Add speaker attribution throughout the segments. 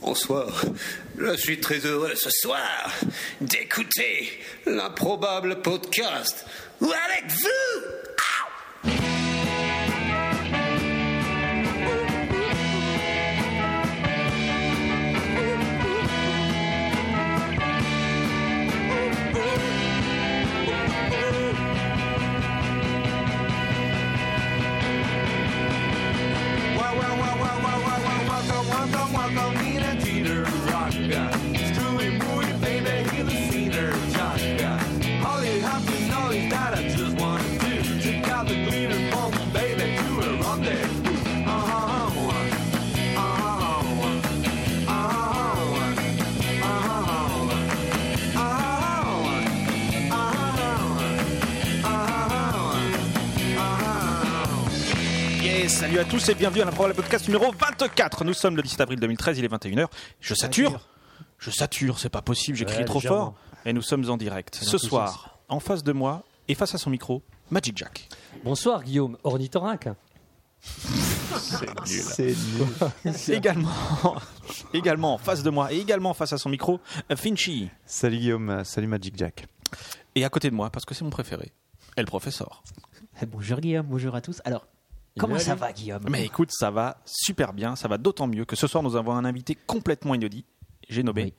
Speaker 1: Bonsoir. Je suis très heureux ce soir d'écouter l'improbable podcast Ou avec vous.
Speaker 2: Wow, wow, wow, wow, wow, wow, wow, welcome, welcome, welcome, Nina Teeter, rock, uh, Screwy, moody, baby, hear the cedar, jock, uh, Holly Hopkins, all these that I just wanna do. Take out the glitter, boom, baby, to a rendezvous. Uh-huh, uh, uh-huh, uh, uh-huh, uh, uh-huh, uh, uh-huh, uh.
Speaker 3: Yes, salut à tous et bienvenue à l'improbable podcast numéro 24. Nous sommes le 17 avril 2013, il est 21h. Je sature. Je sature, c'est pas possible, j'ai
Speaker 4: Ouais,
Speaker 3: crié trop
Speaker 4: légèrement.
Speaker 3: fort. Et nous sommes en direct. Ce
Speaker 4: tous
Speaker 3: soir, en face de moi et face à son micro, Magic Jack.
Speaker 4: Bonsoir Guillaume, ornithorynque.
Speaker 3: Également, également en face de moi et également face à son micro, Finchy.
Speaker 5: Salut Guillaume, euh, salut Magic Jack.
Speaker 3: Et à côté de moi, parce que c'est mon préféré, est le professeur.
Speaker 6: Bonjour Guillaume, bonjour à tous. Alors, comment ça va Guillaume
Speaker 3: Mais écoute, ça va super bien, ça va d'autant mieux que ce soir nous avons un invité complètement inaudit. J'ai nommé
Speaker 6: Oui.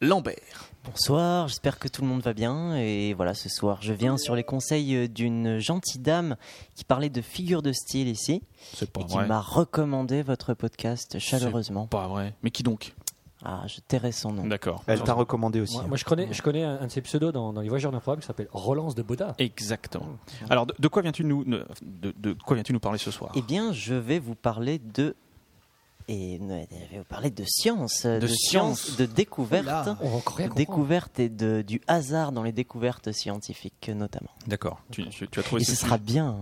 Speaker 3: Lambert.
Speaker 6: Bonsoir, j'espère que tout le monde va bien. Et voilà, ce soir, je viens sur les conseils euh, d'une gentille dame qui parlait de figure de style ici
Speaker 3: C'est
Speaker 6: et qui m'a recommandé votre podcast chaleureusement.
Speaker 3: Pas vrai. Mais qui donc
Speaker 6: Ah, je tairai son nom.
Speaker 3: D'accord.
Speaker 5: Elle t'a recommandé aussi.
Speaker 4: Moi, moi, je connais, je connais un, un de ses pseudos dans, dans les voyageurs d'improbable qui s'appelle Relance de Boda.
Speaker 3: Exactement. Alors, de, de quoi viens-tu nous, ne- de, de quoi viens-tu nous parler ce soir
Speaker 6: Eh bien, je vais vous parler de. Et euh, je vais vous parler de science, euh,
Speaker 3: De science.
Speaker 6: de découverte,
Speaker 4: On va encore rien comprendre.
Speaker 6: découverte et de, du hasard dans les découvertes scientifiques euh, notamment.
Speaker 3: D'accord. Tu, tu- tu as trouvé
Speaker 6: Et ce
Speaker 3: ce-
Speaker 6: sera bien.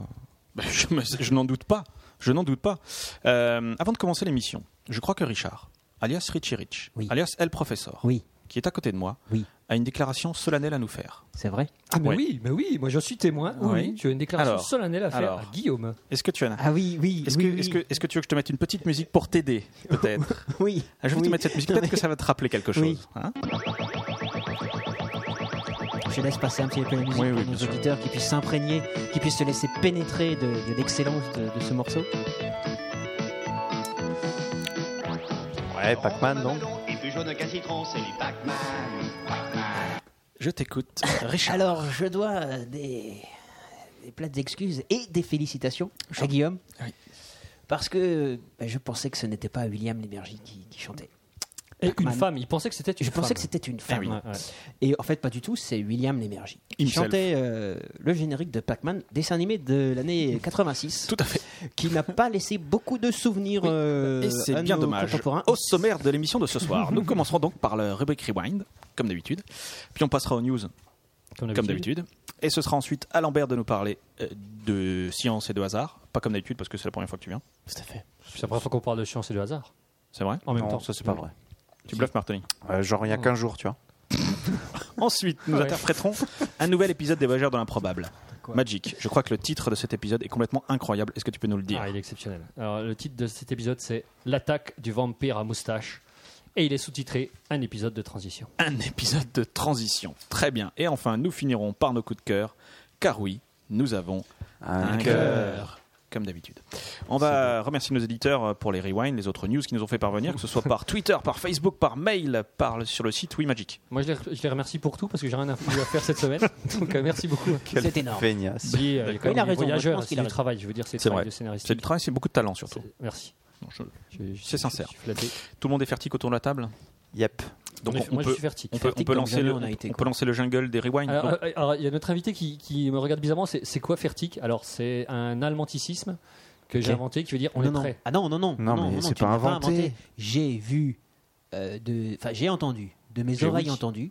Speaker 3: Bah, Je, me- je n'en doute pas. Je n'en doute pas. Euh, avant de commencer l'émission, je crois que Richard, alias Richie Rich,
Speaker 6: Oui.
Speaker 3: alias El Professor,
Speaker 6: Oui,
Speaker 3: qui est à côté de moi,
Speaker 6: Oui.
Speaker 3: a une déclaration solennelle à nous faire.
Speaker 6: c'est vrai.
Speaker 4: Ah mais
Speaker 3: Ouais.
Speaker 4: oui, mais oui, moi j'en suis témoin. Oui,
Speaker 3: Ouais.
Speaker 4: oui, tu as une déclaration
Speaker 3: Alors,
Speaker 4: solennelle à faire
Speaker 3: alors.
Speaker 4: à Guillaume.
Speaker 3: Est-ce que tu en as
Speaker 7: Bah
Speaker 6: Ah oui, oui.
Speaker 3: Est-ce
Speaker 6: oui,
Speaker 3: que, est-ce que- est-ce que tu veux que je te mette une petite musique pour t'aider, peut-être Ah,
Speaker 6: Oui.
Speaker 3: Je vais te
Speaker 6: Oui.
Speaker 3: mettre cette musique, peut-être que ça va te rappeler quelque chose.
Speaker 6: Oui.
Speaker 3: hein
Speaker 7: Je laisse passer un petit peu la musique
Speaker 3: Oui, oui,
Speaker 7: pour
Speaker 3: bien
Speaker 7: nos
Speaker 3: sûr.
Speaker 7: auditeurs qui puissent s'imprégner, qui puissent se laisser pénétrer de, de l'excellence de, de ce morceau.
Speaker 5: Ouais, Pac-Man, non
Speaker 3: je t'écoute, Richard.
Speaker 7: Alors, je dois euh, des, des plates excuses et des félicitations à Guillaume.
Speaker 3: Oui.
Speaker 7: Parce que ben, je pensais que ce n'était pas William Lémergie qui, qui chantait.
Speaker 4: Et une
Speaker 7: Pac-Man.
Speaker 4: femme, il pensait que c'était une
Speaker 7: Je
Speaker 4: femme. Ah
Speaker 7: pensais que c'était une femme. Ah
Speaker 3: oui.
Speaker 4: Ouais, ouais.
Speaker 7: Et en fait, pas du tout, c'est William Lémergie. qui
Speaker 3: Himself.
Speaker 7: chantait euh, le générique de Pac-Man, dessin animé de l'année 86.
Speaker 3: Tout à fait.
Speaker 7: qui n'a pas laissé beaucoup de souvenirs euh,
Speaker 3: Et c'est
Speaker 7: à
Speaker 3: bien
Speaker 7: nos
Speaker 3: dommage. Oh,
Speaker 7: contemporains.
Speaker 3: Au sommaire de l'émission de ce soir, nous commencerons donc par le rubrique Rewind, comme d'habitude. Puis on passera aux news, comme d'habitude. Et ce sera ensuite à Lambert de nous parler euh, de science et de hasard. Pas comme d'habitude, parce que c'est la première fois que tu viens.
Speaker 6: Tout à fait.
Speaker 4: C'est la première fois qu'on parle de science et de hasard.
Speaker 3: C'est vrai
Speaker 4: En même temps.
Speaker 5: ça c'est pas vrai.
Speaker 3: Tu bluffes, Martoni.
Speaker 5: Euh, genre il y a qu'un jour, tu vois.
Speaker 3: Ensuite, nous
Speaker 4: Ouais.
Speaker 3: interpréterons un nouvel épisode des Voyageurs de l'improbable. Magic. Je crois que le titre de cet épisode est complètement incroyable. Est-ce que tu peux nous le dire
Speaker 4: Ah, il est exceptionnel. Alors, le titre de cet épisode, c'est L'attaque du vampire à moustache. Et il est sous-titré Un épisode de transition.
Speaker 3: Un épisode de transition. Très bien. Et enfin, nous finirons par nos coups de cœur, car oui, nous avons Un cœur. Comme d'habitude. On va remercier nos éditeurs euh, pour les rewinds, les autres news qui nous ont fait parvenir, que ce soit par Twitter, par Facebook, par mail, par le- sur le site WeMagic.
Speaker 4: Moi, je les, je les remercie pour tout parce que j'ai rien à, à faire cette semaine. Donc, euh, merci beaucoup.
Speaker 7: C'est énorme.
Speaker 5: Feignasse.
Speaker 4: Si, euh, il y a quand
Speaker 7: Il a
Speaker 4: même des
Speaker 7: raison, je
Speaker 4: voyageurs,
Speaker 7: pense
Speaker 4: c'est
Speaker 7: qu'il a
Speaker 4: du
Speaker 7: raison.
Speaker 4: travail, je veux dire, c'est du
Speaker 3: C'est
Speaker 4: travail
Speaker 3: vrai.
Speaker 4: de scénariste.
Speaker 3: C'est du travail, c'est beaucoup de talent surtout.
Speaker 4: Merci.
Speaker 3: Non, je-
Speaker 4: Je- je-
Speaker 3: C'est sincère.
Speaker 4: je suis flatté.
Speaker 3: Tout le monde est fertique autour de la table
Speaker 5: Yep.
Speaker 3: Donc
Speaker 4: On est-
Speaker 3: on,
Speaker 4: moi, je
Speaker 3: peut,
Speaker 4: suis fertique.
Speaker 3: on peut, on peut
Speaker 7: comme
Speaker 3: lancer,
Speaker 7: jamais
Speaker 3: le,
Speaker 7: on a été,
Speaker 3: on
Speaker 7: quoi.
Speaker 3: peut lancer le jungle des rewinds.
Speaker 4: Alors,
Speaker 3: donc.
Speaker 4: euh, alors, il y a notre invité qui, qui me regarde bizarrement. C'est c'est quoi fertique Alors, c'est un allemanticisme que j'ai
Speaker 7: Ok.
Speaker 4: inventé qui veut dire on
Speaker 7: non,
Speaker 4: est
Speaker 7: non.
Speaker 4: prêt.
Speaker 7: Ah non, non, non.
Speaker 5: Non, mais c'est
Speaker 7: tu
Speaker 5: pas
Speaker 7: n'as
Speaker 5: inventé.
Speaker 7: J'ai vu, euh, de, enfin, j'ai entendu, de mes
Speaker 4: J'ai
Speaker 7: oreilles
Speaker 4: oui.
Speaker 7: entendues,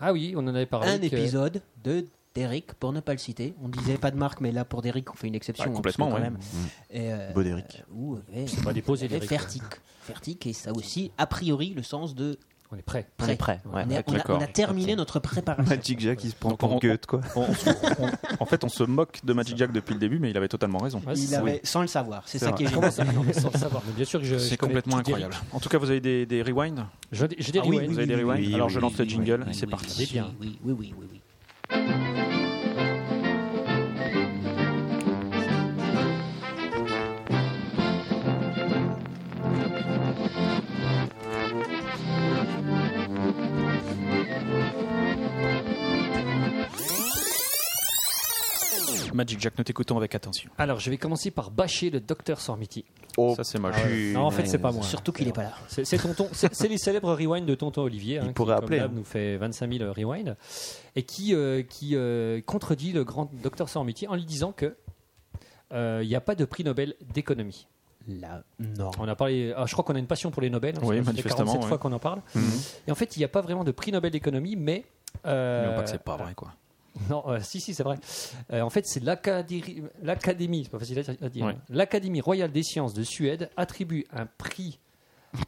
Speaker 4: Ah oui, on en avait parlé.
Speaker 7: un
Speaker 4: que-
Speaker 7: épisode de Derrick, pour ne pas le citer. On disait pas de marque, mais là, pour Derrick, on fait une exception.
Speaker 3: Ah,
Speaker 7: hein,
Speaker 3: complètement,
Speaker 7: parce que
Speaker 3: ouais.
Speaker 7: quand même. Et, euh,
Speaker 5: Beau Derrick.
Speaker 7: euh, où avait-
Speaker 4: pas déposé,
Speaker 7: avait
Speaker 4: Derrick.
Speaker 7: Fertic. Fertic, et ça aussi, a priori, le sens de
Speaker 4: On est prêt.
Speaker 6: On est prêt. ouais.
Speaker 7: On, est- on a,
Speaker 3: d'accord.
Speaker 7: on a terminé notre préparation.
Speaker 5: Magic Jack, il se prend
Speaker 3: Donc,
Speaker 5: pour
Speaker 3: on-
Speaker 5: Goethe, quoi.
Speaker 3: On- on se- on- en fait, on se moque de Magic Jack depuis le début, mais il avait totalement raison.
Speaker 4: Ouais,
Speaker 7: Il
Speaker 4: c'est-
Speaker 7: avait, sans le savoir, c'est
Speaker 5: C'est
Speaker 7: ça
Speaker 5: vrai.
Speaker 7: qui est
Speaker 4: Comment
Speaker 7: génial.
Speaker 4: ça Non, mais sans le savoir. Mais bien sûr que je. je
Speaker 3: C'est
Speaker 4: connais
Speaker 3: complètement
Speaker 4: tout Derrick.
Speaker 3: incroyable. En tout cas, vous avez des, des rewinds
Speaker 4: Je, je dirais
Speaker 3: Ah oui,
Speaker 4: ouais.
Speaker 3: vous avez des
Speaker 5: oui,
Speaker 3: rewinds
Speaker 5: oui,
Speaker 3: Alors,
Speaker 5: oui,
Speaker 3: je lance le
Speaker 5: oui,
Speaker 3: jingle,
Speaker 5: oui,
Speaker 3: c'est
Speaker 5: oui.
Speaker 3: parti.
Speaker 4: C'est bien.
Speaker 7: Oui, oui, oui, oui, oui.
Speaker 3: Magic Jack, nous t'écoutons avec attention.
Speaker 4: Alors, je vais commencer par bâcher le docteur Sormiti.
Speaker 5: Oh,
Speaker 3: Ça, c'est moche.
Speaker 4: Non, en fait, c'est pas moi.
Speaker 7: Surtout qu'il n'est pas là.
Speaker 4: C'est c'est tonton. C'est c'est les célèbres rewind de tonton Olivier.
Speaker 5: Il
Speaker 4: qui,
Speaker 5: pourrait
Speaker 4: comme
Speaker 5: appeler,
Speaker 4: d'hab,
Speaker 5: hein.
Speaker 4: nous fait 25 000 rewind et qui euh, qui euh, contredit le grand docteur Sormiti en lui disant que euh, il n'y a pas de prix Nobel d'économie.
Speaker 7: Là, non.
Speaker 4: On a parlé, ah, je crois qu'on a une passion pour les Nobel. hein,
Speaker 3: Oui, Mhm.
Speaker 4: ça fait
Speaker 3: manifestement,
Speaker 4: 47
Speaker 3: ouais.
Speaker 4: fois qu'on en parle. Et en fait, il n'y a pas vraiment de prix Nobel d'économie, mais. euh,
Speaker 3: Non, pas que c'est pas vrai, quoi.
Speaker 4: Non, euh, si, si, c'est vrai. Euh, en fait, c'est l'académie, l'académie, c'est pas facile à à dire,
Speaker 3: Ouais.
Speaker 4: hein. l'Académie royale des sciences de Suède attribue un prix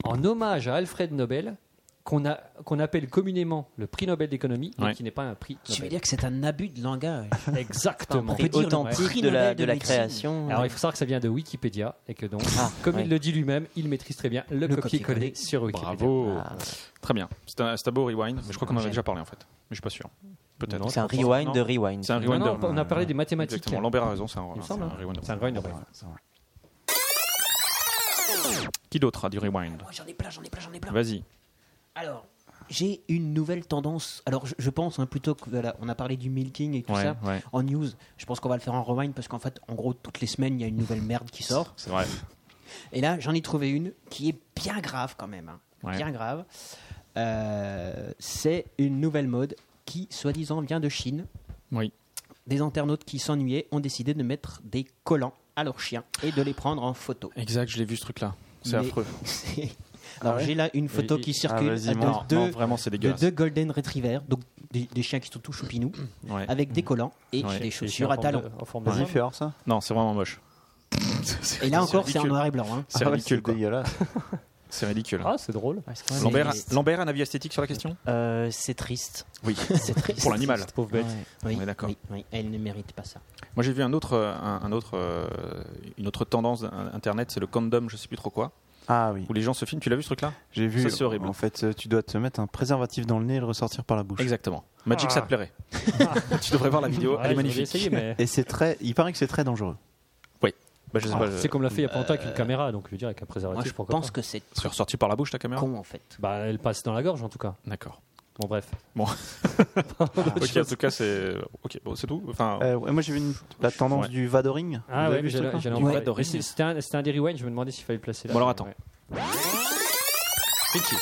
Speaker 4: en hommage à Alfred Nobel qu'on a- qu'on appelle communément le prix Nobel d'économie, mais
Speaker 3: Ouais.
Speaker 4: qui n'est pas un prix
Speaker 7: Tu veux
Speaker 4: Nobel.
Speaker 7: dire que c'est un abus de langage
Speaker 4: Exactement.
Speaker 7: On peut dire le prix
Speaker 6: authentique de la,
Speaker 7: Nobel
Speaker 6: de la
Speaker 7: médecine.
Speaker 6: création.
Speaker 3: Ah
Speaker 4: Alors, il faut savoir que ça vient de Wikipédia et que donc,
Speaker 6: Ah,
Speaker 4: comme
Speaker 6: ouais.
Speaker 4: il le dit lui-même, il maîtrise très bien le,
Speaker 7: Le
Speaker 4: copier-coller
Speaker 7: copier-coller.
Speaker 4: sur Wikipédia.
Speaker 3: Bravo.
Speaker 6: Ah,
Speaker 3: Très bien. C'est un, c'est un beau rewind, mais je crois qu'on en avait
Speaker 7: J'aime.
Speaker 3: déjà parlé, en fait. Mais je suis pas sûr. Peut-être.
Speaker 6: c'est un
Speaker 3: Je pense-
Speaker 6: rewind de
Speaker 3: non. Oh,
Speaker 6: rewind. Ah,
Speaker 3: C'est un
Speaker 4: Non,
Speaker 3: rewind
Speaker 4: non, on a parlé des mathématiques.
Speaker 3: Exactement, Lambert a raison, c'est un,
Speaker 4: Il me
Speaker 3: c'est
Speaker 4: semble,
Speaker 3: un
Speaker 4: hein.
Speaker 3: rewinder.
Speaker 4: C'est un rewinder.
Speaker 3: Qui d'autre a du rewind
Speaker 7: Oh, J'en ai plein, j'en ai plein, j'en ai plein.
Speaker 3: Vas-y.
Speaker 7: Alors, j'ai une nouvelle tendance. Alors, je, je pense, hein, plutôt que. voilà, on a parlé du milking et tout
Speaker 3: Ouais,
Speaker 7: ça.
Speaker 3: ouais.
Speaker 7: En news, je pense qu'on va le faire en rewind parce qu'en fait, en gros, toutes les semaines, il y a une nouvelle merde qui sort.
Speaker 3: C'est vrai.
Speaker 7: Et là, j'en ai trouvé une qui est bien grave quand même. hein.
Speaker 3: Ouais.
Speaker 7: Bien grave. Euh, c'est une nouvelle mode qui, soi-disant, vient de Chine.
Speaker 3: Oui.
Speaker 7: Des internautes qui s'ennuyaient ont décidé de mettre des collants à leurs chiens et de les prendre en photo.
Speaker 3: Exact, je l'ai vu ce truc-là. C'est
Speaker 7: Mais
Speaker 3: affreux.
Speaker 7: c'est- Alors j'ai là une photo
Speaker 4: Et-
Speaker 7: qui
Speaker 5: Ah,
Speaker 7: circule
Speaker 5: vas-y,
Speaker 7: de
Speaker 5: montre.
Speaker 3: Non,
Speaker 7: deux,
Speaker 3: non, vraiment, c'est
Speaker 7: de
Speaker 3: dégueulasse.
Speaker 7: deux golden retrievers, donc des, des chiens qui sont tout choupinous,
Speaker 3: Ouais.
Speaker 7: avec des collants et
Speaker 3: Ouais.
Speaker 7: des
Speaker 4: Et
Speaker 7: chaussures
Speaker 4: en
Speaker 7: à
Speaker 4: forme de-
Speaker 7: talons.
Speaker 4: En forme de
Speaker 5: Vas-y, fais voir ça.
Speaker 3: Non, c'est vraiment moche.
Speaker 7: Et là encore, c'est en
Speaker 3: ridicule.
Speaker 7: noir et blanc. hein.
Speaker 3: C'est
Speaker 5: Ah ouais,
Speaker 3: ridicule, quoi.
Speaker 5: dégueulasse.
Speaker 3: C'est ridicule.
Speaker 4: Ah, c'est drôle.
Speaker 6: ouais, c'est quand même
Speaker 3: Lambert,
Speaker 6: triste.
Speaker 3: Lambert, un avis esthétique sur la question
Speaker 6: Euh, c'est triste.
Speaker 3: Oui.
Speaker 6: C'est triste.
Speaker 3: Pour l'animal.
Speaker 4: Cette pauvre bête.
Speaker 7: Oui,
Speaker 3: On est d'accord.
Speaker 7: oui, oui, elle ne mérite pas ça.
Speaker 3: Moi, j'ai vu un autre, euh, un, un autre, euh, une autre tendance d'in- Internet, c'est le condom, je sais plus trop quoi,
Speaker 5: Ah oui,
Speaker 3: où les gens se filment. Tu l'as vu ce truc-là
Speaker 5: j'ai vu.
Speaker 3: c'est horrible.
Speaker 5: En fait, euh, tu dois te mettre un préservatif dans le nez et le ressortir par la bouche.
Speaker 3: Exactement. Magic,
Speaker 4: Ah.
Speaker 3: ça te plairait. tu devrais voir la vidéo,
Speaker 4: Ouais,
Speaker 3: elle
Speaker 4: je
Speaker 3: est
Speaker 4: voulais
Speaker 3: magnifique.
Speaker 4: essayer, mais-
Speaker 5: Et c'est très. Il paraît que c'est très dangereux.
Speaker 3: Bah, je sais
Speaker 4: Ah,
Speaker 3: pas, Euh, je-
Speaker 4: C'est comme l'a fait il y a pas longtemps avec une caméra, donc je veux dire avec un préservatif.
Speaker 7: Moi, je
Speaker 4: pourquoi
Speaker 7: pense
Speaker 4: pas.
Speaker 7: que c'est
Speaker 3: C'est ressorti par la bouche, ta caméra
Speaker 7: con en fait.
Speaker 4: Bah, elle passe dans la gorge en tout cas.
Speaker 3: D'accord.
Speaker 4: Bon, bref. Ah,
Speaker 3: Ok, en tout cas, c'est. Ok, bon, c'est tout. Enfin,
Speaker 5: Euh, ouais, moi j'ai vu une- la tendance
Speaker 3: Ouais.
Speaker 5: du Vadoring. Vous
Speaker 4: Ah
Speaker 5: avez
Speaker 4: ouais,
Speaker 5: vu
Speaker 4: mais
Speaker 5: ce
Speaker 4: j'allais
Speaker 5: truc-là
Speaker 4: j'allais en
Speaker 3: Du
Speaker 4: parler.
Speaker 3: Vador
Speaker 4: Mais
Speaker 3: Ring.
Speaker 4: c'est- C'était un, c'était un des rewinds, je me demandais s'il fallait le placer là.
Speaker 3: Bon, alors, attends.
Speaker 4: Ouais.
Speaker 3: Finchi.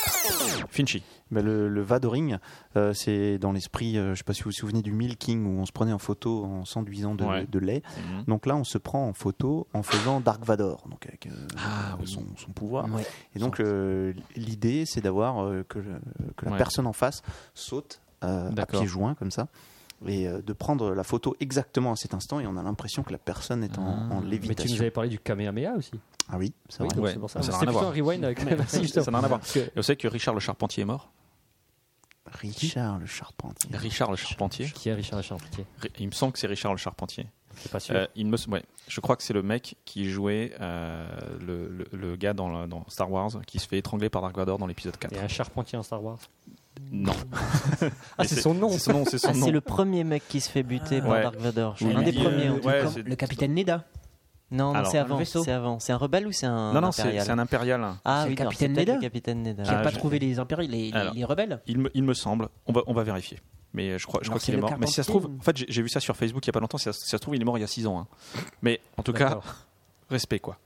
Speaker 3: Finchi.
Speaker 5: Bah, le, le Vadoring, euh, c'est dans l'esprit, euh, je sais pas si vous vous souvenez du milking où on se prenait en photo en s'enduisant de,
Speaker 3: Ouais.
Speaker 5: de lait.
Speaker 3: Mhm.
Speaker 5: Donc là, on se prend en photo en faisant Dark Vador, donc avec euh,
Speaker 3: Ah, oui.
Speaker 5: son, son pouvoir.
Speaker 7: Ouais.
Speaker 5: Et donc euh, l'idée, c'est d'avoir euh, que, le- que la
Speaker 3: Ouais.
Speaker 5: personne en face saute euh, à
Speaker 3: D'accord.
Speaker 5: pieds joints comme ça. Et euh, de prendre la photo exactement à cet instant, et on a l'impression que la personne est en,
Speaker 3: Ah. Mais
Speaker 4: Mais
Speaker 5: en
Speaker 4: tu nous
Speaker 5: lévitation.
Speaker 4: avais parlé du Kamehameha aussi.
Speaker 5: Ah oui, c'est
Speaker 4: Oui,
Speaker 5: vrai.
Speaker 4: donc
Speaker 3: Ouais.
Speaker 4: c'est pour ça.
Speaker 3: Ça n'a
Speaker 4: C'était
Speaker 3: rien à
Speaker 4: plutôt un rewind avec Vas-y, je te-
Speaker 3: Ça n'a rien à voir.
Speaker 4: Parce que-
Speaker 3: Et vous savez que Richard le Charpentier est mort
Speaker 5: Richard le Charpentier.
Speaker 3: Richard le Charpentier
Speaker 4: Qui est Richard Charpentier
Speaker 3: Ri- Il me semble que c'est Richard le Charpentier.
Speaker 4: Je suis pas sûr.
Speaker 3: Euh, il me, ouais, je crois que c'est le mec qui jouait euh, le, le- le gars dans, la- dans Star Wars qui se fait étrangler par Dark Vador dans l'épisode 4.
Speaker 4: Il y a un Charpentier en Star Wars.
Speaker 3: Non.
Speaker 4: Ah,
Speaker 3: Mais
Speaker 4: c'est son nom.
Speaker 3: C'est son nom, c'est son
Speaker 6: Ah,
Speaker 3: nom.
Speaker 6: c'est le premier mec qui se fait buter par
Speaker 3: Ouais.
Speaker 6: Dark Vador. je
Speaker 3: Oui,
Speaker 6: crois. un
Speaker 3: mais
Speaker 6: des
Speaker 3: il-
Speaker 6: premiers. en tout cas.
Speaker 3: ouais,
Speaker 7: Comme
Speaker 3: c'est-
Speaker 7: le capitaine Neda.
Speaker 6: Non, non
Speaker 3: Alors,
Speaker 6: c'est
Speaker 7: un
Speaker 6: avant.
Speaker 7: vaisseau.
Speaker 6: C'est avant. C'est un rebelle ou c'est un
Speaker 3: Non, non, c'est
Speaker 6: impérial
Speaker 3: c'est un impérial.
Speaker 6: Ah
Speaker 7: C'est
Speaker 6: oui,
Speaker 7: le
Speaker 6: non,
Speaker 7: capitaine
Speaker 6: c'est peut-être
Speaker 7: Neda
Speaker 6: le capitaine Neda.
Speaker 7: Qui n'a
Speaker 3: Ah,
Speaker 7: pas
Speaker 3: je-
Speaker 7: trouvé les, impéri- les, les-
Speaker 3: Alors.
Speaker 7: les rebelles
Speaker 3: Il me, il me semble, on va, on va vérifier. Mais je crois, je
Speaker 7: Non,
Speaker 3: crois
Speaker 7: c'est
Speaker 3: qu'il est
Speaker 7: le
Speaker 3: mort. Mais si ça se trouve,
Speaker 7: Carpentier.
Speaker 3: en fait, j'ai j'ai vu ça sur Facebook il n'y a pas longtemps. Si ça, si ça se trouve, il est mort il y a 6 ans. hein. Mais en tout cas,
Speaker 4: D'accord.
Speaker 3: respect quoi.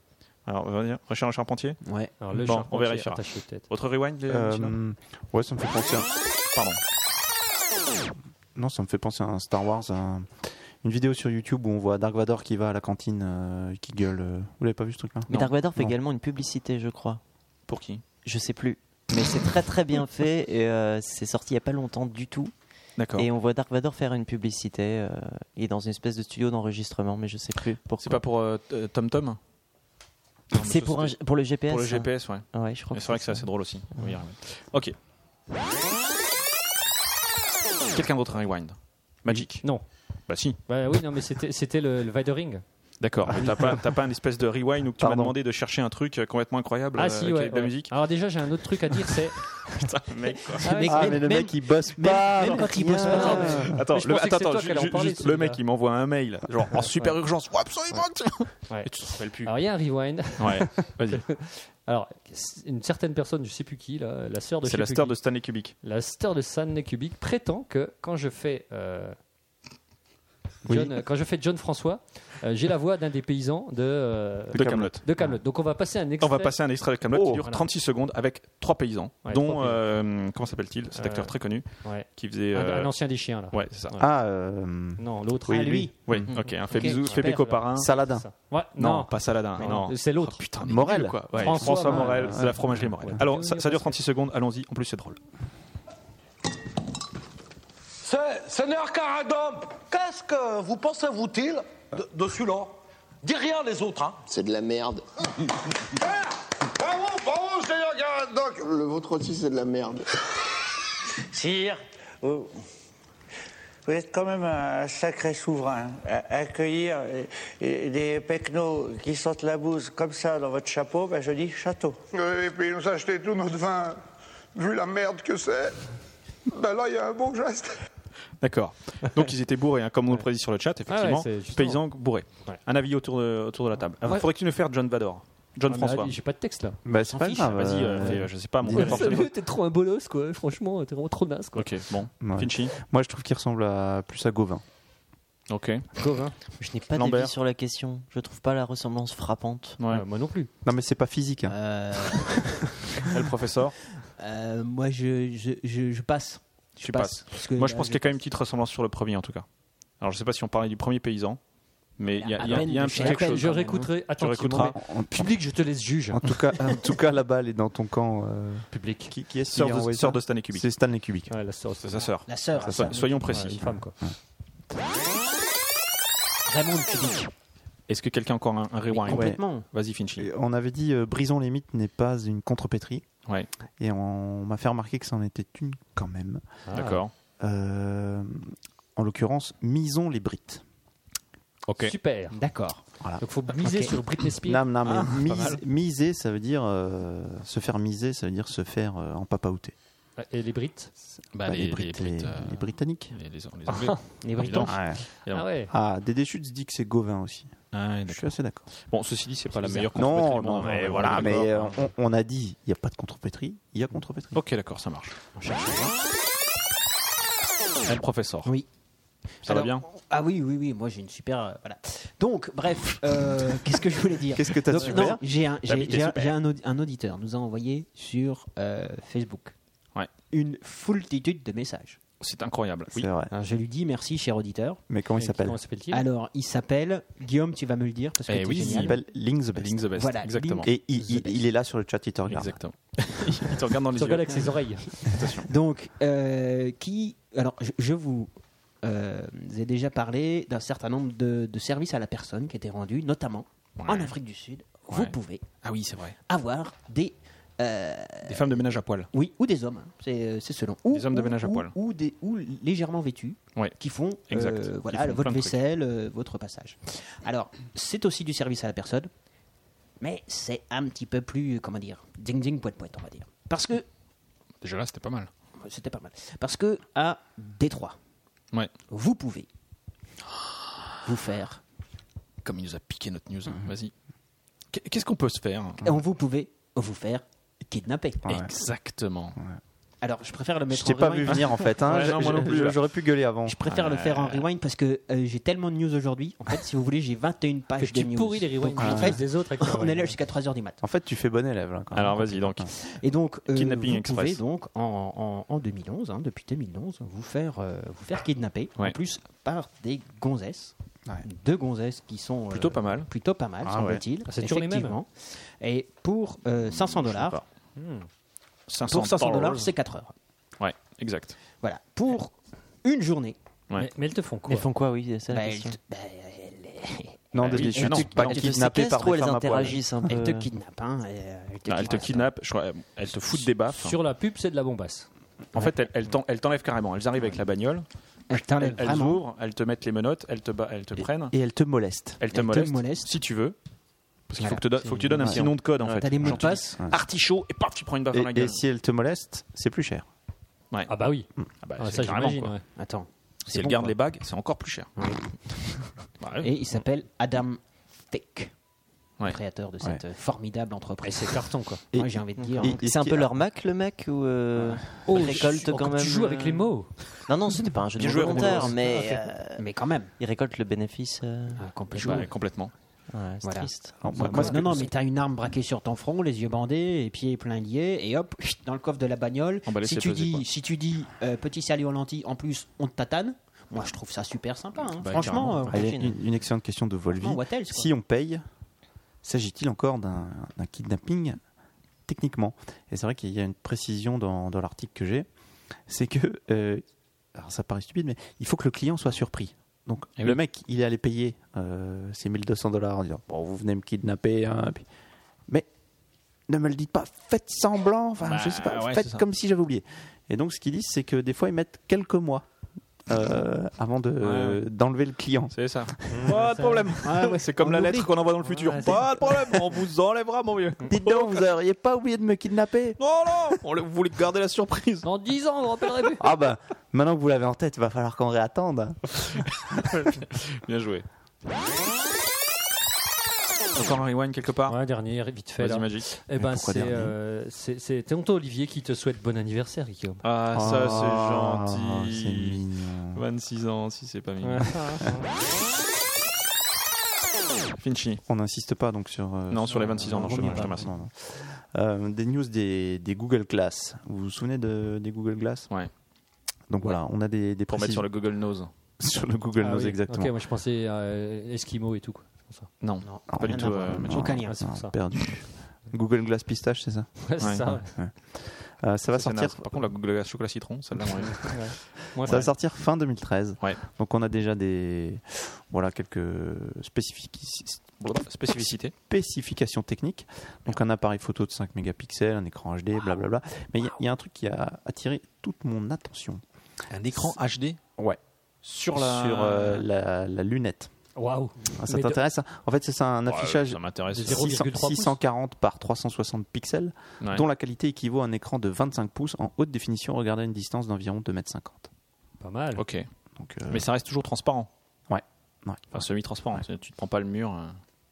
Speaker 3: Alors, on va dire Richard le Charpentier
Speaker 7: Ouais.
Speaker 4: Alors, le
Speaker 3: Bon, on
Speaker 4: Charpentier
Speaker 3: vérifiera.
Speaker 4: attaché peut-être.
Speaker 3: Autre rewind les-
Speaker 5: Euh,
Speaker 3: Michel
Speaker 5: ouais, ça me fait penser. à-
Speaker 3: Pardon.
Speaker 5: Non, ça me fait penser à un Star Wars, à une vidéo sur YouTube où on voit Dark Vador qui va à la cantine, euh, qui gueule. euh. Vous l'avez pas vu ce truc-là
Speaker 6: Mais Dark Vador fait
Speaker 5: Non.
Speaker 6: également une publicité, je crois.
Speaker 3: Pour qui
Speaker 6: Je sais plus. Mais c'est très très bien fait et euh, c'est sorti il y a pas longtemps du tout.
Speaker 3: D'accord.
Speaker 6: Et on voit Dark Vador faire une publicité. euh, il est dans une espèce de studio d'enregistrement, mais je sais plus
Speaker 3: C'est
Speaker 6: pourquoi.
Speaker 3: pas pour euh, t- euh, Tom Tom Non, mais
Speaker 6: C'est
Speaker 3: ça,
Speaker 6: pour, un
Speaker 3: c'était
Speaker 6: G- pour le GPS.
Speaker 3: pour le
Speaker 6: ça.
Speaker 3: GPS, ouais.
Speaker 6: Ouais, je crois.
Speaker 3: Mais C'est vrai que c'est assez drôle aussi. On va y arriver. Ok, Quelqu'un d'autre un rewind Magic
Speaker 4: Non.
Speaker 3: Bah si,
Speaker 4: Bah oui, non, mais c'était c'était le, le Videring.
Speaker 3: d'accord. Mais T'as pas, t'as pas une espèce de rewind où tu m'as
Speaker 5: Pardon.
Speaker 3: demandé de chercher un truc euh, complètement incroyable
Speaker 4: Ah
Speaker 3: euh,
Speaker 4: si,
Speaker 3: avec
Speaker 4: ouais.
Speaker 3: de la
Speaker 4: ouais.
Speaker 3: musique
Speaker 4: Alors déjà, j'ai un autre truc à dire, c'est.
Speaker 3: Putain, mec, quoi.
Speaker 4: Ah, ouais,
Speaker 5: Ah,
Speaker 4: c'est-
Speaker 5: mais le
Speaker 4: même-
Speaker 5: mec, il bosse
Speaker 4: même-
Speaker 5: pas. Ah.
Speaker 4: même quand il bosse pas.
Speaker 3: Attends,
Speaker 4: Ah, Mais je
Speaker 3: le,
Speaker 4: pensais que
Speaker 3: attends,
Speaker 4: c'est toi
Speaker 3: attends,
Speaker 4: qui allais en
Speaker 3: ju-
Speaker 4: parler,
Speaker 3: juste, le mec
Speaker 4: celui-là.
Speaker 3: il m'envoie un mail, genre en super
Speaker 4: Ouais.
Speaker 3: urgence, ouais, absolument que-
Speaker 4: Ouais. Ah.
Speaker 3: Et tu te rappelles plus.
Speaker 4: Alors il y a un rewind.
Speaker 3: Ouais, vas-y.
Speaker 4: Alors c'est une certaine personne, je sais plus qui, là, la sœur de. je
Speaker 3: C'est
Speaker 4: sais
Speaker 3: la
Speaker 4: plus
Speaker 3: star
Speaker 4: qui.
Speaker 3: de Stanley Kubrick.
Speaker 4: La star de Stanley Kubrick prétend que quand je fais euh, John, quand je fais John François, euh, j'ai la voix d'un des paysans de euh,
Speaker 3: De Camelot.
Speaker 4: de Kaamelott. Donc on va passer un
Speaker 3: On
Speaker 4: extrait.
Speaker 3: va passer un extrait de Camelot qui
Speaker 4: Oh.
Speaker 3: dure
Speaker 4: Voilà.
Speaker 3: 36 secondes avec trois paysans,
Speaker 4: Ouais,
Speaker 3: dont
Speaker 4: trois paysans.
Speaker 3: euh, comment s'appelle-t-il Cet acteur
Speaker 4: Euh, ah, bah,
Speaker 3: très connu
Speaker 4: Ouais.
Speaker 3: qui faisait.
Speaker 4: Un-
Speaker 3: euh,
Speaker 4: un, ancien des chiens là.
Speaker 3: Ouais, c'est ça.
Speaker 5: Ah, euh,
Speaker 4: Non, l'autre.
Speaker 5: Oui,
Speaker 4: Ah,
Speaker 5: lui.
Speaker 3: Oui, Mhm. ok. Un fait
Speaker 4: Ok,
Speaker 3: bisous,
Speaker 4: super,
Speaker 3: fait des
Speaker 4: alors.
Speaker 3: coparins.
Speaker 5: Saladin.
Speaker 4: ça. Ouais,
Speaker 3: Non,
Speaker 4: non.
Speaker 3: pas Saladin.
Speaker 4: Non,
Speaker 3: Non. Oh,
Speaker 4: C'est l'autre.
Speaker 3: Putain, mais
Speaker 5: Morel.
Speaker 3: quoi. Ouais, François,
Speaker 4: François
Speaker 3: Morel,
Speaker 4: Morel,
Speaker 3: c'est la fromagerie Morel.
Speaker 4: Ouais.
Speaker 3: Alors, ça, ça dure 36 secondes. Allons-y. En plus, c'est drôle.
Speaker 8: Se- Seigneur Caradon, qu'est-ce que vous pensez vous-il de, de celui-là Dis rien les autres, hein
Speaker 9: C'est de la merde. Eh,
Speaker 8: Bravo, bravo, Seigneur Caradoc
Speaker 9: Le vôtre aussi, c'est de la merde.
Speaker 10: Sire, vous, vous êtes quand même un sacré souverain. À- accueillir euh, euh, des pecnos qui sentent la bouse comme ça dans votre chapeau, ben je dis château.
Speaker 11: Et puis ils nous achetaient tout notre vin, vu la merde que c'est. Ben là, il y a un bon geste.
Speaker 3: D'accord. Donc, ils étaient bourrés, hein, comme on le prédit sur le chat, effectivement.
Speaker 4: Ah c'est justement.
Speaker 3: paysans bourrés.
Speaker 4: Ouais.
Speaker 3: Un avis autour de, autour de la table. Il
Speaker 4: Ouais.
Speaker 3: faudrait que tu nous fasses John Vador. John
Speaker 4: Ah, mais
Speaker 3: François.
Speaker 4: allez, J'ai pas de texte là.
Speaker 5: Bah, c'est pas
Speaker 3: Fiche,
Speaker 5: grave.
Speaker 3: Vas-y,
Speaker 5: euh,
Speaker 3: euh, fais, je sais pas, mon
Speaker 5: dis-le.
Speaker 3: rapport cinéma.
Speaker 4: T'es trop un bolos quoi. Franchement, t'es vraiment trop naze quoi.
Speaker 3: Ok, bon.
Speaker 5: Ouais.
Speaker 3: Finchy.
Speaker 5: Moi, je trouve qu'il ressemble à, plus à Gauvin.
Speaker 3: Ok. hein. Ouais.
Speaker 6: Je n'ai pas
Speaker 3: Lambert.
Speaker 6: d'avis sur la question. Je trouve pas la ressemblance frappante.
Speaker 4: Euh, moi non plus.
Speaker 5: Non, mais c'est pas physique. hein.
Speaker 3: Et le professeur
Speaker 7: Euh, moi, je, je, je, je passe. Je
Speaker 3: Tu passes.
Speaker 7: parce que
Speaker 3: Moi, je
Speaker 7: là,
Speaker 3: pense qu'il y a quand même une petite ressemblance sur le premier, en tout cas. Alors, je sais pas si on parlait du premier paysan, mais il y a, il y a- il y a un petit
Speaker 7: à
Speaker 3: quelque
Speaker 7: peine,
Speaker 3: chose. hein.
Speaker 4: Je réécouterai
Speaker 3: réécouteras. Hein,
Speaker 4: attentivement. mais-
Speaker 5: En,
Speaker 4: Public, je te laisse juge.
Speaker 5: en tout cas, en tout cas, la balle est dans ton camp. euh,
Speaker 4: Public.
Speaker 5: Qui, qui est-ce qui a
Speaker 3: Sœur de,
Speaker 5: envoyé
Speaker 3: sœur
Speaker 5: ça
Speaker 3: de Stanley Kubrick.
Speaker 5: C'est Stanley Kubrick.
Speaker 4: Ouais, la sœur,
Speaker 3: C'est sa sœur.
Speaker 7: La sœur.
Speaker 3: Sa sœur. Soyons précis.
Speaker 4: Ouais, une femme quoi.
Speaker 7: Raymond Kubrick.
Speaker 3: Est-ce que quelqu'un a encore un, un rewind
Speaker 5: Ouais.
Speaker 3: Vas-y, Finchy.
Speaker 5: Et On avait dit euh, Brisons les mythes n'est pas une contrepétrie.
Speaker 3: Ouais.
Speaker 5: Et on, on m'a fait remarquer que c'en était une quand même.
Speaker 3: D'accord.
Speaker 5: Euh, en l'occurrence, Misons les Brites.
Speaker 3: Ok.
Speaker 4: Super.
Speaker 7: D'accord.
Speaker 4: Donc faut miser
Speaker 7: Ok.
Speaker 4: sur Britney Spears.
Speaker 5: Non, non, mais mise-
Speaker 3: Ah, pas mal.
Speaker 5: miser, ça veut dire euh, se faire miser, ça veut dire se faire euh, en papaouté.
Speaker 4: Et les Brites.
Speaker 3: Bah,
Speaker 5: Bah,
Speaker 3: les,
Speaker 5: Brites,
Speaker 3: les
Speaker 5: les-
Speaker 3: Brites, euh,
Speaker 5: les Britanniques.
Speaker 3: les- les- on les enlevait.
Speaker 7: Les
Speaker 3: Évidemment.
Speaker 7: Britons.
Speaker 5: Ouais.
Speaker 4: Ah ouais.
Speaker 5: Ah, Dédé Schutz dit que c'est Gauvin aussi.
Speaker 3: Ah, ouais,
Speaker 5: Je
Speaker 3: d'accord.
Speaker 5: suis assez d'accord.
Speaker 3: Bon, ceci dit, c'est pas la meilleure
Speaker 5: Non,
Speaker 3: contrepétrie, bon,
Speaker 5: non,
Speaker 3: mais
Speaker 5: non,
Speaker 3: voilà.
Speaker 5: non, mais euh,
Speaker 3: d'accord.
Speaker 5: on, on a dit, il n'y a pas de contrepétrie, il y a contrepétrie.
Speaker 3: Ok, d'accord, ça marche. On cherche pas. Et le professeur.
Speaker 7: Oui.
Speaker 3: Ça va
Speaker 7: Alors,
Speaker 3: bien
Speaker 7: Ah oui, oui, oui. Moi, j'ai une super. euh, voilà. Donc, bref, euh, qu'est-ce que je voulais dire
Speaker 5: Qu'est-ce que t'as de
Speaker 7: Donc,
Speaker 5: super
Speaker 7: non, J'ai un, j'ai-
Speaker 3: T'habites
Speaker 7: j'ai un-
Speaker 3: super.
Speaker 7: j'ai un audi- un auditeur nous a envoyé sur euh, Facebook
Speaker 3: Ouais.
Speaker 7: une foultitude de messages.
Speaker 3: C'est incroyable.
Speaker 5: C'est vrai.
Speaker 7: Alors, je lui dis merci, cher auditeur.
Speaker 5: Mais comment il s'appelle
Speaker 4: Comment s'appelle-t-il
Speaker 7: Alors, il s'appelle Guillaume. Tu vas me le dire parce que
Speaker 3: Eh
Speaker 7: t'es
Speaker 3: oui,
Speaker 5: Il
Speaker 7: génial.
Speaker 5: s'appelle Link the Best.
Speaker 3: Link the best.
Speaker 7: Voilà,
Speaker 3: Exactement.
Speaker 7: Link-
Speaker 5: Et il, il- il est là sur le chat, il te regarde.
Speaker 3: Exactement. Il te regarde dans les
Speaker 4: Tu
Speaker 3: yeux.
Speaker 4: regardes avec ses oreilles.
Speaker 7: Donc, euh, qui. Alors, je, je vous euh, ai déjà parlé d'un certain nombre de, de services à la personne qui étaient rendus, notamment en Afrique du Sud. Vous
Speaker 3: Ouais.
Speaker 7: pouvez
Speaker 3: Ah oui, c'est vrai.
Speaker 7: avoir des. euh,
Speaker 3: Des femmes de ménage à poil.
Speaker 7: oui, ou des hommes, hein, c'est c'est selon. Ou,
Speaker 3: Des hommes de
Speaker 7: ou-
Speaker 3: ménage à
Speaker 7: ou-
Speaker 3: poil.
Speaker 7: Ou, des, ou légèrement vêtus,
Speaker 3: Ouais.
Speaker 7: qui font,
Speaker 3: Exact.
Speaker 7: euh,
Speaker 3: Qui
Speaker 7: voilà,
Speaker 3: font plein
Speaker 7: votre
Speaker 3: de trucs.
Speaker 7: vaisselle, euh, votre passage. Alors, c'est aussi du service à la personne, mais c'est un petit peu plus, comment dire, ding-ding, poète-poète, on va dire. Parce que
Speaker 3: Déjà là, c'était pas mal.
Speaker 7: c'était pas mal. Parce que à Détroit,
Speaker 3: Ouais.
Speaker 7: vous pouvez vous faire,
Speaker 3: Comme il nous a piqué notre news. Vas-y. Qu'est- Qu'est-ce qu'on peut se faire hein
Speaker 7: on vous pouvez vous faire kidnapper.
Speaker 3: Ah Exactement.
Speaker 7: Alors, je préfère le mettre
Speaker 5: Je t'ai
Speaker 7: en
Speaker 5: pas vu
Speaker 7: rewind.
Speaker 5: venir en fait. hein.
Speaker 3: Ouais, non,
Speaker 5: Je-
Speaker 3: moi non plus,
Speaker 5: je-
Speaker 3: là.
Speaker 5: J'aurais pu gueuler avant.
Speaker 7: Je
Speaker 4: Ah
Speaker 7: préfère le faire en rewind parce que euh, j'ai tellement de news aujourd'hui. En fait, si vous voulez, j'ai 21
Speaker 4: Que
Speaker 7: pages de
Speaker 4: tu
Speaker 7: news.
Speaker 4: pourris les rewinds Ah,
Speaker 7: Donc, en fait,
Speaker 4: des autres. avec tes
Speaker 7: on est là
Speaker 4: oreilles.
Speaker 7: jusqu'à 3h du mat.
Speaker 5: En fait, tu fais bon élève. Là, quand même.
Speaker 3: Alors vas-y donc.
Speaker 7: Et donc, euh,
Speaker 3: Kidnapping
Speaker 7: vous
Speaker 3: Express.
Speaker 7: pouvez donc en, en- en 2011, hein, depuis 2011, vous faire, euh, vous faire kidnapper.
Speaker 3: Ouais.
Speaker 7: En plus, par des gonzesses.
Speaker 5: Ouais.
Speaker 7: Deux gonzesses qui sont euh,
Speaker 3: Plutôt pas mal.
Speaker 7: Plutôt pas mal,
Speaker 5: Ah
Speaker 7: semble-t-il.
Speaker 4: Ah, c'est toujours les mêmes.
Speaker 7: Effectivement. Et pour euh, 500 dollars,
Speaker 5: pas.
Speaker 3: Hmm.
Speaker 7: pour 500 dollars, c'est 4 heures.
Speaker 3: Ouais, exact.
Speaker 7: Voilà. Pour une journée,
Speaker 3: Ouais.
Speaker 4: Mais, mais elles te font quoi
Speaker 6: Elles font quoi, oui, c'est ça la
Speaker 7: bah, elle
Speaker 6: question.
Speaker 7: te- bah, elle-
Speaker 5: Non,
Speaker 3: oui,
Speaker 5: Dédé
Speaker 3: mais non,
Speaker 5: Schutz, pas
Speaker 3: non.
Speaker 6: Elles te
Speaker 5: kidnappé par
Speaker 6: séquestrent ou
Speaker 5: des
Speaker 6: elles
Speaker 5: femmes à poil.
Speaker 6: interagissent un peu
Speaker 7: elle te kidnappe. Hein, et, euh,
Speaker 3: Ah, elle te
Speaker 7: kidnappe.
Speaker 3: kidnappe, je crois, elle te fout des baffes.
Speaker 4: Sur la pub, c'est de la bombasse.
Speaker 3: En fait, elles, elles t'en- elles t'enlèvent carrément. Elles arrivent avec la bagnole.
Speaker 7: Elles t'enlèvent
Speaker 3: elles
Speaker 7: vraiment.
Speaker 3: ouvrent, elles te mettent les menottes, elles te, ba- elles te prennent.
Speaker 5: Et elle te moleste.
Speaker 3: Elles te molestent, si tu veux. Parce qu'il faut,
Speaker 5: Voilà.
Speaker 3: que te do- faut que tu donnes un
Speaker 5: Ouais.
Speaker 3: petit nom de code en
Speaker 5: Ouais.
Speaker 3: fait.
Speaker 5: Euh, T'as des mots de
Speaker 3: Genre, tu dis
Speaker 5: passe Ouais.
Speaker 3: Artichaut et paf, tu prends une baffe dans la
Speaker 5: Et,
Speaker 3: gueule.
Speaker 5: et si elle te moleste, c'est plus cher.
Speaker 4: Ah bah oui.
Speaker 3: Ah bah,
Speaker 4: Ah,
Speaker 3: c'est
Speaker 4: ça,
Speaker 3: carrément,
Speaker 4: j'imagine,
Speaker 3: quoi.
Speaker 4: ouais.
Speaker 7: Attends.
Speaker 3: Si
Speaker 7: C'est
Speaker 3: elle
Speaker 7: bon,
Speaker 3: garde
Speaker 7: quoi.
Speaker 3: les bagues, c'est encore plus cher.
Speaker 7: Et il s'appelle Adam Thick,
Speaker 3: Ouais.
Speaker 7: créateur de
Speaker 3: Ouais.
Speaker 7: cette euh, formidable entreprise.
Speaker 4: Et c'est carton, quoi.
Speaker 7: Moi, j'ai envie de dire. hein.
Speaker 6: Euh, C'est un peu leur Mac, le Mac, ou euh,
Speaker 7: Oh,
Speaker 6: ils récoltent
Speaker 7: tu- oh,
Speaker 6: quand
Speaker 7: tu
Speaker 6: même. euh,
Speaker 7: joues avec les mots.
Speaker 6: Non, non, c'était pas un jeu de
Speaker 7: Bien
Speaker 6: mots
Speaker 7: joué,
Speaker 6: volontaire,
Speaker 7: Romulo.
Speaker 6: mais. euh,
Speaker 7: Ah, Mais quand même.
Speaker 6: Ils récoltent le bénéfice. euh,
Speaker 5: Ah,
Speaker 7: complètement.
Speaker 3: Bah, complètement.
Speaker 6: Ouais, c'est
Speaker 7: Voilà.
Speaker 6: triste.
Speaker 5: Alors, moi-
Speaker 7: Non,
Speaker 5: moi, ce que-
Speaker 7: non, non, mais t'as une arme braquée sur ton front, les yeux bandés, les pieds pleins liés, et hop, chut, dans le coffre de la bagnole.
Speaker 3: Emballé,
Speaker 7: Si
Speaker 3: c'est
Speaker 7: tu,
Speaker 3: pesé, quoi.
Speaker 7: dis, si tu dis euh, petit salut aux lentilles, en plus, on te tatane. Moi, je trouve ça super sympa. hein.
Speaker 3: Bah,
Speaker 7: Franchement, euh,
Speaker 5: Allez, une, une excellente question de Volvi.
Speaker 7: Franchement, what else, quoi.
Speaker 5: si on paye, s'agit-il encore d'un d'un kidnapping techniquement Et c'est vrai qu'il y a une précision dans, dans l'article que j'ai, c'est que, euh, alors ça paraît stupide, mais il faut que le client soit surpris. Donc
Speaker 3: Eh
Speaker 5: le
Speaker 3: oui.
Speaker 5: mec, il est allé payer euh, ses 1200 dollars en disant bon, vous venez me kidnapper, hein, puis- mais ne me le dites pas, faites semblant, enfin
Speaker 3: Bah,
Speaker 5: je sais pas,
Speaker 3: ouais, c'est
Speaker 5: faites
Speaker 3: ça.
Speaker 5: comme si j'avais oublié. Et donc ce qu'ils disent, c'est que des fois ils mettent quelques mois. euh, avant de-
Speaker 3: Ouais.
Speaker 5: d'enlever le client.
Speaker 3: C'est ça. Pas de problème. C'est comme la lettre qu'on envoie dans le futur. Pas de problème. On vous enlèvera, mon vieux.
Speaker 5: Dites donc, vous auriez pas oublié de me kidnapper
Speaker 3: Oh, Non, non. On le- Vous voulez garder la surprise.
Speaker 4: Dans 10 ans, on ne rappellerait plus.
Speaker 5: Ah bah, maintenant que vous l'avez en tête, va falloir qu'on réattende.
Speaker 3: Bien joué. Encore un rewind quelque part
Speaker 4: Ouais, dernière, vite fait. là.
Speaker 3: Vas-y, Magic.
Speaker 4: Eh ben,
Speaker 5: Mais pourquoi
Speaker 4: c'est
Speaker 5: dernier
Speaker 4: euh, c'est- c'est tonton Olivier qui te souhaite bon anniversaire, Guillaume.
Speaker 3: Ah, ça,
Speaker 5: Ah,
Speaker 3: c'est
Speaker 5: c'est
Speaker 3: gentil.
Speaker 5: mignon.
Speaker 3: 26 ans, si c'est pas mignon.
Speaker 4: Ouais.
Speaker 3: Finchi.
Speaker 5: On n'insiste pas donc sur. euh,
Speaker 3: Non, sur les 26 ans, non, je-
Speaker 5: Non,
Speaker 3: je te remercie.
Speaker 5: non, non. Euh, des news des, des Google Glass. Vous vous souvenez de, des Google Glass
Speaker 3: Ouais.
Speaker 5: Donc voilà, on a des, des
Speaker 3: Pour mettre
Speaker 5: précisions-
Speaker 3: sur le Google Nose.
Speaker 5: sur le Google
Speaker 4: Ah
Speaker 5: Nose,
Speaker 4: oui.
Speaker 5: exactement.
Speaker 4: Ok, moi je pensais euh, Eskimo et tout. quoi. C'est pour ça.
Speaker 3: Non,
Speaker 7: non,
Speaker 3: pas du
Speaker 7: rien
Speaker 3: tout.
Speaker 7: à voir.
Speaker 3: euh, Magic.
Speaker 7: Aucun lien.
Speaker 4: Ah, c'est pour
Speaker 5: Ah,
Speaker 4: ça.
Speaker 5: perdu. Google Glass pistache, c'est ça
Speaker 4: Ouais, c'est
Speaker 3: Ouais.
Speaker 4: ça. ouais.
Speaker 5: Euh, Ça va
Speaker 3: Ça, c'est
Speaker 5: sortir.
Speaker 3: naze. Par contre, la Google Glass chocolat citron, celle-là, on l'aime.
Speaker 4: Moi,
Speaker 5: Ça va
Speaker 4: je-
Speaker 5: sortir fin 2013.
Speaker 3: Ouais.
Speaker 5: Donc on a déjà des voilà quelques spécifiques
Speaker 3: Blablabla. bah, Spécificité.
Speaker 5: spécifications techniques. Donc un appareil photo de 5 mégapixels, un écran HD, blablabla. Mais il y a- il y, a un truc qui a attiré toute mon attention.
Speaker 3: Un écran HD
Speaker 5: Ouais.
Speaker 3: Sur la.
Speaker 5: euh, la, la lunette.
Speaker 4: Waouh.
Speaker 5: Ah, ça
Speaker 4: Mais de-
Speaker 5: t'intéresse ça En fait, c'est ça un
Speaker 3: Ouais, euh,
Speaker 5: affichage
Speaker 3: Ça m'intéresse.
Speaker 4: de 0,3
Speaker 5: 600
Speaker 4: pouces.
Speaker 5: 640 par 360 pixels,
Speaker 3: Ouais.
Speaker 5: dont la qualité équivaut à un écran de 25 pouces en haute définition regardé à une distance d'environ 2m50.
Speaker 4: Pas mal.
Speaker 3: Ok.
Speaker 5: Donc, euh,
Speaker 3: Mais ça reste toujours transparent.
Speaker 5: ouais.
Speaker 3: Enfin, semi-transparent. c'est- Tu ne prends pas le mur. euh.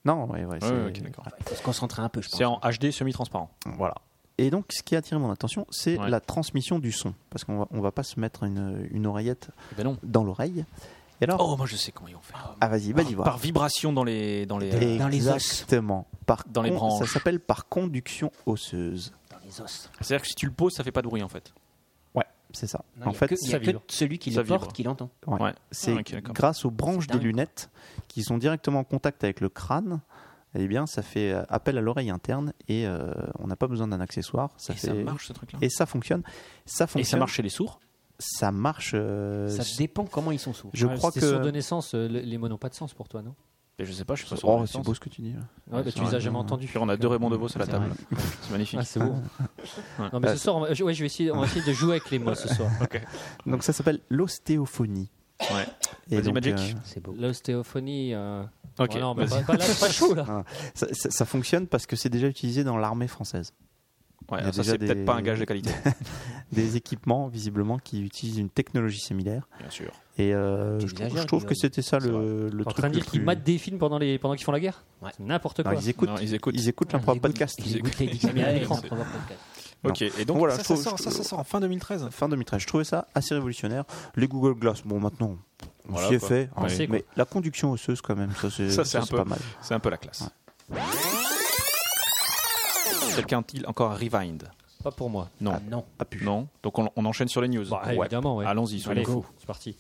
Speaker 5: Non, ouais, ouais, c'est-
Speaker 3: ouais, ok, d'accord.
Speaker 7: Faut se concentrer un peu, je pense.
Speaker 3: C'est en HD semi-transparent.
Speaker 5: Voilà. Et donc, ce qui a attiré mon attention, c'est
Speaker 3: Ouais.
Speaker 5: la transmission du son. Parce qu'on va, on va pas se mettre une, une oreillette
Speaker 3: Eh Ben non.
Speaker 5: dans l'oreille. Et alors,
Speaker 3: Oh, moi je sais comment ils vont faire.
Speaker 5: ah vas-y, vas-y
Speaker 3: Par
Speaker 5: voir.
Speaker 3: vibration dans les. Dans les
Speaker 7: Dans les os.
Speaker 5: Exactement. Par
Speaker 3: Dans les
Speaker 5: con-
Speaker 3: branches.
Speaker 5: Ça s'appelle par conduction osseuse.
Speaker 7: Dans les os.
Speaker 3: C'est-à-dire que si tu le poses, ça fait pas de bruit en fait.
Speaker 5: Ouais, c'est ça.
Speaker 7: Non,
Speaker 5: en
Speaker 7: il y a
Speaker 5: fait,
Speaker 7: que- il y a
Speaker 4: ça
Speaker 7: que
Speaker 4: vibre.
Speaker 7: celui qui
Speaker 3: Ça
Speaker 7: le
Speaker 3: vibre.
Speaker 7: porte qui l'entend.
Speaker 5: ouais.
Speaker 3: Ouais.
Speaker 5: c'est
Speaker 3: Ah, ok, d'accord.
Speaker 5: grâce aux branches
Speaker 7: C'est
Speaker 5: des
Speaker 7: dingue.
Speaker 5: lunettes qui sont directement en contact avec le crâne. Eh bien, ça fait euh, appel à l'oreille interne et euh, on n'a pas besoin d'un accessoire. Ça
Speaker 3: et
Speaker 5: fait
Speaker 3: ça marche ce truc-là.
Speaker 5: et ça fonctionne. Ça fonctionne.
Speaker 3: Et ça marche chez les sourds.
Speaker 5: Ça marche. euh,
Speaker 7: Ça dépend comment ils sont sourds.
Speaker 5: je
Speaker 4: Ouais,
Speaker 5: crois
Speaker 4: c'était
Speaker 5: que.
Speaker 4: sourd de naissance, euh, le- les mots n'ont pas de sens pour toi, non
Speaker 3: Et je sais pas, je suis pas sûr.
Speaker 5: Oh, c'est beau ce que tu dis.
Speaker 4: Ouais, bah,
Speaker 3: c'est
Speaker 4: tu les
Speaker 3: vrai.
Speaker 4: as jamais entendus.
Speaker 3: Puis on a deux Raymond Devos à la
Speaker 4: C'est
Speaker 3: table. C'est magnifique.
Speaker 4: Ah, c'est beau. Non, mais
Speaker 5: Ah,
Speaker 4: ce soir, on va, je- ouais, je vais essayer, on va essayer de jouer avec les mots ce soir.
Speaker 5: Donc ça s'appelle l'ostéophonie.
Speaker 3: Ouais.
Speaker 5: Et
Speaker 3: Vas-y,
Speaker 5: donc, euh,
Speaker 3: Magic.
Speaker 7: C'est beau.
Speaker 4: L'ostéophonie. euh,
Speaker 3: Ok,
Speaker 4: voilà, on va
Speaker 3: vas-y.
Speaker 4: pas, pas là, c'est pas chaud là.
Speaker 5: ça, ça- ça fonctionne parce que c'est déjà utilisé dans l'armée française.
Speaker 3: Ouais,
Speaker 5: Il y a
Speaker 3: ça
Speaker 5: déjà
Speaker 3: c'est
Speaker 5: des-
Speaker 3: peut-être pas un gage de qualité.
Speaker 5: Des équipements, visiblement, qui utilisent une technologie similaire.
Speaker 3: Bien sûr.
Speaker 5: Et euh,
Speaker 7: Tu
Speaker 5: je, trouve,
Speaker 7: exagères,
Speaker 5: je trouve que
Speaker 7: Guillaume.
Speaker 5: c'était ça le, le
Speaker 4: T'es en
Speaker 5: truc.
Speaker 4: train de
Speaker 5: le
Speaker 4: dire qu'ils
Speaker 5: plus-
Speaker 4: matent des films pendant, les, pendant qu'ils font la guerre
Speaker 7: Ouais.
Speaker 4: C'est N'importe
Speaker 3: Bah,
Speaker 5: Non,
Speaker 4: quoi.
Speaker 5: ils écoutent.
Speaker 3: Non, ils écoutent.
Speaker 5: Ils écoutent l'emploi podcast.
Speaker 7: Ils écoutent les dictionnaires
Speaker 4: à
Speaker 7: et
Speaker 4: l'écran.
Speaker 7: ils entendent leur podcast.
Speaker 3: Ok, et donc
Speaker 5: Voilà,
Speaker 3: ça,
Speaker 5: je
Speaker 3: ça
Speaker 5: trouve-
Speaker 3: sort,
Speaker 5: je-
Speaker 3: ça, ça sort en fin 2013.
Speaker 5: Fin 2013. Je trouvais ça assez révolutionnaire. Les Google Glass, bon, maintenant, on
Speaker 3: Voilà,
Speaker 5: s'y est
Speaker 3: quoi.
Speaker 5: fait.
Speaker 3: Ouais.
Speaker 5: hein,
Speaker 4: C'est
Speaker 5: mais la conduction osseuse, quand même, ça c'est
Speaker 3: Ça,
Speaker 5: ça,
Speaker 3: c'est un
Speaker 5: c'est
Speaker 3: peu-
Speaker 5: pas mal.
Speaker 3: C'est un peu la classe. Quelqu'un a-t-il encore un rewind
Speaker 4: Pas pour moi.
Speaker 3: Non.
Speaker 7: Ah non.
Speaker 5: Ah, pu.
Speaker 3: Non. Donc on, on enchaîne sur les news.
Speaker 4: Bah,
Speaker 3: Ouais.
Speaker 4: Évidemment, ouais.
Speaker 3: Allons-y, soyons
Speaker 4: Allez,
Speaker 3: fous.
Speaker 4: C'est parti.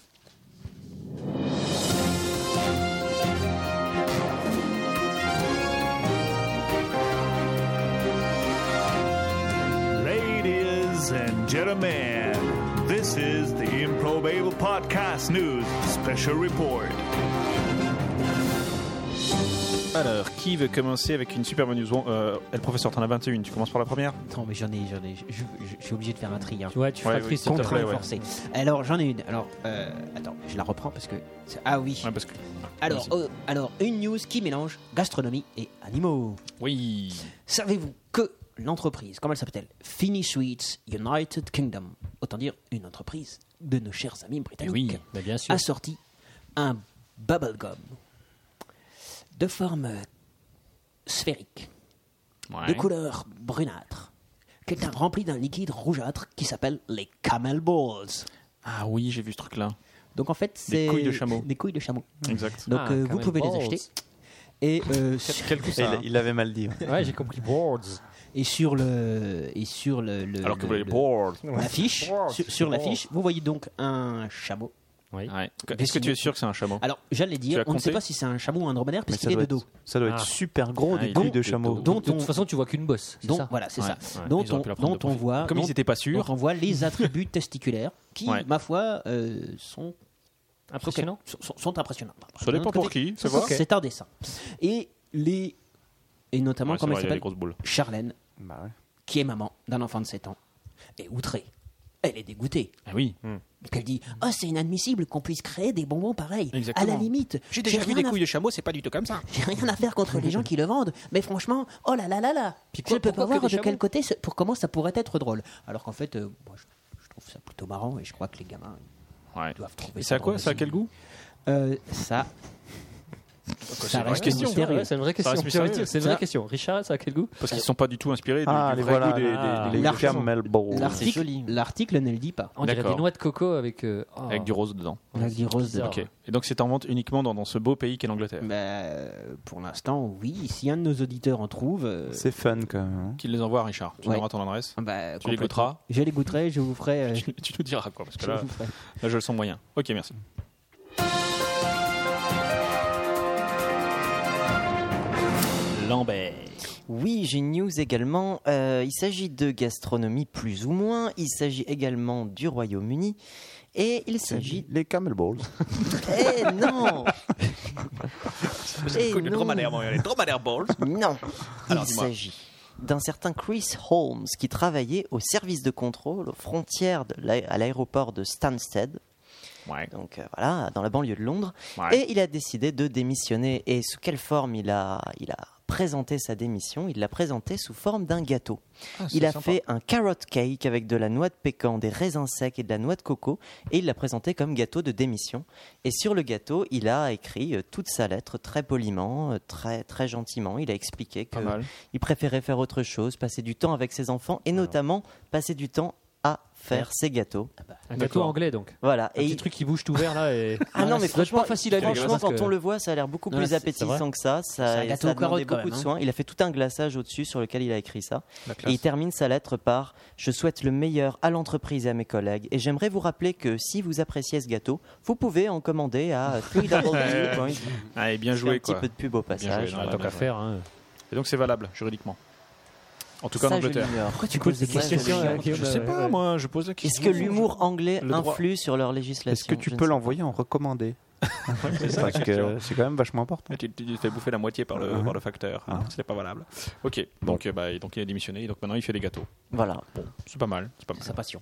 Speaker 12: Ladies and gentlemen, this is the Improbable Podcast News Special Report.
Speaker 3: Alors, qui veut commencer avec une super news euh, Eh, Le professeur, t'en as 21, tu commences par la première
Speaker 7: Non, mais j'en ai, j'en ai, je, je- je suis obligé de faire un tri. Hein.
Speaker 3: Ouais, tu feras Ouais, le tri, oui, s'il te
Speaker 7: Contraint,
Speaker 3: plaît, ouais.
Speaker 7: forcé. Alors, j'en ai une. Alors, euh, attends, je la reprends parce que. c'est- Ah oui.
Speaker 3: parce que...
Speaker 7: Alors, euh, alors, une news qui mélange gastronomie et animaux.
Speaker 3: Oui.
Speaker 7: Savez-vous que l'entreprise, comment elle s'appelle Fini Sweets United Kingdom, autant dire une entreprise de nos chers amis britanniques,
Speaker 4: oui, bah bien sûr.
Speaker 7: a sorti un bubblegum de forme euh, sphérique, de couleur brunâtre, qui est un- rempli d'un liquide rougeâtre qui s'appelle les camel balls.
Speaker 3: Ah oui, j'ai vu ce truc-là.
Speaker 7: Donc en fait,
Speaker 3: Des
Speaker 7: c'est
Speaker 3: couilles de chameau.
Speaker 7: Des couilles de chameau.
Speaker 3: Exact.
Speaker 7: Donc
Speaker 3: Ah,
Speaker 7: euh, vous
Speaker 3: camel
Speaker 7: pouvez les
Speaker 3: balls.
Speaker 7: acheter. Et euh,
Speaker 3: Quel coup, ça, Il- hein. il l'avait mal dit, ouais. Ouais, j'ai compris.
Speaker 7: Boards. Et sur le et sur le, le-
Speaker 3: Alors que
Speaker 7: le-
Speaker 3: vous l'avez
Speaker 7: le-
Speaker 3: boards.
Speaker 7: l'affiche
Speaker 3: Boards.
Speaker 7: sur, sur
Speaker 3: Boards.
Speaker 7: l'affiche, vous voyez donc un chameau.
Speaker 3: Ouais. Est-ce que tu es sûr que c'est un chameau
Speaker 7: Alors j'allais
Speaker 3: Tu
Speaker 7: dire,
Speaker 3: as
Speaker 7: on ne sait
Speaker 3: compté
Speaker 7: pas si c'est un chameau ou un dromadaire parce
Speaker 3: ça
Speaker 7: qu'il est
Speaker 3: doit
Speaker 7: de
Speaker 3: être-
Speaker 7: dos.
Speaker 5: ça doit être
Speaker 4: Ah.
Speaker 5: super gros, des
Speaker 7: il
Speaker 5: couilles
Speaker 7: est
Speaker 5: de chameau.
Speaker 7: Dont
Speaker 4: de toute
Speaker 7: on-
Speaker 4: façon, tu vois qu'une bosse. c'est
Speaker 7: Donc
Speaker 4: ça
Speaker 7: voilà, c'est
Speaker 4: Ouais,
Speaker 7: ça.
Speaker 4: ouais.
Speaker 7: Dont,
Speaker 4: Ils auraient
Speaker 7: on,
Speaker 4: pu la prendre
Speaker 7: dont
Speaker 4: de
Speaker 7: on
Speaker 4: profil.
Speaker 7: voit,
Speaker 3: Comme ils
Speaker 7: dont-
Speaker 3: étaient pas sûrs.
Speaker 7: dont on voit les attributs testiculaires qui,
Speaker 3: Ouais.
Speaker 7: ma foi, euh, sont
Speaker 4: Impressionnants.
Speaker 7: sont, sont- sont impressionnants.
Speaker 3: Ça dépend
Speaker 7: D'un autre
Speaker 3: pour
Speaker 7: côté,
Speaker 3: qui, ça va.
Speaker 7: C'est un dessin. Et les et notamment
Speaker 3: Ouais, c'est
Speaker 7: comment
Speaker 3: vrai, il y a
Speaker 7: elle
Speaker 3: des
Speaker 7: s'appelle
Speaker 3: grosses boules.
Speaker 7: Charlène,
Speaker 3: Bah
Speaker 7: qui est maman d'un enfant de 7 ans, est outrée. Elle est dégoûtée.
Speaker 3: Ah oui.
Speaker 7: Qu'elle dit Oh, c'est inadmissible qu'on puisse créer des bonbons pareils. À
Speaker 3: Exactement.
Speaker 7: la limite,
Speaker 3: J'ai déjà vu
Speaker 7: rien
Speaker 3: des
Speaker 7: à-
Speaker 3: couilles de chameau, c'est pas du tout comme ça.
Speaker 7: j'ai rien à faire contre les gens qui le vendent, mais franchement, oh là là là là,
Speaker 3: Puis quoi,
Speaker 7: je peux
Speaker 3: pourquoi
Speaker 7: pas
Speaker 3: que
Speaker 7: voir
Speaker 3: des
Speaker 7: de quel
Speaker 3: chameaux
Speaker 7: côté, ce- pour comment ça pourrait être drôle. Alors qu'en fait, euh, moi, je, je trouve ça plutôt marrant et je crois que les gamins
Speaker 3: Ouais.
Speaker 7: ils doivent trouver
Speaker 3: Et
Speaker 7: ça
Speaker 3: c'est à quoi
Speaker 7: drôle
Speaker 3: Ça a
Speaker 7: aussi.
Speaker 3: quel goût
Speaker 7: Euh, Ça.
Speaker 3: c'est
Speaker 7: Ça
Speaker 3: une vraie
Speaker 7: reste
Speaker 3: question.
Speaker 7: mystérieux.
Speaker 3: Ouais, c'est une vraie Ça question. reste
Speaker 4: Tiens,
Speaker 3: mystérieux.
Speaker 4: C'est une vraie
Speaker 3: Ça-
Speaker 4: question. Richard, ça a quel goût
Speaker 3: Parce qu'ils sont pas du tout inspirés du,
Speaker 4: Ah,
Speaker 3: du
Speaker 4: les
Speaker 3: vrai
Speaker 4: voilà.
Speaker 3: goût des,
Speaker 4: Ah.
Speaker 3: des, des-
Speaker 4: L'article-
Speaker 3: des camels balls.
Speaker 7: L'article- L'article ne le dit pas.
Speaker 4: On dirait des
Speaker 3: D'accord.
Speaker 4: noix de coco avec. euh, oh.
Speaker 3: Avec du rose dedans.
Speaker 7: Avec du rose dedans.
Speaker 3: Ok. Et donc c'est en vente uniquement dans, dans ce beau pays qu'est l'Angleterre.
Speaker 7: Bah, euh, pour l'instant, oui. Si un de nos auditeurs en trouve, euh,
Speaker 5: C'est fun quand même. hein.
Speaker 3: Qu'il les envoie à Richard. Tu
Speaker 7: Ouais.
Speaker 3: donneras ton adresse.
Speaker 7: bah,
Speaker 3: tu les
Speaker 7: complètement.
Speaker 3: goûteras.
Speaker 7: Je les goûterai, je vous ferai. euh,
Speaker 3: Tu nous diras quoi. Parce que
Speaker 7: Je
Speaker 3: là,
Speaker 7: vous ferai.
Speaker 3: là, je le sens moyen. Ok, merci. Lambert.
Speaker 6: Oui, j'ai une news également. Euh, il s'agit de gastronomie plus ou moins. Il s'agit également du Royaume-Uni. Et il s'agit.
Speaker 5: Les camel balls.
Speaker 6: Eh non Eh
Speaker 3: Le
Speaker 6: non.
Speaker 3: dromadaire, bon, il y a les dromadaires balls.
Speaker 6: Non.
Speaker 3: Alors,
Speaker 6: Il
Speaker 3: dis-moi.
Speaker 6: s'agit d'un certain Chris Holmes qui travaillait au service de contrôle aux frontières de l'aé- à l'aéroport de Stansted. Donc euh, voilà, dans la banlieue de Londres.
Speaker 3: Ouais.
Speaker 6: Et il a décidé de démissionner. Et sous quelle forme il a, il a présenté sa démission Il l'a présenté sous forme d'un gâteau.
Speaker 3: Ah, c'est
Speaker 6: il a
Speaker 3: sympa.
Speaker 6: fait un carrot cake avec de la noix de pécan, des raisins secs et de la noix de coco. Et il l'a présenté comme gâteau de démission. Et sur le gâteau, il a écrit euh, toute sa lettre très poliment, euh, très, très gentiment. Il a expliqué que
Speaker 3: mal. Ah.
Speaker 6: il préférait faire autre chose, passer du temps avec ses enfants et notamment passer du temps à faire ses gâteaux.
Speaker 4: Un gâteau anglais donc.
Speaker 6: Voilà.
Speaker 4: Un
Speaker 6: et
Speaker 4: petit
Speaker 6: il-
Speaker 4: truc qui bouge tout vert là. Et...
Speaker 6: ah non, mais
Speaker 4: ça doit être
Speaker 6: franchement,
Speaker 4: pas facile à dire,
Speaker 6: franchement
Speaker 4: parce
Speaker 6: quand
Speaker 4: que-
Speaker 6: on le voit, ça a l'air beaucoup
Speaker 4: Non,
Speaker 6: plus
Speaker 4: c'est- c'est vrai.
Speaker 6: appétissant que ça.
Speaker 7: C'est
Speaker 6: Ça,
Speaker 7: un gâteau
Speaker 6: ça a
Speaker 7: aux carottes,
Speaker 6: demandé
Speaker 7: quand
Speaker 6: beaucoup
Speaker 7: même,
Speaker 6: de
Speaker 7: hein.
Speaker 6: soins. Il a fait tout un glaçage au-dessus sur lequel il a écrit ça.
Speaker 3: La classe.
Speaker 6: Et il termine sa lettre par Je souhaite le meilleur à l'entreprise et à mes collègues. Et j'aimerais vous rappeler que si vous appréciez ce gâteau, vous pouvez en commander à 3
Speaker 3: Allez, bien
Speaker 6: Je fais
Speaker 3: joué
Speaker 6: un petit
Speaker 3: quoi.
Speaker 6: peu de pub au
Speaker 3: Bien
Speaker 6: passage.
Speaker 3: joué, non,
Speaker 4: Tant
Speaker 3: bien
Speaker 4: qu'à
Speaker 3: joué.
Speaker 4: faire. hein.
Speaker 3: Et donc c'est valable juridiquement. En tout cas en
Speaker 6: Ça, je
Speaker 3: Angleterre.
Speaker 6: l'ignore. Pourquoi
Speaker 7: tu poses des
Speaker 6: Ça, je
Speaker 7: questions
Speaker 6: l'ignore.
Speaker 4: Guillaume,
Speaker 3: Je sais
Speaker 4: ouais,
Speaker 3: pas
Speaker 4: ouais.
Speaker 3: moi, je pose la
Speaker 6: Est-ce
Speaker 3: question.
Speaker 6: que l'humour anglais
Speaker 3: Le droit.
Speaker 6: influe sur leur législation
Speaker 5: Est-ce que tu
Speaker 6: Je ne
Speaker 5: peux
Speaker 6: sais
Speaker 5: l'envoyer en recommandé
Speaker 3: c'est la
Speaker 5: Parce que
Speaker 3: question.
Speaker 5: c'est quand même vachement important.
Speaker 3: Ah, Tu tu- tu t'es bouffé la moitié par le,
Speaker 5: Ah.
Speaker 3: par le facteur.
Speaker 5: Ah.
Speaker 3: C'était pas valable. Ok, donc, euh, bah, et donc il a démissionné, et donc maintenant il fait des gâteaux.
Speaker 6: pas. Voilà.
Speaker 3: Bon, c'est pas mal. C'est pas mal.
Speaker 7: sa passion.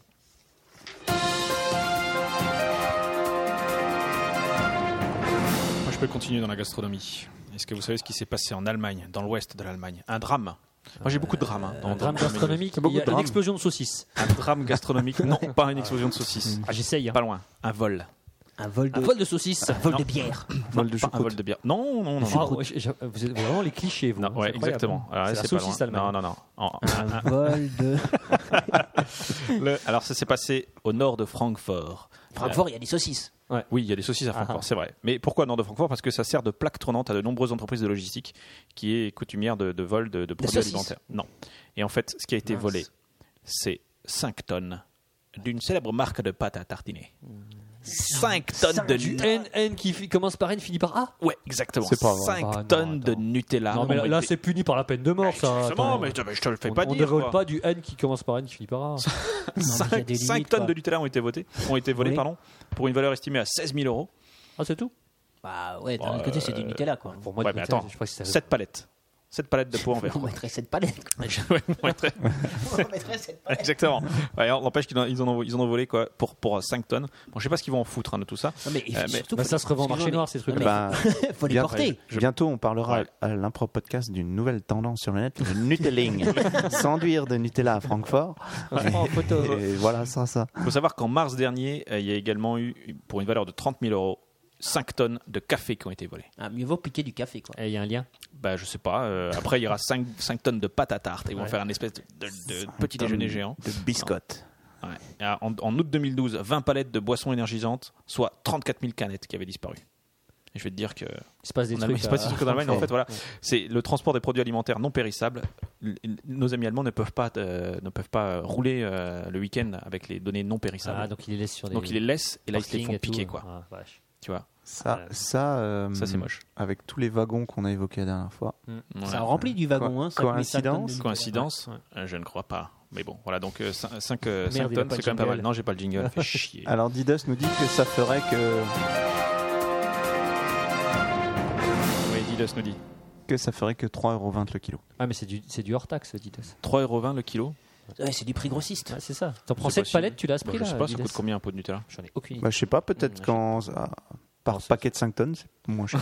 Speaker 3: Moi, je peux continuer dans la gastronomie. Est-ce que vous savez ce qui s'est passé en Allemagne, dans l'ouest de l'Allemagne Un drame. Moi, j'ai beaucoup de drames. hein, dans-
Speaker 4: Euh, Un
Speaker 3: dans-
Speaker 4: drame
Speaker 3: dans mes
Speaker 4: gastronomique.
Speaker 5: beaucoup
Speaker 4: Il y
Speaker 5: de
Speaker 4: a une
Speaker 5: drames.
Speaker 4: explosion de saucisses.
Speaker 3: news. Un drame gastronomique Non, pas une explosion de saucisses.
Speaker 4: Ah, j'essaye. hein.
Speaker 3: Pas loin. Un vol.
Speaker 7: Un vol de,
Speaker 4: Un poil de saucisse.
Speaker 7: un vol
Speaker 3: non.
Speaker 7: de bière.
Speaker 3: Non, pas un vol de bière. Non, non, non.
Speaker 4: Ah,
Speaker 3: non.
Speaker 4: ouais, j'ai- j'ai- vous êtes vraiment les clichés, vous.
Speaker 3: Non,
Speaker 4: hein,
Speaker 3: ouais,
Speaker 4: c'est incroyable.
Speaker 3: exactement. Alors, là,
Speaker 4: C'est la
Speaker 3: c'est pas
Speaker 4: saucisse
Speaker 3: loin.
Speaker 4: allemande.
Speaker 3: Non, non, non. En- un-
Speaker 7: Un vol de.
Speaker 3: Le- alors ça s'est passé au nord de Francfort.
Speaker 7: Francfort, il y a des saucisses.
Speaker 3: Euh, oui, il y a des saucisses
Speaker 4: Ah,
Speaker 3: à Francfort, c'est vrai. Mais pourquoi au nord de Francfort Parce que ça sert de plaque tournante à de nombreuses entreprises de logistique qui est coutumière de, de vol de, de produits
Speaker 7: saucisses.
Speaker 3: alimentaires. Non. Et en fait, ce qui a été
Speaker 4: Mince.
Speaker 3: volé, c'est 5 tonnes d'une célèbre marque de pâte à tartiner. 5 tonnes de
Speaker 4: Du
Speaker 3: Nutella.
Speaker 4: N, N qui fi- commence par N, finit par A.
Speaker 3: Ouais, exactement.
Speaker 5: C'est pas vrai.
Speaker 3: 5
Speaker 4: Ah, non,
Speaker 3: tonnes de
Speaker 4: attends.
Speaker 3: Nutella.
Speaker 4: non, mais
Speaker 3: ont
Speaker 4: là, là,
Speaker 3: été-
Speaker 4: c'est puni par la peine de mort, ça.
Speaker 3: Exactement,
Speaker 4: Attends.
Speaker 3: mais je, mais je te le fais
Speaker 4: on,
Speaker 3: pas
Speaker 4: on
Speaker 3: dire.
Speaker 4: déroule
Speaker 3: quoi.
Speaker 4: pas du N qui commence par N qui finit par A.
Speaker 7: Non, mais il y a
Speaker 3: 5,
Speaker 7: des limites,
Speaker 3: tonnes
Speaker 7: quoi.
Speaker 3: de Nutella ont été votées, ont été volées
Speaker 7: Oui.
Speaker 3: pardon, pour une valeur estimée à 16 000 euros.
Speaker 4: Ah, c'est tout
Speaker 7: Bah ouais, d'un autre côté, c'est du Nutella, quoi.
Speaker 3: Pour moi, ouais, mais attends,
Speaker 7: je crois que ça-
Speaker 3: 7 palettes. 7 palettes de peau en verre.
Speaker 7: On mettrait cette palette. quoi.
Speaker 3: Ouais, on mettrait-
Speaker 7: On mettrait cette palette.
Speaker 3: Exactement. Ouais, on- N'empêche qu'ils en, ils en ont, ils en ont volé quoi, pour, pour 5 tonnes. Bon, je sais pas ce qu'ils vont en foutre hein, de tout ça.
Speaker 7: mais il- surtout,
Speaker 4: Bah, ça se revend au marché noir, ces trucs-là.
Speaker 5: Bah, bien- Bientôt, on parlera
Speaker 3: Ouais.
Speaker 5: à l'impro podcast d'une nouvelle tendance sur le net, le Nutelling. S'enduire de Nutella à Francfort.
Speaker 3: On se prend en photo.
Speaker 5: Et voilà, ça, ça.
Speaker 3: Il faut savoir qu'en mars dernier, euh, il y a également eu, pour une valeur de 30 000 euros, 5 tonnes de café qui ont été volées.
Speaker 7: Ah, mieux vaut piquer du café, quoi.
Speaker 4: Il y a un lien
Speaker 3: Bah, je sais pas. euh, après, il y aura 5, tonnes de pâte à tarte. Ils vont
Speaker 5: Ouais.
Speaker 3: faire un espèce de, de- de
Speaker 5: Cinq
Speaker 3: petit déjeuner
Speaker 5: tonnes
Speaker 3: géant.
Speaker 5: de biscottes.
Speaker 3: Ouais. Et En, en août 2012, 20 palettes de boissons énergisantes, soit 34 000 canettes qui avaient disparu. Et je vais te dire que.
Speaker 4: Il se passe des
Speaker 3: en
Speaker 4: trucs
Speaker 3: Allemagne- il se passe
Speaker 4: à-
Speaker 3: des trucs en Allemagne.
Speaker 4: à
Speaker 3: En fait, voilà.
Speaker 4: Francfort.
Speaker 3: C'est le transport des produits alimentaires non périssables. L- l- Nos amis allemands ne peuvent pas, euh, ne peuvent pas euh, rouler euh, le week-end avec les données non périssables.
Speaker 4: Ah, donc ils les laissent sur des.
Speaker 3: Donc ils les laissent et là ils se les
Speaker 4: parkings
Speaker 3: font
Speaker 4: et tout.
Speaker 3: piquer quoi.
Speaker 4: Ah, vache.
Speaker 3: Tu vois.
Speaker 5: Ça, ça, euh,
Speaker 3: Ça, c'est
Speaker 4: Hmm.
Speaker 3: moche.
Speaker 5: Avec tous les wagons qu'on a évoqués la dernière fois.
Speaker 3: Ouais.
Speaker 5: Co-
Speaker 3: hein,
Speaker 5: Coïncidence
Speaker 3: Coïncidence Euh, Je ne crois pas. Mais bon, voilà, donc euh, 5,
Speaker 5: Merde, il a
Speaker 3: tonnes,
Speaker 5: pas
Speaker 3: c'est
Speaker 5: le
Speaker 3: quand même pas mal.
Speaker 5: jingle.
Speaker 3: Non, j'ai pas le jingle, fait chier.
Speaker 4: Ah.
Speaker 5: Alors Didas nous dit que ça ferait que
Speaker 3: Oui, Didas nous dit.
Speaker 5: que ça ferait que 3,20€ le kilo.
Speaker 4: Ah, mais c'est du, c'est du hors taxe, Didas.
Speaker 3: 3,20€ le kilo
Speaker 7: Ouais, c'est du prix grossiste.
Speaker 4: c'est ça. T'en prends
Speaker 3: Je sais
Speaker 4: cette
Speaker 3: pas si-
Speaker 4: palette, tu l'as à ce
Speaker 3: Bah,
Speaker 4: prix-là.
Speaker 3: Je sais pas, ça
Speaker 4: Adidas.
Speaker 3: coûte combien un pot de Nutella
Speaker 4: J'en ai aucune idée.
Speaker 5: Bah, je sais pas, peut-être quand ça- par paquet de 5 tonnes, c'est moins cher.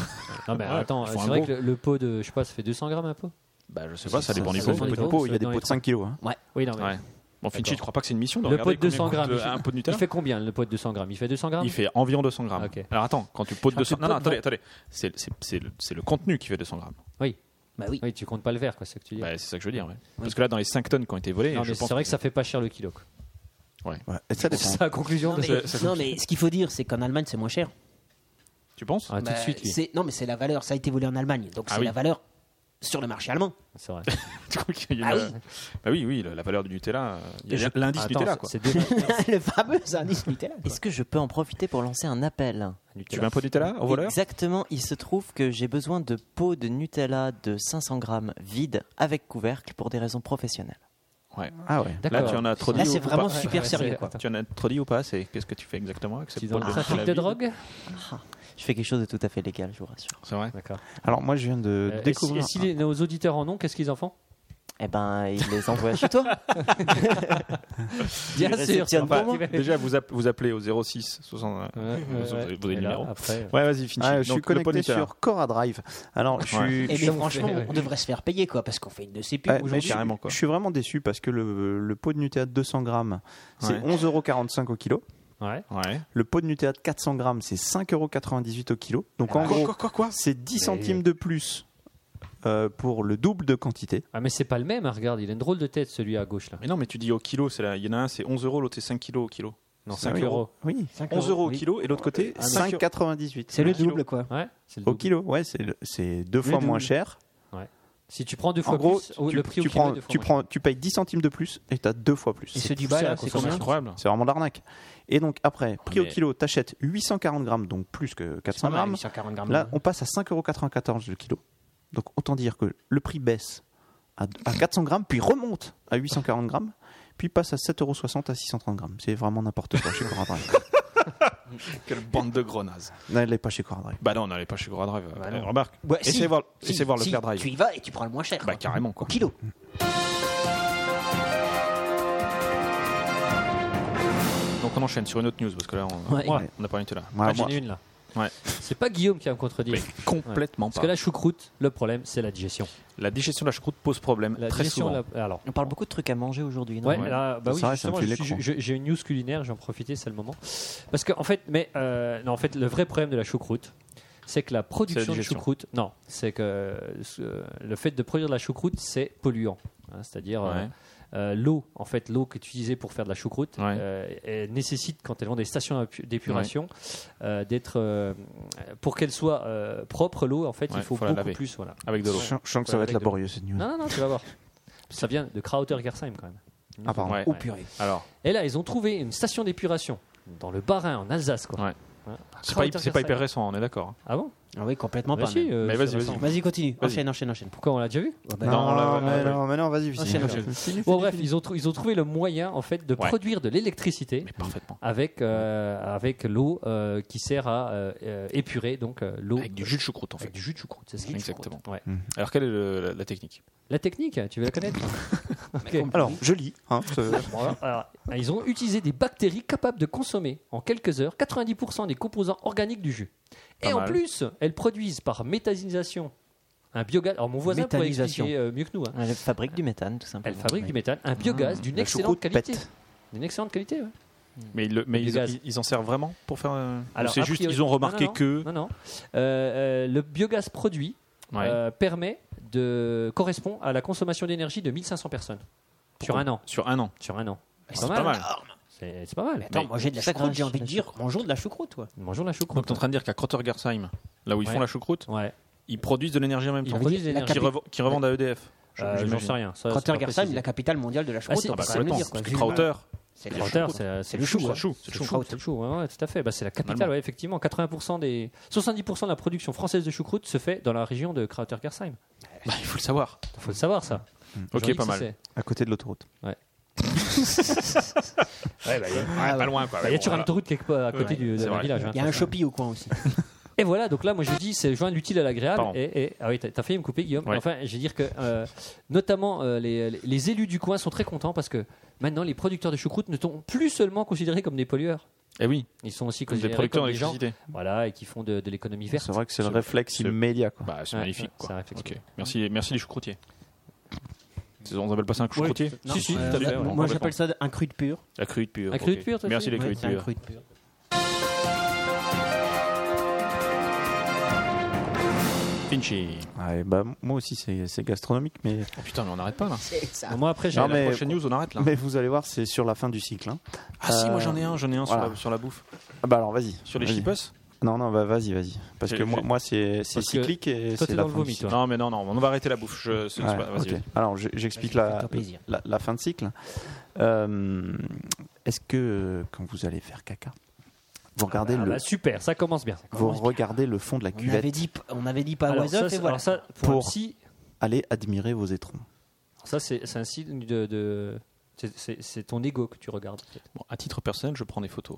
Speaker 4: Non, mais
Speaker 3: Ouais,
Speaker 4: Ah bah, attends,
Speaker 3: ils
Speaker 4: c'est
Speaker 3: font un
Speaker 4: vrai
Speaker 3: gros.
Speaker 4: que le, le pot de. Je sais pas, ça fait 200 grammes un pot
Speaker 3: Bah, je sais pas, ça
Speaker 5: Ça-
Speaker 3: dépend du
Speaker 5: ça
Speaker 3: pot.
Speaker 5: dépend
Speaker 3: Ça
Speaker 5: du
Speaker 3: dépend
Speaker 5: pot.
Speaker 3: du
Speaker 5: il y a des
Speaker 4: dans
Speaker 5: pots
Speaker 4: les
Speaker 5: de 5 kilos. hein.
Speaker 7: Ouais.
Speaker 4: Oui, non, mais.
Speaker 3: Ouais. Bon, Finchi, je crois pas que c'est une mission de
Speaker 4: Le pot
Speaker 3: regarder
Speaker 4: de 200
Speaker 3: combien coûte,
Speaker 4: grammes. il
Speaker 3: euh,
Speaker 4: fait-
Speaker 3: un pot de Nutella.
Speaker 4: Il fait combien le pot de 200 grammes Il fait 200 grammes
Speaker 3: Il fait environ 200 grammes.
Speaker 4: Ok.
Speaker 3: Alors attends, quand tu potes
Speaker 4: crois que
Speaker 3: 200
Speaker 4: le
Speaker 3: Non,
Speaker 4: pot
Speaker 3: non,
Speaker 4: de
Speaker 3: attendez,
Speaker 4: vingt-
Speaker 3: attendez. C'est c'est- c'est le- c'est le contenu qui fait 200 grammes.
Speaker 4: Oui.
Speaker 7: Bah oui.
Speaker 4: Oui, tu comptes pas le verre, quoi, c'est ce que tu dis.
Speaker 3: Bah, c'est ça que je veux dire. ouais. Parce que là, dans les 5 tonnes qui ont été volées,
Speaker 4: non,
Speaker 3: je
Speaker 4: mais
Speaker 3: pense.
Speaker 4: c'est vrai que ça fait pas cher le kilo. quoi.
Speaker 3: Ouais.
Speaker 5: Ouais, et ça
Speaker 4: C'est
Speaker 5: dépend.
Speaker 4: ça la conclusion
Speaker 7: Non,
Speaker 4: de
Speaker 7: mais,
Speaker 4: ce-
Speaker 7: non, mais ce qu'il faut dire, c'est qu'en Allemagne, c'est moins cher.
Speaker 3: Tu penses
Speaker 4: Ah, tout de
Speaker 7: Bah,
Speaker 4: suite, lui.
Speaker 7: c'est- Non, mais c'est la valeur. Ça a été volé en Allemagne. Donc,
Speaker 3: Ah
Speaker 7: c'est
Speaker 3: oui.
Speaker 7: la valeur sur le marché allemand.
Speaker 4: C'est vrai.
Speaker 3: Tu crois qu'il y a
Speaker 7: Ah
Speaker 3: une-
Speaker 7: oui.
Speaker 3: Bah oui, oui, la la valeur du Nutella. euh, Il y a l'indice
Speaker 4: Attends,
Speaker 3: Nutella,
Speaker 4: c'est-
Speaker 3: quoi.
Speaker 4: c'est deux-
Speaker 7: le fameux indice Nutella. quoi.
Speaker 6: Est-ce que je peux en profiter pour lancer un appel
Speaker 3: Tu veux un pot de Nutella au voleur
Speaker 6: Exactement, il se trouve que j'ai besoin de pots de Nutella de 500 grammes vides avec couvercle pour des raisons professionnelles.
Speaker 3: Ouais.
Speaker 5: Ah ouais.
Speaker 3: Là,
Speaker 4: D'accord.
Speaker 3: tu en as trop dit.
Speaker 7: Là,
Speaker 3: ou
Speaker 7: c'est
Speaker 3: pas
Speaker 7: vraiment super
Speaker 4: Ouais,
Speaker 7: sérieux.
Speaker 4: c'est-
Speaker 7: Quoi.
Speaker 3: Tu en as trop dit ou pas C'est qu'est-ce que tu fais exactement avec cette
Speaker 4: Tu dans le
Speaker 3: pote de
Speaker 4: trafic de
Speaker 3: Nutella vide
Speaker 4: drogue
Speaker 6: Je fais quelque chose de tout à fait légal, je vous rassure.
Speaker 3: C'est vrai.
Speaker 4: D'accord.
Speaker 5: Alors moi, je viens de
Speaker 4: Euh, et si-
Speaker 5: découvrir.
Speaker 4: Et si les- nos auditeurs en ont, qu'est-ce qu'ils en font
Speaker 6: Eh ben, il les envoie chez toi.
Speaker 4: Bien
Speaker 6: les
Speaker 4: sûr,
Speaker 6: réceptionnes
Speaker 4: c'est
Speaker 6: pour
Speaker 4: pas-
Speaker 6: moi.
Speaker 4: Ouais,
Speaker 3: Déjà, vous, app- vous appelez au 06 60.
Speaker 4: ouais,
Speaker 3: vous avez
Speaker 4: ouais.
Speaker 3: vos
Speaker 4: Et là,
Speaker 3: numéros.
Speaker 4: Après,
Speaker 3: euh. Ouais, vas-y, finis.
Speaker 5: Ah, je suis connecté sur Cora Drive. Alors, je
Speaker 3: Ouais.
Speaker 5: suis,
Speaker 7: Et
Speaker 5: je
Speaker 7: mais
Speaker 5: suis-
Speaker 7: franchement,
Speaker 4: ouais.
Speaker 7: on devrait se faire payer quoi, parce qu'on fait une de ces pubs
Speaker 5: Ouais, mais
Speaker 7: aujourd'hui.
Speaker 5: je, suis-
Speaker 3: carrément, quoi.
Speaker 5: je suis vraiment déçu parce que le, le pot de Nutella de 200 grammes, c'est
Speaker 3: Ouais.
Speaker 5: 11,45€ au kilo.
Speaker 4: ouais.
Speaker 3: Ouais.
Speaker 5: Le pot de Nutella de 400 grammes, c'est 5,98€ au kilo. Donc en gros, c'est 10 centimes de plus euh, pour le double de quantité.
Speaker 4: Ah, mais c'est pas le même, hein, regarde, il a une drôle de tête celui à gauche là.
Speaker 3: Mais non, mais tu dis au kilo, c'est là. Il y en a un, c'est 11 euros, l'autre, c'est 5 kilos au kilo.
Speaker 4: Non,
Speaker 3: Cinq
Speaker 4: 5 euros.
Speaker 5: Oui,
Speaker 3: 11 euros au kilo et l'autre côté,
Speaker 7: Ah,
Speaker 3: 5 euros.
Speaker 5: 5,98.
Speaker 7: C'est le double quoi.
Speaker 4: Ouais, c'est le
Speaker 5: Au
Speaker 4: double.
Speaker 5: kilo, ouais, c'est le- c'est deux fois moins cher.
Speaker 4: Si tu prends deux fois
Speaker 5: en gros,
Speaker 4: plus, au-
Speaker 5: tu,
Speaker 4: le prix
Speaker 5: tu
Speaker 4: au kilo
Speaker 5: prends,
Speaker 4: est deux fois
Speaker 5: tu,
Speaker 4: moins
Speaker 5: prends, tu payes 10 centimes de plus et tu as deux fois plus.
Speaker 7: Et
Speaker 5: C'est
Speaker 7: ceux du
Speaker 3: bah,
Speaker 4: poussé
Speaker 7: bas
Speaker 4: à la
Speaker 7: là, c'est
Speaker 4: consommation.
Speaker 7: combien
Speaker 3: Incroyable.
Speaker 5: C'est vraiment de l'arnaque. Et donc après, prix
Speaker 3: Mais-
Speaker 5: au kilo, t'achètes 840 grammes, donc plus que 400 grammes.
Speaker 7: 140 grammes.
Speaker 5: Là, on passe à 5,94€ le kilo. Donc autant dire que le prix baisse à, à 400 grammes, puis remonte à 840 grammes, puis passe à 7,60€ à 630 grammes. C'est vraiment n'importe quoi chez Cora Drive.
Speaker 3: Quelle bande de gros nazes.
Speaker 5: Non, elle n'est pas chez Cora Drive.
Speaker 3: Bah non, on n'allait pas chez Gros Drive.
Speaker 7: Bah
Speaker 3: Euh,
Speaker 7: non.
Speaker 3: remarque.
Speaker 7: Ouais,
Speaker 3: Essayez
Speaker 7: si,
Speaker 3: voir,
Speaker 7: si,
Speaker 3: essayez voir le
Speaker 7: si,
Speaker 3: Fair Drive.
Speaker 7: Tu y vas et tu prends le moins cher.
Speaker 3: Bah
Speaker 7: quoi.
Speaker 3: carrément quoi.
Speaker 7: Au kilo.
Speaker 3: Donc on enchaîne sur une autre news parce que là on
Speaker 7: Ouais.
Speaker 3: Ouais, on n'a pas une là.
Speaker 5: Ouais,
Speaker 4: cher. Ah,
Speaker 5: moi,
Speaker 4: j'en ai une là.
Speaker 3: Ouais.
Speaker 4: C'est pas Guillaume qui va me contredire.
Speaker 3: Mais complètement
Speaker 4: Parce
Speaker 3: pas.
Speaker 4: que la choucroute, le problème, c'est la digestion.
Speaker 3: La digestion de la choucroute pose problème
Speaker 4: La
Speaker 3: très
Speaker 4: digestion,
Speaker 3: souvent.
Speaker 4: la- alors,
Speaker 6: On parle beaucoup de trucs à manger aujourd'hui, non
Speaker 4: Ouais, là, bah
Speaker 5: Ça,
Speaker 4: oui,
Speaker 5: c'est vrai, ça me
Speaker 4: justement,
Speaker 5: fait
Speaker 4: je
Speaker 5: l'écran.
Speaker 4: suis- je- j'ai une news culinaire, j'en profitais, c'est le moment. Parce que en fait, mais euh, non, en fait, le vrai problème de la choucroute, c'est que la production de
Speaker 3: digestion.
Speaker 4: choucroute, non, c'est que euh, le fait de produire de la choucroute, c'est polluant. Hein, C'est-à-dire euh,
Speaker 3: Ouais.
Speaker 4: euh, l'eau, en fait, l'eau que tu utilisais pour faire de la choucroute,
Speaker 3: Ouais.
Speaker 4: euh, elle nécessite quand elles vont des stations d'épu- d'épuration euh, d'être euh, pour qu'elle soit euh, propre l'eau, en fait,
Speaker 3: Ouais,
Speaker 4: il faut,
Speaker 3: faut la
Speaker 4: beaucoup
Speaker 3: laver.
Speaker 4: plus, voilà.
Speaker 3: Avec de l'eau.
Speaker 5: je, je sens que ça va être laborieux cette nuit.
Speaker 4: Non, non, non, tu vas voir. Ça vient de Krauter Gersheim quand même.
Speaker 5: Ah, pardon.
Speaker 3: Ouais.
Speaker 7: Au purée.
Speaker 3: Alors,
Speaker 4: Et là, ils ont trouvé une station d'épuration dans le Bas-Rhin, en Alsace. Quoi.
Speaker 3: Ouais.
Speaker 4: Hein.
Speaker 3: c'est pas, hy- c'est pas hyper récent, on est d'accord. hein.
Speaker 4: Ah bon
Speaker 7: Ah oui, complètement
Speaker 4: Bah
Speaker 7: pas.
Speaker 4: si,
Speaker 7: même.
Speaker 4: euh, Mais vas-y, c'est vas-y. récent.
Speaker 7: Vas-y, continue.
Speaker 4: Vas-y.
Speaker 7: Enchaîne, enchaîne, enchaîne.
Speaker 4: Pourquoi on l'a déjà vu
Speaker 7: Non, on l'a- mais non, mais non, vas-y,
Speaker 4: Enchaîne,
Speaker 7: finis.
Speaker 4: enchaîne.
Speaker 7: Fini,
Speaker 4: Bon, bref, ils ont, trou- ils ont trouvé le moyen en fait de
Speaker 7: Ouais.
Speaker 4: produire de l'électricité avec, euh, avec l'eau euh, qui sert à euh, euh, épurer donc euh, l'eau. Avec
Speaker 3: du jus de choucroute en fait.
Speaker 4: du jus de choucroute, c'est ce qu'il faut.
Speaker 3: Exactement.
Speaker 4: Ouais.
Speaker 3: Alors, quelle est le- la, la technique
Speaker 4: La technique, tu veux la connaître Ok.
Speaker 5: Alors, je lis. hein, ce-
Speaker 4: Bon, alors, alors, Ah, ils ont utilisé des bactéries capables de consommer en quelques heures 90% des composants organiques du jus.
Speaker 7: Pas
Speaker 4: et en
Speaker 7: mal.
Speaker 4: plus, elles produisent par méthanisation un biogaz. Alors mon voisin pourrait
Speaker 6: Méthanisation.
Speaker 4: expliquer euh, mieux que nous. hein.
Speaker 6: Elle fabrique du méthane, tout simplement.
Speaker 4: Elle fabrique
Speaker 6: Oui.
Speaker 4: du méthane, un biogaz
Speaker 6: Ah,
Speaker 4: d'une
Speaker 6: la
Speaker 4: excellente
Speaker 6: choucroute
Speaker 4: qualité.
Speaker 6: pète.
Speaker 4: D'une excellente qualité, ouais.
Speaker 3: Mais, ils le- mais
Speaker 4: Du
Speaker 3: ils,
Speaker 4: gaz.
Speaker 3: ils- ils en servent vraiment pour faire. euh, ou c'est
Speaker 4: a
Speaker 3: juste
Speaker 4: priori-
Speaker 3: ils ont
Speaker 4: non,
Speaker 3: remarqué
Speaker 4: non, non,
Speaker 3: que.
Speaker 4: Non, non. Euh, euh, le biogaz produit
Speaker 3: Ouais.
Speaker 4: euh, permet de. correspond à la consommation d'énergie de 1500 personnes. Sur
Speaker 3: Pourquoi
Speaker 4: un an.
Speaker 3: Sur un an.
Speaker 4: Sur un an.
Speaker 3: C'est pas mal.
Speaker 4: C'est c'est pas mal.
Speaker 7: Attends, manger de la choucroute, j'ai envie de dire. Mangeons de la choucroute, toi.
Speaker 4: Bonjour la choucroute.
Speaker 3: Donc, t'es en train de dire qu'à Krottergersheim, là où ils
Speaker 4: Ouais.
Speaker 3: font la choucroute, ils produisent de l'énergie en même
Speaker 4: Ils
Speaker 3: temps.
Speaker 4: produisent de l'énergie.
Speaker 3: Qui revo- qui revendent à EDF.
Speaker 4: Euh,
Speaker 3: J'imagine.
Speaker 4: j'en sais rien. Ça, c'est pas
Speaker 7: Rotterdam,
Speaker 4: précisé.
Speaker 7: la capitale mondiale de la
Speaker 4: Ah,
Speaker 7: choucroute.
Speaker 4: si,
Speaker 7: on peut
Speaker 4: bah,
Speaker 7: quand même le
Speaker 4: complètement.
Speaker 7: dire, quoi.
Speaker 4: C'est
Speaker 7: Vu-
Speaker 4: Krauter.
Speaker 7: C'est
Speaker 4: Le
Speaker 7: la
Speaker 4: Krauter,
Speaker 7: choucroute.
Speaker 4: c'est
Speaker 7: C'est le chou.
Speaker 4: ouais. C'est
Speaker 7: quoi.
Speaker 4: le chou, c'est le chou, ouais, ouais, tout à fait. Bah, c'est la capitale,
Speaker 7: Allemand.
Speaker 4: ouais, effectivement. 80% des... 70% de la production française de choucroute se fait dans la région de Krauter-Gersheim.
Speaker 3: Bah, il faut le savoir.
Speaker 4: Il faut le savoir, ça.
Speaker 3: Ok, pas mal.
Speaker 4: Ah
Speaker 5: À côté de l'autoroute.
Speaker 4: Ouais.
Speaker 3: Ouais, bah, il y a- ouais, pas loin, quoi.
Speaker 4: Bah, Il y a toujours une autoroute quelque part à côté du de
Speaker 3: c'est
Speaker 4: la
Speaker 3: vrai.
Speaker 4: village. hein,
Speaker 7: Il y a un
Speaker 4: de toute façon.
Speaker 7: shoppy au coin aussi.
Speaker 4: Et voilà, donc là, moi je dis, c'est joindre l'utile à l'agréable.
Speaker 7: Pardon.
Speaker 4: Et, et- ah oui, t'as t'as failli me couper, Guillaume.
Speaker 7: Ouais.
Speaker 4: Enfin, je vais dire que euh, notamment euh, les, les- les élus du coin sont très contents parce que maintenant les producteurs de choucroute ne sont plus seulement considérés comme des pollueurs.
Speaker 3: Eh oui.
Speaker 4: Ils sont aussi
Speaker 3: Comme des
Speaker 4: considérés
Speaker 3: producteurs
Speaker 4: comme des gens,
Speaker 3: d'électricité.
Speaker 4: voilà, et qui font de, de l'économie verte.
Speaker 5: C'est vrai que c'est le réflexe immédiat. quoi.
Speaker 3: Bah, c'est
Speaker 4: Ouais,
Speaker 3: magnifique.
Speaker 4: ouais,
Speaker 3: quoi.
Speaker 4: c'est un réflexe.
Speaker 3: Ok. Merci, merci les choucroutiers. C'est- On appelle pas ça un choucroutier
Speaker 7: Non, euh, moi, j'appelle ça un cru de pur.
Speaker 3: La crue de pure.
Speaker 7: Un cru de
Speaker 3: ok.
Speaker 7: pur, toi
Speaker 3: Merci
Speaker 7: aussi
Speaker 3: les
Speaker 7: Ouais,
Speaker 3: crues de
Speaker 7: c'est un
Speaker 3: pure.
Speaker 7: cru de pur.
Speaker 3: Finchy.
Speaker 5: Ouais, bah, moi aussi, c'est c'est gastronomique, mais.
Speaker 3: Ah, putain, mais on n'arrête pas là.
Speaker 5: Non,
Speaker 3: Moi après, j'ai la prochaine news, on arrête là.
Speaker 5: Mais vous allez voir, c'est sur la fin du cycle. hein.
Speaker 3: Ah si, moi
Speaker 5: Euh,
Speaker 3: j'en ai un, j'en ai un sur
Speaker 5: voilà.
Speaker 3: la- sur la bouffe.
Speaker 5: Ah bah alors vas-y.
Speaker 3: Sur les
Speaker 5: vas-y.
Speaker 3: chipos
Speaker 5: Non, non, bah vas-y, vas-y. Parce
Speaker 3: J'ai-
Speaker 5: que moi,
Speaker 3: j'ai-
Speaker 5: moi c'est c'est
Speaker 3: Parce que
Speaker 5: cyclique et
Speaker 3: toi,
Speaker 5: c'est
Speaker 3: t'es
Speaker 5: la
Speaker 3: dans le
Speaker 5: fin du
Speaker 3: vomi,
Speaker 5: cycle.
Speaker 3: toi. Non, mais non, non, on va arrêter la bouffe. Je, ce- c'est
Speaker 5: Ouais,
Speaker 3: pas- vas-y,
Speaker 5: ok.
Speaker 3: vas-y.
Speaker 5: Alors, je- j'explique la, la, la fin de cycle. Euh, Est-ce que euh, quand vous allez faire caca, vous regardez
Speaker 4: Ah
Speaker 5: le
Speaker 4: bah, super, ça commence bien. Ça
Speaker 5: vous
Speaker 4: commence bien.
Speaker 5: regardez le fond de la
Speaker 7: On
Speaker 5: cuvette
Speaker 7: avait dit, on avait dit pas
Speaker 4: Alors,
Speaker 7: was up
Speaker 4: ça,
Speaker 7: et
Speaker 4: c'est-
Speaker 7: voilà.
Speaker 4: alors ça, pour,
Speaker 5: pour
Speaker 4: un psy,
Speaker 5: aller admirer vos étrons
Speaker 4: ça c'est c'est un signe de. de- c'est- c'est c'est ton ego que tu regardes. peut-être.
Speaker 3: Bon, à titre personnel, je prends des photos.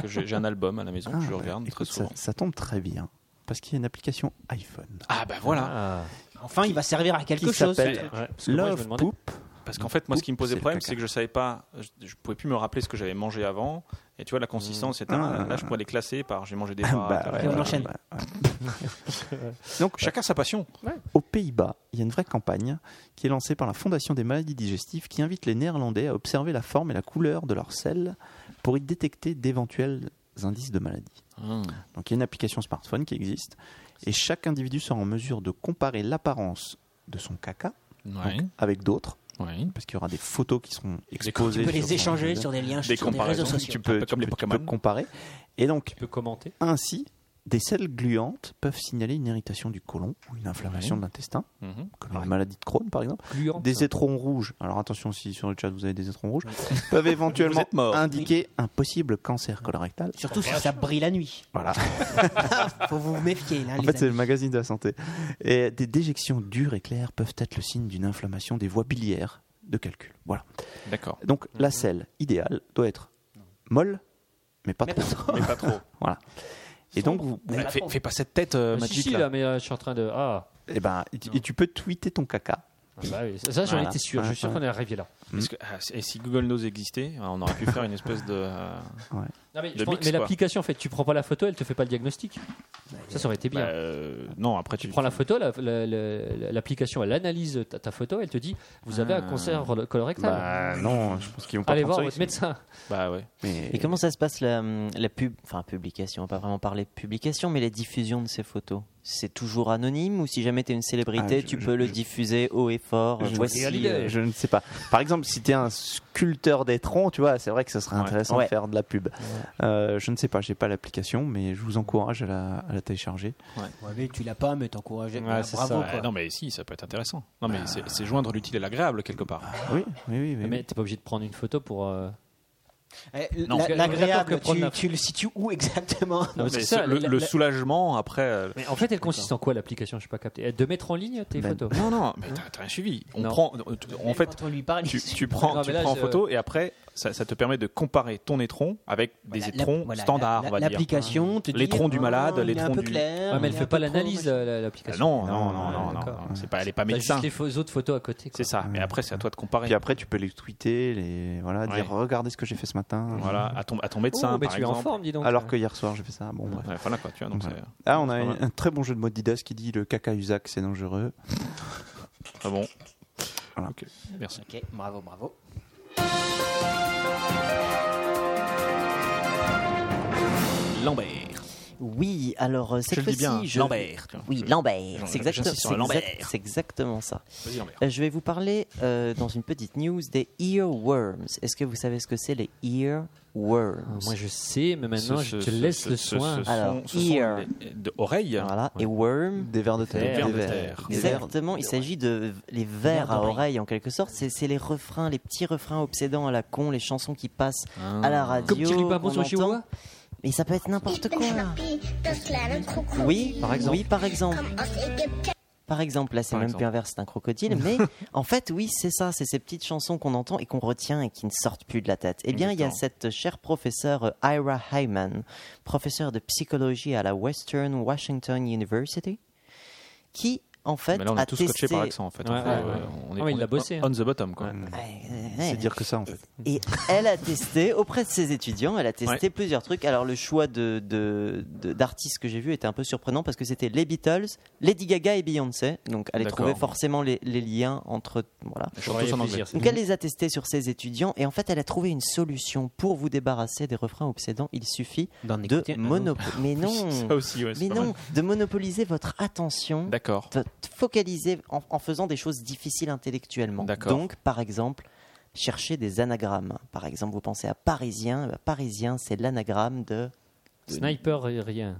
Speaker 3: Que j'ai j'ai un album à la maison que je
Speaker 5: Ah,
Speaker 3: regarde
Speaker 5: bah,
Speaker 3: très
Speaker 5: écoute, ça,
Speaker 3: souvent.
Speaker 5: ça tombe très bien parce qu'il y a une application iPhone
Speaker 3: Ah bah voilà.
Speaker 7: Enfin, il va servir à quelque
Speaker 5: qui
Speaker 7: chose.
Speaker 3: Ouais, parce
Speaker 5: s'appelle
Speaker 3: que moi, je me
Speaker 5: Love
Speaker 3: demandais-
Speaker 5: Poop.
Speaker 3: Parce qu'en fait, moi, ce qui me posait
Speaker 5: C'est le
Speaker 3: problème,
Speaker 5: caca.
Speaker 3: c'est que je savais pas, je, je pouvais plus me rappeler ce que j'avais mangé avant. Et tu vois, la consistance, etc.
Speaker 5: Ah.
Speaker 3: Là, je pourrais les classer par j'ai mangé des
Speaker 5: Ah,
Speaker 3: pâtes.
Speaker 5: bah, ouais,
Speaker 3: j'ai
Speaker 5: ouais,
Speaker 3: mangé-
Speaker 5: ouais, ouais. Donc
Speaker 3: Chacun sa passion.
Speaker 5: Aux Pays-Bas, il y a une vraie campagne qui est lancée par la Fondation des maladies digestives qui invite les Néerlandais à observer la forme et la couleur de leurs selles pour y détecter d'éventuels indices de maladie. Donc il y a une application smartphone qui existe et chaque individu sera en mesure de comparer l'apparence de son caca
Speaker 3: Ouais.
Speaker 5: donc, avec d'autres.
Speaker 3: Ouais.
Speaker 5: Parce qu'il y aura des photos qui seront exposées.
Speaker 7: Tu peux les
Speaker 5: sur son-
Speaker 7: échanger sur des liens, sur des réseaux
Speaker 5: comparaisons,
Speaker 7: sociaux.
Speaker 5: Tu
Speaker 3: Un
Speaker 5: peux,
Speaker 3: peu
Speaker 5: tu
Speaker 3: comme les
Speaker 5: peux- tu
Speaker 3: Pokémon.
Speaker 5: peux comparer. Et donc,
Speaker 4: Tu peux commenter.
Speaker 5: ainsi, des selles gluantes peuvent signaler une irritation du côlon ou une inflammation
Speaker 3: Ouais.
Speaker 5: de l'intestin,
Speaker 3: Mhm.
Speaker 5: comme la maladie de Crohn par exemple.
Speaker 4: Gluante.
Speaker 5: Des étrons rouges, alors attention si sur le chat vous avez des étrons rouges, peuvent éventuellement indiquer un possible cancer colorectal.
Speaker 7: Surtout si ça brille la nuit.
Speaker 5: Voilà.
Speaker 7: Faut vous méfier là.
Speaker 5: En
Speaker 7: Ah, les
Speaker 5: fait, c'est le
Speaker 7: amis.
Speaker 5: magazine de la santé. Et des déjections dures et claires peuvent être le signe d'une inflammation des voies biliaires de calcul. Voilà.
Speaker 3: D'accord.
Speaker 5: Donc, la selle idéale doit être molle, mais pas trop.
Speaker 3: Mais pas trop.
Speaker 5: voilà. Et donc, vous,
Speaker 3: Mais fais, fais pas cette tête, euh,
Speaker 4: Ah, si,
Speaker 3: Magic.
Speaker 4: si,
Speaker 3: là.
Speaker 4: là, mais euh, je suis en train de. Ah,
Speaker 5: eh ben, et tu- et tu peux tweeter ton caca.
Speaker 4: Ah bah oui, ça, ça, j'en
Speaker 5: Voilà.
Speaker 4: étais sûr. Je suis sûr qu'on est arrivé là.
Speaker 3: Parce que, ah, et si Google Nose existait, on aurait pu faire une espèce de. euh,
Speaker 4: Non, mais je
Speaker 3: de
Speaker 4: pense-
Speaker 3: mix,
Speaker 4: mais
Speaker 3: quoi.
Speaker 4: l'application, en fait, tu prends pas la photo, elle te fait pas le diagnostic. Ça, ça aurait été bien.
Speaker 3: Bah, euh, non, après tu,
Speaker 4: tu prends la photo, la- la- la- l'application, elle analyse ta, ta photo, elle te dit vous avez un cancer colorectal.
Speaker 5: Ah. Bah non, je pense qu'ils vont pas
Speaker 4: Allez
Speaker 5: prendre
Speaker 4: voir votre
Speaker 5: ça, ils-
Speaker 4: médecin.
Speaker 3: Bah ouais.
Speaker 5: Mais
Speaker 6: Et comment ça se passe la, hum, la pub, enfin publication, on va pas vraiment parler de publication, mais les diffusions de ces photos C'est toujours anonyme ou si jamais tu es une célébrité,
Speaker 5: Ah, je-
Speaker 6: tu
Speaker 5: je-
Speaker 6: peux le
Speaker 5: je-
Speaker 6: diffuser haut et fort
Speaker 5: je,
Speaker 6: Voici. euh,
Speaker 5: je ne sais pas. Par exemple, si tu es un sculpteur d'étrons, tu vois, c'est vrai que ce serait intéressant
Speaker 6: Ouais.
Speaker 5: de faire de la pub. Euh, je ne sais pas, j'ai pas l'application, mais je vous encourage à la, à la télécharger.
Speaker 7: Ouais, mais tu l'as pas, mais t'encourages.
Speaker 3: Ouais,
Speaker 7: Voilà,
Speaker 3: c'est
Speaker 7: bravo.
Speaker 3: ça.
Speaker 7: quoi.
Speaker 3: Eh, Non, mais si, ça peut être intéressant. Non, mais
Speaker 5: Ah,
Speaker 3: c'est- c'est joindre l'utile à l'agréable quelque part.
Speaker 5: Oui, oui, oui. oui,
Speaker 4: Mais t'es pas obligé de prendre une photo pour. euh,
Speaker 7: Eh,
Speaker 3: Non.
Speaker 7: la-
Speaker 3: Je-
Speaker 4: d'accord que
Speaker 7: L'agréable,
Speaker 4: prendre
Speaker 7: tu,
Speaker 4: la-
Speaker 7: tu le situes où exactement
Speaker 3: Non, mais ce- le, le soulagement après. euh,
Speaker 4: Mais en fait, elle consiste en quoi l'application Je sais pas capté. De mettre en ligne tes
Speaker 3: Ben,
Speaker 4: photos
Speaker 3: Non, non, mais t'as- t'as rien suivi. On
Speaker 4: Non.
Speaker 3: prend, en fait,
Speaker 7: on lui parle,
Speaker 3: tu,
Speaker 7: il-
Speaker 3: tu prends,
Speaker 4: Non,
Speaker 3: tu
Speaker 4: mais là,
Speaker 3: prends en
Speaker 4: je-
Speaker 3: photo et après, ça, ça te permet de comparer ton étron avec des étrons
Speaker 7: voilà,
Speaker 3: standards,
Speaker 7: la-
Speaker 3: on va dire.
Speaker 7: l'application te dit,
Speaker 3: L'étron du
Speaker 7: oh,
Speaker 3: malade,
Speaker 7: il est un
Speaker 3: l'étron
Speaker 7: peu
Speaker 3: du.
Speaker 7: clair,
Speaker 4: Ouais, mais elle
Speaker 7: il est
Speaker 4: fait
Speaker 7: un
Speaker 4: pas
Speaker 7: peu
Speaker 4: l'analyse la- la-
Speaker 3: Ah Non,
Speaker 4: l'application.
Speaker 3: non, non, non, non, non. C'est pas, elle est pas
Speaker 4: T'as
Speaker 3: médecin.
Speaker 4: juste les faux- autres photos à côté.
Speaker 3: C'est ça. Mais après, c'est à toi de comparer.
Speaker 5: Puis après, tu peux les tweeter, les voilà,
Speaker 3: Ouais.
Speaker 5: dire regardez ce que j'ai fait ce matin.
Speaker 3: Voilà, à ton, à ton médecin,
Speaker 4: Oh, mais
Speaker 3: par
Speaker 4: tu es en
Speaker 3: exemple.
Speaker 4: forme, dis donc.
Speaker 5: Alors que hier soir, j'ai fait ça. Bon, bref.
Speaker 3: Ouais, voilà quoi, tu vois. Donc
Speaker 5: Voilà.
Speaker 3: c'est-
Speaker 5: Ah, on a
Speaker 3: c'est pas
Speaker 5: un,
Speaker 3: mal.
Speaker 5: un très bon jeu de mots de Didas qui dit le caca usac, c'est dangereux.
Speaker 3: Ah bon
Speaker 5: Voilà.
Speaker 3: Ok, merci.
Speaker 7: Ok, bravo, bravo.
Speaker 3: Lambert.
Speaker 6: Oui, alors euh,
Speaker 3: Je
Speaker 6: cette
Speaker 3: le dis bien,
Speaker 6: fois-ci, je...
Speaker 3: Lambert, tu vois.
Speaker 6: Oui,
Speaker 3: Je-
Speaker 6: Lambert.
Speaker 3: j'en-
Speaker 6: C'est exactement,
Speaker 3: j'insiste sur le
Speaker 6: c'est exact-
Speaker 3: Lambert.
Speaker 6: c'est exactement ça.
Speaker 3: Vas-y, Lambert.
Speaker 6: Euh, je vais vous parler euh, dans une petite news des earworms. Est-ce que vous savez ce que c'est les earworms
Speaker 3: Ah,
Speaker 4: Moi, je sais, mais maintenant, je te laisse le soin.
Speaker 6: Alors,
Speaker 3: ce sont
Speaker 6: ear.
Speaker 3: les- de oreilles.
Speaker 6: Voilà, et worm.
Speaker 5: Des vers de
Speaker 3: Des
Speaker 5: terre.
Speaker 3: vers de terre.
Speaker 5: Des vers-
Speaker 6: Mm. Exactement, il s'agit de les vers à oreille en quelque sorte. C'est c'est les refrains, les petits refrains obsédants à la con, les chansons qui passent à la
Speaker 3: Ah.
Speaker 6: radio.
Speaker 4: Comme Thierry Papon
Speaker 6: qu'on
Speaker 4: sur
Speaker 6: entend.
Speaker 4: Chihuahua
Speaker 6: Mais ça peut être n'importe quoi. Oui,
Speaker 13: Oui,
Speaker 6: par exemple. Oui, par exemple. Par exemple, là, c'est
Speaker 3: Par
Speaker 6: même
Speaker 3: exemple.
Speaker 6: plus un vers, c'est un crocodile, mais en fait, oui, c'est ça, c'est ces petites chansons qu'on entend et qu'on retient et qui ne sortent plus de la tête. Eh bien, il y a cette chère professeure euh, Ira Hyman, professeure de psychologie à la Western Washington University, qui, en fait,
Speaker 3: Mais là, on
Speaker 6: a
Speaker 3: est tous
Speaker 6: testé...
Speaker 3: coachés par l'accent en fait.
Speaker 4: Ouais,
Speaker 3: On fait,
Speaker 4: ouais,
Speaker 3: euh,
Speaker 4: ouais.
Speaker 3: on est-
Speaker 4: Ah, mais il
Speaker 3: on
Speaker 4: l'a
Speaker 3: est
Speaker 4: bossé, hein.
Speaker 3: On the bottom quoi.
Speaker 5: C'est dire que ça en fait. Ah,
Speaker 6: Et elle a testé auprès de ses étudiants, elle a testé plusieurs trucs. Alors le choix de, de- de- d'artistes que j'ai vu était un peu surprenant parce que c'était les Beatles, Lady Gaga et Beyoncé. Donc elle a
Speaker 3: D'accord.
Speaker 6: trouvé forcément les, les liens entre voilà.
Speaker 3: Surtout en anglais. Mhm.
Speaker 6: Donc elle les a testés sur ses étudiants et en fait elle a trouvé une solution pour vous débarrasser des refrains obsédants. Il suffit
Speaker 7: D'en
Speaker 6: de
Speaker 7: écouter un
Speaker 6: monopo- mais non,
Speaker 3: euh, Ça aussi, ouais, c'est
Speaker 6: mais
Speaker 3: pas
Speaker 6: non,
Speaker 3: mal.
Speaker 6: de monopoliser votre attention
Speaker 3: D'accord.
Speaker 6: te- te focaliser en, en faisant des choses difficiles intellectuellement.
Speaker 3: D'accord.
Speaker 6: Donc, par exemple, chercher des anagrammes. Par exemple, vous pensez à parisien. eh ben, parisien, c'est l'anagramme de
Speaker 4: Sniper, rien.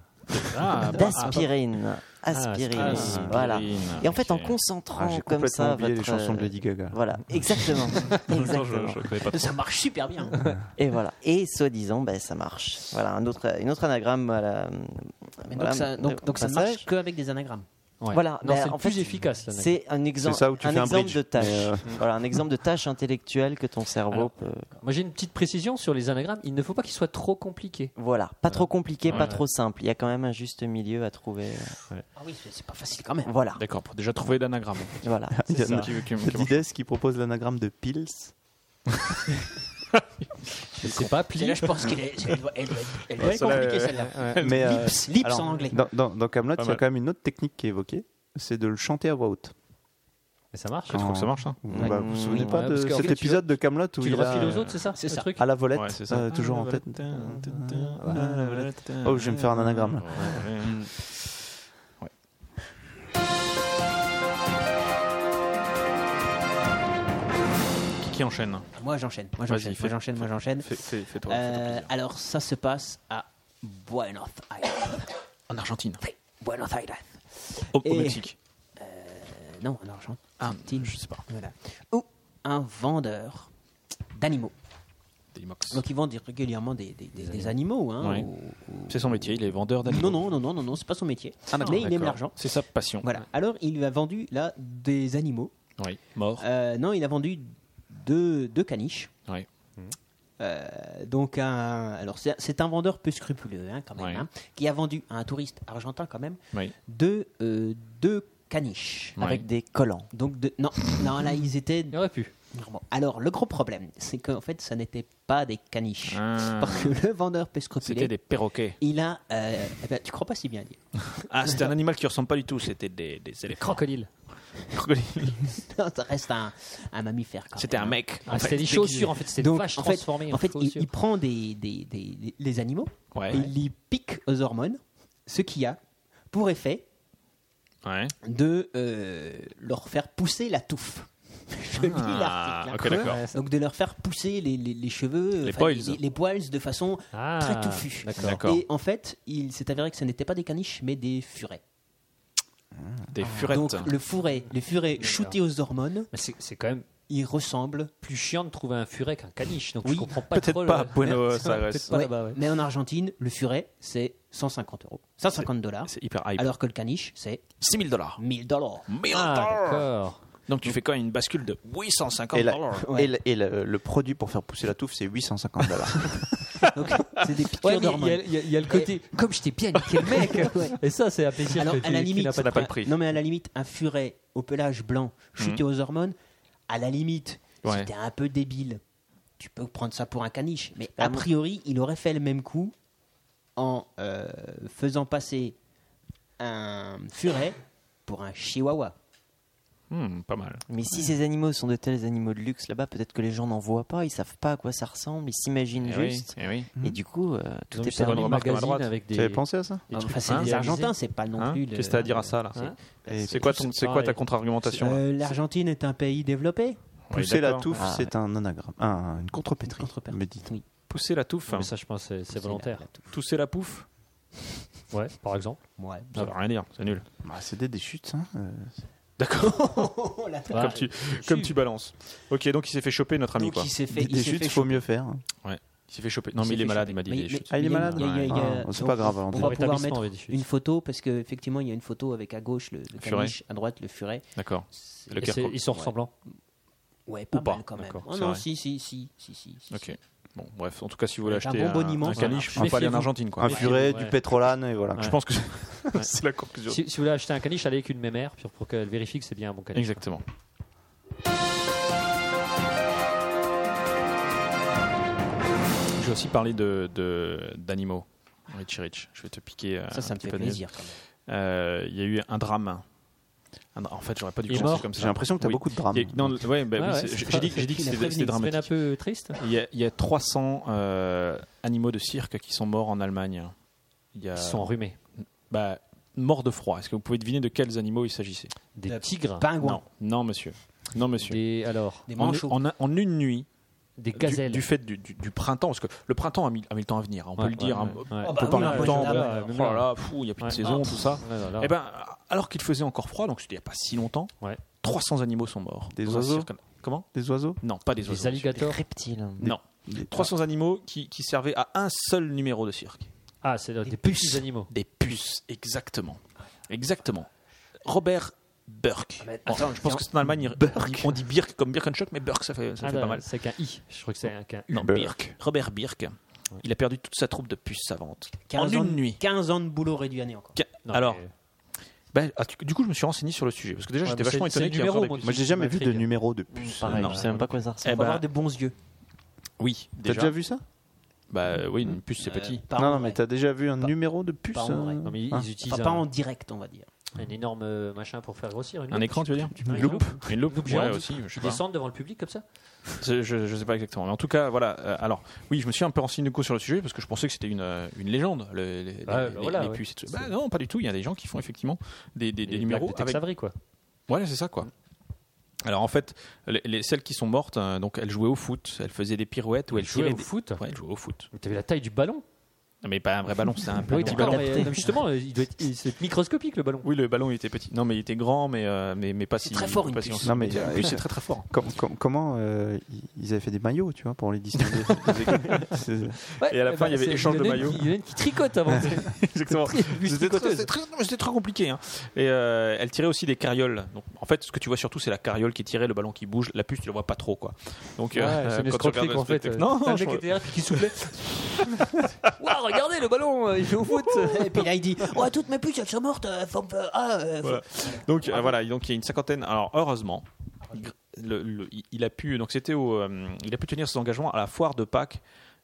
Speaker 3: Ah, bah,
Speaker 6: d'aspirine. Aspirine.
Speaker 4: Ah,
Speaker 3: aspirine.
Speaker 6: Voilà. Et en fait, en
Speaker 3: Ok.
Speaker 5: Ah,
Speaker 6: concentrant
Speaker 5: j'ai
Speaker 6: comme
Speaker 5: complètement
Speaker 6: ça
Speaker 5: oublié les
Speaker 6: votre,
Speaker 5: chansons de
Speaker 6: euh,
Speaker 5: Lady Gaga.
Speaker 6: Voilà, exactement. exactement.
Speaker 7: Ça marche super bien.
Speaker 6: Et voilà. Et soi-disant, ben, ça marche. Voilà, un autre, une autre anagramme. à la-
Speaker 7: Mais
Speaker 6: voilà, Bah,
Speaker 7: donc ça, donc,
Speaker 6: au
Speaker 7: donc ça
Speaker 6: passage.
Speaker 7: marche qu'avec des anagrammes.
Speaker 4: Ouais.
Speaker 6: Voilà,
Speaker 4: Non,
Speaker 6: bah,
Speaker 4: c'est
Speaker 6: en
Speaker 4: le plus
Speaker 6: fait,
Speaker 4: efficace. là,
Speaker 6: C'est un, exem-
Speaker 5: C'est ça où tu
Speaker 6: un
Speaker 5: fais un
Speaker 6: exemple
Speaker 5: bridge.
Speaker 6: de tâche.
Speaker 5: Mais, euh,
Speaker 6: Voilà, un exemple de tâche intellectuelle que ton cerveau
Speaker 4: Alors,
Speaker 6: peut.
Speaker 4: Moi, j'ai une petite précision sur les anagrammes. Il ne faut pas qu'ils soient trop compliqués.
Speaker 6: Voilà, pas trop compliqué,
Speaker 4: Ouais.
Speaker 6: pas trop simple. Il y a quand même un juste milieu à trouver.
Speaker 7: Ah oui, c'est c'est pas facile quand même.
Speaker 6: Voilà,
Speaker 3: D'accord, pour déjà trouver l'anagramme.
Speaker 6: voilà.
Speaker 5: Il y en
Speaker 3: ça.
Speaker 5: a
Speaker 3: Qui- qui- qui-
Speaker 5: Didas qui propose l'anagramme de Pils.
Speaker 4: C'est pas plié.
Speaker 7: Celle-là, je pense qu'elle est, elle doit, elle doit être- elle doit
Speaker 5: Ouais,
Speaker 7: être
Speaker 5: celle-là,
Speaker 7: compliquée
Speaker 5: euh,
Speaker 7: celle-là.
Speaker 5: Mais euh,
Speaker 7: Lips, lips
Speaker 5: alors,
Speaker 7: en anglais.
Speaker 5: Dans, dans, dans Kaamelott,
Speaker 3: Pas
Speaker 5: il y a
Speaker 3: mal.
Speaker 5: quand même une autre technique qui est évoquée, c'est de le chanter à voix haute.
Speaker 4: Mais ça marche.
Speaker 3: Tu trouves que ça marche hein. ça
Speaker 5: Vous- bah, vous vous souvenez
Speaker 4: Oui,
Speaker 5: pas
Speaker 4: Mm, ouais,
Speaker 5: de
Speaker 4: parce que, en
Speaker 5: cet
Speaker 4: fait, tu
Speaker 5: épisode de Camelot où
Speaker 4: Tu le
Speaker 5: il a
Speaker 4: refiles aux autres, c'est ça
Speaker 7: c'est
Speaker 4: le
Speaker 7: ça.
Speaker 4: truc Ah,
Speaker 5: à la volette,
Speaker 3: Ouais, c'est ça.
Speaker 5: euh, toujours en tête. Oh, je vais me faire un anagramme. là.
Speaker 3: Qui, qui enchaîne
Speaker 7: Moi j'enchaîne, moi
Speaker 3: Vas-y,
Speaker 7: j'enchaîne,
Speaker 3: fais-
Speaker 7: moi j'enchaîne, moi j'enchaîne.
Speaker 3: Fais- fais- Fais-toi.
Speaker 7: Euh,
Speaker 3: fais-toi plaisir.
Speaker 7: alors ça se passe à Buenos Aires.
Speaker 3: En Argentine.
Speaker 7: Buenos Aires.
Speaker 3: Au, au
Speaker 7: Et-
Speaker 3: Mexique.
Speaker 7: Euh, non, en Argentine.
Speaker 3: Ah, je sais pas.
Speaker 7: Voilà. Ou un vendeur d'animaux.
Speaker 3: Dailymox.
Speaker 7: Donc ils vendent régulièrement des, des- des- des animaux. hein,
Speaker 3: Ouais.
Speaker 7: ou- ou-
Speaker 3: C'est son métier, il est vendeur d'animaux.
Speaker 7: Non, non, non, non, non, non, c'est pas son métier.
Speaker 3: Ah, d'accord,
Speaker 7: mais il aime
Speaker 3: d'accord.
Speaker 7: l'argent.
Speaker 3: C'est sa passion.
Speaker 7: Voilà. Alors il lui a vendu là des animaux.
Speaker 3: Oui, mort.
Speaker 7: Euh, non, il a vendu deux, deux caniches.
Speaker 3: Ouais.
Speaker 7: Euh, donc un, alors c'est c'est un vendeur peu scrupuleux hein, quand même,
Speaker 3: Ouais.
Speaker 7: hein, qui a vendu à un touriste argentin quand même
Speaker 3: Oui.
Speaker 7: deux, euh, deux caniches.
Speaker 3: Ouais. Oh,
Speaker 6: Avec des collants.
Speaker 7: Donc de, non, non là ils étaient.
Speaker 4: Il aurait pu.
Speaker 7: Bon, alors le gros problème, c'est qu'en fait ça n'était pas des caniches,
Speaker 3: Ah.
Speaker 7: parce que le vendeur peu scrupuleux,
Speaker 3: C'était des perroquets.
Speaker 7: il a, euh, eh ben, tu crois pas si bien dire.
Speaker 3: Ah, c'était un animal qui ressemble pas du tout, c'était des, des éléphants.
Speaker 4: Crocodile.
Speaker 3: Crocodile.
Speaker 7: Non, ça reste un, un mammifère. quand
Speaker 3: C'était
Speaker 7: même,
Speaker 3: un
Speaker 7: hein.
Speaker 3: mec.
Speaker 4: Ah, c'était des chaussures, en fait. C'était des
Speaker 7: Donc,
Speaker 4: vaches
Speaker 7: en fait,
Speaker 4: transformées.
Speaker 7: En fait, il,
Speaker 4: chaussures.
Speaker 7: il prend des, des- des- des- les animaux,
Speaker 3: Ouais.
Speaker 7: et il y pique aux hormones, ce qui a pour effet
Speaker 3: Ouais.
Speaker 7: de euh, leur faire pousser la touffe. Je lis
Speaker 3: Ah,
Speaker 7: l'article. hein.
Speaker 3: ok, d'accord.
Speaker 7: Donc de leur faire pousser les, les- les cheveux,
Speaker 3: Les
Speaker 7: enfin,
Speaker 3: poils.
Speaker 7: les, les poils de façon
Speaker 4: Ah,
Speaker 7: très touffue.
Speaker 3: D'accord.
Speaker 7: Et en fait, il s'est avéré que ce n'était pas des caniches, mais des furets.
Speaker 3: Des furettes. Ah.
Speaker 7: Donc le furet, les furets shootés aux hormones.
Speaker 4: Mais c'est c'est quand même
Speaker 7: il ressemble.
Speaker 4: Plus chiant de trouver un furet qu'un caniche. Donc je comprends pas
Speaker 7: Peut-être
Speaker 4: trop. le-
Speaker 7: pas à Buenos
Speaker 4: Peut-être
Speaker 7: Aires.
Speaker 4: pas
Speaker 7: Ouais,
Speaker 4: là-bas, ouais.
Speaker 7: Mais en Argentine, le furet, c'est 150 euros. 150 dollars.
Speaker 3: C'est hyper hype.
Speaker 7: Alors que le caniche, c'est
Speaker 3: 6000 dollars.
Speaker 7: 1000 dollars.
Speaker 3: 1000
Speaker 7: Ah,
Speaker 3: dollars.
Speaker 7: d'accord.
Speaker 3: Donc tu fais quand même une bascule de 850
Speaker 5: Et, la-
Speaker 3: dollars.
Speaker 5: et la- et le, le produit pour faire pousser la touffe, c'est 850 dollars.
Speaker 7: C'est des
Speaker 4: Ouais, mais il y
Speaker 7: piqûres
Speaker 4: a-
Speaker 7: d'hormones.
Speaker 4: il y, a- il y a le côté. Eh, Comme je t'ai bien niqué le mec
Speaker 7: Ouais.
Speaker 4: Et ça, c'est un plaisir
Speaker 7: Alors,
Speaker 4: que
Speaker 7: à la
Speaker 4: tu- qui
Speaker 7: limite,
Speaker 4: n'a pas de prix.
Speaker 7: Non, mais à la limite, un furet au pelage blanc shooté aux hormones, à la limite,
Speaker 3: Mhm. Ouais.
Speaker 7: si t'es un peu débile, tu peux prendre ça pour un caniche. Mais
Speaker 5: Ah,
Speaker 7: a
Speaker 5: moi-
Speaker 7: priori, il aurait fait le même coup en euh, faisant passer un furet pour un chihuahua.
Speaker 3: Hmm, pas mal.
Speaker 6: Mais si ces animaux sont de tels animaux de luxe là-bas, peut-être que les gens n'en voient pas, ils savent pas à quoi ça ressemble, ils s'imaginent
Speaker 3: Eh oui,
Speaker 6: juste.
Speaker 3: eh oui.
Speaker 6: Et du coup, euh, tout
Speaker 4: Mmh. Ils ont
Speaker 6: est
Speaker 4: mis ça
Speaker 6: permis.
Speaker 4: dans les magazines avec des.
Speaker 5: Tu avais pensé à ça
Speaker 4: des
Speaker 7: Ah,
Speaker 4: trucs
Speaker 7: enfin, c'est les
Speaker 4: réalisés.
Speaker 7: Argentins, c'est pas non
Speaker 3: Hein
Speaker 7: plus. le-
Speaker 3: Qu'est-ce que t'as à dire à ça là
Speaker 4: Hein
Speaker 5: Et
Speaker 3: C'est quoi, ton- c'est quoi ta contre-argumentation là
Speaker 7: Euh, L'Argentine est un pays développé.
Speaker 5: Pousser la
Speaker 3: d'accord.
Speaker 5: touffe,
Speaker 6: Ah,
Speaker 5: c'est un anagramme. Un- une contrepétrie.
Speaker 7: Contre-perdu.
Speaker 5: me dites.
Speaker 7: Oui.
Speaker 3: Pousser la touffe,
Speaker 4: Mais ça, je pense, c'est- c'est volontaire.
Speaker 3: tousser la pouffe,
Speaker 4: Ouais, par exemple.
Speaker 7: Ouais.
Speaker 3: ça veut rien dire, c'est nul.
Speaker 5: Bah, c'est des, des chutes, hein. euh,
Speaker 3: D'accord,
Speaker 7: la
Speaker 4: Ouais.
Speaker 3: comme, tu, comme tu balances. Ok, donc il s'est fait choper notre ami
Speaker 7: Ah, Donc
Speaker 3: quoi.
Speaker 7: il s'est fait.
Speaker 5: des,
Speaker 7: il
Speaker 5: des
Speaker 7: s'est
Speaker 5: chutes,
Speaker 7: fait
Speaker 5: faut mieux faire.
Speaker 3: Il s'est fait choper. Non,
Speaker 7: Il
Speaker 3: mais il
Speaker 7: s'est
Speaker 3: est
Speaker 7: fait
Speaker 3: malade,
Speaker 7: choper.
Speaker 3: il m'a dit.
Speaker 7: Mais-
Speaker 3: il est
Speaker 7: mais-
Speaker 3: chute.
Speaker 5: Ah, il est
Speaker 7: mais
Speaker 5: malade
Speaker 7: il y a- il y a- il y a-
Speaker 5: Ah, c'est
Speaker 7: donc,
Speaker 5: pas grave,
Speaker 7: On
Speaker 5: Valentine.
Speaker 7: va pouvoir
Speaker 4: Rétablissement,
Speaker 7: mettre
Speaker 4: avait dit chute.
Speaker 7: une photo parce que effectivement il y a une photo avec à gauche le, le
Speaker 3: furet.
Speaker 7: caniche, à droite le furet.
Speaker 3: D'accord.
Speaker 7: ah, C'est-
Speaker 3: Le
Speaker 4: Et c'est-
Speaker 3: Kerko.
Speaker 4: Ils sont
Speaker 7: Ouais.
Speaker 4: ressemblants.
Speaker 7: Ouais, pas
Speaker 3: Ou pas,
Speaker 7: mal quand même.
Speaker 3: d'accord,
Speaker 7: Oh
Speaker 3: c'est
Speaker 7: non,
Speaker 3: vrai.
Speaker 7: si, si, si, si, si. si,
Speaker 3: Ok.
Speaker 7: si.
Speaker 3: Bon, bref, en tout cas, si vous voulez
Speaker 7: Avec un
Speaker 3: acheter
Speaker 7: bon
Speaker 3: un,
Speaker 7: boniment,
Speaker 3: un
Speaker 7: ça
Speaker 3: caniche,
Speaker 4: marche.
Speaker 3: on va pas aller en
Speaker 4: Méfiez-vous.
Speaker 3: Argentine quoi.
Speaker 5: Un
Speaker 4: ouais.
Speaker 5: furet, du pétrolane, et voilà.
Speaker 3: Je pense que c'est- c'est la conclusion.
Speaker 4: Si, si vous voulez acheter un caniche, allez avec une mémère pour, pour qu'elle vérifie que c'est bien un bon caniche.
Speaker 3: Exactement. Je vais aussi parler de de- d'animaux. Richie Rich, je vais te piquer. euh,
Speaker 7: Ça, ça
Speaker 3: un
Speaker 7: me
Speaker 3: petit
Speaker 7: fait
Speaker 3: peu de
Speaker 7: plaisir. quand même.
Speaker 3: news. Euh, Il y a eu un drame. Un dra- en fait, j'aurais pas dû
Speaker 4: Il est
Speaker 3: commencer
Speaker 4: mort
Speaker 3: comme ça.
Speaker 5: J'ai l'impression que t'as
Speaker 3: Oui.
Speaker 5: beaucoup de drames.
Speaker 3: Il y a- non, le- ouais, bah
Speaker 4: Ah
Speaker 3: oui,
Speaker 4: ouais,
Speaker 3: c'est-
Speaker 4: c'est
Speaker 3: j'ai-
Speaker 4: pas-
Speaker 3: j'ai dit, j'ai dit que
Speaker 4: Il a
Speaker 3: c'était
Speaker 4: prévenu.
Speaker 3: c'était
Speaker 4: Semaine un
Speaker 3: dramatique.
Speaker 4: peu triste.
Speaker 3: Il y, a, il y a 300 euh, animaux de cirque qui sont morts en Allemagne. Il y a-
Speaker 4: Ils sont enrhumés.
Speaker 3: bah, morts de froid. Est-ce que vous pouvez deviner de quels animaux il s'agissait
Speaker 4: Des
Speaker 7: Des
Speaker 4: tigres.
Speaker 7: Pingouins,
Speaker 3: Non, non, monsieur. Non, monsieur.
Speaker 4: Des, alors,
Speaker 7: des
Speaker 3: En,
Speaker 7: manchots.
Speaker 3: en un- en une nuit,
Speaker 4: des
Speaker 3: du-
Speaker 4: gazelles.
Speaker 3: Du, fait du, du- du printemps, parce que le printemps a mis, a mis le temps à venir, hein, on peut
Speaker 4: Ouais,
Speaker 3: le dire.
Speaker 4: ouais,
Speaker 3: hein.
Speaker 4: ouais.
Speaker 3: On
Speaker 4: Ouais.
Speaker 3: peut
Speaker 7: Ah bah
Speaker 3: parler
Speaker 7: oui,
Speaker 3: du temps.
Speaker 7: ouais, là,
Speaker 4: ouais,
Speaker 3: Oh
Speaker 4: ouais.
Speaker 3: là là, fou, il n'y a plus de
Speaker 4: Ouais. Ah,
Speaker 3: saison, tout ça.
Speaker 4: Ouais, alors,
Speaker 3: Eh ben, alors qu'il faisait encore froid, donc c'était il n'y a pas si longtemps,
Speaker 4: Ouais.
Speaker 3: 300 animaux sont morts.
Speaker 5: Des
Speaker 3: Dans un
Speaker 5: oiseaux
Speaker 3: cirque. Comment
Speaker 5: Des oiseaux
Speaker 3: Non, pas des oiseaux.
Speaker 4: des
Speaker 3: monsieur.
Speaker 6: Des
Speaker 4: alligators.
Speaker 6: reptiles.
Speaker 3: Non.
Speaker 5: Ah.
Speaker 3: 300 animaux qui, qui servaient à un seul numéro de cirque.
Speaker 4: Ah, c'est des,
Speaker 3: Des
Speaker 4: petits
Speaker 3: puces.
Speaker 4: animaux.
Speaker 3: Des puces, exactement. Exactement. Robert Burke.
Speaker 7: mais
Speaker 3: Bon,
Speaker 7: attends,
Speaker 3: je pense que c'est en Allemagne, il- on dit- on dit Birk comme Birkenstock, mais Burke, ça fait, ça
Speaker 4: Ah,
Speaker 3: fait
Speaker 4: non,
Speaker 3: pas mal.
Speaker 4: C'est qu'un i. Je crois que c'est un qu'un u.
Speaker 3: Non, Birk. Robert Birk. Il a perdu toute sa troupe de puces savantes.
Speaker 7: 15
Speaker 3: en
Speaker 7: ans
Speaker 3: une
Speaker 7: de-
Speaker 3: nuit.
Speaker 7: 15 ans de boulot réduit à néant, encore.
Speaker 3: Qu-
Speaker 4: Non,
Speaker 3: Alors,
Speaker 4: mais-
Speaker 3: ben, ah, tu- du coup, je me suis renseigné sur le sujet. Parce que déjà,
Speaker 4: Ouais,
Speaker 3: j'étais
Speaker 4: mais
Speaker 3: vachement
Speaker 4: c'est- c'est
Speaker 3: étonné
Speaker 4: les
Speaker 3: qu'il y ait
Speaker 4: numéros,
Speaker 3: encore des
Speaker 4: moi
Speaker 3: puces.
Speaker 5: Moi, j'ai jamais vu de
Speaker 4: M'intrigue.
Speaker 5: numéro de puce.
Speaker 6: Pareil,
Speaker 4: euh,
Speaker 3: Non.
Speaker 6: je sais même pas à quoi ça
Speaker 3: Eh
Speaker 6: ressemble.
Speaker 7: Faut avoir
Speaker 3: ben,
Speaker 7: des bons yeux.
Speaker 3: oui,
Speaker 5: T'as déjà vu ça
Speaker 3: Bah, oui, une
Speaker 4: Euh,
Speaker 3: puce, c'est petit.
Speaker 7: Pas
Speaker 5: Non,
Speaker 7: en
Speaker 5: non, mais
Speaker 7: vrai.
Speaker 5: t'as déjà vu un
Speaker 7: Pas-
Speaker 5: numéro de puce
Speaker 7: en vrai.
Speaker 5: euh,
Speaker 4: non, mais ils
Speaker 3: Ah,
Speaker 5: hein.
Speaker 4: utilisent
Speaker 7: Enfin, pas
Speaker 4: un,
Speaker 7: en direct, on va dire.
Speaker 4: un énorme euh, machin pour faire grossir. Une
Speaker 3: Un
Speaker 4: loupe.
Speaker 3: écran, tu veux dire
Speaker 4: Ouais,
Speaker 3: Une loupe Une loupe,
Speaker 4: Une loupe
Speaker 3: ouais,
Speaker 4: géante.
Speaker 3: aussi, je sais
Speaker 4: Ils
Speaker 3: pas.
Speaker 4: descendent devant le public comme ça
Speaker 3: C'est- Je ne sais pas exactement. Mais en tout cas, voilà. euh, alors, oui, je me suis un peu renseigné du coup sur le sujet parce que je pensais que c'était une, euh, une légende, le- les,
Speaker 4: Ah,
Speaker 3: les- les-
Speaker 4: voilà,
Speaker 3: les
Speaker 4: ouais.
Speaker 3: puces et tout. Bah, non, pas du tout. Il y a des gens qui font effectivement des, des- des
Speaker 4: Les
Speaker 3: numéros
Speaker 4: plaques de Mm. Tex
Speaker 3: avec.
Speaker 4: Avery, quoi.
Speaker 3: Voilà, c'est ça, quoi. Alors, en fait, les, les- celles qui sont mortes, euh, donc elles jouaient au foot, elles faisaient des pirouettes ou elles
Speaker 4: Jouer
Speaker 3: tiraient
Speaker 4: au
Speaker 3: des-
Speaker 4: foot
Speaker 3: Ouais, elles jouaient au foot.
Speaker 4: Mais T'avais la taille du ballon
Speaker 3: Non, mais pas un vrai ballon, c'est un
Speaker 4: Ah oui,
Speaker 3: petit
Speaker 4: d'accord,
Speaker 3: ballon.
Speaker 4: mais, euh, non, mais justement, euh, il doit être, il- c'est microscopique le ballon.
Speaker 3: Oui, le ballon il était petit. Non, mais il était grand, mais, euh, mais, mais pas si.
Speaker 7: très fort, une
Speaker 3: pas si
Speaker 7: puce.
Speaker 3: on-
Speaker 5: Non, mais,
Speaker 3: c'est
Speaker 5: euh,
Speaker 3: très très fort.
Speaker 5: Com- com- comment euh, ils- ils avaient fait des maillots, tu vois, pour les distinguer des équipes. C'est- euh,
Speaker 4: Ouais,
Speaker 3: Et à la
Speaker 4: eh
Speaker 3: fin,
Speaker 4: ben,
Speaker 3: il y avait
Speaker 4: c'est-
Speaker 3: échange
Speaker 4: il
Speaker 3: de
Speaker 4: y en a une
Speaker 3: maillots.
Speaker 4: qui- Il y en a une qui tricote avant.
Speaker 3: Exactement.
Speaker 4: Juste
Speaker 3: C'était très,
Speaker 4: tricoteuse.
Speaker 3: c'était très- non, mais c'était très compliqué. hein. Et euh, elle tirait aussi des carrioles. Donc, en fait, ce que tu vois surtout, c'est la carriole qui tirait, le ballon qui bouge. La puce, tu la vois pas trop. Quoi. Donc,
Speaker 4: Ouais,
Speaker 3: euh,
Speaker 4: c'est une
Speaker 3: quand tu
Speaker 4: escroquerie
Speaker 3: regardes le
Speaker 4: en fait.
Speaker 3: spectacle-
Speaker 4: euh,
Speaker 3: Non,
Speaker 4: c'est un
Speaker 3: je-
Speaker 4: mec qui était derrière puis qui soufflait. Waouh, regardez le ballon, euh, il joue au foot.
Speaker 7: Et puis là, il dit oh, Ouais, toutes mes puces, elles sont mortes. euh, faut me- euh, ah, euh, faut-
Speaker 3: Voilà. Donc euh, voilà, donc il y a une cinquantaine. Alors heureusement, gr- le- le- il- il a pu donc c'était au, euh, il a pu tenir ses engagements à la foire de Pâques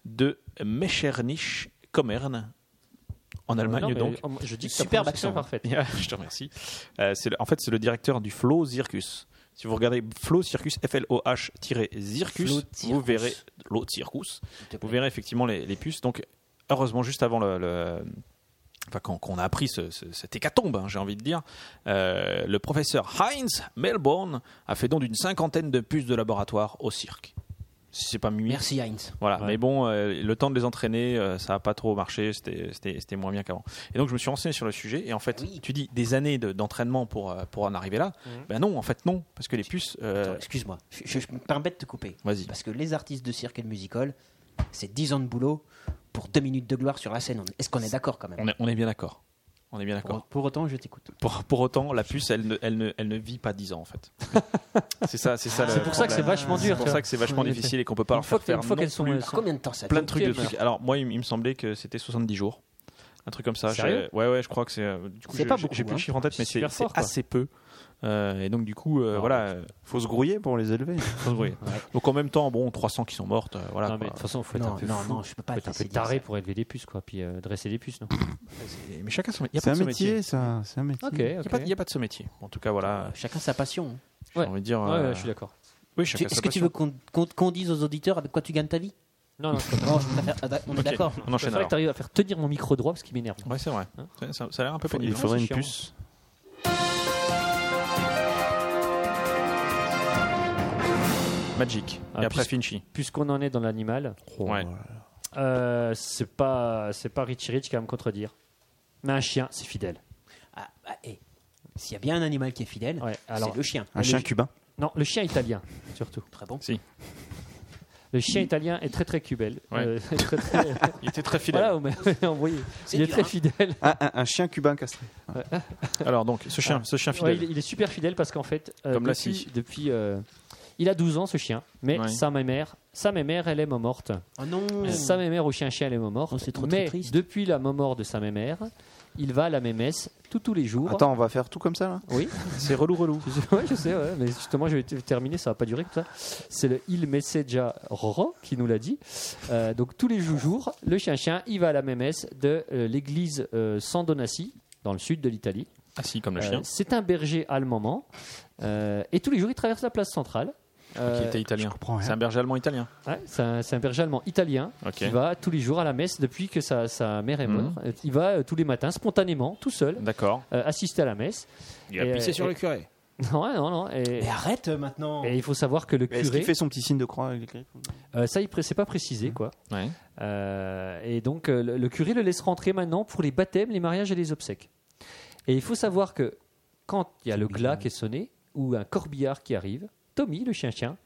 Speaker 3: de Mechernich Kommern en Allemagne
Speaker 4: Non, mais,
Speaker 3: donc.
Speaker 4: oh, moi, Je dis que
Speaker 3: Superbe
Speaker 4: superbe action
Speaker 3: accent.
Speaker 4: parfaite.
Speaker 3: Je te remercie. Euh, c'est le- en fait, c'est le directeur du Flow Circus. Si vous regardez Flow Circus,
Speaker 7: Flow
Speaker 3: F-L-O-H-Circus,
Speaker 7: Circus.
Speaker 3: vous verrez l'autre circus.
Speaker 7: te plaît.
Speaker 3: Vous verrez effectivement les, les puces. Donc, heureusement, juste avant le. le- Enfin, quand, quand on a appris ce- ce- cette hécatombe, hein, j'ai envie de dire, euh, le professeur Heinz Melbourne a fait don d'une cinquantaine de puces de laboratoire au cirque. si c'est pas Mimi.
Speaker 7: Merci, Heinz.
Speaker 3: Voilà, mais bon, euh, le temps de les entraîner, euh, ça a pas trop marché, c'était- c'était c'était moins bien qu'avant. Et donc je me suis renseigné sur le sujet, et en fait, tu dis des années de- d'entraînement pour, euh, pour en arriver là. Ben non, en fait non, parce que les puces... euh,
Speaker 7: Excuse-moi, je, je me permets de te couper.
Speaker 3: Vas-y.
Speaker 7: Parce que les artistes de cirque et de musical, c'est 10 ans de boulot pour 2 minutes de gloire sur la scène. Est-ce qu'on est, d'accord quand même
Speaker 3: On est, on est bien d'accord. On est bien d'accord.
Speaker 7: Pour autant, je t'écoute.
Speaker 3: Pour, pour autant, la puce, elle ne, elle, ne, elle ne vit pas 10 ans en fait. c'est ça, c'est ça.
Speaker 4: Ah,
Speaker 3: le
Speaker 4: c'est pour ça que
Speaker 3: problème.
Speaker 4: c'est vachement dur,
Speaker 3: C'est
Speaker 4: tu
Speaker 3: pour
Speaker 4: vois.
Speaker 3: ça que c'est vachement
Speaker 4: En effet.
Speaker 3: difficile et qu'on peut pas
Speaker 4: Une
Speaker 3: leur
Speaker 4: fois
Speaker 3: faire
Speaker 4: que- une
Speaker 3: faire
Speaker 4: fois
Speaker 3: non
Speaker 4: qu'elles sont-
Speaker 3: plus.
Speaker 4: elles sont- Combien de temps ça
Speaker 3: Plein de
Speaker 4: dure
Speaker 3: trucs de
Speaker 4: Quelle
Speaker 3: trucs.
Speaker 4: heure
Speaker 3: Alors moi, il, me- il me semblait que c'était 70 jours, un truc comme ça. Je-
Speaker 4: Sérieux
Speaker 3: ouais, ouais, je crois que c'est. euh, Du coup,
Speaker 4: C'est
Speaker 3: j'ai-
Speaker 4: pas
Speaker 3: j'ai-
Speaker 4: beaucoup,
Speaker 3: J'ai plus
Speaker 4: hein.
Speaker 3: le chiffre en tête, mais c'est
Speaker 4: Super
Speaker 3: c'est
Speaker 4: fort, quoi.
Speaker 3: assez peu. Euh, et donc du coup, euh, voilà.
Speaker 5: Faut se grouiller pour les élever.
Speaker 3: Faut se grouiller. Donc en même temps, bon, 300 qui sont mortes, euh, voilà.
Speaker 4: Non, mais de
Speaker 3: quoi.
Speaker 4: toute façon, faut être un peu fou. Faut être un peu taré pour élever des puces, quoi, puis euh, dresser des puces, non
Speaker 3: Mais chacun son y a
Speaker 5: C'est
Speaker 3: pas
Speaker 5: un
Speaker 3: de ce
Speaker 5: métier, ça. C'est un métier.
Speaker 4: Ok,
Speaker 3: Il n'y a,
Speaker 4: ok.
Speaker 3: pas- il y a pas de ce métier. En tout cas, voilà.
Speaker 7: Chacun sa passion.
Speaker 3: J'ai envie de dire.
Speaker 4: Ouais,
Speaker 3: euh,
Speaker 4: ouais, je suis d'accord.
Speaker 3: Oui,
Speaker 7: Tu-
Speaker 3: chacun
Speaker 7: Est-ce
Speaker 3: sa
Speaker 7: que tu
Speaker 3: passion.
Speaker 7: veux qu'on qu'on- qu'on dise aux auditeurs avec quoi tu gagnes ta vie
Speaker 4: Non, non, je préfère-
Speaker 7: Bon, je préfère- ah, On est
Speaker 4: Ok,
Speaker 7: d'accord.
Speaker 4: on enchaîne. que Hein t'arrives à faire tenir mon micro droit parce qu'il m'énerve.
Speaker 3: Ouais, c'est vrai. Ça, ça- ça a l'air un peu pénible.
Speaker 5: Il faudrait
Speaker 3: Ouais,
Speaker 5: une
Speaker 3: c'est chiant.
Speaker 5: puce.
Speaker 3: Magic.
Speaker 4: Ah,
Speaker 3: et après
Speaker 4: puisque-
Speaker 3: Finchy.
Speaker 4: Puisqu'on en est dans l'animal,
Speaker 3: Ouais.
Speaker 4: euh, c'est pas c'est pas Richie Rich qui va me contredire. Mais un chien, c'est fidèle.
Speaker 7: Ah, bah, eh, S'il y a bien un animal qui est fidèle,
Speaker 4: Ouais, alors-
Speaker 7: c'est le chien.
Speaker 5: Un
Speaker 4: Le
Speaker 5: chien
Speaker 4: chi-
Speaker 5: cubain.
Speaker 4: Non, le chien italien, surtout.
Speaker 7: Très bon.
Speaker 3: Si.
Speaker 4: Le chien italien est très très cubel.
Speaker 3: Ouais.
Speaker 4: Euh, très, très-
Speaker 3: Il était très fidèle.
Speaker 4: Voilà, on m'a- on voyait.
Speaker 7: C'est
Speaker 4: Il est
Speaker 7: dur,
Speaker 4: très
Speaker 7: hein.
Speaker 4: fidèle.
Speaker 5: Un, un- un chien cubain castré.
Speaker 3: Alors donc, ce chien,
Speaker 4: Ah.
Speaker 3: ce chien
Speaker 4: Ouais,
Speaker 3: fidèle.
Speaker 4: il, est- il est super fidèle parce qu'en fait, euh,
Speaker 3: Comme la
Speaker 4: depuis,
Speaker 3: scie.
Speaker 4: depuis, euh, il a 12 ans ce chien, mais
Speaker 3: Ouais.
Speaker 4: sa mère, sa mère, elle est morte.
Speaker 7: Oh non
Speaker 4: Sa mère au chien chien, elle est morte.
Speaker 7: Oh, c'est trop, trop
Speaker 4: mais
Speaker 7: triste.
Speaker 4: depuis la mort de sa mère, il va à la mémesse tout tous les jours.
Speaker 5: Attends, on va faire tout comme ça là
Speaker 4: Oui,
Speaker 3: C'est relou, relou.
Speaker 4: je sais, ouais, je sais, ouais, mais justement, je vais t- terminer, ça va pas durer comme ça. C'est le Il Messagea Roro qui nous l'a dit. Euh, donc, tous les jours, le chien-chien, il va à la mémesse de euh, l'église euh, San Donassi, dans le sud de l'Italie.
Speaker 3: Ah si, comme le
Speaker 4: Euh,
Speaker 3: chien.
Speaker 4: C'est un berger allemand. moment et tous les jours, il traverse la place centrale. Euh,
Speaker 3: qui était italien.
Speaker 5: comprends rien.
Speaker 3: C'est un berger allemand italien.
Speaker 4: ouais, c'est un, c'est un berger allemand italien
Speaker 3: Ok.
Speaker 4: qui va tous les jours à la messe depuis que sa, sa mère est
Speaker 3: Mhm.
Speaker 4: morte. Euh, Il va euh, tous les matins, spontanément, tout seul,
Speaker 3: D'accord.
Speaker 4: euh, assister à la messe.
Speaker 3: Il a
Speaker 4: Et,
Speaker 3: pissé
Speaker 4: euh,
Speaker 3: sur
Speaker 4: et-
Speaker 3: le curé.
Speaker 4: Non, non, non. Et,
Speaker 7: Mais arrête euh, maintenant
Speaker 4: et il faut savoir que le
Speaker 5: Mais Est-ce qu'il
Speaker 4: curé,
Speaker 5: fait son petit signe de croix avec les griffes
Speaker 4: euh, ça, il pré- c'est pas précisé, quoi.
Speaker 3: Ouais.
Speaker 4: Euh, et donc, euh, le, le curé le laisse rentrer maintenant pour les baptêmes, les mariages et les obsèques. Et il faut savoir que quand il y a le glas qui est sonné ou un corbillard qui arrive, Tommy, le chien-chien,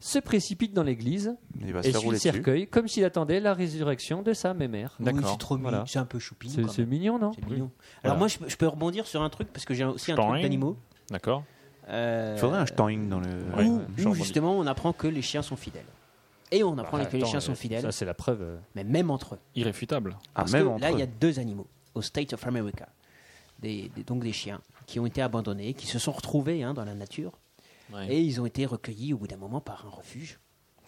Speaker 4: se précipite dans l'église
Speaker 5: Il va se
Speaker 4: et
Speaker 5: faire
Speaker 4: suit le
Speaker 5: rouler dessus.
Speaker 4: cercueil comme s'il attendait la résurrection de sa mère.
Speaker 7: Oui,
Speaker 3: D'accord.
Speaker 7: c'est trop mignon.
Speaker 4: Voilà.
Speaker 7: C'est un peu choupi.
Speaker 4: C'est c'est mignon, non
Speaker 7: C'est mignon. Alors moi, je, peux- je peux rebondir sur un truc parce que j'ai aussi un
Speaker 3: Sparring.
Speaker 7: truc d'animaux.
Speaker 3: D'accord.
Speaker 7: Euh,
Speaker 5: Il faudrait un storing dans le.
Speaker 3: Ouais.
Speaker 7: où,
Speaker 3: je
Speaker 7: où,
Speaker 3: rebondis.
Speaker 7: justement, on apprend que les chiens sont fidèles. Et on
Speaker 5: Ah,
Speaker 7: apprend que les
Speaker 4: Attends,
Speaker 7: chiens
Speaker 4: euh,
Speaker 7: sont fidèles,
Speaker 4: Ça, c'est la preuve. euh.
Speaker 7: mais même entre eux.
Speaker 3: Irréfutable.
Speaker 5: Ah,
Speaker 7: Parce
Speaker 5: même
Speaker 7: que
Speaker 5: entre
Speaker 7: là, il y a
Speaker 5: eux.
Speaker 7: deux animaux au State of America, Des- des- donc des chiens qui ont été abandonnés, qui se sont retrouvés hein, dans la nature,
Speaker 3: Ouais.
Speaker 7: et ils ont été recueillis au bout d'un moment par un refuge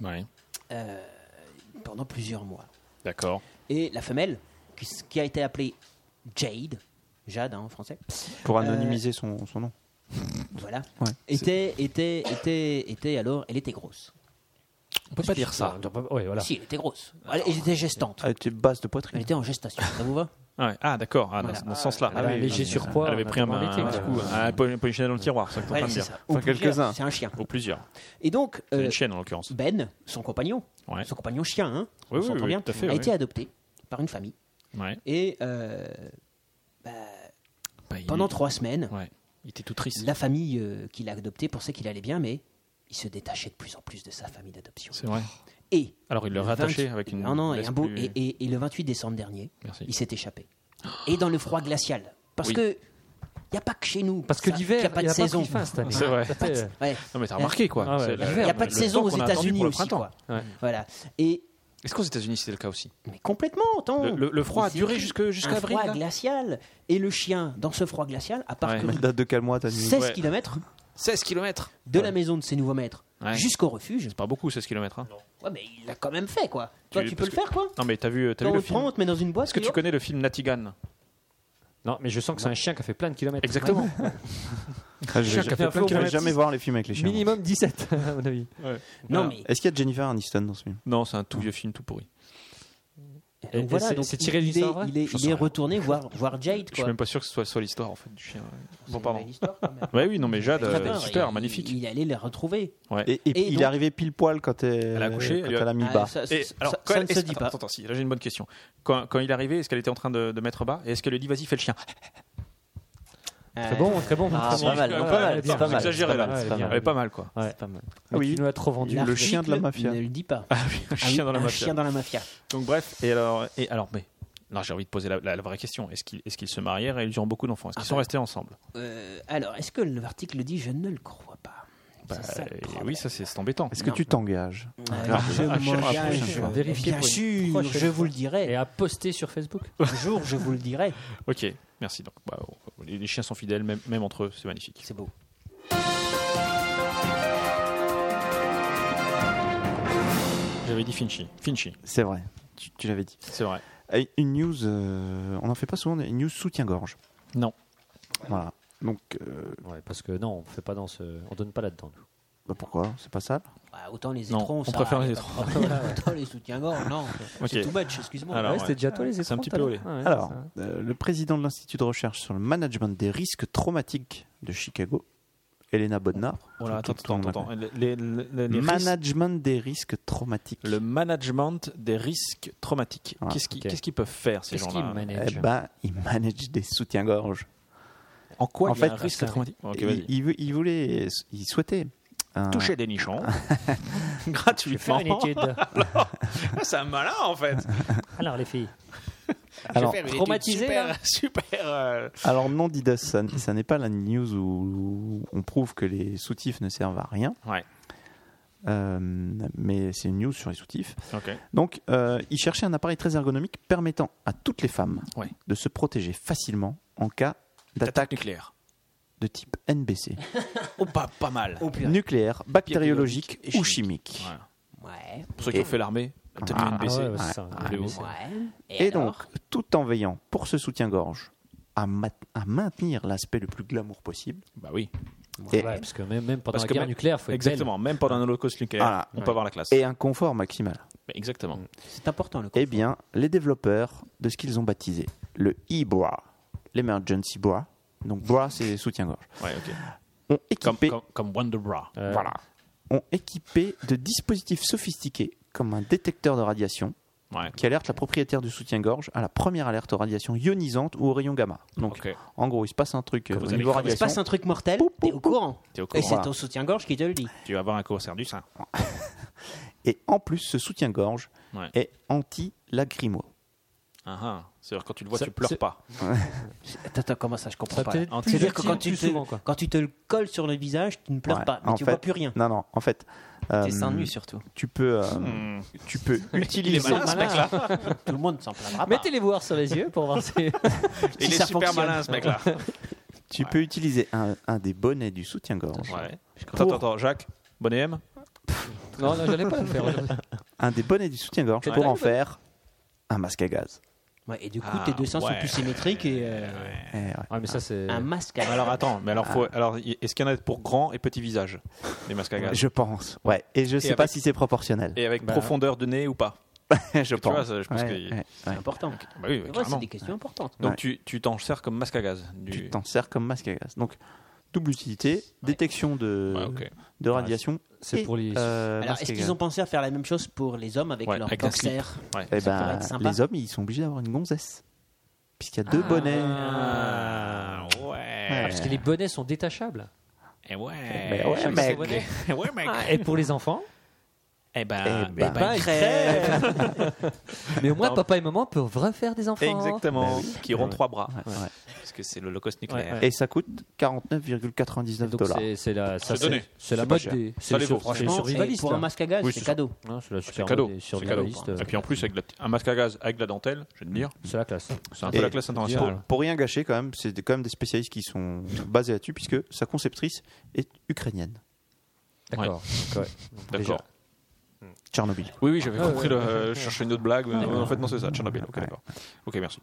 Speaker 3: Ouais.
Speaker 7: euh, pendant plusieurs mois.
Speaker 3: D'accord.
Speaker 7: Et la femelle, qui, s- qui a été appelée Jade, Jade hein, en français,
Speaker 5: Pour anonymiser son, son nom.
Speaker 7: voilà,
Speaker 5: Ouais.
Speaker 7: était, était, était, était alors, elle était grosse.
Speaker 3: On peut pas dire ça.
Speaker 4: Ouais, voilà.
Speaker 7: Si, elle était grosse. Elle, elle était gestante.
Speaker 5: Ah, tu basse de
Speaker 7: Elle
Speaker 5: poitrine.
Speaker 7: était en gestation. Ça vous va
Speaker 3: Ouais. Ah d'accord. Ah, dans-
Speaker 7: Voilà.
Speaker 3: dans, ce sens-là. Ah,
Speaker 4: Elle a un léger surpoids.
Speaker 3: Elle avait
Speaker 4: on a
Speaker 3: pris un,
Speaker 4: pas
Speaker 3: un,
Speaker 4: embêté,
Speaker 3: un
Speaker 4: quoi.
Speaker 3: coup, un po- une chaîne dans le tiroir, c'est ça que t'es en
Speaker 7: Ouais,
Speaker 3: train de
Speaker 7: c'est
Speaker 3: dire.
Speaker 7: ça.
Speaker 5: Enfin,
Speaker 7: Ou plusieurs,
Speaker 5: quelques-uns.
Speaker 7: C'est un chien.
Speaker 3: Ou plusieurs.
Speaker 7: Et donc,
Speaker 3: C'est
Speaker 7: euh,
Speaker 3: une chaîne en l'occurrence.
Speaker 7: Ben, son compagnon,
Speaker 3: Ouais.
Speaker 7: son compagnon chien, hein,
Speaker 3: Oui,
Speaker 7: on
Speaker 3: oui,
Speaker 7: s'entend
Speaker 3: oui,
Speaker 7: bien,
Speaker 3: tout à fait,
Speaker 7: a
Speaker 3: oui.
Speaker 7: été adopté par une famille.
Speaker 3: Ouais.
Speaker 7: Et euh, bah,
Speaker 3: Bah, il-
Speaker 7: pendant trois semaines,
Speaker 3: Ouais. Il était tout triste.
Speaker 7: la famille euh, qui l'a adopté pensait qu'il allait bien, mais il se détachait de plus en plus de sa famille d'adoption.
Speaker 3: C'est vrai.
Speaker 7: Et
Speaker 3: Alors il le
Speaker 7: le
Speaker 3: rattachait
Speaker 7: 20
Speaker 3: avec une.
Speaker 7: non, non, et,
Speaker 3: laisse
Speaker 7: un beau-
Speaker 3: plus-
Speaker 7: et, et- et le 28 décembre dernier,
Speaker 3: Merci.
Speaker 7: il s'est échappé. Et dans le froid glacial. Parce
Speaker 3: Oui.
Speaker 7: que il n'y a pas que chez nous.
Speaker 4: Parce que
Speaker 7: ça,
Speaker 4: l'hiver,
Speaker 7: qu'il y a pas de
Speaker 4: il a
Speaker 7: saison.
Speaker 4: pris fin cette année.
Speaker 3: C'est vrai.
Speaker 4: Ça fait, euh,
Speaker 7: Ouais.
Speaker 3: Non mais t'as remarqué quoi.
Speaker 4: Ah ouais,
Speaker 3: C'est
Speaker 4: l'hiver,
Speaker 7: Il n'y a pas
Speaker 3: le
Speaker 7: de saison
Speaker 3: temps
Speaker 7: aux
Speaker 3: qu'on a attendu
Speaker 7: États-Unis
Speaker 3: pour le
Speaker 7: aussi.
Speaker 3: printemps.
Speaker 7: quoi.
Speaker 4: Ouais.
Speaker 7: Voilà. Et
Speaker 3: Est-ce qu'aux États-Unis c'était le cas aussi
Speaker 7: Mais complètement, tant.
Speaker 3: Le- le- le froid a duré jusque- jusqu'à avril,
Speaker 7: Un
Speaker 3: là
Speaker 7: froid glacial. Et le chien, dans ce froid glacial, a parcouru
Speaker 5: Mais date de calme-moi, t'as mis.
Speaker 7: 16
Speaker 3: Ouais.
Speaker 7: km
Speaker 3: 16 km
Speaker 7: de la maison de ses nouveaux maîtres
Speaker 3: Ouais.
Speaker 7: jusqu'au refuge.
Speaker 3: Pas beaucoup 16 km. Hein.
Speaker 7: Ouais, mais il l'a quand même fait, quoi. Toi, tu peux
Speaker 3: parce
Speaker 7: le faire, quoi.
Speaker 3: Non mais t'as vu, t'as vu
Speaker 7: Quand on
Speaker 3: le
Speaker 7: le
Speaker 3: film.
Speaker 7: prend, on te met dans une boîte.
Speaker 3: Est-ce que
Speaker 7: et
Speaker 3: tu
Speaker 7: hop.
Speaker 3: connais le film Natigan
Speaker 4: Non, mais je sens que c'est un chien qui a fait plein de kilomètres.
Speaker 3: Exactement.
Speaker 5: Ah, je-
Speaker 4: Chien qui a fait plein de
Speaker 5: je vais
Speaker 4: kilomètres.
Speaker 5: jamais voir les films avec les chiens. moi.
Speaker 4: Minimum 17, à mon avis.
Speaker 7: Non,
Speaker 3: Voilà.
Speaker 7: mais
Speaker 5: Est-ce qu'il y a Jennifer Aniston dans ce film
Speaker 3: Non, c'est un tout vieux film tout pourri.
Speaker 7: euh, Et donc voilà,
Speaker 3: c'est-
Speaker 7: donc
Speaker 3: c'est tiré
Speaker 7: il,
Speaker 3: d'une
Speaker 7: est,
Speaker 3: histoire vraie
Speaker 7: il
Speaker 3: J'en
Speaker 7: est, il
Speaker 3: sais
Speaker 7: est
Speaker 3: rien.
Speaker 7: retourné voir, voir Jade.
Speaker 3: Je
Speaker 7: Quoi.
Speaker 3: suis même pas sûr que ce soit soit l'histoire en fait du chien. Bon, pardon. Ouais, oui, non, mais Jade,
Speaker 7: Très
Speaker 3: euh,
Speaker 7: bien,
Speaker 3: super,
Speaker 7: il-
Speaker 3: magnifique.
Speaker 7: Il, allait les retrouver.
Speaker 3: Ouais.
Speaker 5: Et, et
Speaker 7: Et
Speaker 5: il
Speaker 7: donc-
Speaker 5: est arrivé pile poil quand elle
Speaker 3: Elle a couché,
Speaker 5: quand
Speaker 3: lui a-
Speaker 5: elle a mis bas.
Speaker 7: Ah, ça-
Speaker 3: Et
Speaker 7: ça-
Speaker 3: alors,
Speaker 7: ça-
Speaker 3: quand
Speaker 7: ça
Speaker 3: elle-
Speaker 7: ne
Speaker 3: est-ce-
Speaker 7: se dit pas.
Speaker 3: Attends, attends, si, là j'ai une bonne question. Quand, quand il est arrivé, est-ce qu'elle était en train de, de mettre bas Et est-ce qu'elle lui dit vas-y, fais le chien
Speaker 7: Très bon, très bon.
Speaker 6: Ah,
Speaker 3: Si,
Speaker 6: pas mal,
Speaker 3: je-
Speaker 6: pas
Speaker 3: ouais,
Speaker 6: mal,
Speaker 3: attends,
Speaker 6: c'est pas
Speaker 3: vous
Speaker 6: mal.
Speaker 3: exagérez,
Speaker 6: c'est
Speaker 3: là.
Speaker 6: pas mal, c'est pas
Speaker 3: Elle
Speaker 6: mal.
Speaker 3: est pas mal quoi.
Speaker 4: Ouais.
Speaker 6: Pas mal.
Speaker 5: Ah Oui.
Speaker 4: Ah, Tu nous l'as trop vendu.
Speaker 5: Le chien de la
Speaker 7: L'article
Speaker 5: mafia.
Speaker 7: Ne le dit pas.
Speaker 3: Ah oui, un chien dans la
Speaker 7: un
Speaker 3: mafia.
Speaker 7: chien dans la mafia.
Speaker 3: Donc bref, et alors, et alors mais non, j'ai envie de poser la, la- la vraie question. Est-ce qu'ils est-ce qu'ils se marièrent et ils ont beaucoup d'enfants Est-ce qu'ils
Speaker 7: Ah
Speaker 3: sont
Speaker 7: bah.
Speaker 3: restés ensemble
Speaker 7: Euh, alors, est-ce que l'article dit je ne le crois pas C'est ça le
Speaker 3: Euh,
Speaker 7: problème.
Speaker 3: Oui, ça c'est c'est embêtant.
Speaker 5: Est-ce que
Speaker 7: Non.
Speaker 5: tu t'engages
Speaker 7: Euh,
Speaker 3: Ah,
Speaker 7: je
Speaker 3: ah, je- ah,
Speaker 7: m'engage.
Speaker 3: je- je-
Speaker 4: vérifier
Speaker 7: Bien
Speaker 4: pour une
Speaker 7: sûr,
Speaker 4: prochaine
Speaker 7: je vous le dirai.
Speaker 4: Et à poster sur Facebook.
Speaker 7: Un jour, je vous le dirai.
Speaker 3: Ok, merci. Donc, bah, on- les les chiens sont fidèles, même, même entre eux, c'est magnifique.
Speaker 7: C'est beau.
Speaker 3: J'avais dit Finchy. Finchy,
Speaker 5: C'est vrai, tu, tu l'avais dit.
Speaker 3: c'est vrai.
Speaker 5: Et Une news, euh, on n'en fait pas souvent, une news soutien-gorge.
Speaker 3: Non.
Speaker 5: Voilà. Donc, euh,
Speaker 4: Ouais, parce que non, on fait pas dans ce, on donne pas là-dedans. nous.
Speaker 5: bah pourquoi C'est pas ça
Speaker 7: Bah, autant les
Speaker 3: Non,
Speaker 7: étrons,
Speaker 3: on
Speaker 7: ça
Speaker 3: préfère
Speaker 7: va,
Speaker 3: les
Speaker 7: y a pas de problème. autant les soutiens-gorges, non. C'est
Speaker 3: Ok.
Speaker 7: tout match, excuse-moi.
Speaker 3: Alors,
Speaker 7: Ouais,
Speaker 3: ouais.
Speaker 7: c'est-
Speaker 4: C'était déjà toi les
Speaker 3: C'est un
Speaker 4: escrocs,
Speaker 3: petit
Speaker 4: t'as
Speaker 3: peu olé.
Speaker 4: l'air. Ah ouais,
Speaker 5: Alors,
Speaker 4: c'est ça.
Speaker 5: euh, le président de l'Institut de recherche sur le management des risques traumatiques de Chicago, Elena Bodnar.
Speaker 3: Voilà, Oh
Speaker 5: Tout-
Speaker 3: attends,
Speaker 5: tout- tout-
Speaker 3: attends, attends. Les- les- les- les risques-
Speaker 5: Management des risques traumatiques.
Speaker 3: le management des risques traumatiques.
Speaker 5: Ah,
Speaker 3: Qu'est-ce qu'ils
Speaker 4: ok.
Speaker 3: qu'est-ce qu'ils peuvent faire, ces
Speaker 4: Qu'est-ce qu'ils
Speaker 3: gens-là
Speaker 4: managent
Speaker 5: Eh ben, il manage des soutiens-gorges.
Speaker 3: En quoi
Speaker 5: En
Speaker 3: il y a
Speaker 5: fait,
Speaker 3: un risque
Speaker 5: ça-
Speaker 3: traumatique Ok,
Speaker 5: il,
Speaker 3: vas-y.
Speaker 5: il veut- il voulait, il souhaitait un-
Speaker 3: Toucher des nichons
Speaker 4: Je vais faire
Speaker 3: gratuitement.
Speaker 4: une étude.
Speaker 3: C'est un Ah, malin en fait.
Speaker 4: Alors les filles,
Speaker 5: Alors,
Speaker 4: traumatisé. là
Speaker 3: Super. euh,
Speaker 5: alors non, Didas, ça, n- ça n'est pas la news où on prouve que les soutifs ne servent à rien.
Speaker 3: Ouais.
Speaker 5: Euh, mais c'est une news sur les soutifs.
Speaker 3: Ok.
Speaker 5: Donc, euh, il cherchait un appareil très ergonomique permettant à toutes les femmes
Speaker 3: Ouais.
Speaker 5: de se protéger facilement en cas d'attaque
Speaker 3: nucléaire.
Speaker 5: de type NBC,
Speaker 3: Oh, pas, pas mal.
Speaker 7: Oh, purée.
Speaker 5: nucléaire, bactériologique
Speaker 3: et
Speaker 5: ou chimique.
Speaker 3: Ouais.
Speaker 7: Ouais,
Speaker 3: Pour ceux qui ont fait l'armée, peut-être
Speaker 5: Ah,
Speaker 3: une
Speaker 4: Ah ouais,
Speaker 3: BC.
Speaker 4: ouais, c'est ça.
Speaker 3: Elle est où
Speaker 7: ouais.
Speaker 5: Et, donc,
Speaker 7: alors
Speaker 5: tout en veillant pour ce soutien-gorge à, ma- à maintenir l'aspect le plus glamour possible.
Speaker 3: Bah oui.
Speaker 5: Et,
Speaker 4: Ouais, parce que même, même pendant
Speaker 3: Parce
Speaker 4: la
Speaker 3: que
Speaker 4: guerre
Speaker 3: même-
Speaker 4: nucléaire, faut être
Speaker 3: Exactement. Même pendant un holocauste nucléaire,
Speaker 5: Voilà.
Speaker 3: on peut avoir la classe.
Speaker 5: et un confort maximal.
Speaker 3: Mais Exactement.
Speaker 7: C'est important le
Speaker 5: Eh
Speaker 7: confort.
Speaker 5: bien, les développeurs de ce qu'ils ont baptisé le e-bra, l'emergency bra, donc bra c'est soutien-gorge,
Speaker 3: Ouais, ok.
Speaker 5: ont
Speaker 3: Comme,
Speaker 5: équipé
Speaker 3: comme, comme Wonder Bra.
Speaker 4: belle. Euh,
Speaker 5: voilà, ont équipé de dispositifs sophistiqués comme un détecteur de radiation
Speaker 3: Ouais.
Speaker 5: qui alerte la propriétaire du soutien-gorge à la première alerte aux radiations ionisantes ou aux rayons gamma. Donc,
Speaker 3: Ok.
Speaker 5: en gros, il se passe un truc euh,
Speaker 3: vous
Speaker 5: au
Speaker 3: allez
Speaker 5: niveau
Speaker 3: crever.
Speaker 7: Il se
Speaker 5: radiation.
Speaker 7: passe un truc mortel, t'es au courant.
Speaker 3: T'es au
Speaker 7: Et
Speaker 3: courant.
Speaker 7: c'est ton soutien-gorge qui te le dit.
Speaker 3: Tu vas avoir un cancer du sein.
Speaker 5: Et en plus, ce soutien-gorge
Speaker 3: Ouais.
Speaker 5: est anti-lacrymo.
Speaker 3: Ah, ah. C'est-à-dire quand tu le vois,
Speaker 4: Ça-
Speaker 3: tu pleures
Speaker 4: c'est-
Speaker 3: pas.
Speaker 7: Attends, attends, comment ça, je comprends
Speaker 4: Ça
Speaker 7: pas.
Speaker 4: peut
Speaker 7: là.
Speaker 4: être plus
Speaker 7: C'est-à-dire que
Speaker 4: utile
Speaker 7: quand tu,
Speaker 4: plus
Speaker 7: te,
Speaker 4: souvent, quoi.
Speaker 7: quand tu te le colles sur le visage, tu ne pleures
Speaker 5: Ouais,
Speaker 7: pas, mais
Speaker 5: en
Speaker 7: tu
Speaker 5: fait-
Speaker 7: vois plus rien.
Speaker 5: Non, non, en fait, euh,
Speaker 6: T'es seins nus surtout.
Speaker 5: tu peux, euh,
Speaker 3: Hmm.
Speaker 5: tu peux
Speaker 3: Il est
Speaker 5: utiliser.
Speaker 3: malin, ce mec-là.
Speaker 7: Tout le monde s'en
Speaker 4: Ah,
Speaker 7: plaindra pas.
Speaker 4: Mettez les voir sur les yeux pour voir si.
Speaker 3: Il
Speaker 7: Si
Speaker 3: est
Speaker 7: ça
Speaker 3: super
Speaker 7: fonctionne.
Speaker 3: malin, ce mec-là.
Speaker 5: Tu peux utiliser un, un des bonnets du soutien-gorge,
Speaker 3: Ouais. Attends, attends, Jacques. Bonne M.
Speaker 4: non, non, j'allais pas le faire. aujourd'hui.
Speaker 5: un des bonnets du soutien-gorge
Speaker 3: Ouais.
Speaker 5: pour en faire un masque à gaz.
Speaker 7: Ouais, et du coup,
Speaker 3: Ah,
Speaker 7: tes deux seins
Speaker 3: ouais.
Speaker 7: sont plus symétriques et euh,
Speaker 5: Eh ouais.
Speaker 4: Ah, mais ça, c'est.
Speaker 7: un masque. à-
Speaker 3: Alors attends, mais alors,
Speaker 5: Ah.
Speaker 3: faut, alors y- est-ce qu'il y en a pour grand et petit visage Des masques à gaz.
Speaker 5: Je pense. Ouais. Et je sais
Speaker 3: avec-
Speaker 5: pas si c'est proportionnel.
Speaker 3: Et avec
Speaker 4: Bah,
Speaker 3: profondeur de nez ou pas
Speaker 5: je
Speaker 3: Tu vois,
Speaker 5: pense.
Speaker 3: ça, je pense
Speaker 5: Ouais,
Speaker 3: que-
Speaker 5: ouais, ouais.
Speaker 7: C'est important.
Speaker 3: Bah oui,
Speaker 7: Ouais, c'est
Speaker 3: carrément.
Speaker 7: des questions importantes.
Speaker 3: Donc
Speaker 5: Ouais.
Speaker 3: tu tu t'en sers comme masque à gaz. Du...
Speaker 5: Tu t'en sers comme masque à gaz. Donc double utilité, détection de,
Speaker 3: Ouais, ok.
Speaker 5: de radiation.
Speaker 4: c'est
Speaker 5: et,
Speaker 4: pour les-
Speaker 5: euh,
Speaker 7: Alors,
Speaker 5: masque
Speaker 7: est-ce
Speaker 5: à
Speaker 7: qu'ils
Speaker 5: gaz.
Speaker 7: ont pensé à faire la même chose pour les hommes avec
Speaker 3: Ouais,
Speaker 7: leur
Speaker 3: avec un
Speaker 7: cancer
Speaker 3: Ouais.
Speaker 5: Eh
Speaker 7: Ça
Speaker 5: ben,
Speaker 7: pourrait être sympa.
Speaker 5: les hommes, ils sont obligés d'avoir une gonzesse. Puisqu'il y a deux bonnets.
Speaker 3: Ah, ouais.
Speaker 4: Parce que les bonnets sont détachables.
Speaker 3: Eh ouais.
Speaker 5: Mais ben ouais,
Speaker 4: Chacun
Speaker 5: mec.
Speaker 4: son bonnet.
Speaker 3: Eh ouais, mec.
Speaker 4: Ah, et pour les enfants
Speaker 3: Eh ben,
Speaker 5: Eh ben,
Speaker 3: eh ben,
Speaker 4: ils crèvent. Mais au moins, papa et maman peuvent refaire des enfants.
Speaker 3: Exactement. Qui auront
Speaker 5: Ouais.
Speaker 3: trois bras.
Speaker 5: Ouais, ouais.
Speaker 3: Parce que c'est l'holocauste nucléaire.
Speaker 4: Ouais,
Speaker 5: Et ça coûte 49,99
Speaker 4: Donc,
Speaker 5: dollars.
Speaker 4: c'est- c'est la, ça,
Speaker 3: C'est donné.
Speaker 4: c'est c'est la
Speaker 3: C'est pas
Speaker 4: mode
Speaker 3: cher.
Speaker 4: des.
Speaker 3: Ça
Speaker 4: C'est le
Speaker 3: les vaut, franchement,
Speaker 7: Et
Speaker 4: survivaliste.
Speaker 7: Pour un masque à gaz,
Speaker 3: Oui,
Speaker 7: c'est
Speaker 3: c'est ça.
Speaker 7: cadeau.
Speaker 4: C'est la super
Speaker 3: C'est cadeau.
Speaker 4: mode des
Speaker 3: C'est cadeau.
Speaker 5: euh.
Speaker 4: survivalistes.
Speaker 3: Et puis en plus, avec la- un masque à gaz avec de la dentelle, je vais te dire,
Speaker 4: C'est la classe.
Speaker 3: c'est un
Speaker 5: Et
Speaker 3: peu la classe internationale.
Speaker 5: Pour, pour rien gâcher, quand même, c'est des- quand même des spécialistes qui sont basés là-dessus, puisque sa conceptrice est ukrainienne.
Speaker 4: D'accord. Donc, ouais.
Speaker 3: D'accord.
Speaker 5: Tchernobyl.
Speaker 3: Oui, oui, j'avais compris. le- euh, je cherchais une autre blague. mais euh, en fait, non, c'est ça. Tchernobyl. Ok, d'accord. Ok, merci.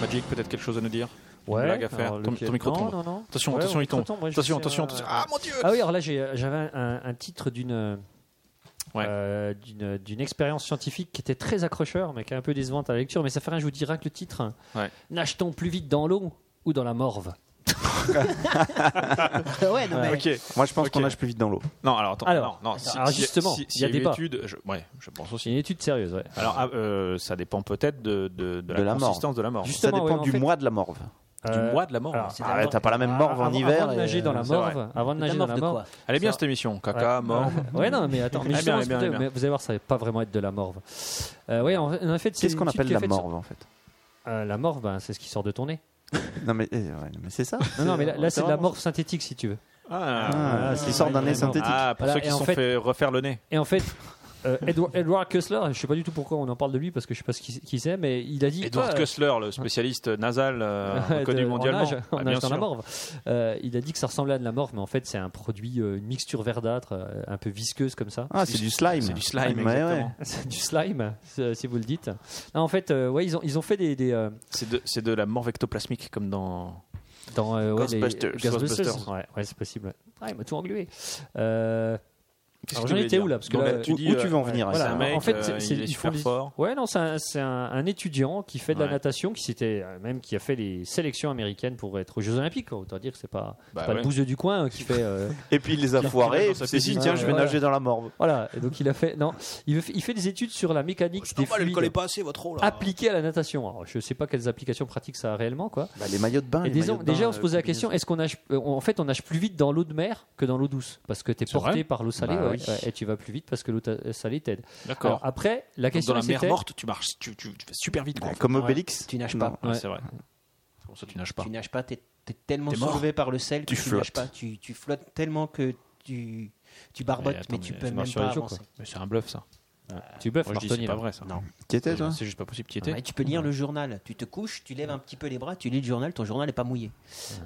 Speaker 3: Magic, peut-être quelque chose à nous dire Une blague à faire.
Speaker 4: alors le
Speaker 3: Ton,
Speaker 4: pied-
Speaker 3: ton micro
Speaker 4: non,
Speaker 3: tombe.
Speaker 4: non, non.
Speaker 3: Attention,
Speaker 4: Ouais,
Speaker 3: attention,
Speaker 4: mon
Speaker 3: il tombe.
Speaker 4: micro moi, je
Speaker 3: attention,
Speaker 4: fais
Speaker 3: attention,
Speaker 4: un-
Speaker 3: attention. Ah mon dieu
Speaker 4: Ah oui, alors là, j'ai- j'avais un, un titre d'une euh, d'une- d'une expérience scientifique qui était très accrocheur, mais qui est un peu décevante à la lecture. Mais ça fait rien, je vous dirai que le titre hein.
Speaker 3: Ouais.
Speaker 4: Nage-t-on plus vite dans l'eau ou dans la morve
Speaker 7: ouais, non, mais.
Speaker 3: Ah,
Speaker 5: Moi, je pense
Speaker 3: Ok.
Speaker 5: qu'on nage plus vite dans l'eau.
Speaker 3: Non, alors attends.
Speaker 4: Alors,
Speaker 3: non, non,
Speaker 4: attends, alors, justement,
Speaker 3: si-
Speaker 4: il y
Speaker 3: s'il
Speaker 4: a
Speaker 3: avait
Speaker 4: débat.
Speaker 3: étude, je, ouais, je pense aussi.
Speaker 4: C'est une étude sérieuse, ouais.
Speaker 3: Alors, ah, euh, ça dépend peut-être de, de, de la,
Speaker 5: De la morve.
Speaker 3: consistance de la mort.
Speaker 5: Ça
Speaker 4: Justement, ouais,
Speaker 5: dépend
Speaker 4: en
Speaker 5: du
Speaker 4: fait-
Speaker 5: mois de la morve.
Speaker 4: Euh,
Speaker 3: du mois de la mort.
Speaker 4: alors,
Speaker 5: Ah ouais, t'as pas la même morve en
Speaker 4: avant-
Speaker 5: hiver.
Speaker 4: Avant de
Speaker 5: et-
Speaker 4: nager dans la
Speaker 3: c'est vrai.
Speaker 4: morve, avant de
Speaker 7: La
Speaker 4: nager dans
Speaker 7: morve
Speaker 4: la
Speaker 7: de
Speaker 4: morve,
Speaker 7: quoi
Speaker 3: Elle est bien
Speaker 4: Ça-
Speaker 3: cette émission. Caca, mort.
Speaker 4: Ouais, non, mais attends, mais
Speaker 3: Ah, bien,
Speaker 4: justement,
Speaker 3: bien,
Speaker 4: c'est pour
Speaker 3: bien.
Speaker 4: ça, mais vous allez voir, ça va pas vraiment être de la morve. Euh, ouais, en, en fait, c'est
Speaker 5: Qu'est-ce
Speaker 4: une
Speaker 5: qu'on
Speaker 4: étude
Speaker 5: appelle
Speaker 4: qui est
Speaker 5: la
Speaker 4: faite
Speaker 5: morve en fait
Speaker 4: sur- Euh, La morve, ben, c'est ce qui sort de ton nez.
Speaker 5: Non mais, euh, ouais, non, mais c'est ça.
Speaker 4: Non, non, mais là, là, c'est de la
Speaker 5: vraiment-
Speaker 4: morve synthétique, si tu veux.
Speaker 3: Ah,
Speaker 5: Ah,
Speaker 4: Ah,
Speaker 5: qui
Speaker 4: c'est
Speaker 5: sort d'un
Speaker 4: vrai,
Speaker 5: nez
Speaker 4: vraiment.
Speaker 5: synthétique.
Speaker 3: Ah, pour
Speaker 4: Voilà,
Speaker 3: ceux qui
Speaker 4: et
Speaker 3: se
Speaker 4: en
Speaker 3: sont fait,
Speaker 4: fait-
Speaker 3: refaire le nez.
Speaker 4: Et en fait, euh, Edward, Edward Kessler, je sais pas du tout pourquoi on en parle de lui, parce que je sais pas ce qui, qui c'est, mais il a dit.
Speaker 3: Edward
Speaker 4: Ouais,
Speaker 3: Kessler, le spécialiste nasal euh,
Speaker 4: Ouais,
Speaker 3: reconnu
Speaker 4: de-
Speaker 3: mondialement.
Speaker 4: En nage, en
Speaker 3: Ah,
Speaker 4: nage
Speaker 3: bien
Speaker 4: dans la
Speaker 3: sûr.
Speaker 4: morve. Euh, il a dit que ça ressemblait à de la morve, mais en fait, c'est un produit, euh, une mixture verdâtre, euh, un peu visqueuse comme ça.
Speaker 5: Ah, c'est du slime.
Speaker 3: C'est du slime,
Speaker 5: Ouais,
Speaker 3: exactement.
Speaker 5: ouais.
Speaker 4: C'est du slime, euh, si vous le dites. Non, en fait, euh, ouais, ils ont, ils ont fait des. des, euh,
Speaker 3: C'est de, c'est de la morve ectoplasmique comme dans.
Speaker 4: dans euh, ouais, les-
Speaker 3: Ghostbusters. Ghostbusters.
Speaker 4: Ouais, ouais, c'est possible. ouais. Ah, il m'a tout engueulé. Euh,
Speaker 3: Qu'est-ce
Speaker 4: alors
Speaker 3: que
Speaker 4: j'en
Speaker 3: tu voulais
Speaker 4: étais où
Speaker 3: dire
Speaker 4: là Parce que
Speaker 3: Donc
Speaker 4: là,
Speaker 3: là, tu
Speaker 5: où-
Speaker 3: dis,
Speaker 5: où tu
Speaker 3: euh,
Speaker 5: veux en venir
Speaker 3: ouais,
Speaker 5: avec
Speaker 3: c'est
Speaker 5: ça
Speaker 3: un mec,
Speaker 4: en fait,
Speaker 3: euh,
Speaker 4: c'est- c'est-
Speaker 3: il est
Speaker 4: ils
Speaker 3: super
Speaker 4: font des-
Speaker 3: fort.
Speaker 4: Ouais, non, c'est un, c'est un- un étudiant qui fait de
Speaker 3: Ouais.
Speaker 4: la natation, qui s'était euh, même qui a fait les sélections américaines pour être aux Jeux Olympiques. quoi. Autant dire que c'est pas,
Speaker 3: Bah
Speaker 4: c'est pas
Speaker 3: ouais.
Speaker 4: le bouseux du coin euh, qui fait. euh,
Speaker 5: Et puis il les a foirés.
Speaker 3: dans
Speaker 5: Il
Speaker 3: sa
Speaker 5: s'est dit
Speaker 3: piscine.
Speaker 5: tiens, je vais
Speaker 4: Voilà.
Speaker 5: nager dans la morve.
Speaker 4: voilà. Et donc il a fait. Non, il fait, il fait des études sur la mécanique des fluides
Speaker 3: pas assez votre rôle.
Speaker 9: Ah,
Speaker 4: appliquée à la natation. Alors, je sais pas quelles applications pratiques ça a réellement, quoi.
Speaker 5: Bah, les maillots de bain.
Speaker 4: Et
Speaker 5: les
Speaker 4: disons-
Speaker 5: maillots de
Speaker 4: déjà,
Speaker 5: bain,
Speaker 4: on se posait
Speaker 5: euh,
Speaker 4: la question est-ce qu'on nage euh, on- En fait, on nage plus vite dans l'eau de mer que dans l'eau douce parce que tu es
Speaker 3: C'est vrai
Speaker 4: porté par l'eau salée
Speaker 5: Bah
Speaker 4: ouais,
Speaker 5: oui.
Speaker 4: ouais, et tu vas plus vite parce que l'eau ta- euh, salée t'aide. Alors
Speaker 3: D'accord.
Speaker 4: après, la
Speaker 3: Donc,
Speaker 4: question
Speaker 3: Dans la mer
Speaker 4: c'était-
Speaker 3: morte, tu marches, tu, tu, tu fais super vite. quoi.
Speaker 5: bah, Comme
Speaker 7: Ouais.
Speaker 5: Obélix.
Speaker 7: Tu nages pas.
Speaker 5: Non.
Speaker 3: Ouais,
Speaker 4: Ouais.
Speaker 3: C'est vrai. C'est pour ça que tu nages pas.
Speaker 7: Tu nages pas, t'es t'es tellement
Speaker 3: T'es mort.
Speaker 7: soulevé par le sel que
Speaker 3: Tu
Speaker 7: tu, nages
Speaker 3: flottes.
Speaker 7: pas. Tu, tu flottes tellement que tu, tu barbotes,
Speaker 3: Mais attends,
Speaker 7: mais, tu
Speaker 3: mais
Speaker 7: peux
Speaker 3: tu marches
Speaker 7: même
Speaker 3: sur
Speaker 7: pas
Speaker 3: les
Speaker 7: avancer.
Speaker 3: Mais c'est un bluff ça.
Speaker 4: Tu bluffes,
Speaker 3: Moi, je dis, c'est
Speaker 4: Martoni,
Speaker 3: pas
Speaker 4: là. Ah,
Speaker 3: vrai ça.
Speaker 7: Non.
Speaker 5: Qui était toi
Speaker 3: C'est juste pas possible. Qui était
Speaker 7: Ouais, tu peux lire le journal. Tu te couches, tu lèves un petit peu les bras, tu lis le journal, ton journal n'est pas mouillé.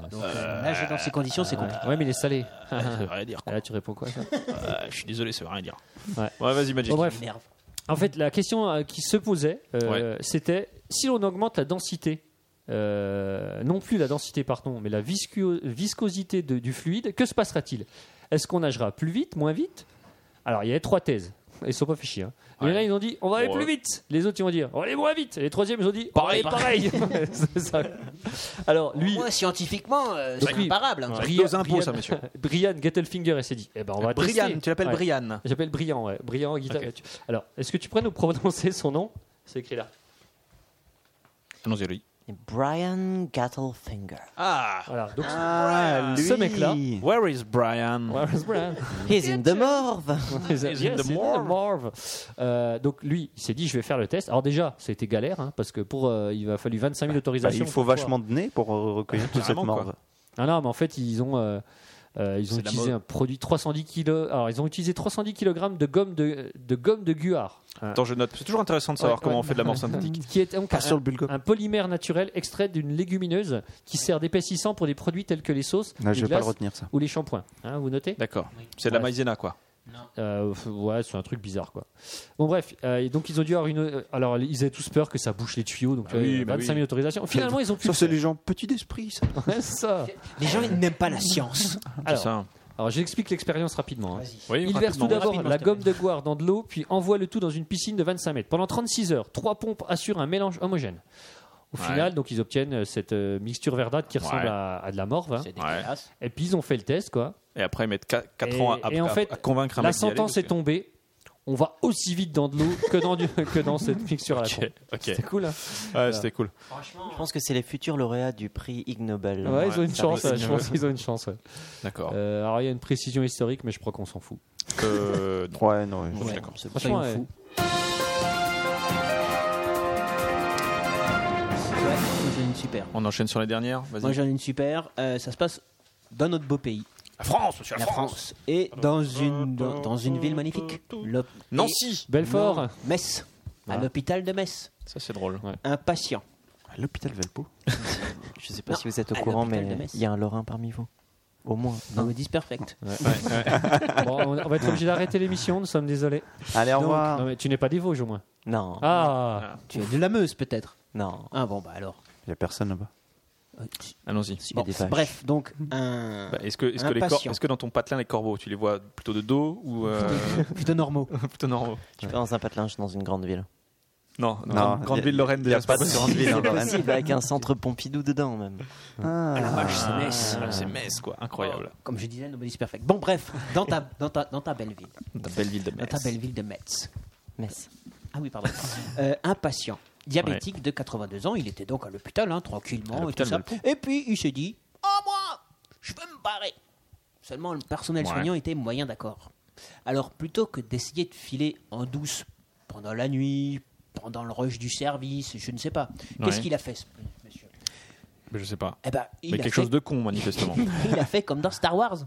Speaker 3: Ah,
Speaker 7: Donc, euh, nager dans ces conditions, c'est compliqué.
Speaker 4: Ouais, mais il est salé. Ah,
Speaker 3: Ça veut rien dire. quoi.
Speaker 4: Là, tu réponds quoi ça
Speaker 3: Euh, je suis désolé, ça veut rien dire.
Speaker 4: Ah. Ouais.
Speaker 3: vas-y, Magic.
Speaker 4: Bon, bref.
Speaker 7: Merde.
Speaker 4: En fait, la question euh, qui se posait, euh, c'était si l'on augmente la densité, euh, non plus la densité, pardon, mais la viscuo- viscosité de- du fluide, que se passera-t-il Est-ce qu'on nagera plus vite, moins vite Alors, il y avait trois thèses. Ils sont pas fichés. Hein. Il y en a,
Speaker 3: Ouais.
Speaker 4: ils ont dit on va aller
Speaker 3: Ouais.
Speaker 4: plus vite. Les autres, ils vont dire on va aller moins vite. Et les troisièmes, ils ont dit pareil, pareil. C'est ça. Alors, lui,
Speaker 7: Moi, scientifiquement, euh, c'est
Speaker 4: Donc, lui-
Speaker 7: imparable. hein.
Speaker 3: Avec nos impôts, ça, monsieur.
Speaker 4: Brian Gettelfinger, il s'est dit eh ben, on va
Speaker 3: Brian,
Speaker 4: tester.
Speaker 3: tu l'appelles
Speaker 4: Ouais.
Speaker 3: Brian.
Speaker 4: J'appelle Brian, ouais. Brian guitare.
Speaker 3: Ok.
Speaker 4: tu- Alors, est-ce que tu pourrais nous prononcer son nom C'est écrit là.
Speaker 3: Annoncez lui.
Speaker 6: Brian Gattlefinger.
Speaker 3: Ah,
Speaker 4: Voilà. Donc,
Speaker 5: Ah,
Speaker 4: Ce mec-là.
Speaker 3: where is Brian
Speaker 4: Where is Brian?
Speaker 6: He's in the morve.
Speaker 4: Yes,
Speaker 3: He's in the
Speaker 4: he's in the
Speaker 3: morve.
Speaker 4: morve. Euh, donc lui, il s'est dit, je vais faire le test. Alors déjà, ça a été galère, hein, parce que pour, euh, il a fallu 25 000
Speaker 5: Bah,
Speaker 4: autorisations.
Speaker 5: il faut
Speaker 4: pour pouvoir-
Speaker 5: vachement de nez pour euh, recueillir toute cette
Speaker 3: Carrément, quoi.
Speaker 5: morve.
Speaker 4: Ah non, mais en fait, ils ont, euh, euh, ils ont
Speaker 3: C'est de la
Speaker 4: utilisé
Speaker 3: mode.
Speaker 4: un produit 310 kilos. Alors, ils ont utilisé 310 kg de gomme de, de gomme de guar.
Speaker 3: Attends, je note. C'est toujours intéressant de savoir
Speaker 4: Ouais,
Speaker 3: comment
Speaker 4: ouais.
Speaker 3: on fait de la mort synthétique.
Speaker 4: Qui est donc
Speaker 5: Pas
Speaker 4: un-
Speaker 5: sur le bulgare.
Speaker 4: un polymère naturel extrait d'une légumineuse qui sert d'épaississant pour des produits tels que les sauces,
Speaker 5: Non,
Speaker 4: les
Speaker 5: je vais pas
Speaker 4: glaces
Speaker 5: le retenir ça.
Speaker 4: ou les shampoings. Hein, vous notez
Speaker 3: D'accord. C'est de la
Speaker 4: Ouais.
Speaker 3: maïzena, quoi.
Speaker 4: Euh, f- Ouais, c'est un truc bizarre quoi. Bon bref, euh, et donc ils ont dû avoir une. euh, Alors ils avaient tous peur que ça bouche les tuyaux, donc
Speaker 3: Ah
Speaker 4: euh,
Speaker 3: oui, bah
Speaker 4: 25 000
Speaker 3: oui.
Speaker 4: autorisations. Finalement ils ont pu.
Speaker 5: Ça,
Speaker 4: le
Speaker 5: c'est
Speaker 4: faire.
Speaker 5: les gens petits d'esprit, ça.
Speaker 4: Ouais, c'est ça.
Speaker 7: Les gens ils n'aiment pas la science.
Speaker 3: C'est
Speaker 4: Alors,
Speaker 3: ça.
Speaker 4: alors j'explique l'expérience rapidement. hein.
Speaker 3: Oui,
Speaker 4: Il verse
Speaker 3: rapidement.
Speaker 4: tout d'abord
Speaker 7: Rapidement,
Speaker 4: la
Speaker 7: s'il te
Speaker 4: gomme de goire dans de l'eau, puis envoie le tout dans une piscine de 25 mètres. Pendant 36 heures, trois pompes assurent un mélange homogène. Au
Speaker 3: Ouais.
Speaker 4: final, donc ils obtiennent euh, cette euh, mixture verdâtre qui ressemble
Speaker 3: Ouais.
Speaker 4: à, à de la morve. hein.
Speaker 7: C'est dégueulasse.
Speaker 4: Et puis ils ont fait le test, quoi.
Speaker 3: Et après, mettre 4,
Speaker 4: Et-
Speaker 3: ans à, à-
Speaker 4: et en
Speaker 3: à-
Speaker 4: fait,
Speaker 3: à convaincre un
Speaker 4: la
Speaker 3: mec d'y aller,
Speaker 4: sentence est
Speaker 3: parce
Speaker 4: tombée. On va aussi vite dans de l'eau que dans, du- que dans cette mixture à la pompe.
Speaker 3: que-
Speaker 4: C'est
Speaker 3: euh, Ok.
Speaker 4: cool. hein.
Speaker 3: Ouais, C'était cool.
Speaker 6: Je pense que c'est les futurs lauréats du prix Ig Nobel.
Speaker 4: Ouais, ils ont une
Speaker 6: Ça
Speaker 4: chance.
Speaker 6: risque.
Speaker 4: ouais, je pense qu'ils ont une chance. ouais.
Speaker 3: D'accord.
Speaker 4: Euh, alors il y a une précision historique, mais je crois qu'on s'en fout.
Speaker 3: Euh, non.
Speaker 5: Ouais, non. ouais, je-
Speaker 3: Ouais.
Speaker 6: C'est pour ça
Speaker 4: Franchement,
Speaker 6: qu'on
Speaker 4: ouais.
Speaker 6: fout.
Speaker 7: Ouais, moi, j'en ai une super.
Speaker 3: On enchaîne sur les dernières.
Speaker 7: Moi
Speaker 3: Vas-y.
Speaker 7: j'en ai une super. Euh, ça se passe dans notre beau pays,
Speaker 3: La France, monsieur,
Speaker 7: la France, et dans une dans, dans une ville magnifique, l'Op-
Speaker 3: Nancy.
Speaker 4: Belfort.
Speaker 7: Non, Metz, à
Speaker 4: Voilà.
Speaker 7: l'hôpital de Metz.
Speaker 3: Ça, c'est drôle.
Speaker 7: Un patient.
Speaker 5: À L'hôpital Valpo.
Speaker 6: Je sais pas
Speaker 7: Non,
Speaker 6: si vous êtes au
Speaker 7: à
Speaker 6: courant,
Speaker 7: l'hôpital de
Speaker 6: mais
Speaker 7: Metz.
Speaker 6: il y a un Lorrain parmi vous. Au moins.
Speaker 7: Dans le Disperfect.
Speaker 4: Bon, on on va être obligé d'arrêter l'émission. Nous sommes désolés.
Speaker 5: Allez, au
Speaker 4: Donc,
Speaker 5: revoir.
Speaker 4: non, mais tu n'es pas des Vosges au moins.
Speaker 6: Non.
Speaker 4: Ah.
Speaker 7: Tu es de la Meuse peut-être.
Speaker 6: Non.
Speaker 7: Ah bon bah alors. euh,
Speaker 5: Il y a personne là-bas.
Speaker 3: Allons-y.
Speaker 7: Bon, bref, donc un.
Speaker 3: Bah, est-ce que, est-ce, que les cor-
Speaker 7: patient.
Speaker 3: est-ce que dans ton patelin, les corbeaux, tu les vois plutôt de dos ou. euh,
Speaker 7: plutôt normaux.
Speaker 3: plutôt normaux.
Speaker 6: Tu peux dans un patelinge dans une grande ville.
Speaker 3: Non, non, Non, grande y a- ville Lorraine, y a déjà, c'est pas pas
Speaker 6: pas
Speaker 3: de
Speaker 6: de
Speaker 3: possible. grande ville
Speaker 6: grande ville hein.
Speaker 3: en Lorraine.
Speaker 6: avec un centre Pompidou dedans même.
Speaker 7: Ah, la vache, c'est Metz.
Speaker 3: Ah, c'est Metz, quoi. Incroyable.
Speaker 7: Oh, Comme je disais, nobody's perfect. Bon, bref, dans ta, dans ta, dans ta belle ville.
Speaker 3: Dans ta belle ville de
Speaker 7: Dans ta
Speaker 3: Metz.
Speaker 7: belle ville de Metz. Ah oui, pardon. Euh, un patient diabétique de 82 ans, il était donc à l'hôpital, hein,
Speaker 3: À
Speaker 7: tranquillement, et tout
Speaker 3: l'hôpital
Speaker 7: ça.
Speaker 3: Malpont.
Speaker 7: Et puis, il s'est dit Oh, moi Je veux me barrer Seulement, le personnel
Speaker 3: Ouais.
Speaker 7: soignant était moyen d'accord. Alors, plutôt que d'essayer de filer en douce pendant la nuit, pendant le rush du service, je ne sais pas, qu'est-ce
Speaker 3: Ouais.
Speaker 7: qu'il a fait ce
Speaker 3: Mais Je sais pas.
Speaker 7: Eh ben, il
Speaker 3: Mais
Speaker 7: a
Speaker 3: quelque
Speaker 7: fait-
Speaker 3: chose de con, manifestement.
Speaker 7: il a fait comme dans Star Wars.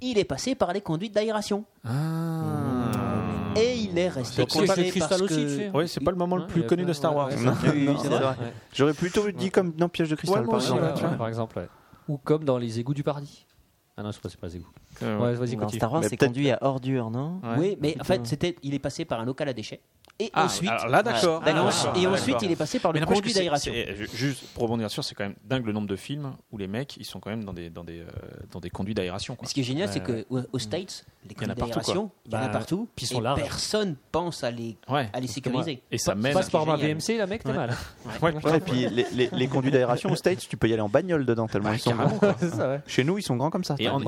Speaker 7: Il est passé par les conduites d'aération. Et il est resté
Speaker 3: C'est
Speaker 7: coincé
Speaker 3: pas le
Speaker 7: parce
Speaker 3: cristal
Speaker 7: que-
Speaker 3: aussi, tu sais. Ouais, c'est pas le moment le plus
Speaker 7: il a
Speaker 3: connu
Speaker 7: pas-
Speaker 3: de Star
Speaker 7: ouais,
Speaker 3: Wars.
Speaker 7: ouais,
Speaker 3: Non,
Speaker 7: ouais.
Speaker 3: oui,
Speaker 7: Oui,
Speaker 3: c'est
Speaker 7: c'est
Speaker 3: vrai.
Speaker 7: vrai.
Speaker 5: J'aurais plutôt dit comme dans Piège de cristal,
Speaker 4: Ouais, moi
Speaker 5: par
Speaker 4: aussi,
Speaker 5: exemple.
Speaker 4: ouais, tu vois, par exemple, ouais. Ou comme dans Les égouts du paradis. Ah non, je crois que c'est pas les égouts. Mmh.
Speaker 6: Euh,
Speaker 4: ouais, vas-y,
Speaker 6: dans
Speaker 4: continue.
Speaker 6: Star Wars,
Speaker 4: Mais
Speaker 6: c'est
Speaker 4: peut-être- Ah,
Speaker 6: conduit à ordure, non
Speaker 7: Oui, mais en fait, c'était, il est passé par un local à déchets. Et
Speaker 3: Ah,
Speaker 7: ensuite,
Speaker 3: alors là d'accord.
Speaker 7: Et,
Speaker 3: Ah,
Speaker 7: en-
Speaker 3: d'accord,
Speaker 7: et
Speaker 3: ah,
Speaker 7: ensuite,
Speaker 3: d'accord.
Speaker 7: il est passé par
Speaker 3: Mais
Speaker 7: le
Speaker 3: n'empêche que
Speaker 7: conduit
Speaker 3: c'est-
Speaker 7: d'aération.
Speaker 3: c'est- ju- Juste pour rebondir sur, c'est quand même dingue le nombre de films où les mecs ils sont quand même dans des dans des euh, dans des conduits d'aération. quoi.
Speaker 7: Ce qui est génial,
Speaker 3: Ouais,
Speaker 7: c'est
Speaker 3: ouais.
Speaker 7: que aux- aux States,
Speaker 3: Il
Speaker 7: les
Speaker 3: y en a
Speaker 7: conduits
Speaker 3: partout,
Speaker 7: d'aération,
Speaker 3: quoi.
Speaker 7: il y en a
Speaker 3: Bah,
Speaker 7: partout.
Speaker 3: puis ils sont
Speaker 7: et
Speaker 3: larges.
Speaker 7: Personne pense à les,
Speaker 3: Ouais.
Speaker 7: à les sécuriser.
Speaker 3: Et ça
Speaker 7: Pas-
Speaker 3: mène.
Speaker 7: passe par ma
Speaker 4: Génial. VMC, la mec, t'es
Speaker 7: Ouais.
Speaker 4: mal.
Speaker 5: Ouais, et puis les, les, les conduits d'aération aux States, tu peux y aller en bagnole dedans tellement ils sont grands. Chez nous, ils sont grands comme ça.
Speaker 3: Et on, et on-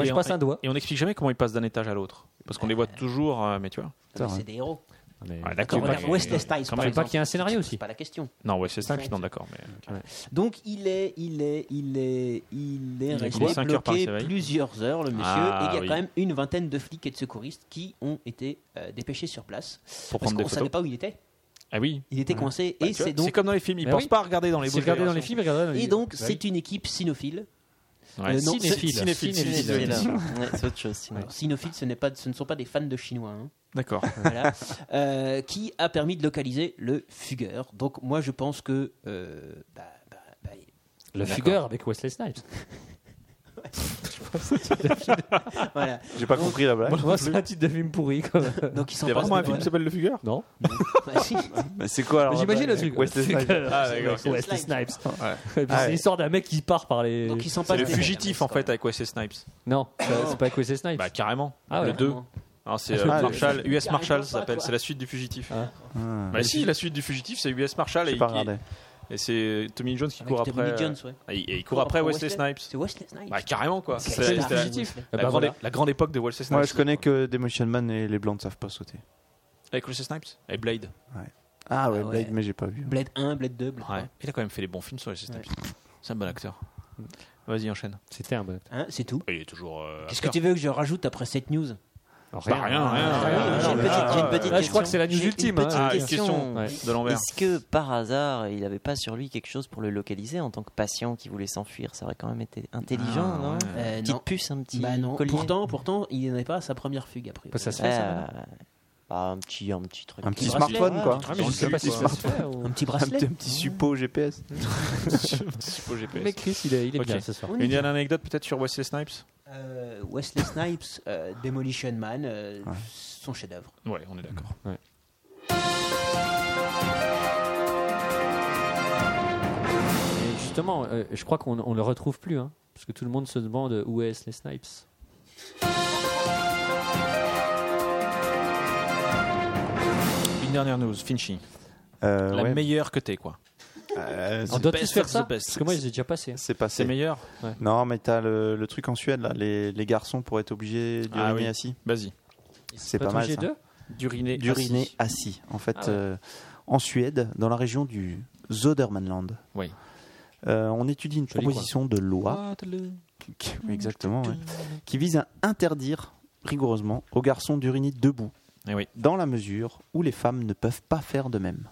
Speaker 3: Et on n'explique jamais comment ils passent d'un étage à l'autre, parce qu'on les voit toujours. euh, mais tu vois.
Speaker 7: Mais C'est des héros.
Speaker 3: Ouais, Ah, d'accord.
Speaker 7: Regarde
Speaker 3: mais-
Speaker 7: Wesley Snipes,
Speaker 3: quand
Speaker 7: par
Speaker 3: même.
Speaker 7: exemple.
Speaker 4: qu'il y a un scénario aussi.
Speaker 7: C'est pas la question.
Speaker 3: Non, ouais, c'est simple. Non, d'accord. Mais
Speaker 7: Donc il est, il est, il est, il est
Speaker 3: est
Speaker 7: resté
Speaker 3: combien Cinq heures par
Speaker 7: bloqué
Speaker 3: série
Speaker 7: plusieurs heures, le monsieur.
Speaker 3: Ah,
Speaker 7: et il y a
Speaker 3: oui.
Speaker 7: quand même une vingtaine de flics et de secouristes qui ont été euh, dépêchés sur place
Speaker 3: Pour
Speaker 7: parce
Speaker 3: prendre des
Speaker 7: qu'on savait
Speaker 3: photos.
Speaker 7: pas où il était.
Speaker 3: ah oui.
Speaker 7: Il était
Speaker 3: Ouais.
Speaker 7: coincé
Speaker 3: Bah,
Speaker 7: et
Speaker 3: tu vois,
Speaker 7: c'est donc.
Speaker 3: C'est comme dans les films, ils
Speaker 4: Mais
Speaker 3: pensent
Speaker 4: oui.
Speaker 3: pas à regarder dans les.
Speaker 4: C'est
Speaker 3: bouches
Speaker 4: regardé dans les
Speaker 3: d'aération.
Speaker 4: films, regardez dans les
Speaker 7: Et donc
Speaker 4: Bah
Speaker 7: c'est une équipe cynophile.
Speaker 3: Ouais,
Speaker 7: Le nom-
Speaker 3: cinéphile.
Speaker 7: c'est-
Speaker 3: Cinéphile, cinéphile.
Speaker 6: Ouais, c'est autre chose. sinon.
Speaker 7: Alors, Cynophiles, ce, n'est pas, ce ne sont pas des fans de chinois. hein.
Speaker 3: D'accord.
Speaker 7: Voilà. Euh, qui a permis de localiser le fugueur. Donc, moi, je pense que. euh, bah, bah, bah,
Speaker 4: Le fugueur avec Wesley Snipes.
Speaker 7: voilà.
Speaker 5: J'ai pas
Speaker 7: Donc-
Speaker 5: compris la blague.
Speaker 4: Bah, Moi, c'est un titre de film pourri. Quoi.
Speaker 7: Donc, ils sont
Speaker 3: Il y a
Speaker 7: pas-
Speaker 3: vraiment un film qui s'appelle Le Fugueur
Speaker 4: Non.
Speaker 7: Bah, si.
Speaker 5: Mais c'est quoi alors la
Speaker 4: J'imagine le
Speaker 5: blague
Speaker 4: truc.
Speaker 5: Wesley Snipes.
Speaker 3: Ah, d'accord.
Speaker 4: Wesley
Speaker 7: Wesley
Speaker 4: Snipes.
Speaker 3: Ouais.
Speaker 4: Et puis,
Speaker 5: Ah
Speaker 4: C'est
Speaker 5: ouais.
Speaker 4: l'histoire d'un mec qui part par les.
Speaker 7: Donc, ils sont pas
Speaker 3: C'est le
Speaker 7: des-
Speaker 3: fugitif en fait avec Wesley Snipes.
Speaker 4: Non, ça- c'est pas avec Wesley Snipes.
Speaker 3: Bah carrément.
Speaker 4: Ah ouais.
Speaker 3: Le 2. Alors c'est euh,
Speaker 5: Ah, le-
Speaker 3: Marshall, US Marshall
Speaker 7: Carrément
Speaker 3: ça
Speaker 7: pas,
Speaker 3: s'appelle,
Speaker 7: toi.
Speaker 3: c'est la suite du fugitif.
Speaker 5: Ah.
Speaker 3: Bah si, la suite du fugitif c'est US Marshall et,
Speaker 5: J'ai pas
Speaker 3: il-
Speaker 5: regardé.
Speaker 3: et c'est Tommy Jones qui
Speaker 7: Avec
Speaker 3: court
Speaker 7: Tommy
Speaker 3: après.
Speaker 7: Jones, ouais.
Speaker 3: et, il- et il court après Wesley
Speaker 7: C'est
Speaker 3: Snipes.
Speaker 7: Wesley Snipes.
Speaker 3: Bah carrément quoi.
Speaker 7: Quel
Speaker 3: C'est-
Speaker 7: star
Speaker 3: c'était la-
Speaker 7: fugitif.
Speaker 3: La,
Speaker 4: Bah,
Speaker 3: grande,
Speaker 4: voilà.
Speaker 3: la grande époque de Wesley Snipes.
Speaker 5: Moi, je connais que Demolition Man et les blancs ne savent pas sauter.
Speaker 3: Avec Wesley Snipes et Blade.
Speaker 5: Ah ouais,
Speaker 7: Ah ouais.
Speaker 5: Blade, mais j'ai pas vu.
Speaker 7: Blade 1, Blade 2, Blade
Speaker 3: Ouais.
Speaker 7: 3.
Speaker 3: Il a quand même fait des bons films sur Wesley Snipes. C'est un bon acteur. Vas-y enchaîne.
Speaker 4: C'était un bon.
Speaker 7: Hein, c'est tout.
Speaker 3: Il est toujours. euh,
Speaker 7: Qu'est-ce que
Speaker 3: acteur.
Speaker 7: tu veux que je rajoute après cette news
Speaker 3: Bah, rien, rien.
Speaker 6: Ah, j'ai une petite- j'ai une petite
Speaker 4: Là, je crois que c'est la news
Speaker 6: J'ai une
Speaker 4: ultime.
Speaker 6: petite
Speaker 4: hein.
Speaker 3: Ah, une question
Speaker 4: Ouais.
Speaker 3: de l'envers.
Speaker 6: Est-ce que par hasard, il n'avait pas sur lui quelque chose pour le localiser en tant que patient qui voulait s'enfuir Ça aurait quand même été intelligent,
Speaker 3: Ah,
Speaker 6: non
Speaker 3: ouais.
Speaker 7: Euh,
Speaker 6: Petite
Speaker 7: non.
Speaker 6: puce, un petit
Speaker 7: Bah non.
Speaker 6: collier.
Speaker 7: Pourtant, pourtant, il n'en est pas à sa première fugue après.
Speaker 4: Bah, ça se fait, ça,
Speaker 6: Ah,
Speaker 4: maintenant.
Speaker 6: bah, un petit, un petit truc.
Speaker 5: Un petit
Speaker 7: bracelet,
Speaker 5: smartphone,
Speaker 6: ouais.
Speaker 5: quoi.
Speaker 4: Ah, mais je sais pas si ça se fait. ou-
Speaker 7: Un petit
Speaker 5: Un
Speaker 7: bracelet.
Speaker 5: petit, un petit suppôt GPS.
Speaker 3: Typo GPS.
Speaker 4: Mais Chris, il est, il est
Speaker 3: Ok.
Speaker 4: bien ce soir.
Speaker 7: On y
Speaker 3: Une dernière anecdote peut-être sur Wesley Snipes
Speaker 7: Euh, Wesley Snipes, euh, Demolition Man, euh, son chef-d'œuvre.
Speaker 3: Ouais, on est d'accord.
Speaker 4: Et justement, euh, je crois qu'on on le retrouve plus, hein, parce que tout le monde se demande où est les Snipes.
Speaker 3: Une dernière news, Finchy.
Speaker 5: Euh,
Speaker 3: La
Speaker 5: ouais.
Speaker 3: meilleure que t'es quoi.
Speaker 5: Euh,
Speaker 4: On doit
Speaker 3: best
Speaker 4: tous faire
Speaker 3: of
Speaker 4: ça
Speaker 3: the best.
Speaker 4: Parce que moi, j'ai déjà passé. hein.
Speaker 5: C'est
Speaker 3: C'est
Speaker 5: passé.
Speaker 3: meilleur
Speaker 5: Non, mais t'as le, le truc en Suède, là. Les, les garçons pour être obligés d'uriner
Speaker 3: Ah oui.
Speaker 5: assis.
Speaker 3: Vas-y.
Speaker 5: C'est
Speaker 4: Peut-être
Speaker 5: pas mal.
Speaker 4: obligé
Speaker 5: ça.
Speaker 4: de
Speaker 3: D'uriner.
Speaker 5: D'uriner
Speaker 3: assis.
Speaker 5: assis. En fait,
Speaker 4: Ah ouais.
Speaker 5: euh, en Suède, dans la région du Södermanland,
Speaker 3: Oui.
Speaker 5: euh, on étudie une
Speaker 4: Joli
Speaker 5: proposition de loi qui- oui, exactement, ouais, qui vise à interdire rigoureusement aux garçons d'uriner debout,
Speaker 3: Eh oui.
Speaker 5: dans la mesure où les femmes ne peuvent pas faire de même.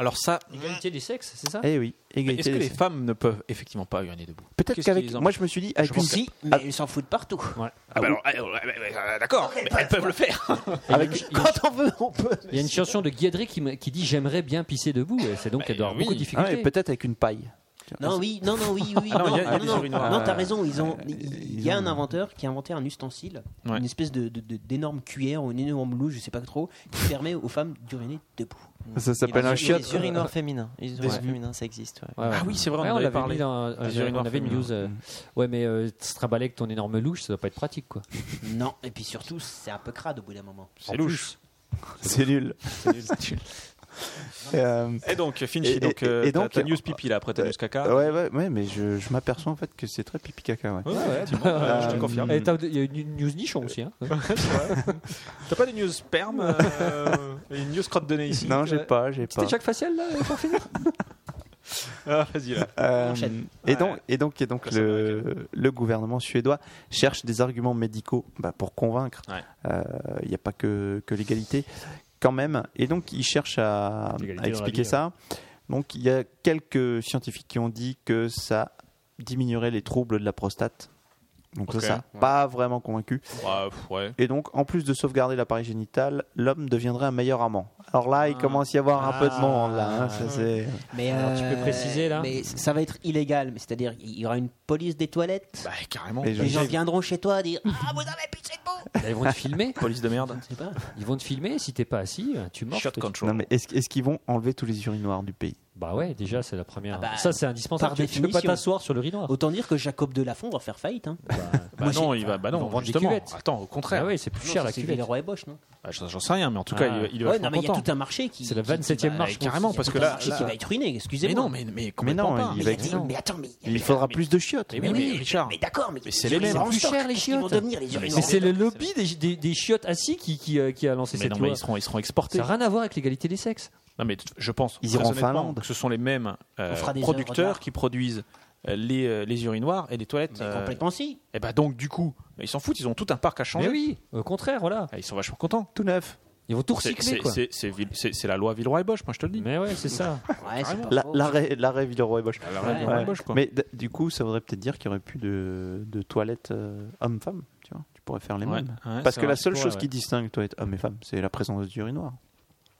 Speaker 3: Alors ça,
Speaker 4: L'égalité des sexes, c'est ça
Speaker 5: Eh oui,
Speaker 3: mais est-ce
Speaker 5: égalité.
Speaker 3: que
Speaker 5: des
Speaker 3: les
Speaker 5: sexes.
Speaker 3: femmes ne peuvent effectivement pas uriner debout
Speaker 5: Peut-être
Speaker 3: qu'est-ce
Speaker 5: qu'avec.
Speaker 3: qu'ils en-
Speaker 5: Moi, je me suis dit, avec une,
Speaker 7: Si, mais
Speaker 5: Ah.
Speaker 7: ils s'en foutent partout.
Speaker 3: Ah bah alors, ah, ouais, ouais, ouais, ouais, d'accord, mais elles peuvent le faire.
Speaker 4: Avec- il y a-
Speaker 7: Quand on veut, on peut.
Speaker 4: Il y a une chanson de Guédré qui, me- qui dit J'aimerais bien pisser debout. Et C'est donc
Speaker 3: Bah,
Speaker 4: qu'elle doit avoir
Speaker 3: oui.
Speaker 4: beaucoup de
Speaker 5: Ah ouais,
Speaker 4: difficultés.
Speaker 5: peut-être avec une paille.
Speaker 7: Non, oui, non, non, oui, oui, oui,
Speaker 5: Ah non, il
Speaker 7: non,
Speaker 5: y a- il y a des
Speaker 7: non,
Speaker 5: urinoirs.
Speaker 7: non, t'as
Speaker 5: Euh,
Speaker 7: raison. Ils ont, il y a
Speaker 5: ont-
Speaker 7: un inventeur qui a inventé un ustensile,
Speaker 5: Ouais.
Speaker 7: une espèce de, de- de- d'énorme cuillère ou une énorme louche, je sais pas trop, qui permet aux femmes d'uriner debout.
Speaker 5: Ça s'appelle
Speaker 7: Et
Speaker 5: un
Speaker 7: les-
Speaker 5: chiotte.
Speaker 7: les
Speaker 6: Les
Speaker 3: Euh,
Speaker 6: urinoirs féminins. Les urinoirs
Speaker 7: Ouais.
Speaker 6: féminins, ça existe. ouais.
Speaker 3: Ah
Speaker 4: Ouais, ouais. Ouais, on
Speaker 3: avait
Speaker 4: l'avait
Speaker 3: parlé.
Speaker 4: mis dans- euh,
Speaker 3: Les urinoirs
Speaker 4: on avait une
Speaker 3: féminins.
Speaker 4: news. euh, Ouais, mais euh, te trimballer avec ton énorme louche, ça doit pas être pratique, quoi.
Speaker 7: Non, et puis surtout, c'est un peu crade au bout d'un moment.
Speaker 4: C'est louche.
Speaker 5: C'est nul. Euh,
Speaker 3: Et donc, Finchi, donc, euh, t'as- t'as news pipi, là, après ta
Speaker 5: euh,
Speaker 3: news caca.
Speaker 5: Ouais, ouais, ouais, mais je, je m'aperçois en fait que c'est très pipi caca. Ouais, Euh,
Speaker 3: Ouais, ouais, effectivement, ouais, je te confirme.
Speaker 4: Et t'as- Il y a une news nichon aussi. Hein.
Speaker 3: T'as pas des news sperme euh, et Une news crotte de nez ici
Speaker 5: Non, j'ai pas, j'ai
Speaker 4: C'était
Speaker 5: pas.
Speaker 4: Jacques Facial là pour finir
Speaker 3: Ah, vas-y là.
Speaker 5: Euh,
Speaker 3: Enchaîne.
Speaker 5: et donc,
Speaker 3: Ouais.
Speaker 5: et donc, et donc le, le gouvernement suédois cherche des arguments médicaux bah, pour convaincre.
Speaker 3: Ouais.
Speaker 5: Euh, Il n'y a pas que, que l'égalité, quand même. Et donc, il cherche à,
Speaker 3: L'égalité
Speaker 5: à
Speaker 3: dans la
Speaker 5: expliquer
Speaker 3: vie,
Speaker 5: ça. Donc, il y a quelques scientifiques qui ont dit que ça diminuerait les troubles de la prostate. Donc,
Speaker 3: Ok.
Speaker 5: ça, ça, n'a pas vraiment convaincu.
Speaker 3: Ouais, pff, ouais.
Speaker 5: Et donc, en plus de sauvegarder l'appareil génital, l'homme deviendrait un meilleur amant. Alors là,
Speaker 3: Ah,
Speaker 5: il commence à y avoir un peu de monde. Là, hein. Ça, c'est-
Speaker 7: Mais euh,
Speaker 4: Alors, tu peux préciser, là
Speaker 7: Mais ça va être illégal, mais c'est-à-dire il y aura une police des toilettes.
Speaker 3: Bah carrément.
Speaker 5: Mais
Speaker 7: Les
Speaker 5: je-
Speaker 7: gens viendront chez toi dire ah vous avez pissé debout.
Speaker 4: Ils vont te filmer.
Speaker 3: Police de merde.
Speaker 7: Je sais pas.
Speaker 4: Ils vont te filmer. Si t'es pas assis, euh, tu mords.
Speaker 3: Shot
Speaker 4: toi, tu-
Speaker 3: control.
Speaker 5: Non, mais est-ce est-ce qu'ils vont enlever tous les urinoirs du pays
Speaker 4: Bah ouais, déjà c'est la première.
Speaker 7: Ah bah,
Speaker 4: ça c'est indispensable.
Speaker 7: par
Speaker 4: Tu tu peux pas
Speaker 7: définition.
Speaker 4: t'asseoir sur le riz noir.
Speaker 7: Autant dire que Jacob Delafont va faire faillite. Hein.
Speaker 3: Bah non, il va. Bah
Speaker 4: ils vont
Speaker 3: non,
Speaker 4: vendre des
Speaker 3: justement.
Speaker 4: cuvettes.
Speaker 3: Attends, au contraire.
Speaker 4: Ah ouais, c'est plus
Speaker 7: Non,
Speaker 4: cher
Speaker 7: ça,
Speaker 4: la
Speaker 7: c'est
Speaker 4: cuvette.
Speaker 7: Leroy Bosch, non
Speaker 3: Bah, j'en j'en sais rien, mais en tout cas,
Speaker 4: Ah.
Speaker 3: il, il va
Speaker 7: Ouais,
Speaker 3: être
Speaker 7: non, mais il y a
Speaker 3: content.
Speaker 7: tout un marché qui.
Speaker 4: C'est la
Speaker 7: qui- qui
Speaker 4: 27e
Speaker 7: va-
Speaker 4: marche,
Speaker 7: qui-
Speaker 3: je carrément,
Speaker 7: qui-
Speaker 3: parce
Speaker 7: tout
Speaker 3: que
Speaker 7: un
Speaker 3: là-
Speaker 7: marché
Speaker 3: là-
Speaker 7: qui va être ruiné, excusez-moi.
Speaker 3: Mais non, mais mais
Speaker 5: Mais
Speaker 3: complètement
Speaker 5: non,
Speaker 3: pas.
Speaker 5: il
Speaker 7: mais,
Speaker 5: va
Speaker 7: il y a
Speaker 5: être-
Speaker 7: des- mais attends, mais.
Speaker 5: Il faudra
Speaker 3: mais-
Speaker 5: plus de chiottes.
Speaker 3: Mais oui, mais Richard.
Speaker 7: Mais d'accord, mais.
Speaker 3: Mais c'est les
Speaker 7: ils
Speaker 3: mêmes.
Speaker 7: sont en
Speaker 3: Plus
Speaker 7: stock,
Speaker 4: cher, les
Speaker 7: qu'est-ce qu'ils vont
Speaker 4: chiottes.
Speaker 7: devenir les
Speaker 4: Mais c'est
Speaker 7: urinoirs
Speaker 4: le lobby des, des, des chiottes assis qui, qui, euh, qui a lancé
Speaker 3: Mais
Speaker 4: cette
Speaker 3: non, mais
Speaker 4: loi.
Speaker 3: ils seront, ils seront exportés.
Speaker 4: Ça n'a rien à voir avec l'égalité des sexes.
Speaker 3: Non, mais t- je pense.
Speaker 5: Ils
Speaker 3: très
Speaker 5: iront en
Speaker 3: honnêtement,
Speaker 5: Finlande.
Speaker 3: Que ce sont les mêmes euh,
Speaker 7: On fera des œuvres
Speaker 3: producteurs
Speaker 7: d'art.
Speaker 3: qui produisent euh, les, euh, les urinoirs et les toilettes.
Speaker 7: Mais
Speaker 3: euh,
Speaker 7: Complètement si.
Speaker 3: et bah donc du coup, ils s'en foutent. Ils ont tout un parc à changer.
Speaker 4: Mais oui, au contraire, voilà.
Speaker 3: Ah, Ils sont vachement contents.
Speaker 5: Tout neuf.
Speaker 4: Ils vont tout
Speaker 3: C'est-
Speaker 4: recycler
Speaker 3: c'est-
Speaker 4: quoi.
Speaker 3: C'est c'est Ville- c'est- c'est la loi Villeroy et Bosch, moi je te le dis.
Speaker 4: Mais ouais, c'est ça.
Speaker 7: Ouais, c'est pas
Speaker 5: La-
Speaker 7: faux.
Speaker 5: L'arrêt l'arrêt Villeroy et Bosch.
Speaker 3: La loi Villeroy et Bosch, Ah, quoi.
Speaker 5: Mais d- du coup, ça voudrait peut-être dire qu'il n'y aurait plus de, de toilettes euh, hommes-femmes. Tu vois, tu pourrais faire les
Speaker 3: Ouais.
Speaker 5: mêmes.
Speaker 3: Ouais,
Speaker 5: Parce
Speaker 3: c'est
Speaker 5: que
Speaker 3: vrai,
Speaker 5: la seule
Speaker 3: tu
Speaker 5: chose
Speaker 3: pourrais,
Speaker 5: qui distingue toilettes hommes et femmes, c'est la présence d'urinoir.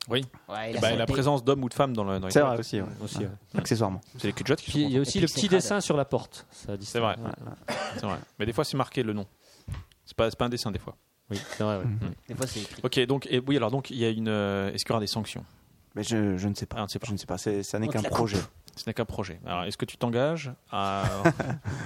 Speaker 3: Oui.
Speaker 7: Ouais,
Speaker 3: Bah,
Speaker 7: la
Speaker 3: La,
Speaker 7: santé.
Speaker 3: présence d'hommes ou de femmes dans le. dans les
Speaker 5: C'est
Speaker 3: toilettes
Speaker 5: vrai aussi, ouais.
Speaker 4: Aussi,
Speaker 5: Ouais.
Speaker 4: ouais.
Speaker 5: accessoirement.
Speaker 3: C'est les culottes qui
Speaker 4: Puis
Speaker 3: sont.
Speaker 4: il y a aussi
Speaker 7: Et
Speaker 4: le
Speaker 7: puis,
Speaker 4: petit
Speaker 7: c'est
Speaker 4: dessin sur la porte. Ça
Speaker 3: C'est vrai.
Speaker 4: Ouais.
Speaker 3: contents. C'est vrai. Mais des fois c'est marqué le nom. C'est pas, c'est pas un dessin des fois.
Speaker 4: Oui, c'est vrai. ouais.
Speaker 7: Des fois, c'est écrit.
Speaker 3: Ok, donc et oui alors donc il y a une. euh, Est-ce qu'il y aura des sanctions
Speaker 5: Mais je, je ne sais pas.
Speaker 3: Ah, on ne sait pas.
Speaker 5: Je ne sais pas. c'est- Ça n'est
Speaker 7: On te
Speaker 5: qu'un
Speaker 7: la
Speaker 5: projet.
Speaker 3: Ce n'est qu'un projet. Alors est-ce que tu t'engages à,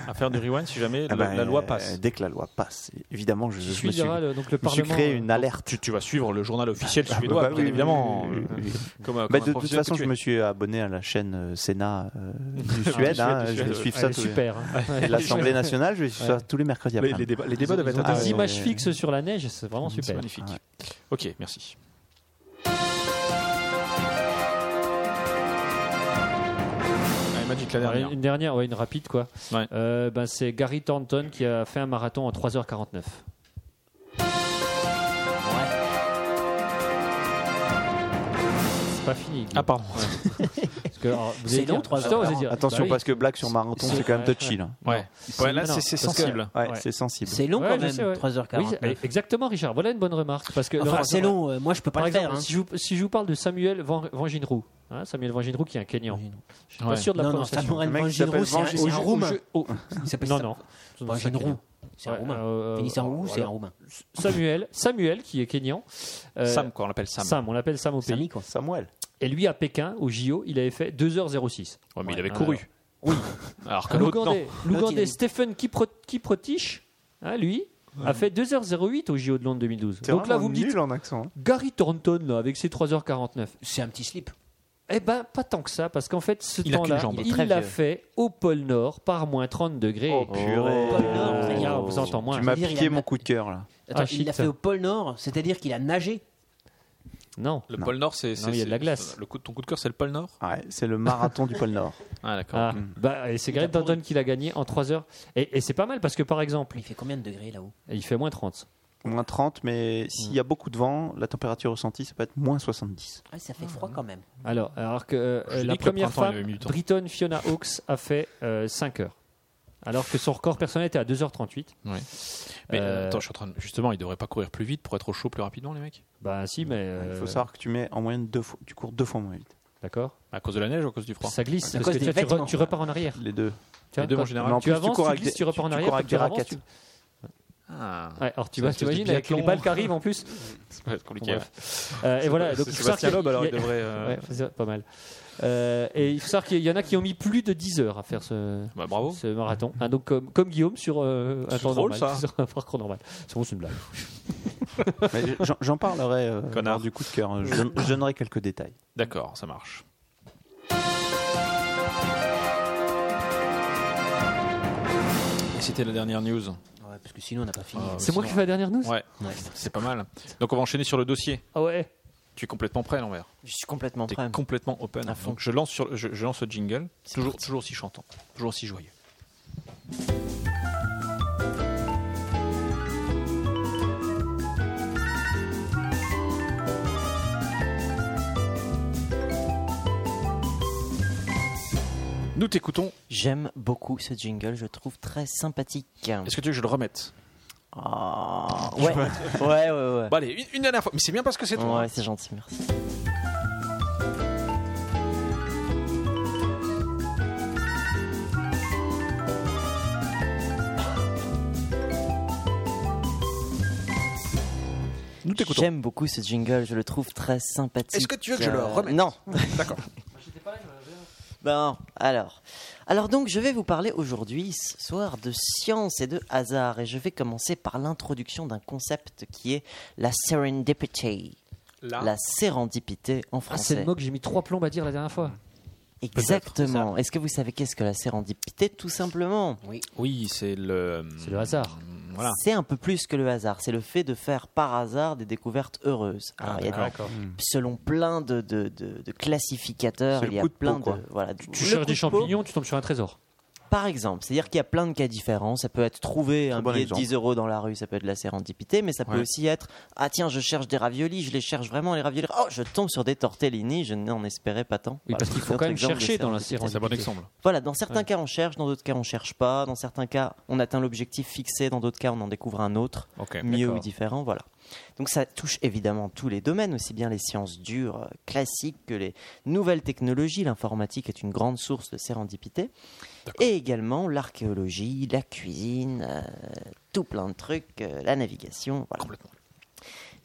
Speaker 3: à faire du rewind si jamais
Speaker 5: Ah
Speaker 3: la,
Speaker 5: bah,
Speaker 3: la loi
Speaker 5: euh,
Speaker 3: passe
Speaker 5: Dès que la loi passe, évidemment, je, je
Speaker 4: Qui
Speaker 5: me suis,
Speaker 4: suivra le- donc le
Speaker 5: je me suis
Speaker 4: Parlement
Speaker 5: créé
Speaker 4: euh,
Speaker 5: une alerte.
Speaker 3: tu, tu vas suivre le journal officiel suédois,
Speaker 5: Bah,
Speaker 3: bien
Speaker 5: oui, oui,
Speaker 3: évidemment.
Speaker 5: oui,
Speaker 3: euh,
Speaker 5: oui, oui.
Speaker 3: Comme, euh, comme
Speaker 5: Bah,
Speaker 3: un
Speaker 5: de toute
Speaker 3: professionnel
Speaker 5: façon,
Speaker 3: que
Speaker 5: je
Speaker 3: tu
Speaker 5: me
Speaker 3: es.
Speaker 5: suis abonné à la chaîne euh, Sénat euh, du
Speaker 3: Ah,
Speaker 5: Suède.
Speaker 3: du
Speaker 5: hein,
Speaker 3: Suède, du
Speaker 5: je
Speaker 3: Suède,
Speaker 5: vais suivre
Speaker 4: Elle
Speaker 5: ça.
Speaker 4: est
Speaker 5: tous les-
Speaker 4: super. hein. Ouais.
Speaker 5: Et L'Assemblée nationale, je vais suivre
Speaker 4: Ouais.
Speaker 5: ça tous les mercredis
Speaker 3: Les,
Speaker 5: après.
Speaker 3: les débats, les débats doivent être
Speaker 4: Ils ont
Speaker 5: Ah,
Speaker 4: des
Speaker 5: ouais.
Speaker 3: intéressants.
Speaker 4: images fixes sur la neige, c'est vraiment
Speaker 3: C'est
Speaker 4: super.
Speaker 3: magnifique.
Speaker 5: Ouais.
Speaker 3: Ok, merci.
Speaker 4: Ah,
Speaker 3: Allez, Magic, la
Speaker 4: Alors,
Speaker 3: dernière.
Speaker 4: une- Une dernière, ouais, une rapide quoi.
Speaker 3: Ouais.
Speaker 4: Euh, ben, c'est Gary Thornton qui a fait un marathon en 3h49. C'est pas fini. Guy.
Speaker 3: Ah, pardon.
Speaker 4: Parce que, alors, vous
Speaker 7: C'est
Speaker 4: allez
Speaker 7: long,
Speaker 4: dire-
Speaker 7: trois
Speaker 4: Putain, vous allez
Speaker 7: heures.
Speaker 4: dire-
Speaker 5: Attention,
Speaker 4: bah oui.
Speaker 5: parce que blague sur marathon,
Speaker 4: C'est-
Speaker 5: c'est quand même
Speaker 4: ouais.
Speaker 5: touchy. Là.
Speaker 3: Ouais.
Speaker 4: C'est-
Speaker 3: Ouais, là,
Speaker 4: non,
Speaker 3: c'est c'est
Speaker 4: parce que-
Speaker 3: sensible.
Speaker 5: Ouais,
Speaker 4: Ouais.
Speaker 5: c'est sensible.
Speaker 7: C'est long
Speaker 4: Ouais,
Speaker 7: quand
Speaker 4: je
Speaker 7: même,
Speaker 4: sais, ouais.
Speaker 7: 3h40.
Speaker 4: Oui, exactement, Richard. Voilà une bonne remarque. Parce que le
Speaker 7: Enfin,
Speaker 4: rapport-
Speaker 7: c'est long, euh, moi je peux pas
Speaker 4: Par
Speaker 7: le
Speaker 4: exemple,
Speaker 7: faire. hein.
Speaker 4: si, je vous, si je vous parle de Samuel Van- Vanginrou, hein, Samuel Vanginrou qui est un Kenyan. Je suis
Speaker 3: Ouais.
Speaker 4: pas sûr de la
Speaker 7: Non, non,
Speaker 4: prononciation.
Speaker 7: Samuel
Speaker 5: Le mec qui
Speaker 7: Vanginrou,
Speaker 5: s'appelle
Speaker 7: c'est un-
Speaker 5: Vangi-
Speaker 7: c'est un
Speaker 5: au- au
Speaker 7: roumain.
Speaker 4: jeu- au-
Speaker 7: Il s'appelle
Speaker 4: Non,
Speaker 7: ça-
Speaker 4: non.
Speaker 7: Vanginrou. C'est un
Speaker 4: Ouais,
Speaker 7: roumain.
Speaker 4: euh,
Speaker 7: Finissant roux, c'est
Speaker 4: voilà.
Speaker 7: un roumain.
Speaker 4: Samuel, Samuel qui est Kenyan. Euh,
Speaker 3: Sam, quoi, on l'appelle Sam.
Speaker 4: Sam, on l'appelle Sam au pays.
Speaker 7: Samy, quoi.
Speaker 5: Samuel.
Speaker 4: Et lui, à Pékin, au JO, il avait fait 2h06.
Speaker 3: Ouais, mais il
Speaker 4: Ouais.
Speaker 3: avait couru. Oui. Alors que Ah, l'autre, non.
Speaker 4: L'Ougandais,
Speaker 7: L'autre, il a
Speaker 4: l'Ougandais
Speaker 7: mis-
Speaker 4: Stephen Kipro- Kiprotich, hein, lui, a fait 2h08 au JO de Londres 2012.
Speaker 5: T'es
Speaker 4: Donc là,
Speaker 5: vraiment
Speaker 4: vous me dites,
Speaker 5: nul en accent. hein.
Speaker 4: Gary Thornton, là, avec ses 3h49,
Speaker 7: C'est un petit slip.
Speaker 4: eh ben, pas tant que ça, parce qu'en fait, ce
Speaker 3: Il a qu'une
Speaker 4: temps-là,
Speaker 3: jambe.
Speaker 4: il
Speaker 6: Très
Speaker 4: l'a
Speaker 6: vieux.
Speaker 4: fait au pôle Nord par moins 30 degrés.
Speaker 5: Oh, purée.
Speaker 7: Paul Nord, ça y est.
Speaker 4: Regarde, on vous entend moins.
Speaker 5: Tu m'as
Speaker 7: Ça veut dire, il
Speaker 5: piqué
Speaker 7: a-
Speaker 5: mon coup de cœur là.
Speaker 7: Attends,
Speaker 4: Ah,
Speaker 7: il
Speaker 4: shit.
Speaker 7: l'a fait au pôle Nord, c'est-à-dire qu'il a nagé.
Speaker 4: Non.
Speaker 3: Le pôle Nord, c'est. c'est-
Speaker 4: il y a de la
Speaker 3: c'est-
Speaker 4: glace.
Speaker 3: Le coup, ton coup de cœur, c'est le pôle Nord
Speaker 5: Ouais, c'est le marathon du pôle Nord.
Speaker 3: Ah, d'accord.
Speaker 4: Ah, bah, et c'est Gary Thornton qui l'a gagné en 3 heures. Et, et c'est pas mal parce que, par exemple,
Speaker 7: Il fait combien de degrés là-haut
Speaker 4: il fait moins 30.
Speaker 5: Moins 30, mais s'il y a beaucoup de vent, la température ressentie, ça peut être moins 70.
Speaker 7: Ah, ça fait froid quand même.
Speaker 4: Alors, alors que euh,
Speaker 3: Je dis
Speaker 4: la
Speaker 3: que le
Speaker 4: première
Speaker 3: printemps, il
Speaker 4: femme,
Speaker 3: avait mis du temps.
Speaker 4: Britton Fiona Hawkes, a fait 5 heures. Alors que son record personnel était à 2h38.
Speaker 3: Mais
Speaker 4: Euh,
Speaker 3: attends, je suis en train de- Justement, ils devraient pas courir plus vite pour être au chaud plus rapidement, les mecs
Speaker 4: Bah si, mais...
Speaker 5: Il
Speaker 4: euh,
Speaker 5: faut savoir que tu mets en moyenne deux fois, tu cours deux fois moins vite.
Speaker 4: D'accord
Speaker 3: À cause de la neige ou à cause du froid
Speaker 4: Ça glisse. parce que tu, vois, tu re- tu repars en arrière.
Speaker 5: Les deux.
Speaker 4: Tu, vois,
Speaker 3: Les deux en
Speaker 4: quand-
Speaker 3: général.
Speaker 5: Mais en
Speaker 4: tu
Speaker 5: plus, tu
Speaker 4: avances, tu,
Speaker 5: cours avec
Speaker 4: glisses,
Speaker 5: des-
Speaker 4: tu repars en
Speaker 5: tu
Speaker 4: arrière.
Speaker 5: cours
Speaker 4: quand
Speaker 5: avec
Speaker 4: tu
Speaker 5: des
Speaker 4: avances,
Speaker 5: raquettes.
Speaker 4: tu-
Speaker 3: Ah.
Speaker 4: Ouais, alors tu
Speaker 3: C'est
Speaker 4: vois,
Speaker 3: un espèce de
Speaker 4: t'imagines avec les
Speaker 3: biathlon.
Speaker 4: balles qui arrivent en plus.
Speaker 3: Ça va être compliqué.
Speaker 4: Bref.
Speaker 3: ouais.
Speaker 4: Euh, et
Speaker 3: C'est
Speaker 4: voilà,
Speaker 3: pas-
Speaker 4: donc
Speaker 3: c'est
Speaker 4: il faut
Speaker 3: Sébastien
Speaker 4: savoir qu'il y a-
Speaker 3: Loeb, alors il
Speaker 4: il y a-
Speaker 3: devrait, euh,
Speaker 4: Ouais, c'est ça, pas mal. Euh, et il faut savoir qu'il y en a qui ont mis plus de 10 heures à faire ce,
Speaker 3: Bah,
Speaker 4: ce marathon. Hein, donc comme, comme Guillaume sur euh, un
Speaker 5: C'est
Speaker 4: temps
Speaker 5: drôle,
Speaker 4: normal,
Speaker 5: ça.
Speaker 4: sur un parcours normal. C'est bon, c'est une blague.
Speaker 5: Mais j'en- J'en parlerai euh, lors du coup de cœur. Je, don- je donnerai quelques détails.
Speaker 3: D'accord, ça marche. Et c'était la dernière news.
Speaker 7: parce que sinon on n'a pas fini.
Speaker 4: C'est moi qui fais la dernière news
Speaker 3: Ouais,
Speaker 7: Ouais.
Speaker 3: c'est pas mal. Donc on va enchaîner sur le dossier.
Speaker 4: Ah ouais
Speaker 3: Tu es complètement prêt, l'envers.
Speaker 6: Je suis complètement
Speaker 3: T'es
Speaker 6: prêt.
Speaker 3: complètement open.
Speaker 6: À fond.
Speaker 3: Donc je lance, sur, je, je lance le jingle, toujours, toujours aussi chantant, toujours aussi joyeux. Nous t'écoutons.
Speaker 6: J'aime beaucoup ce jingle, je le trouve très sympathique.
Speaker 3: Est-ce que tu veux que je le remette
Speaker 6: Ah, ouais. ouais, ouais, ouais.
Speaker 3: Bon, allez, une, une dernière fois. Mais c'est bien parce que c'est toi.
Speaker 6: Ouais, c'est gentil, merci. J'aime beaucoup ce jingle, je le trouve très sympathique. Euh,
Speaker 3: Est-ce que tu veux que je le remette
Speaker 6: Non.
Speaker 3: D'accord.
Speaker 6: Bon, alors. Alors donc, je vais vous parler aujourd'hui, ce soir, de science et de hasard. Et je vais commencer par l'introduction d'un concept qui est la serendipity.
Speaker 4: La-
Speaker 6: sérendipité en
Speaker 4: Ah, c'est
Speaker 6: français.
Speaker 4: le mot que j'ai mis trois plombes à dire la dernière fois.
Speaker 6: Exactement. Est-ce que vous savez qu'est-ce que la sérendipité Tout simplement.
Speaker 7: Oui.
Speaker 3: Oui, c'est le. C'est
Speaker 4: le hasard.
Speaker 3: Voilà.
Speaker 6: C'est un peu plus que le hasard, c'est le fait de faire par hasard des découvertes heureuses. Alors, il y a des-
Speaker 4: Ah, d'accord. Hmm.
Speaker 6: selon plein de, de- de- de classificateurs,
Speaker 4: C'est le
Speaker 6: il y a
Speaker 4: coup de peau,
Speaker 6: plein
Speaker 4: quoi.
Speaker 6: de voilà. de-
Speaker 4: Tu
Speaker 6: le
Speaker 4: cherches
Speaker 6: coup
Speaker 4: des
Speaker 6: de peau,
Speaker 4: champignons, tu tombes sur un trésor.
Speaker 6: Par exemple, c'est-à-dire qu'il y a plein de cas différents. Ça peut être trouver un
Speaker 4: bon
Speaker 6: billet
Speaker 4: exemple.
Speaker 6: de 10 euros dans la rue, ça peut être de la sérendipité, mais ça peut
Speaker 4: Ouais.
Speaker 6: aussi être ah tiens, je cherche des raviolis, je les cherche vraiment les raviolis. Oh, je tombe sur des tortellini, je n'en espérais pas tant.
Speaker 4: Oui, parce qu'il faut
Speaker 6: Bah, c'est un
Speaker 4: quand même
Speaker 6: exemple de
Speaker 4: chercher dans la
Speaker 6: sérendipité.
Speaker 4: sérendipité. C'est un bon exemple.
Speaker 6: Voilà, dans certains
Speaker 4: Ouais.
Speaker 6: cas on cherche, dans d'autres cas on cherche pas, dans certains cas on atteint l'objectif fixé, dans d'autres cas on en découvre un autre,
Speaker 3: Ok.
Speaker 6: mieux ou
Speaker 3: D'accord.
Speaker 6: différent, voilà. Donc ça touche évidemment tous les domaines, aussi bien les sciences dures euh, classiques que les nouvelles technologies. L'informatique est une grande source de sérendipité. Et également l'archéologie, la cuisine, euh, tout plein de trucs, euh, la navigation, voilà.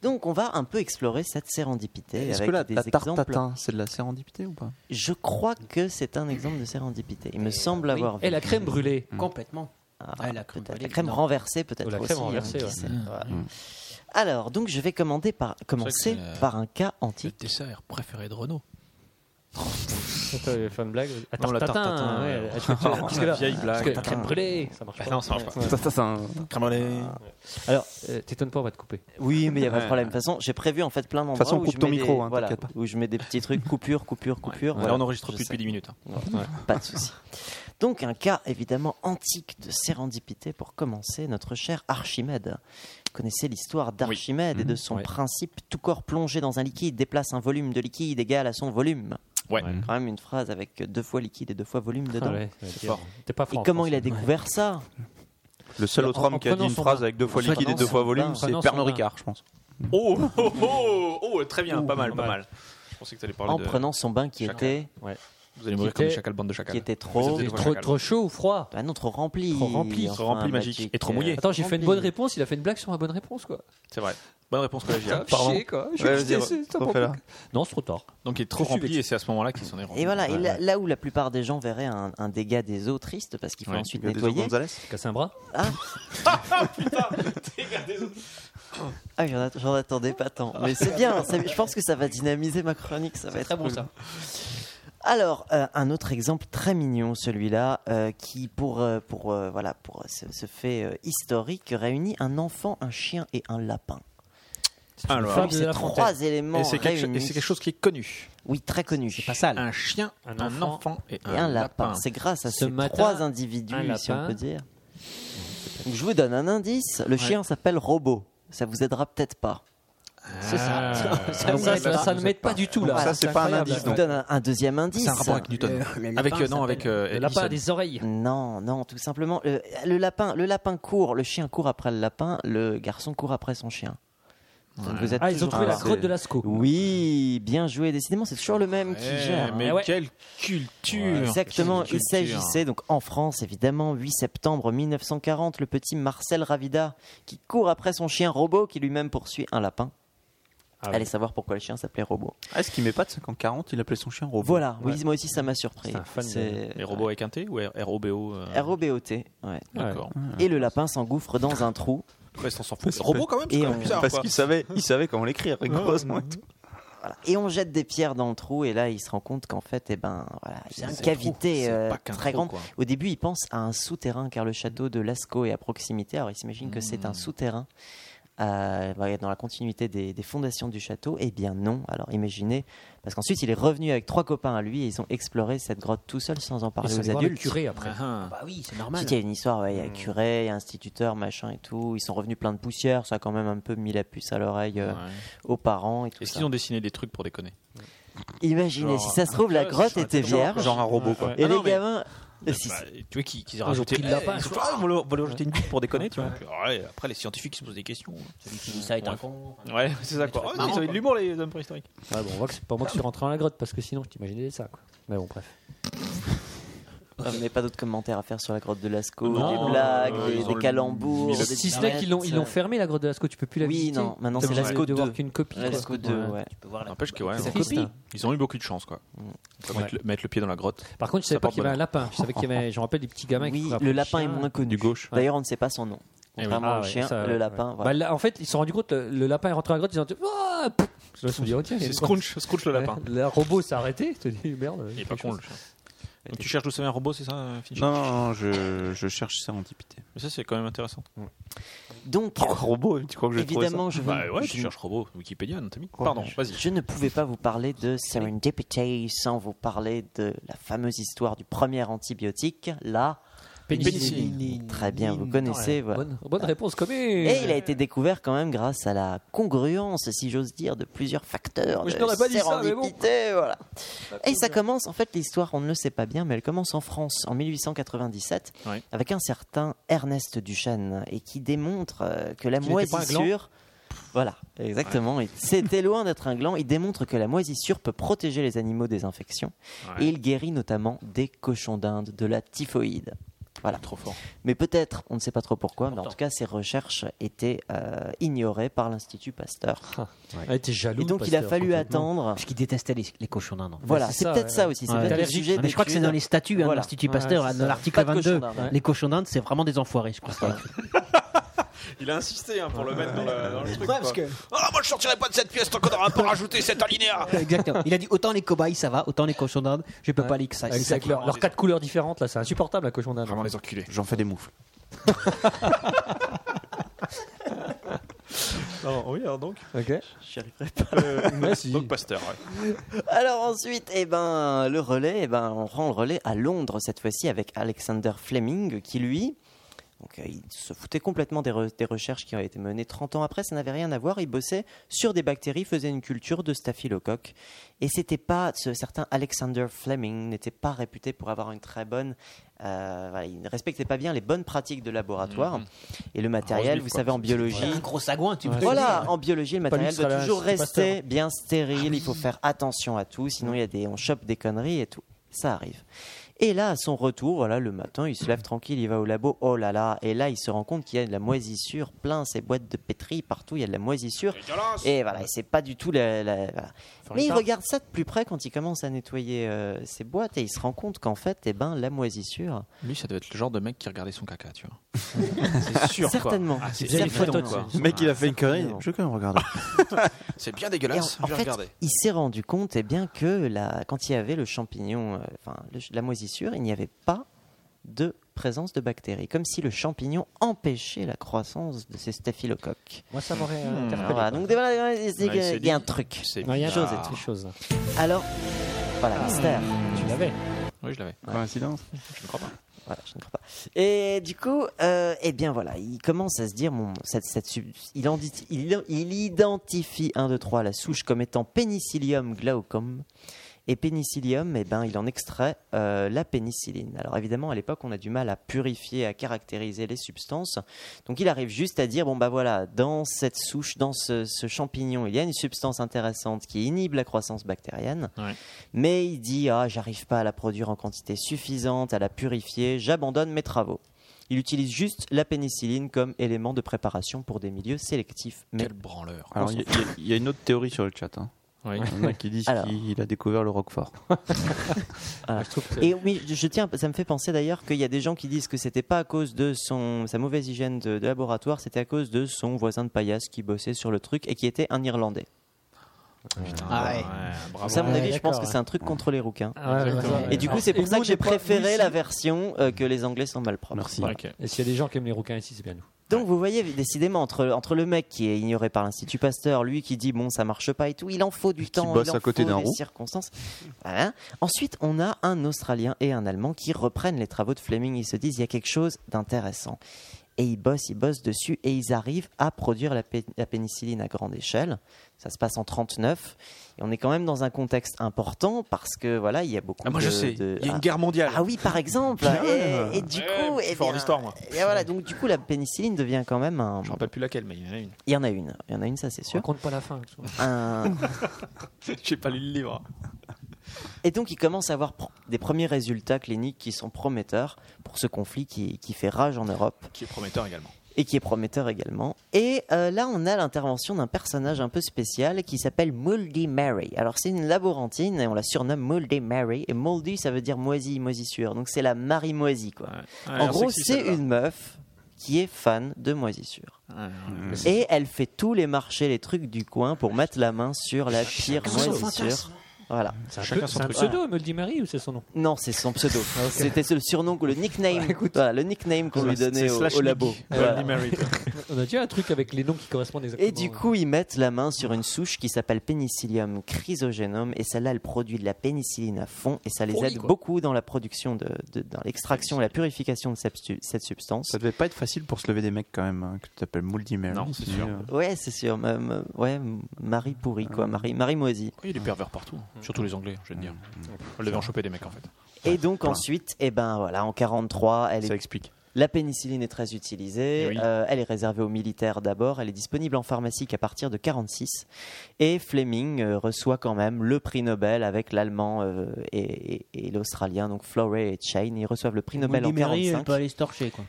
Speaker 6: Donc on va un peu explorer cette sérendipité
Speaker 5: Est-ce
Speaker 6: Eh, avec
Speaker 5: que la,
Speaker 6: des
Speaker 5: la tarte
Speaker 6: exemples.
Speaker 5: tatin, c'est de la sérendipité ou pas
Speaker 6: Je crois que c'est un exemple de sérendipité. Il me semble
Speaker 7: oui.
Speaker 6: avoir vu.
Speaker 7: Et la crème brûlée.
Speaker 6: Mm.
Speaker 7: Complètement.
Speaker 6: Ah,
Speaker 7: Ah, la crème
Speaker 6: peut-être.
Speaker 7: brûlée,
Speaker 6: La crème
Speaker 7: non.
Speaker 6: renversée peut-être
Speaker 7: Ou la
Speaker 6: aussi.
Speaker 7: crème
Speaker 6: hein,
Speaker 7: renversée,
Speaker 6: qui
Speaker 7: ouais.
Speaker 6: sait.
Speaker 7: Mm.
Speaker 6: Voilà. Alors, donc je vais commander par, commencer
Speaker 7: euh,
Speaker 6: par un cas antique.
Speaker 3: Le dessert préféré de Renault.
Speaker 4: Attends, il y a une blague. Attends,
Speaker 3: Non, la tarte
Speaker 4: tatin,
Speaker 3: tatin,
Speaker 4: ouais,
Speaker 3: ouais.
Speaker 4: est-ce que tu- parce que là-
Speaker 3: Vieille
Speaker 4: parce
Speaker 3: blague.
Speaker 4: que la
Speaker 3: Tatin.
Speaker 4: crème brûlée, ça marche
Speaker 3: Bah
Speaker 4: pas.
Speaker 3: non, ça marche pas.
Speaker 4: Ouais.
Speaker 5: Tatin, tatin.
Speaker 3: Crème brûlée.
Speaker 4: Alors, euh, t'étonnes pas, on va te couper.
Speaker 6: Oui, mais il n'y a pas de
Speaker 4: Ouais.
Speaker 6: problème. De toute façon, j'ai prévu en fait plein d'endroits
Speaker 4: toute façon,
Speaker 6: où,
Speaker 4: coupe
Speaker 6: je
Speaker 4: ton
Speaker 6: mets
Speaker 4: micro,
Speaker 6: des-
Speaker 4: hein,
Speaker 6: voilà,
Speaker 4: t'inquiète pas.
Speaker 6: où je mets des petits trucs coupure, coupure, coupure.
Speaker 3: Ouais,
Speaker 6: voilà.
Speaker 3: on enregistre
Speaker 6: Je
Speaker 3: plus
Speaker 6: sais.
Speaker 3: depuis 10 minutes, hein.
Speaker 6: Voilà.
Speaker 3: Ouais.
Speaker 6: Pas de souci. Donc un cas évidemment antique de sérendipité pour commencer, notre cher Archimède. Vous connaissez l'histoire d'Archimède
Speaker 4: Mm.
Speaker 6: et de son principe tout corps plongé dans un liquide déplace un volume de liquide égal à son volume.
Speaker 3: Ouais.
Speaker 4: Mm.
Speaker 6: Quand même une phrase avec deux fois liquide et deux fois volume dedans.
Speaker 4: ouais, c'est C'est fort. T'es pas fort en
Speaker 6: et comment il a
Speaker 4: français.
Speaker 6: découvert ça
Speaker 5: Le seul
Speaker 6: En-
Speaker 5: autre homme
Speaker 6: en
Speaker 5: qui a dit
Speaker 6: prenant
Speaker 5: une
Speaker 6: son
Speaker 5: phrase
Speaker 6: bain.
Speaker 5: avec deux fois
Speaker 6: En
Speaker 5: liquide et
Speaker 6: prenant
Speaker 5: deux
Speaker 6: son
Speaker 5: fois
Speaker 6: bain. En
Speaker 5: volume, c'est
Speaker 6: prenant son
Speaker 5: Pernod
Speaker 6: bain.
Speaker 5: Ricard, je pense.
Speaker 3: Oh, oh, oh, oh, très bien,
Speaker 6: Ouh,
Speaker 3: pas mal, pas
Speaker 6: pas
Speaker 3: mal.
Speaker 6: mal.
Speaker 3: Je pensais que t'allais parler
Speaker 6: en
Speaker 3: de-
Speaker 6: prenant son bain qui
Speaker 3: Chacal.
Speaker 6: était.
Speaker 3: Ouais. Vous allez mourir
Speaker 6: qui
Speaker 3: comme des
Speaker 6: était-
Speaker 3: chacals, bande de chacals.
Speaker 6: Qui était
Speaker 3: Vous
Speaker 6: trop.
Speaker 3: êtes des Trop- chacals. trop
Speaker 4: chaud ou froid
Speaker 6: Bah non, trop rempli.
Speaker 3: Trop rempli.
Speaker 6: Enfin, euh,
Speaker 3: Trop rempli, magique. Et trop mouillé.
Speaker 4: Attends, j'ai fait une bonne
Speaker 6: rempli.
Speaker 4: réponse, il a fait une blague sur ma bonne réponse, quoi.
Speaker 3: C'est vrai. Bonne réponse collégiale.
Speaker 4: Putain, chier, quoi. Je suis Ouais, resté- vas-y, c'est- c'est un refais-la. bon truc. Non, c'est trop tard.
Speaker 3: Donc il est trop
Speaker 6: Je suis
Speaker 3: rempli et c'est à ce moment-là qu'il s'en est rendu.
Speaker 6: Et voilà, et
Speaker 3: Ouais.
Speaker 6: là, là où la plupart des gens verraient un, un dégât des eaux triste parce qu'il faut
Speaker 3: Ouais,
Speaker 6: ensuite
Speaker 3: dégât des eaux
Speaker 6: nettoyer.
Speaker 3: Gonzalez.
Speaker 4: Casser un bras
Speaker 6: Ah,
Speaker 3: Ah, putain, dégât des autres.
Speaker 6: ah j'en att- j'en attendais pas tant. Mais c'est bien, c'est- je pense que ça va dynamiser ma chronique, ça va être
Speaker 4: très bon,
Speaker 6: cool.
Speaker 4: ça.
Speaker 6: Alors, euh, un autre exemple très mignon, celui-là, euh, qui pour, euh, pour, euh, voilà, pour euh, ce, ce fait euh, historique réunit un enfant, un chien et un lapin.
Speaker 3: Alors,
Speaker 6: femme de la Fontaine.
Speaker 3: Et c'est quelque,
Speaker 6: réunis.
Speaker 3: et c'est quelque chose qui est connu.
Speaker 6: Oui, très connu. C'est
Speaker 3: pas sale. Un chien, un, enfant, et un, lapin.
Speaker 6: C'est grâce à
Speaker 3: Ce
Speaker 6: ces
Speaker 3: matin,
Speaker 6: trois individus,
Speaker 3: un
Speaker 6: si on
Speaker 3: lapin.
Speaker 6: peut dire. Donc, je vous donne un indice. Le chien s'appelle Robot. Ça vous aidera peut-être pas.
Speaker 4: C'est
Speaker 3: Ah.
Speaker 4: ça. Ça- ça- ça- ça- ça ne m'aide pas du tout, là. Ça, c'est pas un indice,
Speaker 6: Je vous
Speaker 4: non.
Speaker 6: donne un, un deuxième indice.
Speaker 3: C'est un rapport avec Newton. Le- le Avec, lapin euh, non, avec, s'appelle- euh, le lapin Edison. a des
Speaker 4: oreilles.
Speaker 6: Non, non, tout simplement. Le, le lapin, le lapin court. Le chien court après le lapin. Le garçon court après son chien. Donc vous êtes
Speaker 4: Ah, ils ont
Speaker 6: toujours
Speaker 4: trouvé la
Speaker 6: là.
Speaker 4: grotte de Lascaux.
Speaker 6: Oui, bien joué. Décidément, c'est toujours le même qui
Speaker 3: Eh,
Speaker 6: gère. hein.
Speaker 3: mais quelle culture
Speaker 6: Exactement.
Speaker 3: Quelle
Speaker 6: Il
Speaker 3: culture.
Speaker 6: s'agissait donc en France, évidemment, 8 septembre 1940, le petit Marcel Ravida qui court après son chien robot qui lui-même poursuit un lapin.
Speaker 4: Ah
Speaker 5: ouais.
Speaker 6: Allez savoir pourquoi le chien s'appelait robot.
Speaker 5: Ah, est-ce qu'il met pas de 50-40 Il appelait son chien robot.
Speaker 6: Voilà,
Speaker 5: Ouais.
Speaker 6: oui, moi aussi ça m'a surpris. C'est-
Speaker 3: Les robots Ah, avec un T ou ROBO euh,
Speaker 6: ROBOT, ouais.
Speaker 3: D'accord.
Speaker 6: Et le lapin s'engouffre dans un trou.
Speaker 3: Ouais, ça s'en fout. Robot quand même, c'est
Speaker 6: Et
Speaker 3: quand même
Speaker 6: on-
Speaker 3: bizarre,
Speaker 5: Parce
Speaker 3: quoi.
Speaker 5: qu'il savait, il savait comment l'écrire rigoureusement. et tout.
Speaker 6: Voilà. Et on jette des pierres dans le trou et là il se rend compte qu'en fait eh ben voilà, il y a une
Speaker 3: C'est un trou,
Speaker 6: cavité
Speaker 3: c'est
Speaker 6: euh,
Speaker 3: pas qu'un
Speaker 6: très
Speaker 3: trou,
Speaker 6: grande.
Speaker 3: quoi.
Speaker 6: Au début il pense à un souterrain car le château de Lascaux est à proximité. Alors il s'imagine que c'est
Speaker 3: Hmm.
Speaker 6: un souterrain euh, bah, dans la continuité des, des fondations du château. Eh bien non. Alors imaginez parce qu'ensuite il est revenu avec trois copains à lui et ils ont exploré cette grotte tout seul sans en parler
Speaker 4: ça
Speaker 6: aux
Speaker 4: allait voir le
Speaker 6: adultes.
Speaker 4: curé après.
Speaker 3: Ah,
Speaker 7: Bah oui, c'est
Speaker 6: Tu
Speaker 7: normal.
Speaker 6: sais qu'il y a une histoire, ouais, il
Speaker 3: Hmm.
Speaker 6: y a curé, il y a instituteur, machin et tout. Ils sont revenus plein de poussière, ça a quand même un peu mis la puce à l'oreille euh,
Speaker 3: Ouais.
Speaker 6: aux parents et tout
Speaker 3: Est-ce
Speaker 6: ça.
Speaker 3: qu'ils ont dessiné des trucs pour déconner
Speaker 6: Imaginez,
Speaker 3: Genre, euh,
Speaker 6: si ça se trouve, la
Speaker 3: ouais,
Speaker 6: grotte
Speaker 3: ça
Speaker 6: était
Speaker 3: serait
Speaker 6: vierge.
Speaker 3: genre un robot, quoi.
Speaker 6: Et
Speaker 3: Ah
Speaker 6: les
Speaker 3: non, mais-
Speaker 6: gamins. euh,
Speaker 3: Bah,
Speaker 6: Si, si.
Speaker 3: Tu vois, qui, qu'ils aient
Speaker 4: Ils ont
Speaker 3: rajouté.
Speaker 4: pris le lapin,
Speaker 3: Eh,
Speaker 4: je
Speaker 3: ils ont fait, Ah, on va leur- on va leur jeter une bite pour déconner, tu vois. Puis, ouais, après, les scientifiques ils se posent des questions. hein.
Speaker 7: Celui qui dit ça est un
Speaker 3: Ouais.
Speaker 7: con.
Speaker 3: Ouais, c'est ça quoi.
Speaker 7: trucs
Speaker 3: Ah, non, ils
Speaker 7: marrants,
Speaker 3: avaient de
Speaker 7: quoi.
Speaker 3: l'humour, les hommes préhistoriques.
Speaker 4: Ouais, bon, on voit que c'est pas moi qui suis rentré dans la grotte parce que sinon je t'imaginais ça. Quoi. Mais bon, bref.
Speaker 6: Vous n'avez pas d'autres commentaires à faire sur la grotte de Lascaux,
Speaker 3: Non,
Speaker 6: des
Speaker 3: non,
Speaker 6: blagues,
Speaker 3: non,
Speaker 6: des-
Speaker 3: ils ont
Speaker 6: des,
Speaker 3: le-
Speaker 6: calembours,
Speaker 3: mis le-
Speaker 6: des
Speaker 4: Si ce n'est qu'ils l'ont, ils l'ont
Speaker 6: disparates,
Speaker 4: fermé la grotte de Lascaux, tu peux plus la
Speaker 6: Oui,
Speaker 4: visiter.
Speaker 6: non, maintenant,
Speaker 4: T'es
Speaker 6: c'est
Speaker 4: obligé
Speaker 6: Lascaux
Speaker 4: de voir
Speaker 6: 2.
Speaker 4: qu'une copie. quoi.
Speaker 6: euh, Lascaux 2, ouais.
Speaker 7: Tu peux voir la
Speaker 3: N'empêche que, ouais,
Speaker 6: C'est
Speaker 3: ouais.
Speaker 6: creepy.
Speaker 3: ils ont eu beaucoup de chance quoi. Faut Mettre, le, mettre le pied dans la grotte.
Speaker 4: Par contre, je
Speaker 3: Ça
Speaker 4: savais pas
Speaker 3: porte
Speaker 4: qu'il y avait un lapin. Je savais qu'il y avait, je me rappelle, des petits gamins qui
Speaker 6: Oui,
Speaker 4: couraient après
Speaker 6: le lapin est
Speaker 4: chien.
Speaker 6: moins connu.
Speaker 5: Du gauche.
Speaker 6: D'ailleurs, on ne sait pas son nom.
Speaker 3: Eh oui.
Speaker 6: Contrairement
Speaker 4: Ah
Speaker 6: au
Speaker 4: ouais,
Speaker 6: chien,
Speaker 4: ça,
Speaker 6: le
Speaker 4: ouais.
Speaker 6: lapin.
Speaker 4: Bah,
Speaker 6: voilà.
Speaker 4: là, en fait, ils se sont rendus compte, le, le lapin est rentré dans la grotte, ils ont dit Ah pouf Je me suis dit, oh, tiens, il y a
Speaker 3: C'est
Speaker 4: une grotte.
Speaker 3: Scrooge, Scrooge le lapin.
Speaker 4: Le robot s'est arrêté, je te dis, merde.
Speaker 3: Il est
Speaker 4: quelque
Speaker 3: pas con
Speaker 4: chose.
Speaker 3: le chien. Donc tu cherches d'où ça vient un robot, c'est ça, euh, Finch
Speaker 5: Non, non, non, je, je cherche ça antipité.
Speaker 3: Mais ça c'est quand même intéressant.
Speaker 6: Donc,
Speaker 5: Pourquoi robot Tu crois que j'ai trouvé ça
Speaker 6: évidemment, je vous-
Speaker 3: Bah ouais, tu
Speaker 6: je
Speaker 3: cherches robot, Wikipédia, non, t'as mis Pardon, vas-y. Ah
Speaker 6: Je ne pouvais pas vous parler de Serendipity sans vous parler de la fameuse histoire du premier antibiotique, la
Speaker 3: Pénicilline.
Speaker 6: Très bien, vous connaissez. voilà.
Speaker 4: Bonne, bonne réponse commune.
Speaker 6: Et il a été découvert quand même grâce à la congruence, si j'ose dire, de plusieurs facteurs.
Speaker 4: Mais je
Speaker 6: de
Speaker 4: n'aurais pas dit ça, mais bon.
Speaker 6: sérendipité, voilà. Et ça commence, en fait, l'histoire, on ne le sait pas bien, mais elle commence en France en 1897
Speaker 3: Ouais.
Speaker 6: avec un certain Ernest Duchesne et qui démontre euh, que la
Speaker 3: Qu'il n'était pas un gland.
Speaker 6: moisissure. Voilà, exactement. Et C'était loin d'être un gland. Il démontre que la moisissure peut protéger les animaux des infections
Speaker 3: Ouais.
Speaker 6: et il guérit notamment des cochons d'Inde, de la typhoïde. Voilà.
Speaker 3: Trop fort.
Speaker 6: Mais peut-être, on ne sait pas trop pourquoi, mais en tout cas, ces recherches étaient euh, ignorées par l'Institut Pasteur.
Speaker 4: Il a été jaloux.
Speaker 6: Et donc, il a
Speaker 4: Pasteur,
Speaker 6: fallu
Speaker 4: complètement.
Speaker 6: attendre.
Speaker 7: Parce qu'il détestait les, les cochons d'Inde. en fait.
Speaker 6: Voilà,
Speaker 4: c'est
Speaker 6: c'est
Speaker 4: ça,
Speaker 6: peut-être
Speaker 4: ouais,
Speaker 6: ça
Speaker 4: ouais.
Speaker 6: aussi. C'est
Speaker 4: Ouais.
Speaker 6: peut-être le
Speaker 4: Allergique.
Speaker 6: sujet
Speaker 7: Ah, mais
Speaker 6: des
Speaker 7: je crois que c'est
Speaker 6: études.
Speaker 7: dans les statuts, hein, de
Speaker 6: Voilà.
Speaker 7: l'Institut
Speaker 4: Ouais,
Speaker 7: Pasteur,
Speaker 4: c'est
Speaker 7: hein, dans
Speaker 4: ça.
Speaker 7: l'article
Speaker 6: Pas de cochons
Speaker 7: 22.
Speaker 6: d'Inde, ouais.
Speaker 7: Les cochons d'Inde, c'est vraiment des enfoirés, je crois.
Speaker 3: Il a insisté hein, pour le mettre dans le, dans le truc.
Speaker 7: parce que...
Speaker 1: Ah, moi je sortirai pas de cette pièce tant qu'on aura pas rajouté cet
Speaker 7: Ah,
Speaker 1: alinéa.
Speaker 7: Exactement. Il a dit autant les cobayes, ça va, autant les cochons d'Inde, je peux pas lire que ça.
Speaker 4: Avec
Speaker 7: ça
Speaker 4: sa couleur- leurs quatre couleurs différentes, là, c'est insupportable, la cochon d'Inde.
Speaker 3: Vraiment les enculés.
Speaker 5: J'en fais des moufles.
Speaker 3: Non, oui, alors donc.
Speaker 4: Ok.
Speaker 6: J'y arriverai
Speaker 4: Mais si.
Speaker 3: Donc Pasteur, ouais.
Speaker 6: Alors ensuite, eh ben, le relais, eh ben, on rend le relais à Londres cette fois-ci avec Alexander Fleming qui lui, donc, euh, il se foutait complètement des, re- des recherches qui ont été menées 30 ans après, ça n'avait rien à voir, il bossait sur des bactéries, faisait une culture de staphylocoque et c'était pas, ce certain Alexander Fleming n'était pas réputé pour avoir une très bonne, euh, voilà, il ne respectait pas bien les bonnes pratiques de laboratoire et le matériel,
Speaker 3: beef,
Speaker 6: vous
Speaker 3: quoi.
Speaker 6: savez, en biologie,
Speaker 7: Un gros sagouin, tu peux
Speaker 6: voilà, en biologie, le
Speaker 4: Pas
Speaker 6: matériel
Speaker 4: lui, ce sera
Speaker 6: doit
Speaker 4: la-
Speaker 6: toujours
Speaker 4: c'était
Speaker 6: rester bien stérile. Il faut faire attention à tout, sinon il y a des, on chope des conneries et tout. Ça arrive. Et là, à son retour, voilà, le matin, il se lève tranquille, il va au labo. Oh là là Et là, il se rend compte qu'il y a de la moisissure, plein ses boîtes de pétri partout. Il y a de la moisissure. Et voilà, et c'est pas du tout la. la- voilà. Mais il regarde ça de plus près quand il commence à nettoyer euh, ses boîtes et il se rend compte qu'en fait, eh ben, la moisissure,
Speaker 3: Lui, ça doit être le genre de mec qui regardait son caca, tu vois. c'est sûr. quoi.
Speaker 6: certainement.
Speaker 3: Ah, c'est
Speaker 4: Vous avez les
Speaker 6: certainement.
Speaker 4: photos de
Speaker 3: quoi.
Speaker 4: ça.
Speaker 5: Le mec, il a fait une connerie.
Speaker 6: certainement.
Speaker 5: Je vais quand même regarder.
Speaker 3: C'est bien
Speaker 6: Et
Speaker 3: dégueulasse.
Speaker 6: en, en
Speaker 3: je vais
Speaker 6: fait,
Speaker 3: regarder.
Speaker 6: il s'est rendu compte eh bien, que la, quand il y avait le champignon, euh, enfin le ch- la moisissure, il n'y avait pas de présence de bactéries, comme si le champignon empêchait la croissance de ces staphylocoques.
Speaker 4: Moi, ça m'aurait
Speaker 3: Hmm.
Speaker 4: euh,
Speaker 6: Alors
Speaker 4: interpellé.
Speaker 6: voilà, donc des- voilà, voilà, c'est-
Speaker 3: Ouais, c'est
Speaker 6: il y a un
Speaker 3: dit.
Speaker 6: truc.
Speaker 3: C'est
Speaker 4: Ouais, Il y a
Speaker 3: bizarre.
Speaker 4: chose et chose.
Speaker 6: Alors, voilà, mystère.
Speaker 4: Tu l'avais.
Speaker 3: Oui, je l'avais.
Speaker 5: Coïncidence.
Speaker 3: Je ne crois pas.
Speaker 6: Voilà, je ne crois pas. Et du coup, euh, eh bien voilà, il commence à se dire, bon, cette, cette sub- il, en dit- il, il identifie 1, 2, 3 la souche comme étant Penicillium glaucum. Et pénicillium, eh ben, il en extrait euh, la pénicilline. Alors évidemment, à l'époque, on a du mal à purifier, à caractériser les substances. Donc il arrive juste à dire, bon bah voilà, dans cette souche, dans ce, ce champignon, il y a une substance intéressante qui inhibe la croissance bactérienne.
Speaker 3: Ouais.
Speaker 6: Mais il dit, ah, j'arrive pas à la produire en quantité suffisante, à la purifier, j'abandonne mes travaux. Il utilise juste la pénicilline comme élément de préparation pour des milieux sélectifs. Mais
Speaker 3: Quel branleur.
Speaker 5: Alors, il y, a- il y a- il y a une autre théorie sur le chat. hein.
Speaker 3: Oui.
Speaker 5: Il y en a qui disent
Speaker 6: Alors.
Speaker 5: qu'il a découvert le Roquefort.
Speaker 6: Voilà. Et oui, je- je tiens, ça me fait penser d'ailleurs qu'il y a des gens qui disent que c'était pas à cause de son, sa mauvaise hygiène de, de laboratoire, c'était à cause de son voisin de paillasse qui bossait sur le truc et qui était un Irlandais.
Speaker 3: Ah ouais.
Speaker 6: Donc ça, à mon
Speaker 3: Ouais,
Speaker 6: avis, je pense
Speaker 3: d'accord,
Speaker 6: que c'est un truc contre les rouquins.
Speaker 4: Ah ouais, Exactement. ouais, ouais.
Speaker 6: Et du coup, c'est pour
Speaker 4: Et
Speaker 6: ça
Speaker 4: nous,
Speaker 6: que j'ai
Speaker 4: on est pas-
Speaker 6: préféré
Speaker 4: nous,
Speaker 6: la
Speaker 4: si-
Speaker 6: version euh, que les Anglais sont malpropres.
Speaker 3: bah,
Speaker 6: Voilà.
Speaker 4: Et s'il y a des gens qui aiment les rouquins ici, c'est bien nous.
Speaker 6: Donc vous voyez décidément entre, entre le mec qui est ignoré par l'Institut Pasteur, lui qui dit bon ça marche pas et tout, il en faut du temps,
Speaker 5: bosse
Speaker 6: il en
Speaker 5: à côté
Speaker 6: faut
Speaker 5: d'un
Speaker 6: des
Speaker 5: roux.
Speaker 6: circonstances. Voilà. Ensuite on a un Australien et un Allemand qui reprennent les travaux de Fleming, ils se disent il y a quelque chose d'intéressant. Et ils bossent, ils bossent dessus et ils arrivent à produire la, pé- la pénicilline à grande échelle. Ça se passe en 39 et on est quand même dans un contexte important parce que voilà il y a beaucoup.
Speaker 3: Ah, moi, je
Speaker 6: de-
Speaker 3: sais.
Speaker 6: de-
Speaker 3: Il y a une
Speaker 6: ah.
Speaker 3: guerre mondiale.
Speaker 6: Ah oui par exemple.
Speaker 3: Bien.
Speaker 6: et, et du coup,
Speaker 3: Ouais,
Speaker 6: eh
Speaker 3: fort
Speaker 6: bien,
Speaker 3: d'histoire, moi.
Speaker 6: et voilà, donc du coup, la pénicilline devient quand même un.
Speaker 3: Je ne rappelle plus laquelle, mais il y en a une.
Speaker 6: Il y en a une, il y en a une, ça c'est sûr.
Speaker 4: Raconte pas la fin.
Speaker 6: Un-
Speaker 3: J'ai pas lu le livre. hein.
Speaker 6: Et donc, il commence à avoir pr- des premiers résultats cliniques qui sont prometteurs pour ce conflit qui, qui fait rage en Europe
Speaker 3: Qui est prometteur également.
Speaker 6: et qui est prometteur également. Et euh, là, on a l'intervention d'un personnage un peu spécial qui s'appelle Moldy Mary. Alors, c'est une laborantine et on la surnomme Moldy Mary. Et Moldy, ça veut dire moisi, moisissure. Donc, c'est la Marie moisie, quoi.
Speaker 3: Ouais,
Speaker 6: en
Speaker 3: alors,
Speaker 6: gros,
Speaker 3: c'est qui,
Speaker 6: c'est
Speaker 3: celle-là
Speaker 6: une meuf qui est fan de moisissure.
Speaker 3: ouais.
Speaker 6: Et elle fait tous les marchés, les trucs du coin pour mettre la main sur la pire
Speaker 4: son
Speaker 6: moisissure.
Speaker 4: fantasme.
Speaker 6: Voilà.
Speaker 4: Chacun son truc. pseudo, Moldy Mary, ou c'est son nom
Speaker 6: Non, c'est son pseudo. C'était le surnom, le nickname, voilà, le nickname qu'on lui donnait au, au labo. Voilà.
Speaker 4: On a déjà un truc avec les noms qui correspondent exactement.
Speaker 6: Et du coup, ils mettent la main sur une souche qui s'appelle Penicillium chrysogénome, et celle-là, elle produit de la pénicilline à fond, et ça les
Speaker 4: Fournie,
Speaker 6: aide
Speaker 4: quoi.
Speaker 6: beaucoup dans la production, de, de- dans l'extraction et la purification de cette, stu- cette substance.
Speaker 5: Ça devait pas être facile pour se lever des mecs quand même, hein, que tu t'appelles Mouldy Mary.
Speaker 3: Non, c'est
Speaker 5: qui,
Speaker 3: sûr.
Speaker 5: euh,
Speaker 6: Ouais, c'est sûr. ma- ma- ouais, Marie pourrie, quoi. Marie, Marie moisie.
Speaker 3: Il y a des pervers partout, hein. surtout les Anglais, je vais te dire. On devait en choper des mecs en fait.
Speaker 6: Et donc ensuite, eh ben voilà, en 43, elle
Speaker 5: Ça
Speaker 6: est...
Speaker 5: explique.
Speaker 6: La pénicilline est très utilisée.
Speaker 3: Eh oui.
Speaker 6: euh, elle est réservée aux militaires d'abord. Elle est disponible en pharmacie qu'à partir de 46. Et Fleming euh, reçoit quand même le prix Nobel avec l'allemand euh, et, et- et l'australien, donc Florey et Chain. Ils reçoivent le prix Nobel en
Speaker 7: Moldy Mary,
Speaker 6: 45.
Speaker 7: elle peut aller se torcher, quoi.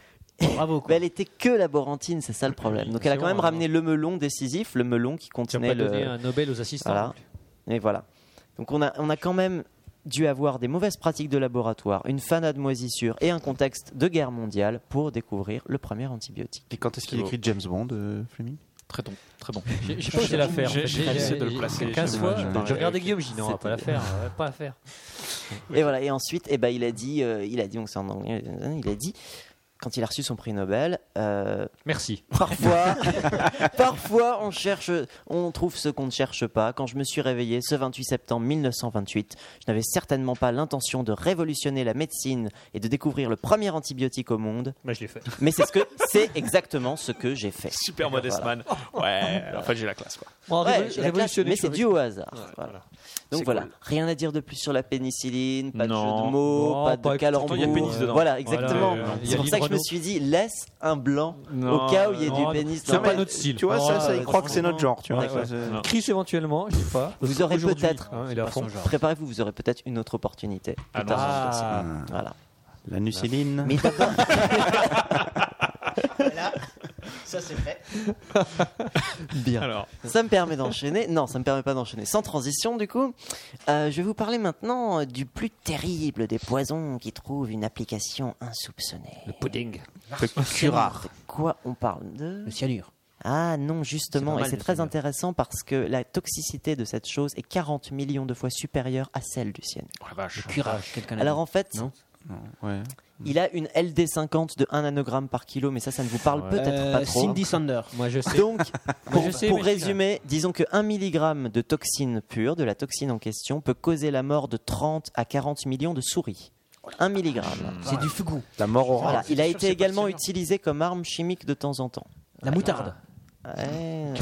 Speaker 7: Bravo,
Speaker 6: Mais
Speaker 7: quoi.
Speaker 6: elle était que laborantine, c'est ça le problème. Donc elle a quand même ramené le melon décisif, le melon qui
Speaker 4: Tu n'as pas
Speaker 6: contenait le.
Speaker 4: donné hein. un Nobel aux assistants.
Speaker 6: Voilà.
Speaker 4: non plus.
Speaker 6: Et voilà. Donc on a, on a quand même dû avoir des mauvaises pratiques de laboratoire, une fanade moisissure et un contexte de guerre mondiale pour découvrir le premier antibiotique.
Speaker 5: Et quand est-ce qu'il
Speaker 3: C'est beau.
Speaker 5: écrit James Bond, euh, Fleming
Speaker 3: Très bon, très bon.
Speaker 4: J'ai j'ai pas osé la faire. en fait.
Speaker 3: J'ai j'ai essayé de le placer.
Speaker 4: 15
Speaker 3: j'ai-
Speaker 4: fois.
Speaker 3: j'ai-
Speaker 4: Je regardais Guillaume, j'ai dit non, on va
Speaker 6: C'était-
Speaker 4: pas la faire. on va Pas la faire.
Speaker 6: Et voilà. Et ensuite, eh ben, il a dit, euh, il a dit, donc c'est en anglais, euh, il a dit, quand il a reçu son prix Nobel, euh,
Speaker 4: Merci.
Speaker 6: parfois, parfois on cherche, on trouve ce qu'on ne cherche pas. Quand je me suis réveillé ce 28 septembre 1928, je n'avais certainement pas l'intention de révolutionner la médecine et de découvrir le premier antibiotique au monde.
Speaker 4: Bah, je l'ai fait.
Speaker 6: Mais c'est ce que c'est exactement ce que j'ai fait.
Speaker 3: Super modest
Speaker 6: Voilà.
Speaker 3: man. Ouais, en fait j'ai la classe quoi.
Speaker 4: Bon,
Speaker 6: Ouais,
Speaker 4: révol-
Speaker 6: j'ai la classe,
Speaker 4: révolutionner,
Speaker 6: mais
Speaker 4: je
Speaker 6: c'est
Speaker 4: suis
Speaker 6: dû au hasard. voilà. Donc
Speaker 3: C'est
Speaker 6: voilà,
Speaker 3: cool.
Speaker 6: rien à dire de plus sur la pénicilline, pas de jeu
Speaker 3: Non.
Speaker 6: de mots,
Speaker 4: Non,
Speaker 6: pas
Speaker 4: pas-
Speaker 6: de
Speaker 4: pourtant,
Speaker 6: calembour.
Speaker 3: il y a pénis dedans.
Speaker 6: Voilà, exactement.
Speaker 4: Voilà, euh, il y
Speaker 6: c'est
Speaker 4: a
Speaker 6: pour ça que je me
Speaker 4: Lynn
Speaker 6: suis dit, laisse un blanc
Speaker 3: Non,
Speaker 6: au cas où il y ait
Speaker 4: non,
Speaker 6: du pénis.
Speaker 4: c'est
Speaker 6: dans
Speaker 4: pas
Speaker 6: le-
Speaker 4: notre style.
Speaker 5: Tu vois, ça, ça, il
Speaker 4: Ouais,
Speaker 5: croit que c'est notre genre. Tu vois,
Speaker 4: Ouais,
Speaker 5: ça,
Speaker 4: ouais.
Speaker 5: c'est-
Speaker 3: Non.
Speaker 4: Chris éventuellement, je sais pas.
Speaker 6: Vous aurez
Speaker 4: Aujourd'hui,
Speaker 6: peut-être-
Speaker 4: hein, il est à fond.
Speaker 6: Préparez-vous, vous aurez peut-être une autre opportunité.
Speaker 3: Ah non,
Speaker 4: Ah,
Speaker 6: Voilà.
Speaker 5: La nuciline.
Speaker 6: Mais d'abord,
Speaker 7: Ça, c'est fait.
Speaker 6: bien.
Speaker 3: Alors,
Speaker 6: Ça me permet d'enchaîner. Non, ça me permet pas d'enchaîner. Sans transition, du coup, euh, je vais vous parler maintenant euh, du plus terrible des poisons qui trouve une application insoupçonnée.
Speaker 4: le pudding.
Speaker 6: curare. Quoi on parle de
Speaker 7: Le cyanure.
Speaker 6: Ah non,
Speaker 7: C'est pas
Speaker 6: justement, et
Speaker 7: mal,
Speaker 6: c'est
Speaker 7: le
Speaker 6: très
Speaker 7: cyanure.
Speaker 6: intéressant parce que la toxicité de cette chose est 40 millions de fois supérieure à celle du cyanure.
Speaker 3: oh la vache.
Speaker 7: Curage, quelqu'un l'a
Speaker 6: Alors
Speaker 7: dit.
Speaker 6: en fait,
Speaker 7: Non.
Speaker 5: Ouais.
Speaker 6: il a une LD50 de 1 nanogramme par kilo, mais ça, ça ne vous parle peut-être
Speaker 7: Euh,
Speaker 6: pas trop.
Speaker 7: Cindy Sander.
Speaker 4: Moi, je sais.
Speaker 6: Donc,
Speaker 4: Mais
Speaker 6: pour,
Speaker 4: je sais,
Speaker 6: pour
Speaker 4: mais-
Speaker 6: résumer, disons que 1 mg de toxine pure, de la toxine en question, peut causer la mort de 30 à 40 millions de souris. 1 mg.
Speaker 7: C'est du fugu.
Speaker 5: La mort orale.
Speaker 6: Voilà. Il a été également utilisé comme arme chimique de temps en temps.
Speaker 7: La moutarde.
Speaker 6: Ouais.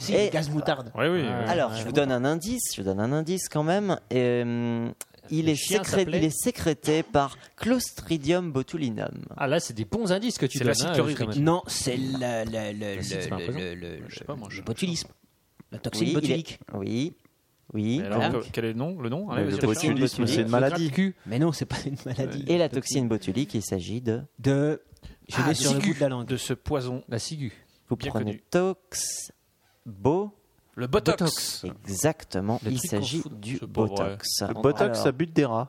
Speaker 7: Si, le gaz moutarde.
Speaker 3: Oui, oui, oui.
Speaker 6: Alors, je vous donne un indice, je vous donne un indice quand même. Et, hum, il, est
Speaker 4: chien
Speaker 6: sécré-
Speaker 4: s'appelait
Speaker 6: il est sécrété par Clostridium botulinum.
Speaker 4: Ah là, c'est des bons indices que tu donnes. hein, quand même.
Speaker 7: Non, c'est le, le, le,
Speaker 4: L'acide
Speaker 7: le-
Speaker 4: chlorhydrique.
Speaker 7: le- le-
Speaker 3: Je sais pas, moi.
Speaker 7: le botulisme. La toxine
Speaker 6: Oui, il est-
Speaker 7: botulique.
Speaker 6: Oui. Oui.
Speaker 3: Alors,
Speaker 6: Ah.
Speaker 3: que- quel est le nom, le nom Allez,
Speaker 6: Le
Speaker 3: vas-y,
Speaker 6: botulisme,
Speaker 3: Richard.
Speaker 6: c'est une
Speaker 3: Le
Speaker 6: maladie.
Speaker 3: gratte cul.
Speaker 7: Mais non, c'est pas une maladie.
Speaker 6: Et la toxine botulique, il s'agit de.
Speaker 7: De. Je
Speaker 3: Ah,
Speaker 7: l'ai sur le
Speaker 3: cigu,
Speaker 7: bout de la langue.
Speaker 3: de ce poison.
Speaker 4: La ciguë.
Speaker 6: Vous
Speaker 3: Bien
Speaker 6: prenez
Speaker 3: connu.
Speaker 6: tox, bo.
Speaker 3: Le botox.
Speaker 4: Botox.
Speaker 6: Exactement,
Speaker 4: Le
Speaker 6: il
Speaker 4: truc qu'on
Speaker 6: s'agit
Speaker 4: fout dans
Speaker 6: du
Speaker 3: ce pauvre,
Speaker 6: botox.
Speaker 5: Le botox,
Speaker 6: Alors,
Speaker 5: ça bute des rats.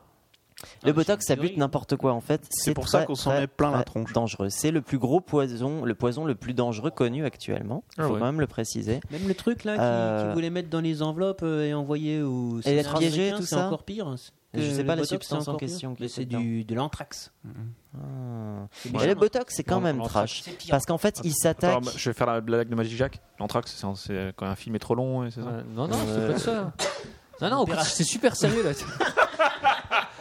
Speaker 6: le botox, ça bute n'importe quoi en fait. C'est
Speaker 5: pour ça
Speaker 6: très,
Speaker 5: qu'on s'en
Speaker 6: très,
Speaker 5: met plein la
Speaker 6: très
Speaker 5: tronche.
Speaker 6: Dangereux. C'est le plus gros poison, le poison le plus dangereux connu actuellement. Il
Speaker 3: Ah
Speaker 6: faut
Speaker 3: ouais.
Speaker 6: quand même le préciser.
Speaker 7: Même le truc là qui,
Speaker 6: Euh,
Speaker 7: qui voulait mettre dans les enveloppes euh, et envoyer aux.
Speaker 6: Et être
Speaker 7: Américains,
Speaker 6: piégé, tout
Speaker 7: c'est
Speaker 6: ça
Speaker 7: encore pire. C'est-
Speaker 6: Je
Speaker 7: euh,
Speaker 6: sais
Speaker 7: le
Speaker 6: pas la
Speaker 7: botox, c'est
Speaker 6: substance en
Speaker 7: encore pire.
Speaker 6: question qui
Speaker 7: Mais
Speaker 6: était
Speaker 7: C'est du, de l'anthrax.
Speaker 6: Ah.
Speaker 7: C'est
Speaker 6: Et
Speaker 7: méchant,
Speaker 6: le
Speaker 7: hein.
Speaker 6: botox, c'est quand
Speaker 3: Non,
Speaker 6: même
Speaker 3: en fait,
Speaker 6: trash.
Speaker 7: c'est pire.
Speaker 6: Parce qu'en fait, il s'attaque.
Speaker 3: Attends, je vais faire la blague de Magic Jack. L'anthrax, c'est- c'est quand un film est trop long, et c'est ça
Speaker 4: Euh, Non, non, c'est pas ça. Non, non, au contraire, c'est super sérieux là.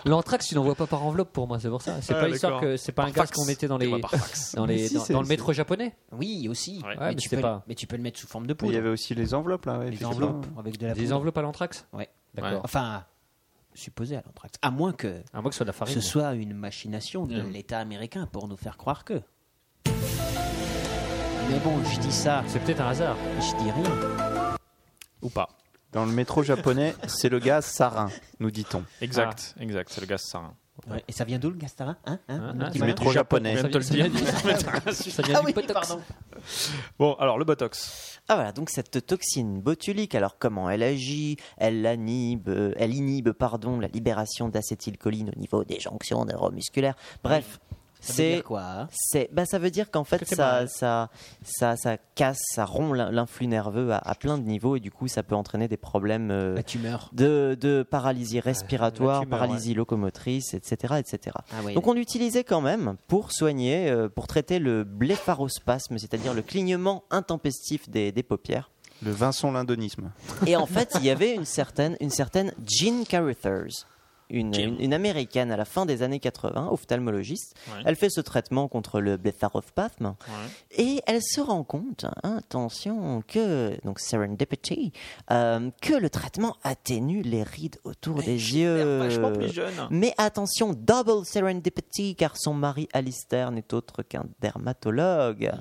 Speaker 4: L'anthrax, tu n'en vois pas par enveloppe pour moi, c'est pour ça. C'est
Speaker 3: Ah,
Speaker 4: pas histoire
Speaker 3: d'accord.
Speaker 4: que c'est pas un
Speaker 3: Par
Speaker 4: gaz
Speaker 3: fax.
Speaker 4: qu'on mettait dans
Speaker 3: Tu
Speaker 4: les
Speaker 3: vois, par fax.
Speaker 4: dans les
Speaker 5: si,
Speaker 4: dans,
Speaker 5: c'est-
Speaker 4: dans le métro japonais.
Speaker 7: Oui, aussi.
Speaker 3: Ouais.
Speaker 4: Ouais, mais
Speaker 7: mais, tu
Speaker 4: c'est
Speaker 7: peux,
Speaker 4: pas-
Speaker 7: mais tu peux le mettre sous forme de
Speaker 5: Il y
Speaker 7: poudre.
Speaker 5: avait aussi les enveloppes là. ouais,
Speaker 7: Les
Speaker 5: effectivement.
Speaker 7: enveloppes avec de la
Speaker 4: Des
Speaker 7: poudre.
Speaker 4: enveloppes à l'anthrax.
Speaker 7: Ouais.
Speaker 4: D'accord.
Speaker 7: Enfin, supposé à l'anthrax. À moins que
Speaker 4: À moins que ce soit de la farine.
Speaker 7: ce soit une machination de l'État américain pour nous faire croire que. Mais bon, je dis ça,
Speaker 4: C'est peut-être un hasard.
Speaker 7: je dis rien.
Speaker 3: Ou pas.
Speaker 5: Dans le métro japonais, c'est le gaz sarin, nous dit-on.
Speaker 3: Exact, exact, c'est le gaz sarin.
Speaker 7: Ouais, Et ça vient d'où le Gastara hein hein
Speaker 4: Hein, hein,
Speaker 5: Du métro japonais.
Speaker 3: Je viens de te le dire.
Speaker 4: Ça vient
Speaker 7: Ah
Speaker 4: du
Speaker 7: oui,
Speaker 4: botox.
Speaker 7: pardon.
Speaker 3: Bon, alors le botox.
Speaker 6: Ah voilà, donc cette toxine botulique, alors comment elle agit Elle inhibe, euh, elle inhibe pardon, la libération d'acétylcholine au niveau des jonctions neuromusculaires.
Speaker 7: Ça
Speaker 6: Bref,
Speaker 7: veut
Speaker 6: c'est
Speaker 7: dire quoi hein
Speaker 6: c'est bah, ça veut dire qu'en fait ça, ça ça ça casse, ça rompt l'in- l'influx nerveux à, à plein de niveaux et du coup ça peut entraîner des problèmes euh,
Speaker 7: La tumeur.
Speaker 6: de, de paralysie respiratoire,
Speaker 4: la tumeur,
Speaker 6: paralysie locomotrice, etc., etc.
Speaker 7: Ah ouais,
Speaker 6: Donc on l'utilisait quand même pour soigner, euh, pour traiter le blépharospasme, c'est-à-dire le clignement intempestif des, des paupières.
Speaker 5: Le Vincent Lindonisme.
Speaker 6: Et en fait, il y avait une certaine, une certaine Jean Carruthers, une, une- une américaine à la fin des années 80, ophtalmologiste.
Speaker 3: Ouais.
Speaker 6: Elle fait ce traitement contre le blépharospasme et elle se rend compte, hein, attention, que donc serendipity, euh, que le traitement atténue les rides autour des yeux.
Speaker 3: Uh-huh.
Speaker 6: Mais attention, double serendipity, car son mari Alistair n'est autre qu'un dermatologue.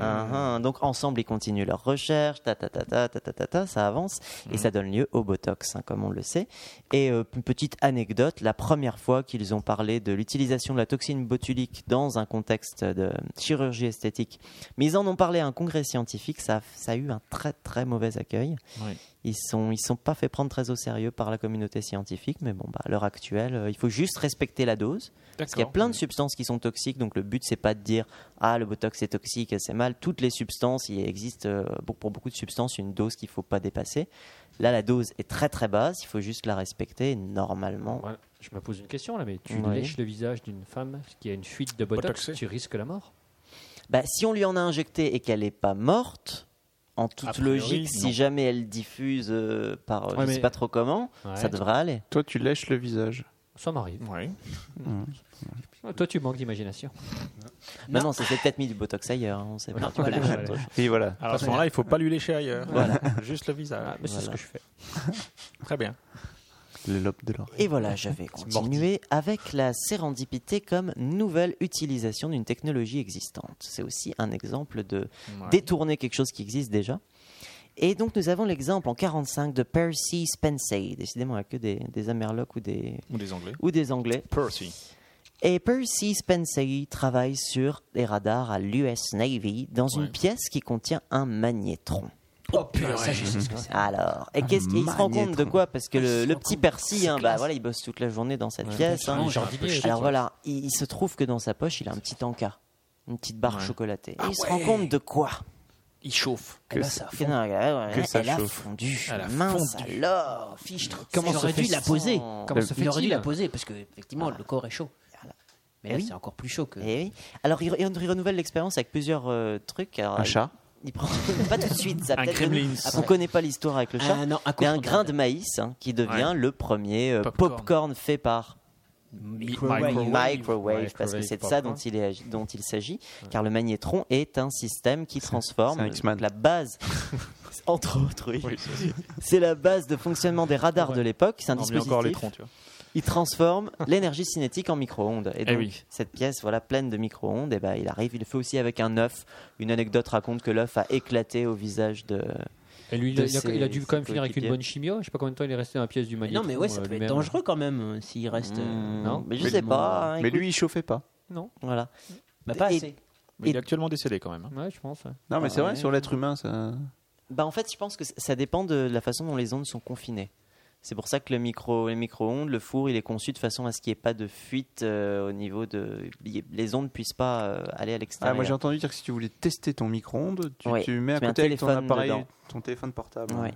Speaker 6: Uh-huh. Donc ensemble, ils continuent leurs recherches, ta ta ta ta ta ta ta, ta, ça avance et ça donne lieu au Botox, hein, comme on le sait. Et euh, une petite anecdote, la première fois qu'ils ont parlé de l'utilisation de la toxine botulique dans un contexte de chirurgie esthétique, mais ils en ont parlé à un congrès scientifique, ça, a- ça a eu un très très mauvais accueil.
Speaker 3: Ouais.
Speaker 6: Ils sont ils sont pas fait prendre très au sérieux par la communauté scientifique, mais bon bah à l'heure actuelle, euh, il faut juste respecter la dose. Parce qu'il y a plein de substances qui sont toxiques, donc le but c'est pas de dire ah le botox c'est toxique, c'est mal. Toutes les substances, il existe euh, pour- pour beaucoup de substances une dose qu'il faut pas dépasser. Là la dose est très très basse, il faut juste la respecter normalement.
Speaker 4: Voilà. Je me pose une question là, mais tu
Speaker 6: Oui.
Speaker 4: lèches le visage d'une femme qui a une fuite de botox,
Speaker 3: Botoxée.
Speaker 4: tu risques la mort.
Speaker 6: Bah, si on lui en a injecté et qu'elle n'est pas morte, en toute
Speaker 3: A priori,
Speaker 6: logique, si
Speaker 3: non.
Speaker 6: jamais elle diffuse euh, par euh,
Speaker 4: Ouais,
Speaker 6: je
Speaker 4: mais-
Speaker 6: sais pas trop comment,
Speaker 4: Ouais.
Speaker 6: ça devrait aller.
Speaker 5: Toi, tu lèches le visage.
Speaker 4: Ça m'arrive.
Speaker 3: Ouais.
Speaker 4: Toi, tu manques d'imagination.
Speaker 6: Non, non, ça s'est peut-être mis du botox ailleurs, hein, on sait pas. Tu vois, la
Speaker 4: Voilà.
Speaker 6: chose.
Speaker 5: Et voilà.
Speaker 3: Alors à ce moment-là, il faut pas lui lécher ailleurs. Ah, Juste le visage.
Speaker 4: Mais c'est ce
Speaker 6: Voilà.
Speaker 4: que je fais.
Speaker 3: Très bien.
Speaker 5: Les lobes de l'oreille.
Speaker 6: Et voilà, je vais continuer avec la sérendipité comme nouvelle utilisation d'une technologie existante. C'est aussi un exemple de détourner quelque chose qui existe déjà. Et donc nous avons l'exemple en 45 de Percy Spensey, décidément il y a que des, des Amerlocs ou des,
Speaker 3: Ou des Anglais.
Speaker 6: ou des Anglais.
Speaker 3: Percy.
Speaker 6: Et Percy Spensey travaille sur les radars à l'US Navy dans une
Speaker 3: Ouais.
Speaker 6: pièce qui contient un magnétron.
Speaker 7: Oh putain, ça je sais ce que c'est.
Speaker 6: Alors,
Speaker 5: Ah,
Speaker 6: et qu'est-ce qu'il se rend compte de quoi Parce
Speaker 3: Ah,
Speaker 6: que le, le petit Percy, hein, bah voilà, il bosse toute la journée dans cette pièce. hein.
Speaker 4: Un jardinier, je
Speaker 6: Alors
Speaker 4: sais.
Speaker 6: voilà, il, il se trouve que dans sa poche, il a un petit encas, une petite barre
Speaker 3: Ouais.
Speaker 6: chocolatée. Et il se rend compte de quoi
Speaker 3: Il chauffe.
Speaker 7: Ah bah, ça
Speaker 6: Que non, ouais, ouais,
Speaker 5: que ça
Speaker 6: Elle a
Speaker 5: chauffe.
Speaker 6: fondu.
Speaker 3: Elle a
Speaker 6: Mince
Speaker 3: fondu.
Speaker 6: alors.
Speaker 7: fichtre.
Speaker 4: Comment
Speaker 7: il
Speaker 4: se
Speaker 7: aurait dû
Speaker 4: fait
Speaker 7: la
Speaker 4: sans-
Speaker 7: poser
Speaker 4: Comment se
Speaker 7: Il aurait dû
Speaker 4: fait-il
Speaker 7: la poser parce que effectivement le corps est chaud. Mais là
Speaker 6: Oui.
Speaker 7: c'est encore plus chaud que.
Speaker 6: Eh oui. Alors, il, re- il renouvelle l'expérience avec plusieurs euh, trucs. Alors,
Speaker 5: Un
Speaker 6: il-
Speaker 5: chat.
Speaker 6: Il prend pas tout de suite. Ça
Speaker 3: Un
Speaker 6: peut-être-
Speaker 3: Gremlins.
Speaker 6: on connaît pas l'histoire avec le chat.
Speaker 7: Ah non, un
Speaker 6: mais un
Speaker 7: contournable.
Speaker 6: grain de maïs hein, qui devient le premier euh,
Speaker 3: Popcorn.
Speaker 6: popcorn. fait par Microwave, parce que c'est de ça dont il, est- dont il s'agit, car le magnétron est un système qui transforme la base, entre autres, oui. c'est la base de fonctionnement des radars de l'époque, c'est un
Speaker 3: On met encore les
Speaker 6: dispositif.
Speaker 3: troncs, tu vois.
Speaker 6: Il transforme l'énergie cinétique en micro-ondes. Et
Speaker 3: Eh
Speaker 6: donc,
Speaker 3: oui.
Speaker 6: cette pièce voilà, pleine de micro-ondes, et ben, il arrive, il le fait aussi avec un œuf. Une anecdote raconte que l'œuf a éclaté au visage de.
Speaker 4: Et lui, il
Speaker 6: de
Speaker 4: a, il a-
Speaker 6: ses-
Speaker 4: il a dû quand même
Speaker 6: ses
Speaker 4: finir avec une
Speaker 6: coéquipiers.
Speaker 4: bonne chimio. Je sais pas combien de temps il est resté dans la pièce du magnétron.
Speaker 7: non, mais ouais, ça peut être
Speaker 4: lui-même.
Speaker 7: dangereux quand même euh, s'il reste. euh,
Speaker 4: Non.
Speaker 6: Hmm. Mais je sais pas. hein,
Speaker 5: Mais
Speaker 6: écoute.
Speaker 5: lui, il chauffait pas.
Speaker 4: Non.
Speaker 6: Voilà.
Speaker 7: Bah, pas
Speaker 6: Et-
Speaker 7: assez.
Speaker 3: Mais il est actuellement décédé quand même. hein.
Speaker 4: Ouais, je pense. ouais.
Speaker 5: Non, mais c'est vrai,
Speaker 6: Ouais.
Speaker 5: sur l'être humain, ça.
Speaker 6: Bah, en fait, je pense que c- ça dépend de la façon dont les ondes sont confinées. C'est pour ça que le micro, les micro-ondes, le four, il est conçu de façon à ce qu'il n'y ait pas de fuite euh, au niveau de. y- Les ondes ne puissent pas euh, aller à
Speaker 5: Ah,
Speaker 6: l'extérieur.
Speaker 5: moi j'ai entendu dire que si tu voulais tester ton micro-ondes, tu,
Speaker 6: Ouais,
Speaker 5: tu mets à
Speaker 6: tu mets un
Speaker 5: côté avec ton
Speaker 6: téléphone
Speaker 5: appareil,
Speaker 6: dedans.
Speaker 5: ton téléphone portable.
Speaker 6: Ouais.
Speaker 5: Ouais.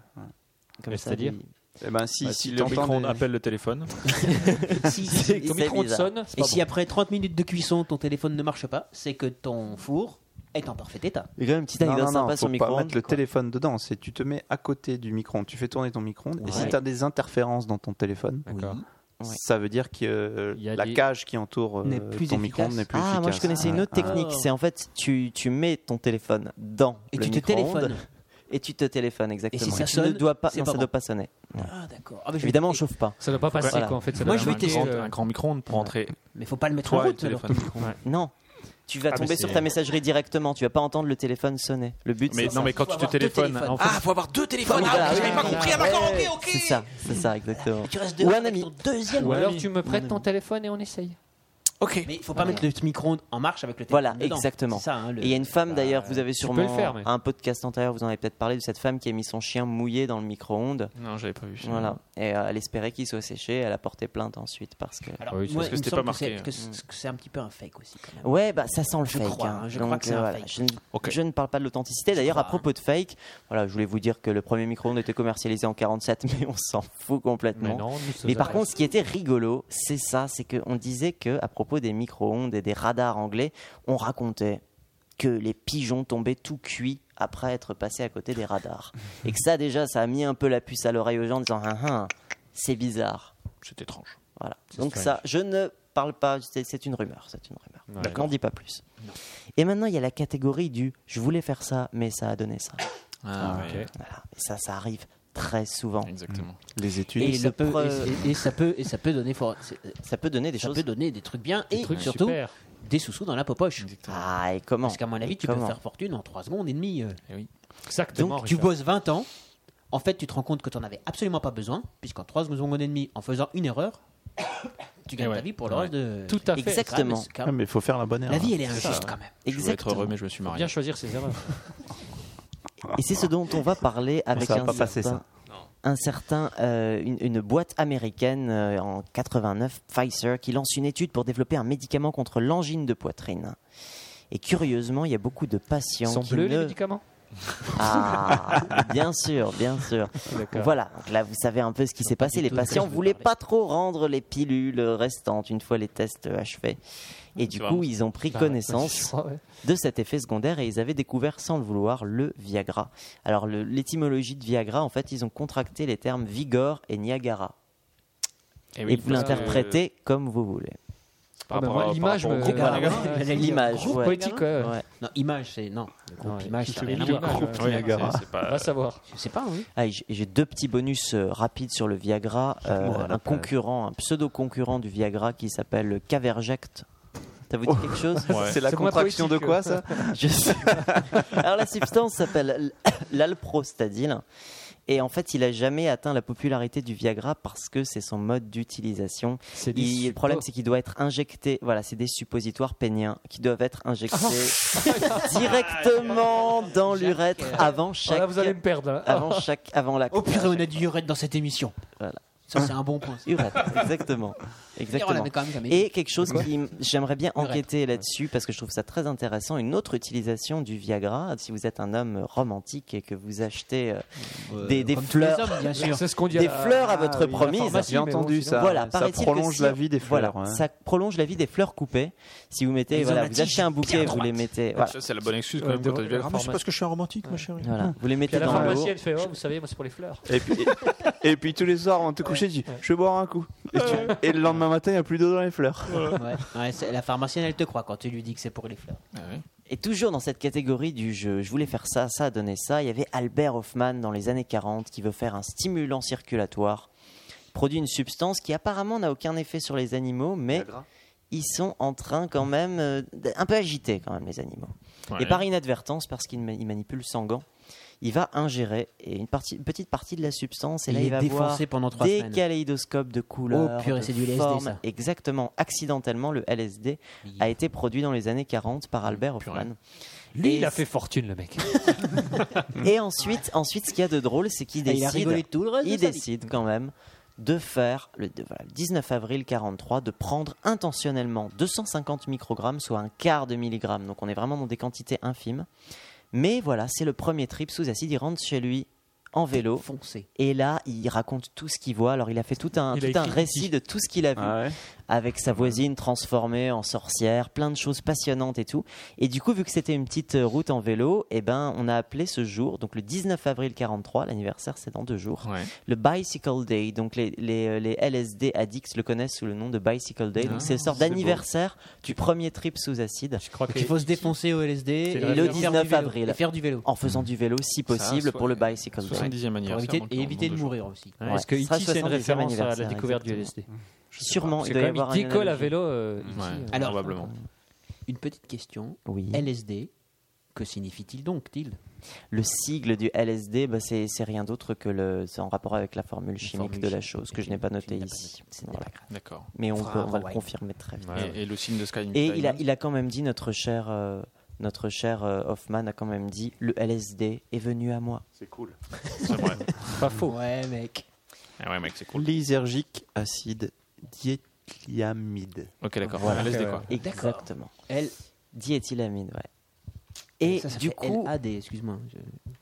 Speaker 6: Comme
Speaker 4: Mais
Speaker 6: ça,
Speaker 4: c'est-à-dire
Speaker 6: lui-
Speaker 5: Eh ben, si,
Speaker 3: Bah,
Speaker 5: si
Speaker 3: si
Speaker 5: le
Speaker 3: ton
Speaker 5: temps
Speaker 3: micro-ondes
Speaker 5: des-
Speaker 3: appelle le téléphone.
Speaker 7: Si-
Speaker 6: C'est
Speaker 4: Ton micro-ondes
Speaker 6: bizarre.
Speaker 4: sonne. c'est
Speaker 7: Et
Speaker 4: pas
Speaker 7: si après 30 minutes de cuisson, ton téléphone ne marche pas, c'est que ton four est en parfait état.
Speaker 6: Il y a quand même une petite
Speaker 5: Non,
Speaker 6: anecdote
Speaker 5: non, non,
Speaker 6: sympa
Speaker 5: faut
Speaker 6: sur
Speaker 5: pas
Speaker 6: le micro-ondes.
Speaker 5: mettre le téléphone dedans, c'est tu te mets à côté du micro-ondes, tu fais tourner ton micro-ondes, et si
Speaker 4: Ouais.
Speaker 5: tu as des interférences dans ton téléphone,
Speaker 4: D'accord.
Speaker 6: Ouais.
Speaker 5: ça veut dire que euh,
Speaker 4: Il y a
Speaker 5: la
Speaker 4: des-
Speaker 5: cage qui entoure euh,
Speaker 7: N'est plus
Speaker 5: ton
Speaker 7: efficace.
Speaker 5: micro-ondes n'est plus
Speaker 6: Ah,
Speaker 5: efficace.
Speaker 6: moi je connaissais une autre
Speaker 5: Ah.
Speaker 6: technique.
Speaker 7: Ah.
Speaker 6: C'est en fait, tu, tu mets ton téléphone dans
Speaker 7: Et
Speaker 6: le
Speaker 7: tu te
Speaker 6: micro-ondes
Speaker 7: téléphones.
Speaker 6: Et tu te téléphones, exactement.
Speaker 7: ça
Speaker 6: tu
Speaker 7: sonne,
Speaker 6: ne dois pas,
Speaker 7: c'est
Speaker 6: non,
Speaker 7: pas
Speaker 6: ça
Speaker 7: bon.
Speaker 6: doit pas sonner.
Speaker 7: Ah, d'accord. Ah, mais je vais-
Speaker 6: Évidemment, on chauffe pas.
Speaker 4: Ça doit pas passer
Speaker 6: Voilà.
Speaker 4: quoi en fait. ça
Speaker 7: Moi,
Speaker 4: doit
Speaker 7: je vais
Speaker 3: un,
Speaker 4: marquer,
Speaker 7: tester,
Speaker 3: grand,
Speaker 4: euh,
Speaker 3: un grand micro-ondes pour entrer.
Speaker 7: Mais faut pas le mettre en
Speaker 3: Toi et
Speaker 7: route,
Speaker 3: le
Speaker 7: alors, ton
Speaker 3: téléphone.
Speaker 7: micro.
Speaker 6: Non. Tu vas
Speaker 3: Ah, mais
Speaker 6: tomber sur
Speaker 3: c'est-
Speaker 6: ta messagerie directement. Tu vas pas entendre le téléphone sonner. Le but,
Speaker 3: Mais
Speaker 6: c'est
Speaker 3: non,
Speaker 6: ça.
Speaker 3: mais quand
Speaker 7: Faut
Speaker 3: tu te
Speaker 7: avoir deux
Speaker 3: téléphones,
Speaker 7: téléphones.
Speaker 3: en fait,
Speaker 9: Ah, faut avoir deux téléphones.
Speaker 7: bah,
Speaker 6: Voilà,
Speaker 9: Ah,
Speaker 6: oui,
Speaker 9: j'avais pas
Speaker 6: oui,
Speaker 9: compris.
Speaker 6: oui.
Speaker 9: Ah, d'accord,
Speaker 6: Ouais,
Speaker 9: ok, ok.
Speaker 6: C'est ça, c'est ça, exactement.
Speaker 7: Et tu restes
Speaker 6: Ou
Speaker 7: dehors
Speaker 6: un
Speaker 7: avec
Speaker 6: ami.
Speaker 7: ton deuxième.
Speaker 4: Ou alors
Speaker 7: ami.
Speaker 4: tu me prêtes ton téléphone et on essaye.
Speaker 9: Ok.
Speaker 7: Mais il faut pas mettre le micro-ondes en marche avec le téléphone.
Speaker 6: Voilà,
Speaker 7: dedans.
Speaker 6: exactement.
Speaker 7: C'est ça, hein, le-
Speaker 6: Et il y a une femme
Speaker 7: Bah,
Speaker 6: d'ailleurs, vous avez
Speaker 4: peux
Speaker 6: sûrement
Speaker 4: le faire, mais-
Speaker 6: un podcast antérieur, vous en avez peut-être parlé de cette femme qui a mis son chien mouillé dans le micro-ondes.
Speaker 3: hein. Non, j'avais pas vu. ça.
Speaker 6: Voilà. Et euh, elle espérait qu'il soit séché. Elle a porté plainte ensuite parce que.
Speaker 7: Alors,
Speaker 3: Oui, c'est
Speaker 7: moi,
Speaker 3: parce que
Speaker 7: il me
Speaker 3: c'était
Speaker 7: semble
Speaker 3: pas
Speaker 7: que c'est-
Speaker 3: marqué.
Speaker 7: que
Speaker 6: Mm.
Speaker 7: c'est- que c'est un petit peu un fake aussi. quand même.
Speaker 6: Ouais, bah ça sent le
Speaker 7: Je
Speaker 6: fake.
Speaker 7: crois,
Speaker 6: hein.
Speaker 7: je
Speaker 6: Donc,
Speaker 7: crois que c'est un fake.
Speaker 6: Je ne,
Speaker 3: Ok.
Speaker 6: je ne parle pas de l'authenticité. D'ailleurs, à
Speaker 7: crois, hein.
Speaker 6: propos de fake, voilà, je voulais vous dire que le premier micro-ondes était commercialisé en 47, mais on s'en fout complètement.
Speaker 4: Mais non, nous sommes
Speaker 6: Mais par
Speaker 4: à-
Speaker 6: contre, ce qui était rigolo, c'est ça, c'est qu'on disait que à propos des micro-ondes et des radars anglais, on racontait que les pigeons tombaient tout cuits après être passés à côté des radars. et que ça, déjà, ça a mis un peu la puce à l'oreille aux gens en disant, Hein, hein, c'est bizarre.
Speaker 3: C'est étrange.
Speaker 6: Voilà.
Speaker 4: C'est
Speaker 6: Donc
Speaker 4: strange.
Speaker 6: ça, je ne parle pas, c'est c'est une rumeur, c'est une rumeur.
Speaker 4: Ouais,
Speaker 6: Donc n'en dis pas plus. Et maintenant, il y a la catégorie du je voulais faire ça, mais ça a donné ça.
Speaker 3: Ah, ouais.
Speaker 6: Voilà. Et ça, ça arrive très souvent.
Speaker 3: Exactement.
Speaker 5: Les études.
Speaker 7: Et,
Speaker 6: Et
Speaker 7: ça
Speaker 6: le
Speaker 7: peut,
Speaker 6: pre-
Speaker 7: et, et- et ça peut, et ça peut donner, fort- c'est-
Speaker 6: Ça peut donner des
Speaker 7: ça
Speaker 6: choses.
Speaker 7: peut donner des trucs bien et
Speaker 4: Truc
Speaker 7: surtout
Speaker 4: super.
Speaker 7: des sous-sous dans la popoche.
Speaker 6: Ah, et comment
Speaker 7: Parce qu'à mon avis,
Speaker 6: Et
Speaker 7: tu
Speaker 6: comment
Speaker 7: peux faire fortune en 3 secondes et demie. euh.
Speaker 4: Exactement.
Speaker 7: Donc, tu
Speaker 4: Richard.
Speaker 7: bosses 20 ans. En fait, tu te rends compte que tu n'en avais absolument pas besoin, puisqu'en 3 secondes et demie, en faisant une erreur, tu gagnes
Speaker 3: ouais.
Speaker 7: ta vie pour le
Speaker 3: Ouais.
Speaker 7: reste de.
Speaker 4: Tout à fait.
Speaker 7: C'est quand même-
Speaker 6: Exactement.
Speaker 7: Ah, c'est quand
Speaker 5: Ouais,
Speaker 7: même-
Speaker 5: Ah, mais il faut faire la bonne erreur.
Speaker 7: La vie, elle est injuste quand même.
Speaker 3: Je voulais être
Speaker 6: Exactement.
Speaker 3: heureux, mais je me suis marié.
Speaker 4: Bien choisir ses erreurs.
Speaker 6: Et c'est ce dont on va parler avec
Speaker 5: ça va
Speaker 6: un,
Speaker 5: pas passer,
Speaker 6: certain,
Speaker 5: ça.
Speaker 6: un certain, euh, une, une boîte américaine euh, en 89, Pfizer, qui lance une étude pour développer un médicament contre l'angine de poitrine. Et curieusement, il y a beaucoup de
Speaker 4: Ils
Speaker 6: patients
Speaker 4: sont
Speaker 6: qui
Speaker 4: bleus les
Speaker 6: ne-
Speaker 4: médicaments
Speaker 6: Ah, bien sûr, bien sûr. Voilà, donc là vous savez un peu ce qui s'est passé.
Speaker 7: du
Speaker 6: Les
Speaker 7: tout de quoi
Speaker 6: patients
Speaker 7: je veux
Speaker 6: voulaient
Speaker 7: parler.
Speaker 6: pas trop rendre les pilules restantes une fois les tests achevés. Et du coup, ils ont
Speaker 4: bah,
Speaker 6: pris
Speaker 4: Je
Speaker 6: connaissance
Speaker 4: crois, ouais.
Speaker 6: de cet effet secondaire et ils avaient découvert sans le vouloir le Viagra. Alors le- l'étymologie de Viagra, en fait, ils ont contracté les termes Vigor et Niagara. et vous
Speaker 3: Eh parce que-
Speaker 6: l'interprétez comme vous voulez.
Speaker 3: Par
Speaker 4: Ah bah
Speaker 3: rapport
Speaker 4: moi,
Speaker 3: à- par
Speaker 4: l'image
Speaker 3: rapport au
Speaker 4: me-
Speaker 3: Euh, groupe,
Speaker 7: Niagara,
Speaker 3: par exemple.
Speaker 7: ouais.
Speaker 4: Niagara.
Speaker 6: L'image,
Speaker 4: Groupe
Speaker 6: ouais.
Speaker 4: poétique, ouais.
Speaker 6: Ouais.
Speaker 7: Non, image, c'est. Non, le groupe
Speaker 4: Ouais,
Speaker 7: image,
Speaker 4: c'est
Speaker 7: ça n'a rien à
Speaker 4: l'image,
Speaker 7: voir.
Speaker 4: ouais.
Speaker 3: Ouais, Niagara. C'est
Speaker 4: Va
Speaker 3: pas.
Speaker 4: savoir.
Speaker 7: Je sais pas, oui.
Speaker 6: Ah, et j'ai j'ai deux petits bonus euh, rapides sur le Viagra. Euh,
Speaker 5: Bon, voilà,
Speaker 6: un concurrent, un pseudo-concurrent du Viagra qui s'appelle Caverject. Ça vous dit quelque chose
Speaker 3: Ouais.
Speaker 5: C'est la
Speaker 4: C'est moins
Speaker 5: contraction de
Speaker 4: poétique,
Speaker 5: quoi ça
Speaker 6: Je sais pas. Alors la substance s'appelle l- l'alprostadil. Et en fait, il a jamais atteint la popularité du Viagra parce que c'est son mode d'utilisation.
Speaker 4: C'est des
Speaker 6: Il- Le
Speaker 4: suppo-
Speaker 6: problème, c'est qu'il doit être injecté. Voilà, c'est des suppositoires péniens qui doivent être injectés directement dans
Speaker 7: Jacques,
Speaker 6: l'urètre
Speaker 7: euh,
Speaker 6: avant
Speaker 4: Oh
Speaker 6: chaque.
Speaker 4: là, vous allez me perdre. là.
Speaker 6: Avant chaque, avant la.
Speaker 7: Au pire, on a du urètre dans cette émission.
Speaker 6: Voilà.
Speaker 7: Ça, c'est un bon point.
Speaker 6: Urètre, exactement.
Speaker 7: D'ailleurs, on
Speaker 6: Exactement.
Speaker 7: l'avait quand même jamais dit.
Speaker 6: Et quelque chose qui m- j'aimerais bien
Speaker 7: Urètre.
Speaker 6: enquêter là-dessus parce que je trouve ça très intéressant. Une autre utilisation du Viagra, si vous êtes un homme romantique et que vous achetez euh, des, des
Speaker 7: Comme tous les
Speaker 6: fleurs,
Speaker 7: hommes, bien sûr.
Speaker 4: C'est ce qu'on dit.
Speaker 6: des
Speaker 4: à-
Speaker 6: fleurs à votre
Speaker 5: oui,
Speaker 6: promise.
Speaker 4: pharmacie,
Speaker 5: J'ai
Speaker 4: mais bon,
Speaker 5: entendu
Speaker 4: sinon-
Speaker 5: ça.
Speaker 6: voilà,
Speaker 5: ça
Speaker 6: paraît-il que
Speaker 5: prolonge
Speaker 6: si-
Speaker 5: la vie des fleurs.
Speaker 6: Voilà,
Speaker 5: hein.
Speaker 6: ça prolonge la vie des fleurs coupées. Si vous mettez,
Speaker 7: Ils ont
Speaker 6: voilà,
Speaker 7: la
Speaker 6: vous
Speaker 7: tige
Speaker 6: achetez un bouquet,
Speaker 7: bien
Speaker 6: vous les mettez, voilà,
Speaker 3: Ça, c'est la bonne excuse quand
Speaker 4: Ouais,
Speaker 3: même quand
Speaker 4: de-
Speaker 3: t'as du Viagra.
Speaker 4: de-
Speaker 3: Mais c'est parce que je suis un romantique, ma chérie.
Speaker 6: voilà. vous
Speaker 4: Puis
Speaker 6: les
Speaker 4: à
Speaker 6: mettez
Speaker 4: la
Speaker 6: dans l'eau.
Speaker 4: pharmacie, elle fait oh, Vous savez, moi, c'est pour les fleurs.
Speaker 5: Et puis, et, puis tous les soirs, on te coucher, tu dis Je vais boire un coup. Et, tu- et le lendemain matin, il n'y a plus d'eau dans les fleurs.
Speaker 7: Ouais. Ouais, c'est- la pharmacienne, elle te croit quand tu lui dis que c'est pour les fleurs.
Speaker 6: Et toujours dans cette catégorie du jeu, je voulais faire ça, ça, donner ça, il y avait Albert Hoffman dans les années 40 qui veut faire un stimulant circulatoire, produit une substance qui apparemment n'a aucun effet sur les animaux, mais ils sont en train quand même, euh, d- un peu agités quand même les animaux.
Speaker 7: Ouais.
Speaker 6: Et par inadvertance, parce qu'il ma- il manipule sans gants, il va ingérer et une, partie, une petite partie de la substance et
Speaker 7: Il
Speaker 6: là
Speaker 7: est
Speaker 6: il va
Speaker 7: défoncé
Speaker 6: voir
Speaker 7: pendant trois
Speaker 6: des
Speaker 7: semaines.
Speaker 6: kaléidoscopes de couleurs,
Speaker 7: Oh purée,
Speaker 6: de
Speaker 7: c'est du LSD,
Speaker 6: formes.
Speaker 7: ça.
Speaker 6: Exactement, accidentellement le LSD a été produit dans les années 40 par Albert Hoffman.
Speaker 4: Lui,
Speaker 6: Et
Speaker 4: il a fait fortune, le mec.
Speaker 6: et ensuite, ensuite, ce qu'il y a de drôle, c'est qu'il
Speaker 7: Et Ah, il a
Speaker 6: décide,
Speaker 7: rigolé tout le reste de
Speaker 6: il
Speaker 7: sa vie.
Speaker 6: décide quand même de faire, le de- voilà, le 19 avril 43, de prendre intentionnellement 250 microgrammes, soit un quart de milligramme. Donc on est vraiment dans des quantités infimes. Mais voilà, c'est le premier trip sous acide. Il rentre chez lui en vélo.
Speaker 7: Foncé.
Speaker 6: Et là, il raconte tout ce qu'il voit. Alors il a fait tout un,
Speaker 7: Il a
Speaker 6: tout un
Speaker 7: écrit
Speaker 6: récit de tout ce qu'il a vu.
Speaker 7: Ah ouais.
Speaker 6: Avec sa voisine transformée en sorcière, plein de choses passionnantes et tout. Et du coup, vu que c'était une petite euh, route en vélo, eh ben, on a appelé ce jour, donc le 19 avril 43, l'anniversaire c'est dans deux jours, le Bicycle Day. Donc les, les, euh, les LSD addicts le connaissent sous le nom de Bicycle Day.
Speaker 7: Ah,
Speaker 6: donc c'est le sort
Speaker 7: c'est beau.
Speaker 6: d'anniversaire du premier trip sous acide. Je crois
Speaker 7: Donc, il faut se défoncer au LSD et,
Speaker 6: le
Speaker 7: et faire du
Speaker 6: 19
Speaker 7: vélo.
Speaker 6: avril.
Speaker 7: Et faire du vélo.
Speaker 6: En faisant du vélo si possible
Speaker 7: soit-
Speaker 6: pour le Bicycle Day.
Speaker 7: 70e anniversaire, Pour éviter- donc, et dans- éviter dans de deux mourir jours. aussi.
Speaker 6: Ouais.
Speaker 4: Est-ce que
Speaker 6: Ce sera
Speaker 4: E.T., c'est une
Speaker 6: 70e
Speaker 4: référence à la
Speaker 6: anniversaire,
Speaker 4: découverte du
Speaker 6: exactement.
Speaker 4: LSD
Speaker 6: Sûrement,
Speaker 4: Parce que
Speaker 6: il doit
Speaker 4: quand
Speaker 6: y
Speaker 4: même,
Speaker 6: avoir
Speaker 4: il
Speaker 6: une
Speaker 4: décolle à
Speaker 6: analogie.
Speaker 4: vélo. euh,
Speaker 7: Ouais,
Speaker 4: E.T., euh,
Speaker 7: Alors, Une petite question. LSD, que signifie-t-il donc, Till
Speaker 6: Le sigle du LSD, bah, c'est c'est rien d'autre que le. C'est en rapport avec la formule chimique
Speaker 7: formule
Speaker 6: de la
Speaker 7: chimique.
Speaker 6: chose que je n'ai pas notée ici. Voilà.
Speaker 3: D'accord.
Speaker 6: Mais on,
Speaker 3: Fera
Speaker 6: peut-
Speaker 3: un
Speaker 6: on va le
Speaker 3: rewind.
Speaker 6: confirmer très vite.
Speaker 3: Ouais, Et- et le signe de Sky
Speaker 6: Et
Speaker 3: Diamond.
Speaker 6: il a, il a quand même dit, notre cher, euh, notre cher euh, Hoffman a quand même dit le LSD est venu à moi.
Speaker 12: C'est cool. C'est vrai.
Speaker 4: Pas faux.
Speaker 7: Ouais, mec.
Speaker 3: Ah ouais, mec, c'est cool.
Speaker 5: Lysergique acide diéthylamide.
Speaker 3: Ok, d'accord.
Speaker 5: Voilà.
Speaker 3: LSD, quoi.
Speaker 7: Ah,
Speaker 6: Exactement.
Speaker 7: L.
Speaker 6: Diéthylamide, ouais. Et
Speaker 7: Ça, ça
Speaker 6: du
Speaker 7: fait
Speaker 6: coup,
Speaker 7: LAD, excuse-moi. Je-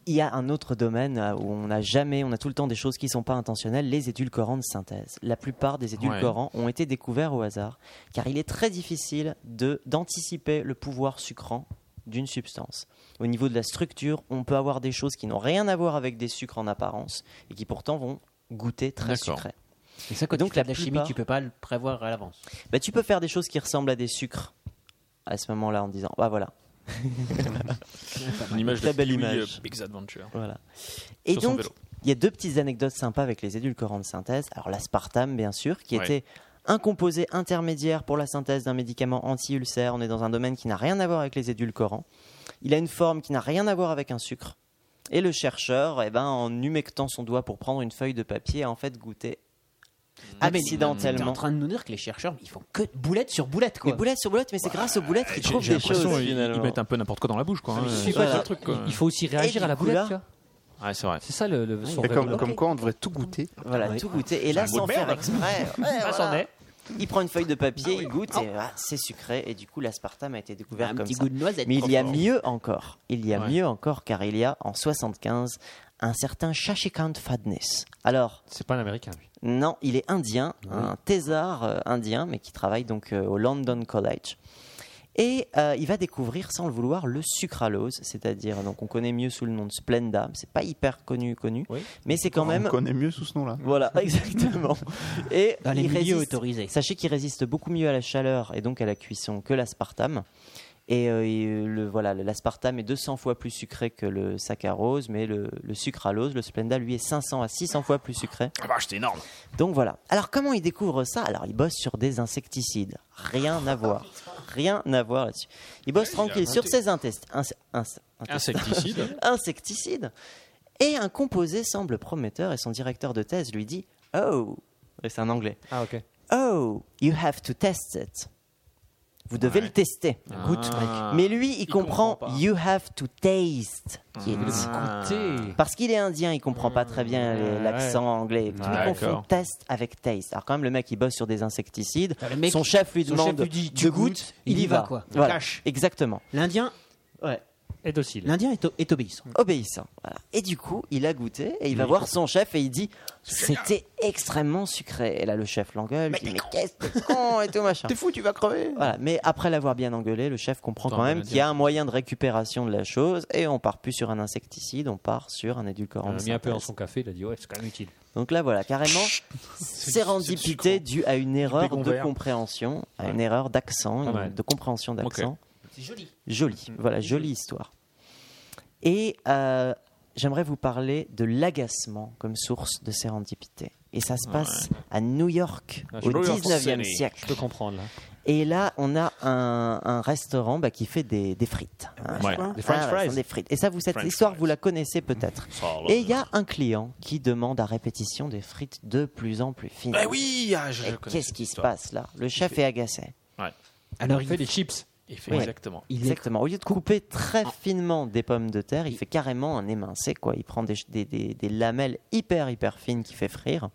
Speaker 6: il y a un autre domaine euh, où on n'a jamais, on a tout le temps des choses qui ne sont pas intentionnelles, les édulcorants de synthèse. La plupart des édulcorants ont été découverts au hasard, car il est très difficile de d'anticiper le pouvoir sucrant d'une substance. Au niveau de la structure, on peut avoir des choses qui n'ont rien à voir avec des sucres en apparence et qui pourtant vont goûter très
Speaker 7: D'accord.
Speaker 6: sucré.
Speaker 7: Et ça, quand
Speaker 6: Et
Speaker 7: donc, tu fais de la chimie,
Speaker 6: plupart-
Speaker 7: tu peux pas le prévoir à l'avance.
Speaker 6: bah, tu peux faire des choses qui ressemblent à des sucres à ce moment-là en disant bah voilà.
Speaker 3: Une image de
Speaker 6: Très belle
Speaker 3: Pee-wee,
Speaker 6: image.
Speaker 3: euh, Big's Adventure.
Speaker 6: Voilà. Et
Speaker 3: Sur son
Speaker 6: donc
Speaker 3: vélo.
Speaker 6: il y a deux petites anecdotes sympas avec les édulcorants de synthèse. Alors l'aspartame bien sûr qui
Speaker 3: Ouais.
Speaker 6: était un composé intermédiaire pour la synthèse d'un médicament anti-ulcère. On est dans un domaine qui n'a rien à voir avec les édulcorants. Il a une forme qui n'a rien à voir avec un sucre. Et le chercheur, eh ben, en humectant son doigt pour prendre une feuille de papier, a en fait goûté
Speaker 7: T'es en
Speaker 6: accidentellement.
Speaker 7: train de nous dire que les chercheurs, ils font que de boulette sur boulette, quoi.
Speaker 6: Mais boulette sur boulette, mais c'est grâce aux boulettes qu'il
Speaker 3: Bah, J'ai-
Speaker 6: trouve
Speaker 3: J'ai
Speaker 6: des choses.
Speaker 3: l'impression qu'ils ils mettent un peu n'importe quoi dans la bouche, quoi. hein.
Speaker 6: mais
Speaker 3: C'est
Speaker 6: c'est pas
Speaker 3: ça,
Speaker 6: ça.
Speaker 3: le truc, quoi.
Speaker 4: Il faut aussi réagir
Speaker 6: du
Speaker 4: à la
Speaker 6: coup,
Speaker 4: boulette,
Speaker 6: là-
Speaker 4: tu vois.
Speaker 3: Ouais, c'est vrai.
Speaker 4: C'est ça le, le son
Speaker 5: Et comme,
Speaker 4: vélo.
Speaker 5: comme quoi, on devrait tout goûter.
Speaker 6: Voilà, tout goûter. Et là,
Speaker 5: un goût
Speaker 6: sans
Speaker 5: de
Speaker 6: faire
Speaker 5: merde.
Speaker 6: exprès, ouais,
Speaker 4: Ça, c'en
Speaker 6: voilà.
Speaker 4: est.
Speaker 6: il prend une feuille de papier, il goûte,
Speaker 7: Oh.
Speaker 6: et ah, c'est sucré. Et du coup, l'aspartame a été découvert
Speaker 7: Un
Speaker 6: comme
Speaker 7: petit
Speaker 6: ça.
Speaker 7: goût de noisette.
Speaker 6: Mais il y a
Speaker 7: Encore.
Speaker 6: mieux encore. Il y a
Speaker 7: Ouais.
Speaker 6: mieux encore, car il y a, en 75, un certain Shashikant Fadness. Alors,
Speaker 4: C'est pas un américain, lui.
Speaker 6: non, il est indien,
Speaker 7: Ah
Speaker 6: un thésard euh, indien, mais qui travaille donc euh, au London College. Et euh, il va découvrir, sans le vouloir, le sucralose, c'est-à-dire, donc on connaît mieux sous le nom de Splenda, mais c'est pas hyper connu, connu, mais c'est quand même
Speaker 5: On connaît mieux sous ce nom-là.
Speaker 6: voilà, exactement. Et
Speaker 7: Dans les
Speaker 6: il
Speaker 7: milieux
Speaker 6: résiste-
Speaker 7: autorisés.
Speaker 6: Sachez qu'il résiste beaucoup mieux à la chaleur et donc à la cuisson que l'aspartame. Et, euh, et le voilà, le- l'aspartame est 200 fois plus sucré que le saccharose, mais le, le sucralose, le Splenda, lui est 500 à 600 fois plus sucré.
Speaker 3: Ah bah, c'est énorme.
Speaker 6: Donc voilà. Alors comment il découvre ça Alors il bosse sur des insecticides. Rien à voir. Rien à voir là-dessus. Il bosse tranquille sur
Speaker 3: inventé.
Speaker 6: ses intestins.
Speaker 3: Insecticide.
Speaker 6: Insecticide. Et un composé semble prometteur et son directeur de thèse lui dit Oh, et c'est un anglais.
Speaker 4: Ah, ok.
Speaker 6: Oh, you have to test it. Vous devez le tester.
Speaker 3: Goûte, mec.
Speaker 6: Mais lui, il,
Speaker 3: Il
Speaker 6: comprend,
Speaker 3: comprend pas.
Speaker 6: You have to taste it.
Speaker 3: Ah.
Speaker 4: Écoutez.
Speaker 6: Parce qu'il est indien, il comprend pas très bien les- l'accent anglais. et tout.
Speaker 3: Ah,
Speaker 6: Il confond
Speaker 3: d'accord.
Speaker 6: test avec taste. Alors quand même, le mec, il bosse sur des insecticides.
Speaker 7: Ah, le mec,
Speaker 6: son chef lui
Speaker 7: son
Speaker 6: demande
Speaker 7: chef lui dit,
Speaker 6: de
Speaker 7: tu
Speaker 6: goûte,
Speaker 7: goûtes, il y va, quoi.
Speaker 6: Voilà.
Speaker 7: Cache.
Speaker 6: Exactement.
Speaker 7: L'Indien,
Speaker 6: Ouais.
Speaker 4: Et docile.
Speaker 7: L'Indien est, o- est obéissant.
Speaker 6: obéissant. Voilà. Et du coup, il a goûté et il va voir son chef et il dit C'était extrêmement sucré. Et là, le chef l'engueule. il dit, Mais qu'est-ce que t'es con et tout machin. T'es
Speaker 5: fou, tu vas crever.
Speaker 6: Voilà. Mais après l'avoir bien engueulé, le chef comprend
Speaker 7: Attends,
Speaker 6: quand
Speaker 7: on va
Speaker 6: même
Speaker 7: le
Speaker 6: qu'il y a un moyen de récupération de la chose et on part plus sur un insecticide, on part sur un édulcorant.
Speaker 4: On
Speaker 6: de
Speaker 4: a mis un peu dans
Speaker 6: synthèse.
Speaker 4: son café, il a dit ouais, c'est quand même utile.
Speaker 6: Donc là, voilà, carrément, sérendipité due à une erreur
Speaker 4: pégon
Speaker 6: de
Speaker 4: vert.
Speaker 6: compréhension, à une erreur d'accent,
Speaker 4: Pas
Speaker 6: une-
Speaker 4: mal.
Speaker 6: de compréhension d'accent.
Speaker 7: C'est joli.
Speaker 6: Jolie,
Speaker 4: Mm.
Speaker 6: voilà, jolie histoire. Et euh, j'aimerais vous parler de l'agacement comme source de sérendipité. Et ça se passe à New York
Speaker 4: Ah, je
Speaker 6: au
Speaker 4: peux-
Speaker 6: 19e
Speaker 4: Je
Speaker 6: siècle.
Speaker 4: peux comprendre. là.
Speaker 6: Et là, on a un, un restaurant bah, qui fait des, des frites. hein.
Speaker 4: Ouais.
Speaker 6: Ah,
Speaker 4: Des French
Speaker 6: ouais, ce sont
Speaker 4: fries.
Speaker 6: des frites. Et ça, vous cette
Speaker 4: French
Speaker 6: histoire, vous la connaissez peut-être. Et il y a un client qui demande à répétition des frites de plus en plus fines.
Speaker 7: Ah oui, ah, je
Speaker 6: Et
Speaker 7: la connais,
Speaker 6: qu'est-ce
Speaker 7: cette
Speaker 6: qui se
Speaker 7: histoire.
Speaker 6: passe là Le chef est agacé.
Speaker 7: Alors,
Speaker 6: Il
Speaker 7: il fait
Speaker 6: fait-
Speaker 7: des chips.
Speaker 3: Il
Speaker 6: Ouais.
Speaker 3: Exactement.
Speaker 6: Exactement. Au lieu de couper très finement des pommes de terre, il fait carrément un émincé. Quoi. Il prend des, des- des- des lamelles hyper, hyper fines qu'il fait frire.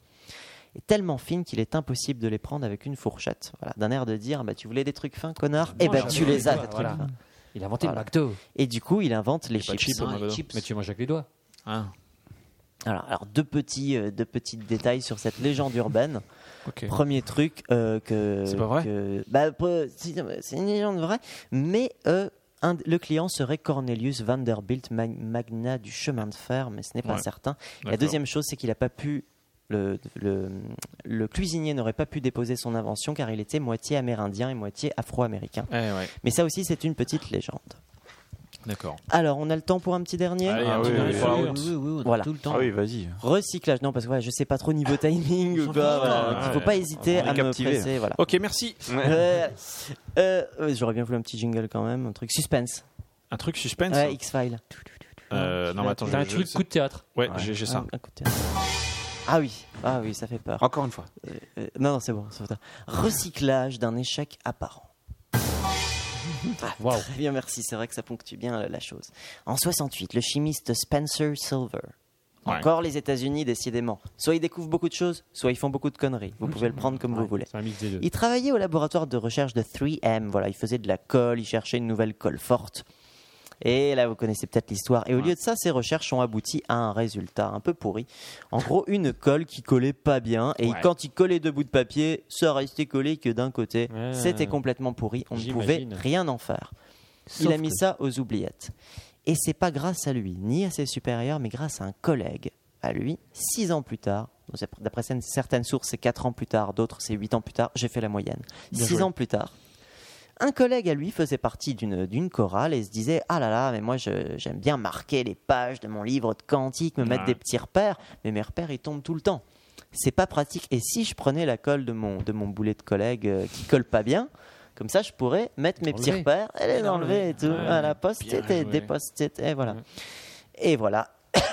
Speaker 6: Et tellement fines qu'il est impossible de les prendre avec une fourchette. Voilà. D'un air de dire bah, Tu voulais des trucs fins, connard Eh
Speaker 4: Non,
Speaker 6: ben,
Speaker 4: j'en
Speaker 6: tu
Speaker 4: ai
Speaker 6: les as,
Speaker 4: pas,
Speaker 6: tes trucs
Speaker 4: voilà.
Speaker 6: fins.
Speaker 4: Il a inventé le
Speaker 6: Voilà.
Speaker 4: McDo.
Speaker 6: Et du coup, il invente les chips.
Speaker 4: Ah, les chips. Mais tu manges avec les doigts.
Speaker 6: Alors, alors, deux petits, euh, deux petits détails sur cette légende urbaine.
Speaker 3: Ok.
Speaker 6: Premier truc euh, que
Speaker 3: C'est pas vrai
Speaker 6: que- bah, peu- si, non, mais c'est une légende vraie, mais euh, un- le client serait Cornelius Vanderbilt, mag- magnat du chemin de fer, mais ce n'est pas
Speaker 7: Ouais.
Speaker 6: certain. La
Speaker 7: D'accord.
Speaker 6: deuxième chose, c'est qu'il n'a pas pu le, le- le cuisinier n'aurait pas pu déposer son invention car il était moitié amérindien et moitié afro-américain.
Speaker 3: Eh ouais.
Speaker 6: Mais ça aussi, c'est une petite légende.
Speaker 3: D'accord.
Speaker 6: Alors, on a le temps pour un petit dernier
Speaker 3: Allez, un Ah petit oui, dernier oui, pour la oui, route.
Speaker 5: oui, oui, on a tout le temps. Ah oui,
Speaker 6: oui,
Speaker 5: vas-y.
Speaker 6: Recyclage, non, parce que ouais, je sais pas trop niveau timing ou pas. voilà.
Speaker 5: Euh,
Speaker 6: Donc, Il faut pas hésiter à me presser. Voilà.
Speaker 3: Ok, merci.
Speaker 6: Euh, euh, euh, J'aurais bien voulu un petit jingle quand même, un truc suspense.
Speaker 3: Un truc suspense
Speaker 6: Ouais, X-Files.
Speaker 3: Euh, non, mais attends, je-
Speaker 6: T'as un truc
Speaker 3: je-
Speaker 6: coup de théâtre.
Speaker 3: Ouais,
Speaker 6: Ouais.
Speaker 3: j'ai j'ai ça.
Speaker 6: Un- un coup de théâtre. Ah oui, ah oui, ça fait peur. Euh,
Speaker 5: Encore une fois.
Speaker 6: non, non, c'est bon. c'est bon. Recyclage d'un échec apparent. Ah, Très bien, merci. C'est vrai que ça ponctue bien euh, la chose. En 68, le chimiste Spencer Silver.
Speaker 7: Ouais.
Speaker 6: Encore les États-Unis, décidément. Soit ils découvrent beaucoup de choses, soit ils font beaucoup de conneries. Vous pouvez le prendre comme vous voulez. Il travaillait au laboratoire de recherche de 3M. Voilà, il faisait de la colle, il cherchait une nouvelle colle forte. Et là, vous connaissez peut-être l'histoire. Et au lieu de ça, ces recherches ont abouti à un résultat un peu pourri. En gros, une colle qui collait pas bien. Et
Speaker 7: Ouais.
Speaker 6: quand il collait deux bouts de papier, ça restait collé que d'un côté.
Speaker 7: Ouais.
Speaker 6: C'était complètement pourri. On ne pouvait
Speaker 7: J'imagine.
Speaker 6: rien en faire. Il
Speaker 7: Sauf
Speaker 6: a mis
Speaker 7: que-
Speaker 6: ça aux oubliettes. Et c'est pas grâce à lui, ni à ses supérieurs, mais grâce à un collègue, à lui, six ans plus tard. D'après certaines sources, c'est quatre ans plus tard, d'autres c'est huit ans plus tard. J'ai fait la moyenne.
Speaker 7: Bien
Speaker 6: Six
Speaker 7: joué.
Speaker 6: ans plus tard, un collègue à lui faisait partie d'une d'une chorale et se disait Ah là là, mais moi je- j'aime bien marquer les pages de mon livre de cantique, me mettre
Speaker 7: Ouais.
Speaker 6: des petits repères, mais mes repères ils tombent tout le temps. C'est pas pratique. Et si je prenais la colle de mon, de mon boulet de collègue euh, qui colle pas bien, comme ça je pourrais mettre mes petits
Speaker 7: Enlever.
Speaker 6: repères et les
Speaker 7: Et
Speaker 6: enlever et tout.
Speaker 7: l'enlever. Ouais.
Speaker 6: Voilà, post-it
Speaker 7: Bien
Speaker 6: et
Speaker 7: joué.
Speaker 6: des post-it et voilà. Et voilà.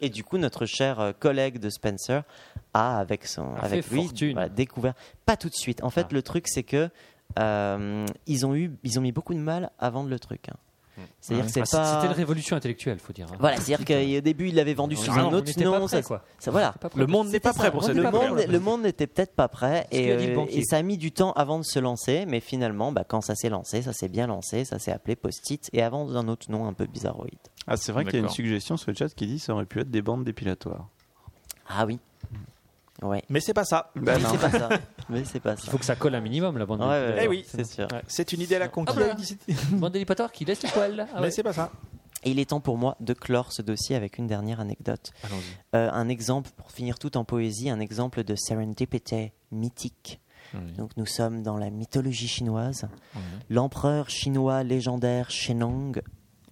Speaker 6: Et du coup, notre cher euh, collègue de Spencer a, avec, son,
Speaker 7: A
Speaker 6: avec
Speaker 7: fait
Speaker 6: lui,
Speaker 7: fortune.
Speaker 6: voilà, découvert. Pas tout de suite. En fait, le truc, c'est que euh, ils, ont eu, ils ont mis beaucoup de mal à vendre le truc. hein. C'est-à-dire
Speaker 4: Ah,
Speaker 6: que c'est
Speaker 4: c'était-
Speaker 6: pas.
Speaker 4: C'était une révolution intellectuelle, faut dire. hein.
Speaker 6: Voilà, c'est-à-dire qu'au début, il l'avait vendu
Speaker 4: On
Speaker 6: sous
Speaker 4: était-
Speaker 6: un
Speaker 4: on
Speaker 6: autre
Speaker 4: était pas
Speaker 6: nom.
Speaker 4: prêt,
Speaker 6: ça-
Speaker 4: quoi.
Speaker 6: ça- voilà.
Speaker 4: prêt. Le monde n'est pas
Speaker 6: C'était
Speaker 4: prêt
Speaker 6: ça,
Speaker 4: pour
Speaker 6: le
Speaker 4: cette
Speaker 6: monde-
Speaker 4: découverte.
Speaker 6: le monde- Le monde n'était peut-être pas prêt.
Speaker 7: Ce
Speaker 6: Et,
Speaker 7: que dit le
Speaker 6: euh,
Speaker 7: banquier.
Speaker 6: et ça a mis du temps avant de se lancer, mais finalement, bah, quand ça s'est lancé, ça s'est bien lancé, ça s'est appelé Post-it, et avant d'un autre nom un peu bizarroïde.
Speaker 5: Ah, c'est vrai qu'il y a une
Speaker 6: D'accord.
Speaker 5: suggestion sur le chat qui dit ça aurait pu être des bandes dépilatoires.
Speaker 6: Ah oui. Ben Ouais.
Speaker 3: Mais c'est pas ça.
Speaker 5: Bah,
Speaker 6: Mais
Speaker 5: non.
Speaker 6: c'est pas ça. Mais c'est pas ça.
Speaker 4: Il faut que ça colle un minimum, la bande
Speaker 6: Ouais, ouais,
Speaker 4: délipatoire.
Speaker 6: eh oui, c'est sûr.
Speaker 3: C'est une idée à la con.
Speaker 4: Hop
Speaker 3: Qui a
Speaker 4: là.
Speaker 3: dit cette-
Speaker 4: Bande délipatoire qui laisse les poils.
Speaker 3: Mais c'est pas ça.
Speaker 6: Et il est temps pour moi de clore ce dossier avec une dernière anecdote. Euh, un exemple, pour finir tout en poésie, un exemple de serendipité mythique. Donc nous sommes dans la mythologie chinoise.
Speaker 7: Oui.
Speaker 6: L'empereur chinois légendaire Shenong,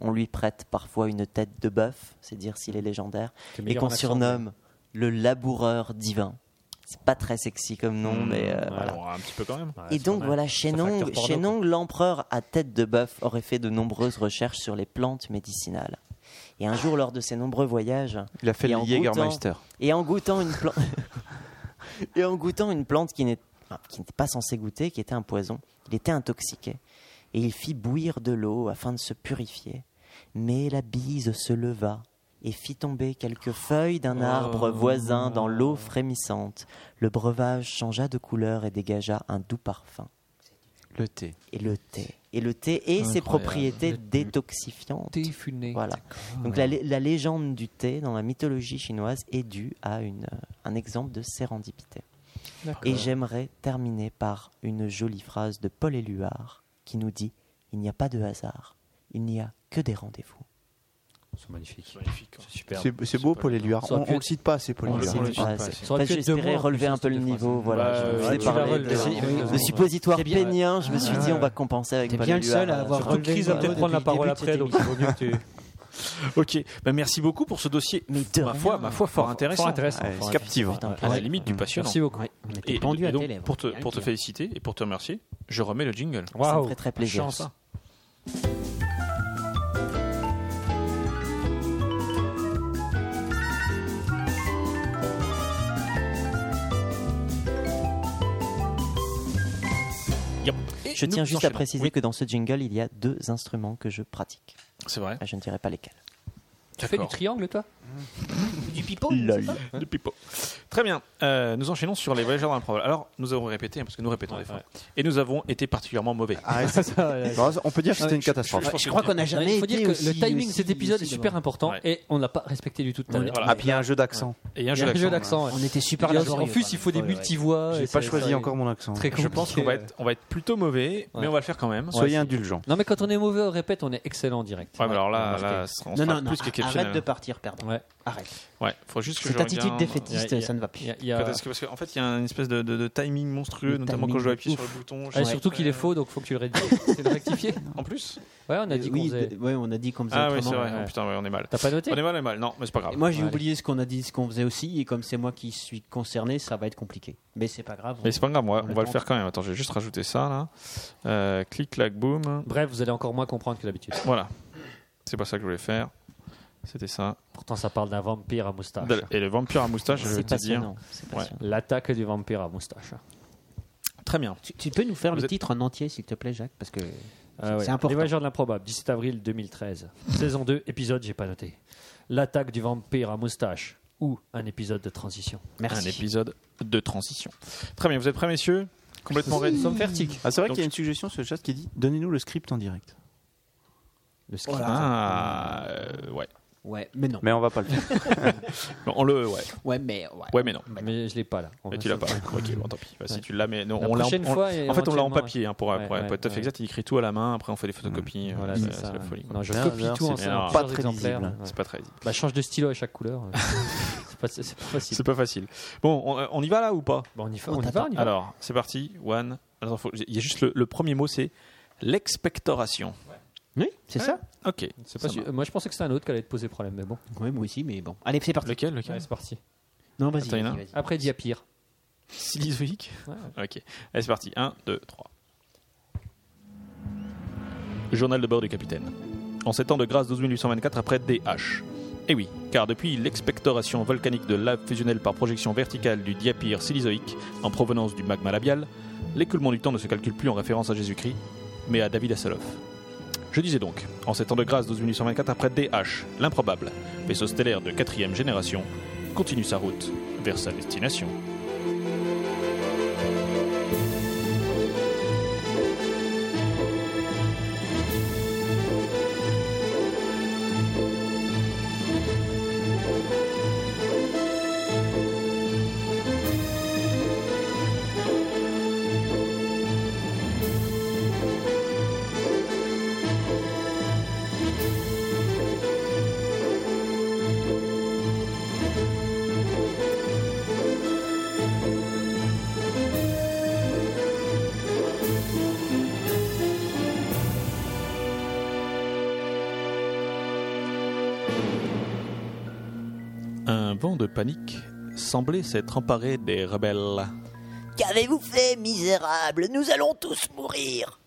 Speaker 6: on lui prête parfois une tête de bœuf, c'est dire s'il est légendaire,
Speaker 7: C'est
Speaker 6: et
Speaker 7: meilleur
Speaker 6: qu'on
Speaker 7: en accent,
Speaker 6: surnomme le laboureur divin. C'est pas très sexy comme nom,
Speaker 3: Mmh,
Speaker 6: mais euh,
Speaker 3: ouais,
Speaker 6: voilà.
Speaker 3: bon, un petit peu quand même. Ouais,
Speaker 6: Et
Speaker 3: Ah, c'est
Speaker 6: donc
Speaker 3: pas mal.
Speaker 6: voilà,
Speaker 3: Ça fait acteur
Speaker 6: Shenong,
Speaker 3: porno,
Speaker 6: Shenong, l'empereur à tête de bœuf, aurait fait de nombreuses recherches sur les plantes médicinales. Et un jour, lors de ses nombreux voyages,
Speaker 5: Il a fait
Speaker 6: et
Speaker 5: le
Speaker 6: en
Speaker 5: Jägermeister.
Speaker 6: goûtant- Et en goûtant une plante, et en goûtant une plante qui n'est- enfin, qui n'était pas censé goûter, qui était un poison, il était intoxiqué. Et il fit bouillir de l'eau afin de se purifier. Mais la bise se leva et fit tomber quelques feuilles d'un arbre
Speaker 3: Oh.
Speaker 6: voisin dans l'eau frémissante. Le breuvage changea de couleur et dégagea un doux parfum.
Speaker 5: Le thé.
Speaker 6: Et le thé et le thé et ses
Speaker 4: Incroyable.
Speaker 6: propriétés
Speaker 4: Le-
Speaker 6: détoxifiantes. Voilà. Donc la, lé- la légende du thé dans la mythologie chinoise est due à une, euh, un exemple de sérendipité.
Speaker 4: D'accord.
Speaker 6: Et j'aimerais terminer par une jolie phrase de Paul Éluard qui nous dit Il n'y a pas de hasard, il n'y a que des rendez-vous.
Speaker 4: C'est magnifique. C'est
Speaker 5: C'est- c'est C'est beau, pas Paul Éluard.
Speaker 6: Ça aurait
Speaker 5: On-
Speaker 6: pu
Speaker 5: on
Speaker 6: être-
Speaker 5: le cite pas, c'est Paul
Speaker 6: On le
Speaker 5: Éluard.
Speaker 6: cite
Speaker 5: On le cite
Speaker 6: pas,
Speaker 5: pas,
Speaker 6: c'est-
Speaker 5: c'est-
Speaker 6: enfin,
Speaker 5: Ça aurait pu être deux
Speaker 6: J'espérais
Speaker 5: mois, en
Speaker 6: relever
Speaker 5: plus,
Speaker 6: un peu le
Speaker 5: cette
Speaker 6: niveau.
Speaker 5: phrase.
Speaker 6: Voilà,
Speaker 5: Bah,
Speaker 6: je
Speaker 5: ouais,
Speaker 6: vous ai
Speaker 5: tu l'as
Speaker 6: parlé
Speaker 5: relevé,
Speaker 6: de-
Speaker 5: c'est bien.
Speaker 6: de suppositoire
Speaker 5: T'es bien- Ah.
Speaker 6: pénien. Je me suis dit, on va compenser avec
Speaker 5: T'es
Speaker 6: Paul
Speaker 5: bien le
Speaker 6: Éluard.
Speaker 5: seul à avoir
Speaker 6: Surtout
Speaker 5: relevé
Speaker 6: que
Speaker 5: le
Speaker 6: Chris va
Speaker 5: niveau
Speaker 6: peut-être
Speaker 5: depuis le début de cette émission.
Speaker 3: ok, Bah, merci beaucoup pour ce dossier. ma foi, ma foi, fort intéressant.
Speaker 4: Fort intéressant.
Speaker 3: Ouais,
Speaker 4: Fort
Speaker 3: captivant.
Speaker 4: intéressant.
Speaker 3: À la
Speaker 4: Ouais.
Speaker 3: limite du passionnant.
Speaker 4: Merci beaucoup. Ouais, on était
Speaker 3: Et,
Speaker 4: pendu
Speaker 3: et
Speaker 4: à
Speaker 3: donc,
Speaker 4: tes lèvres,
Speaker 3: pour te,
Speaker 4: faut bien
Speaker 3: pour
Speaker 4: le
Speaker 3: te
Speaker 4: dire.
Speaker 3: féliciter et pour te remercier, je remets le jingle.
Speaker 4: me Waouh. ferait très plaisir.
Speaker 3: Chance.
Speaker 6: Je
Speaker 3: Et
Speaker 6: tiens
Speaker 3: nous
Speaker 6: juste à
Speaker 3: enchaînons.
Speaker 6: préciser que dans ce jingle, il y a deux instruments que je pratique. Ah,
Speaker 3: C'est vrai.
Speaker 6: Je ne dirai pas lesquels.
Speaker 4: Tu fais du triangle, toi Du pipeau
Speaker 6: Lol.
Speaker 3: De pipeau. Très bien. Euh, nous enchaînons sur les voyageurs improbables. Alors, nous avons répété, hein, parce que nous répétons des fois. Et nous avons été particulièrement mauvais.
Speaker 5: Ah, c'est ça, ouais. Bon, on peut dire que c'était une catastrophe. Je crois qu'on a jamais
Speaker 4: Il faut dire
Speaker 5: été
Speaker 4: que le
Speaker 5: aussi-
Speaker 4: timing de
Speaker 5: aussi-
Speaker 4: cet épisode est
Speaker 5: aussi
Speaker 4: super
Speaker 5: devant.
Speaker 4: important et on ne l'a pas respecté du tout tout à l'heure.
Speaker 5: Ah, puis il y a un jeu d'accent.
Speaker 3: Et il y a un
Speaker 4: Il y a un
Speaker 3: jeu
Speaker 4: jeu d'accent.
Speaker 3: d'accent.
Speaker 4: ouais. Il y a- En plus, il faut des multivoix.
Speaker 5: J'ai
Speaker 4: et
Speaker 5: pas
Speaker 4: c'est-
Speaker 5: choisi
Speaker 4: c'est-
Speaker 5: encore mon accent.
Speaker 4: Très
Speaker 3: Je pense qu'on va
Speaker 4: compliqué.
Speaker 3: être, on va être plutôt mauvais, mais
Speaker 4: Ouais.
Speaker 3: on va le faire quand même.
Speaker 5: Soyez indulgents.
Speaker 4: Non, mais quand on est mauvais, on répète, on est excellent en direct.
Speaker 3: Ouais, mais alors là, là, on sera plus qu'exceptionnel.
Speaker 7: Arrête de partir, perdant.
Speaker 4: Ouais.
Speaker 7: Arrête.
Speaker 3: Ouais, faut juste que
Speaker 7: Cette
Speaker 3: je regarde-
Speaker 7: attitude défaitiste,
Speaker 3: Il y a- il y a-
Speaker 7: ça ne va plus.
Speaker 3: il y a- il y a- Parce que- parce qu'en fait, il y a une espèce de, de- de timing monstrueux,
Speaker 4: euh, Le
Speaker 3: notamment
Speaker 4: timing
Speaker 3: quand je dois
Speaker 4: de
Speaker 3: appuyer
Speaker 4: ouf.
Speaker 3: sur le bouton.
Speaker 4: Ouais, surtout qu'il est faux, donc faut que tu le rectifies. C'est le rectifier.
Speaker 3: En plus
Speaker 4: Ouais, on a dit qu'on
Speaker 7: euh, oui,
Speaker 4: faisait.
Speaker 7: de- ouais, on a dit qu'on faisait
Speaker 3: Ah oui, c'est
Speaker 7: autrement.
Speaker 3: vrai. Oh, putain, ouais, on est mal.
Speaker 4: T'as pas noté
Speaker 3: On est mal, on est mal. Non, mais c'est pas grave.
Speaker 7: Et moi, j'ai
Speaker 3: Ouais.
Speaker 7: oublié ce qu'on a dit, ce qu'on faisait aussi, et comme c'est moi qui suis concerné, ça va être compliqué. Mais c'est pas grave.
Speaker 3: Mais c'est pas grave, on va- on va le
Speaker 7: tente.
Speaker 3: faire quand même. Attends, je vais juste rajouter ça là. Euh, clic, clac, boum.
Speaker 4: Bref, vous allez encore moins comprendre que d'habitude.
Speaker 3: Voilà. C'est pas ça que je voulais faire. C'était ça.
Speaker 4: Pourtant, ça parle d'un vampire à moustache.
Speaker 3: D'aller- Et le vampire à moustache, je
Speaker 4: Ah, C'est
Speaker 3: vais te dire.
Speaker 7: passionnant, c'est
Speaker 3: Ouais.
Speaker 7: passionnant.
Speaker 4: L'attaque du vampire à moustache.
Speaker 3: Très bien.
Speaker 7: Tu, tu peux nous faire
Speaker 4: Vous
Speaker 7: le
Speaker 4: êtes-
Speaker 7: titre en entier, s'il te plaît, Jacques, parce que
Speaker 4: Ah ouais.
Speaker 7: c'est important.
Speaker 4: Les voyageurs de l'improbable, 17 avril 2013. Saison 2, épisode, j'ai pas noté. L'attaque du vampire à moustache. Ou un épisode de transition.
Speaker 3: Un épisode de transition. Très bien, vous êtes prêts, messieurs Complètement
Speaker 5: Oui.
Speaker 3: ready
Speaker 5: Nous sommes fertiques. Ah, c'est vrai
Speaker 3: Donc-
Speaker 5: qu'il y a une suggestion sur le chat qui dit donnez-nous le script en direct.
Speaker 4: Le
Speaker 7: script.
Speaker 3: Ah, euh, ouais.
Speaker 7: Ouais, mais non.
Speaker 5: Mais on va pas le faire.
Speaker 3: Non, on le. Ouais.
Speaker 7: Ouais, mais ouais.
Speaker 3: Ouais, mais non.
Speaker 4: Ah, Mais je l'ai pas là. On
Speaker 3: Mais
Speaker 4: va
Speaker 3: tu
Speaker 4: se-
Speaker 3: l'as pas. ok, bon, tant pis. Bah, Si
Speaker 4: Ouais.
Speaker 3: tu l'as, mais non,
Speaker 4: La
Speaker 3: on l'a en,
Speaker 4: prochaine
Speaker 3: on-
Speaker 4: fois,
Speaker 3: en fait, on l'a en
Speaker 4: éventuellement,
Speaker 3: papier hein, pour,
Speaker 4: ouais.
Speaker 3: pour-
Speaker 4: Ouais,
Speaker 3: pour être tout à fait
Speaker 4: ouais.
Speaker 3: exact. Il écrit tout à la main, après on fait des photocopies. euh,
Speaker 4: Voilà,
Speaker 3: c'est
Speaker 4: c'est ça,
Speaker 3: c'est la
Speaker 4: ouais.
Speaker 3: folie. quoi.
Speaker 4: Non, je
Speaker 3: Mais
Speaker 4: copie
Speaker 3: alors,
Speaker 4: tout en
Speaker 3: c'est-
Speaker 4: cent-
Speaker 3: alors,
Speaker 4: plusieurs exemplaires. Ouais.
Speaker 3: C'est pas très
Speaker 4: Bah, change de stylo à chaque couleur. c'est pas, c'est pas facile.
Speaker 3: C'est pas facile. Bon, on, euh, on y va là ou pas
Speaker 4: Bon, on y va, on y va, on y va.
Speaker 3: Alors, c'est parti. One. Attends, faut- Il y a juste le, le premier mot, c'est l'expectoration.
Speaker 7: Oui, c'est ça.
Speaker 3: Ok.
Speaker 4: C'est
Speaker 3: ça
Speaker 4: pas sûr.
Speaker 3: marche.
Speaker 4: Moi, je pensais que c'était un autre qui allait te poser problème, mais bon.
Speaker 7: Ouais, moi aussi, mais bon. Allez, c'est parti.
Speaker 3: Lequel, lequel
Speaker 4: Allez, c'est parti.
Speaker 7: Non, vas-y.
Speaker 3: Attends, il y en a un.
Speaker 7: vas-y, vas-y.
Speaker 4: Après, Diapir.
Speaker 3: Silizoïque
Speaker 4: Ouais.
Speaker 3: Ok. Allez, c'est parti. 1, 2, 3. Journal de bord du capitaine. En sept ans de grâce 12824 après DH. Eh oui, car depuis l'expectoration volcanique de lave fusionnelle par projection verticale du diapir silizoïque en provenance du magma labial, l'écoulement du temps ne se calcule plus en référence à Jésus-Christ, mais à David Hasselhoff. Je disais donc, en sept ans de grâce 12824 après DH, l'improbable, vaisseau stellaire de quatrième génération, continue sa route vers sa destination. Un vent de panique semblait s'être emparé des rebelles.
Speaker 13: Qu'avez-vous fait, misérable Nous allons tous mourir.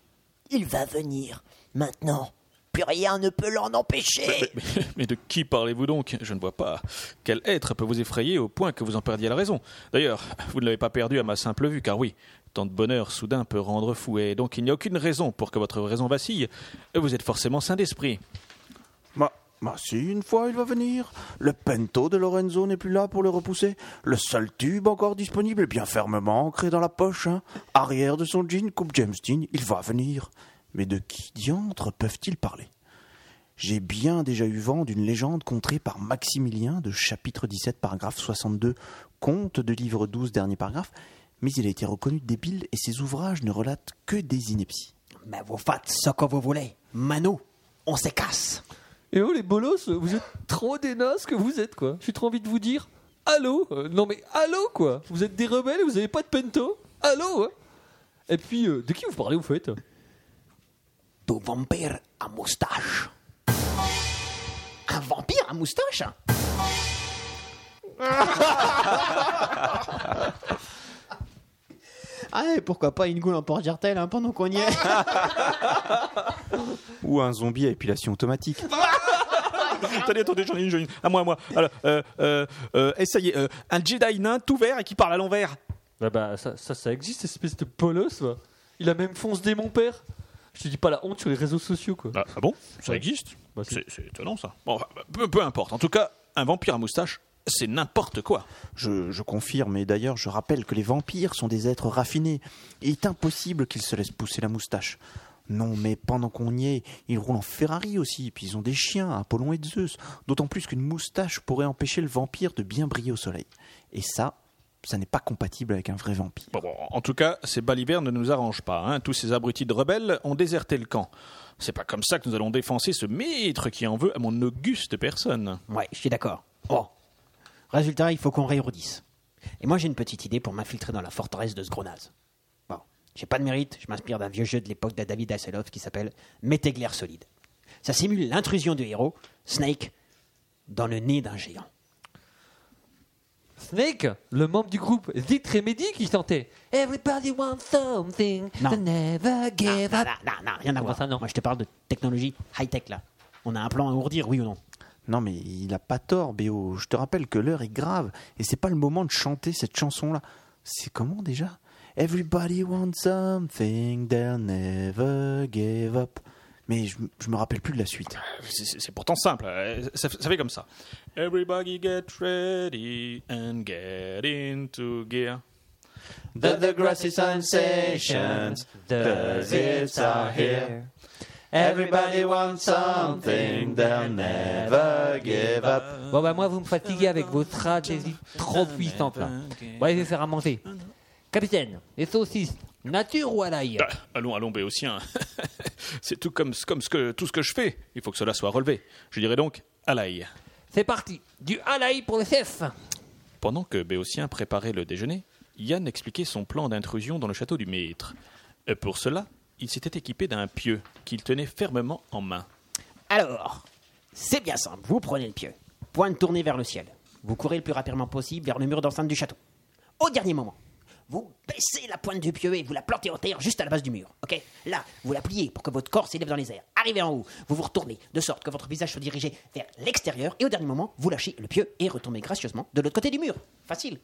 Speaker 13: Il va venir. Maintenant, plus rien ne peut l'en empêcher.
Speaker 3: Mais, mais de qui parlez-vous donc Je ne vois pas. Quel être peut vous effrayer au point que vous en perdiez la raison D'ailleurs, vous ne l'avez pas perdu à ma simple vue, car oui, tant de bonheur soudain peut rendre fou, et donc il n'y a aucune raison pour que votre raison vacille. Vous êtes forcément sain d'esprit.
Speaker 5: Bah, bah, si, une fois, il va venir. Le pento de Lorenzo n'est plus là pour le repousser. Le seul tube encore disponible est bien fermement ancré dans la poche. hein. Arrière de son jean, coupe James Dean, il va venir. Mais de qui diantre peuvent-ils parler J'ai bien déjà eu vent d'une légende contrée par Maximilien de chapitre 17, paragraphe 62, compte de livre 12, dernier paragraphe, mais il a été reconnu débile et ses ouvrages ne relatent que des inepties.
Speaker 14: Mais vous faites ce que vous voulez. Mano, on se casse.
Speaker 4: Et oh les bolos, vous êtes trop des nasses que vous êtes quoi. J'ai trop envie de vous dire allô. euh, non mais allô quoi. Vous êtes des rebelles, vous avez pas de pento. Allô. hein. Et puis euh, de qui vous parlez au fait
Speaker 14: Du vampire à moustache. Un vampire à moustache
Speaker 7: hein. Ah, et pourquoi pas une goule en porte-jartel hein, pendant qu'on y est
Speaker 5: Ou un zombie à épilation automatique.
Speaker 3: Ah, attendez, attendez, j'en ai une, j'en ai une. À moi, à moi. Alors, euh, euh, euh, et ça y est, euh, un Jedi nain tout vert et qui parle à l'envers.
Speaker 4: Bah bah ça, ça, ça existe, cette espèce de bolos. quoi. Il a même foncé mon père. Je te dis pas la honte sur les réseaux sociaux quoi.
Speaker 3: Ah, bon Ça existe Bah, C'est c'est étonnant ça. Bon, enfin, peu, peu importe. En tout cas, un vampire à moustache, c'est n'importe quoi.
Speaker 5: Je, je confirme, et d'ailleurs je rappelle que les vampires sont des êtres raffinés. Il est impossible qu'ils se laissent pousser la moustache. Non, mais pendant qu'on y est, ils roulent en Ferrari aussi, puis ils ont des chiens, Apollon et Zeus, d'autant plus qu'une moustache pourrait empêcher le vampire de bien briller au soleil. Et ça, ça n'est pas compatible avec un vrai vampire.
Speaker 3: Bon, bon, en tout cas, ces balivers ne nous arrangent pas. hein. Tous ces abrutis de rebelles ont déserté le camp. C'est pas comme ça que nous allons défoncer ce maître qui en veut à mon auguste personne.
Speaker 7: Ouais, je suis d'accord. Bon. Résultat, il faut qu'on réourdisse. Et moi, j'ai une petite idée pour m'infiltrer dans la forteresse de ce gros naze. Bon, j'ai pas de mérite, je m'inspire d'un vieux jeu de l'époque de David Hasselhoff qui s'appelle Mettez glaire solide. Ça simule l'intrusion du héros, Snake, dans le nez d'un géant.
Speaker 4: Snake, le membre du groupe Zit Remedy qui chantait Everybody wants something,
Speaker 7: Non.
Speaker 4: they never give
Speaker 7: Non,
Speaker 4: up.
Speaker 7: non, non, non, rien à voir. Moi, je te parle de technologie high-tech, là. On a un plan à ourdir, oui ou non
Speaker 5: Non mais il a pas tort, Béo. Je te rappelle que l'heure est grave et c'est pas le moment de chanter cette chanson-là. C'est comment déjà Everybody wants something they'll never give up. Mais je, je me rappelle plus de la suite.
Speaker 3: C'est- C'est c'est pourtant simple. euh, Ça, ça fait comme ça. Everybody get ready and get into gear.
Speaker 15: The- the grassy sensations, the zips are here. Everybody wants something they'll never give up.
Speaker 4: Bon bah moi vous me fatiguez avec vos stratégies trop puissantes là. Bon allez je vais faire à manger. Capitaine, les saucisses, nature ou à l'ail
Speaker 3: Ah, allons, allons, Béotien. C'est tout comme, comme ce que, tout ce que je fais. Il faut que cela soit relevé. Je dirais donc à l'ail.
Speaker 4: C'est parti, du à l'ail pour le chef.
Speaker 3: Pendant que Béotien préparait le déjeuner, Yann expliquait son plan d'intrusion dans le château du maître. Euh, Pour cela, il s'était équipé d'un pieu qu'il tenait fermement en main.
Speaker 7: Alors, c'est bien simple. Vous prenez le pieu. Pointe tournée vers le ciel. Vous courez le plus rapidement possible vers le mur d'enceinte du château. Au dernier moment, vous baissez la pointe du pieu et vous la plantez en terre juste à la base du mur. Ok Là, vous la pliez pour que votre corps s'élève dans les airs. Arrivé en haut, vous vous retournez de sorte que votre visage soit dirigé vers l'extérieur et au dernier moment, vous lâchez le pieu et retombez gracieusement de l'autre côté du mur. Facile.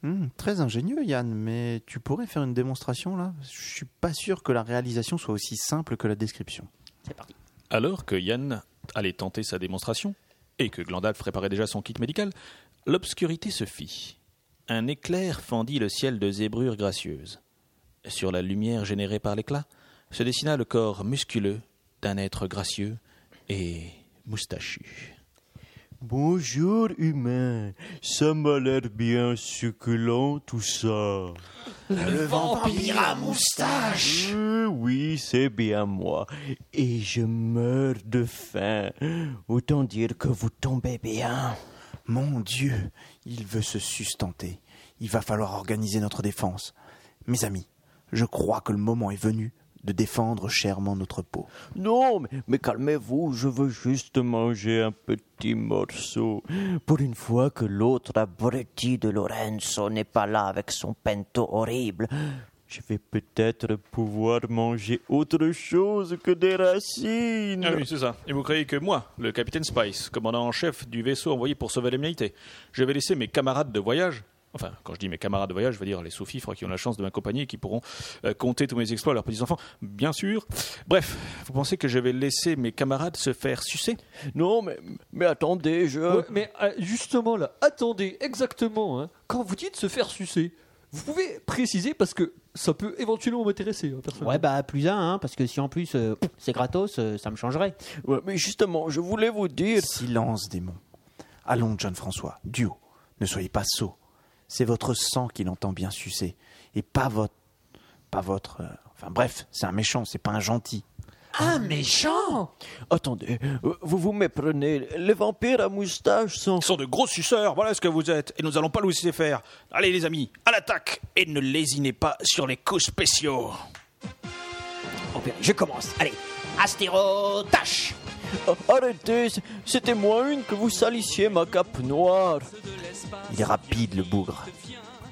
Speaker 5: Hmm, très ingénieux, Yann, mais tu pourrais faire une démonstration là Je suis pas sûr que la réalisation soit aussi simple que la description.
Speaker 7: C'est parti.
Speaker 3: Alors que Yann allait tenter sa démonstration, et que Glandalf préparait déjà son kit médical, l'obscurité se fit. Un éclair fendit le ciel de zébrures gracieuses. Sur la lumière générée par l'éclat, se dessina le corps musculeux d'un être gracieux et moustachu.
Speaker 6: Bonjour humain, ça m'a l'air bien succulent tout ça.
Speaker 15: Le vampire à moustache.
Speaker 6: Euh, oui, c'est bien moi. Et je meurs de faim. Autant dire que vous tombez bien.
Speaker 5: Mon Dieu, il veut se sustenter. Il va falloir organiser notre défense. Mes amis, je crois que le moment est venu de défendre chèrement notre peau.
Speaker 6: Non, mais, mais calmez-vous, je veux juste manger un petit morceau. Pour une fois que l'autre abruti de Lorenzo n'est pas là avec son pento horrible, je vais peut-être pouvoir manger autre chose que des racines.
Speaker 3: Ah oui, c'est ça. Et vous croyez que moi, le capitaine Spice, commandant en chef du vaisseau envoyé pour sauver l'humanité, je vais laisser mes camarades de voyage, enfin, quand je dis mes camarades de voyage, je veux dire les sous-fifres qui ont la chance de m'accompagner et qui pourront euh, compter tous mes exploits à leurs petits-enfants, bien sûr. Bref, vous pensez que je vais laisser mes camarades se faire sucer
Speaker 6: Non, mais, mais attendez, je...
Speaker 4: Ouais, mais euh, justement là, attendez, exactement. hein. Quand vous dites se faire sucer,
Speaker 2: Vous pouvez préciser parce que ça peut éventuellement m'intéresser. hein,
Speaker 16: Ouais, bah plus un, hein, parce que si en plus euh, c'est gratos, euh, ça me changerait. Ouais, mais justement, je voulais vous dire.
Speaker 5: Silence, démon. Allons, John François, duo. Ne soyez pas sots. C'est votre sang qu'il entend bien sucer. Et pas votre. Pas votre. euh, Enfin bref, c'est un méchant, c'est pas un gentil.
Speaker 6: Un méchant Attendez, euh, vous vous méprenez. Les vampires à moustache sont...
Speaker 3: sont de gros suceurs, voilà ce que vous êtes, et nous allons pas nous laisser faire. Allez les amis, à l'attaque, et ne lésinez pas sur les coups spéciaux.
Speaker 16: je commence. Allez, Astéro Tache
Speaker 6: Arrêtez, c'était moi une que vous salissiez ma cape noire.
Speaker 5: Il est rapide, le bougre.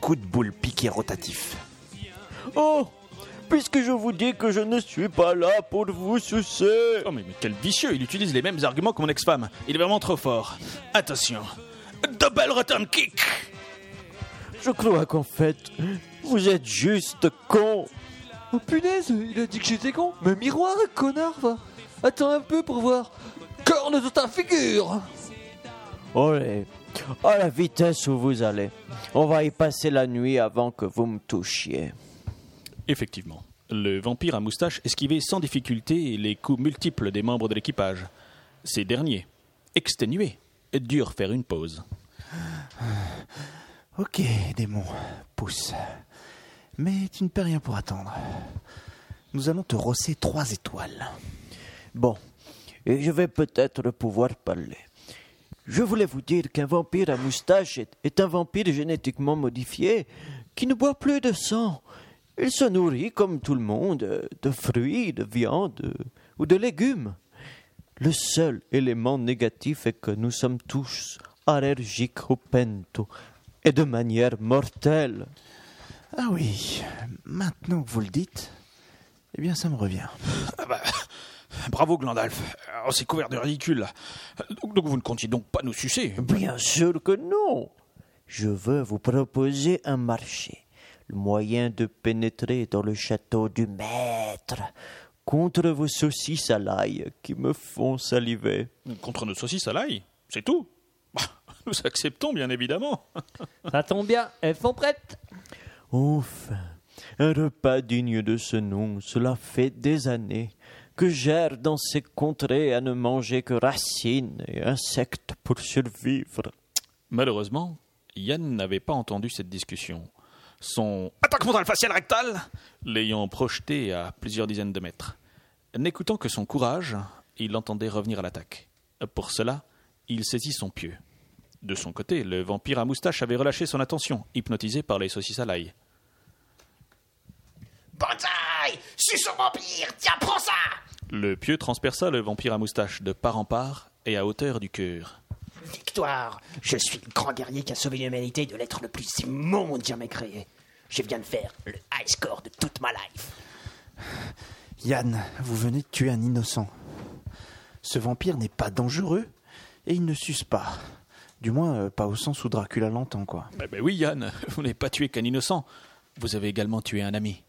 Speaker 5: Coup de boule piqué rotatif.
Speaker 6: Oh Puisque je vous dis que je ne suis pas là pour vous sucer.
Speaker 3: Oh mais, mais quel vicieux, il utilise les mêmes arguments que mon ex-femme. Il est vraiment trop fort. Attention. Double return kick
Speaker 6: Je crois qu'en fait, vous êtes juste con.
Speaker 2: Oh punaise, il a dit que j'étais con. Mais miroir, connard, va. Attends un peu pour voir. Corne de ta figure
Speaker 6: Olé. À la vitesse où vous allez. On va y passer la nuit avant que vous me touchiez.
Speaker 3: Effectivement. Le vampire à moustache esquivait sans difficulté les coups multiples des membres de l'équipage. Ces derniers, exténués, durent faire une pause.
Speaker 5: Ok, démon, pousse. Mais tu ne peux rien pour attendre. Nous allons te rosser trois étoiles.
Speaker 6: Bon, et je vais peut-être pouvoir parler. Je voulais vous dire qu'un vampire à moustache est, est un vampire génétiquement modifié qui ne boit plus de sang. Il se nourrit comme tout le monde euh, de fruits, de viande euh, ou de légumes. Le seul élément négatif est que nous sommes tous allergiques au pento et de manière mortelle.
Speaker 5: Ah oui, maintenant que vous le dites, eh bien ça me revient.
Speaker 3: Ah bah, bravo Glandalf, on s'est couvert de ridicule. là. Donc, donc vous ne comptiez donc pas nous sucer
Speaker 6: Bien sûr que non. Je veux vous proposer un marché, le moyen de pénétrer dans le château du maître contre vos saucisses à l'ail qui me font saliver.
Speaker 3: Contre nos saucisses à l'ail, c'est tout. Bah, Nous acceptons bien évidemment.
Speaker 2: Ça tombe bien, elles sont prêtes.
Speaker 6: Enfin, un repas digne de ce nom, cela fait des années que j'erre dans ces contrées à ne manger que racines et insectes pour survivre.
Speaker 3: Malheureusement, Yann n'avait pas entendu cette discussion. Son attaque frontale faciale rectale l'ayant projeté à plusieurs dizaines de mètres. N'écoutant que son courage, il entendait revenir à l'attaque. Pour cela, il saisit son pieu. De son côté, le vampire à moustache avait relâché son attention, hypnotisé par les saucisses à l'ail.
Speaker 14: Bonsaï Suce au vampire Tiens, prends ça
Speaker 3: Le pieu transperça le vampire à moustache de part en part et à hauteur du cœur.
Speaker 7: Victoire Je suis le grand guerrier qui a sauvé l'humanité de l'être le plus immonde jamais créé. Je viens de faire le high score de toute ma life.
Speaker 5: Yann, vous venez de tuer un innocent. Ce vampire n'est pas dangereux et il ne suce pas. Du moins, euh, pas au sens où Dracula l'entend, quoi.
Speaker 3: Eh ben oui, Yann, vous n'avez pas tué qu'un innocent. Vous avez également tué un ami.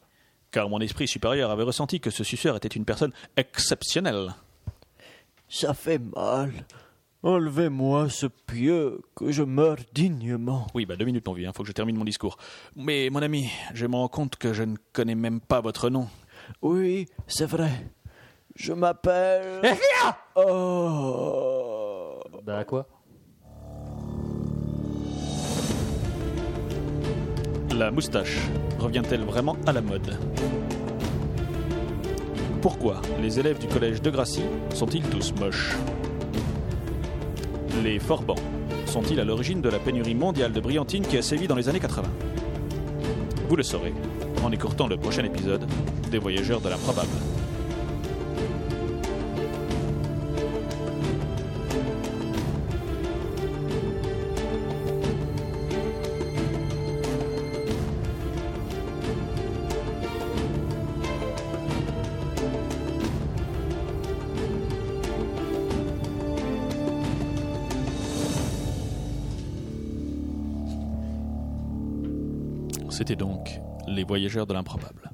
Speaker 3: Car mon esprit supérieur avait ressenti que ce suceur était une personne exceptionnelle.
Speaker 6: Ça fait mal. Enlevez-moi ce pieu, que je meure dignement.
Speaker 3: Oui, bah deux minutes, mon vieux, hein, faut que je termine mon discours. Mais mon ami, je me rends compte que je ne connais même pas votre nom.
Speaker 6: Oui, c'est vrai. Je m'appelle. Oh
Speaker 2: Bah quoi
Speaker 3: La moustache revient-elle vraiment à la mode Pourquoi les élèves du collège de Gracie sont-ils tous moches Les Forbans sont-ils à l'origine de la pénurie mondiale de brillantine qui a sévi dans les années 80 Vous le saurez en écourtant le prochain épisode des Voyageurs de l'improbable. C'était donc Les Voyageurs de l'improbable.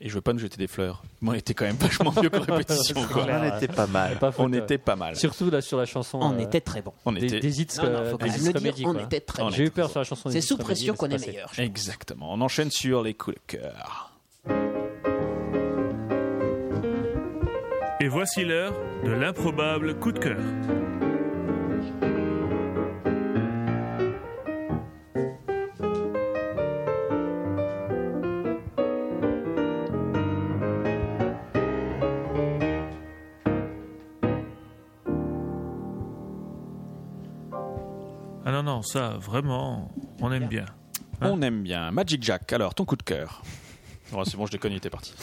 Speaker 3: Et je veux pas nous jeter des fleurs. mais on était quand même vachement mieux que répétition.
Speaker 5: C'est
Speaker 3: quoi.
Speaker 5: clair, On ouais. était pas mal.
Speaker 4: Pas faute,
Speaker 3: on
Speaker 4: ouais.
Speaker 3: était pas mal.
Speaker 4: Surtout là sur la chanson.
Speaker 3: On
Speaker 4: euh,
Speaker 3: était très bons. On
Speaker 4: des,
Speaker 3: était-
Speaker 4: des hits. euh,
Speaker 3: Non, non, faut quand
Speaker 4: des
Speaker 3: même
Speaker 4: hits
Speaker 3: le dire,
Speaker 4: comédies,
Speaker 3: on
Speaker 4: quoi.
Speaker 3: était très bons.
Speaker 4: J'ai eu peur sur la chanson. des
Speaker 7: C'est
Speaker 4: hits
Speaker 7: sous pression
Speaker 4: comédies, mais
Speaker 7: qu'on
Speaker 4: c'est
Speaker 7: est meilleur,
Speaker 4: passé.
Speaker 3: Exactement. On enchaîne sur les coups de cœur.
Speaker 12: Et voici l'heure de l'improbable coup de cœur. Ah non, non, ça, vraiment, on aime bien.
Speaker 3: On aime bien. Magic Jack, alors ton coup de cœur. Oh, c'est bon, je déconne, il était parti.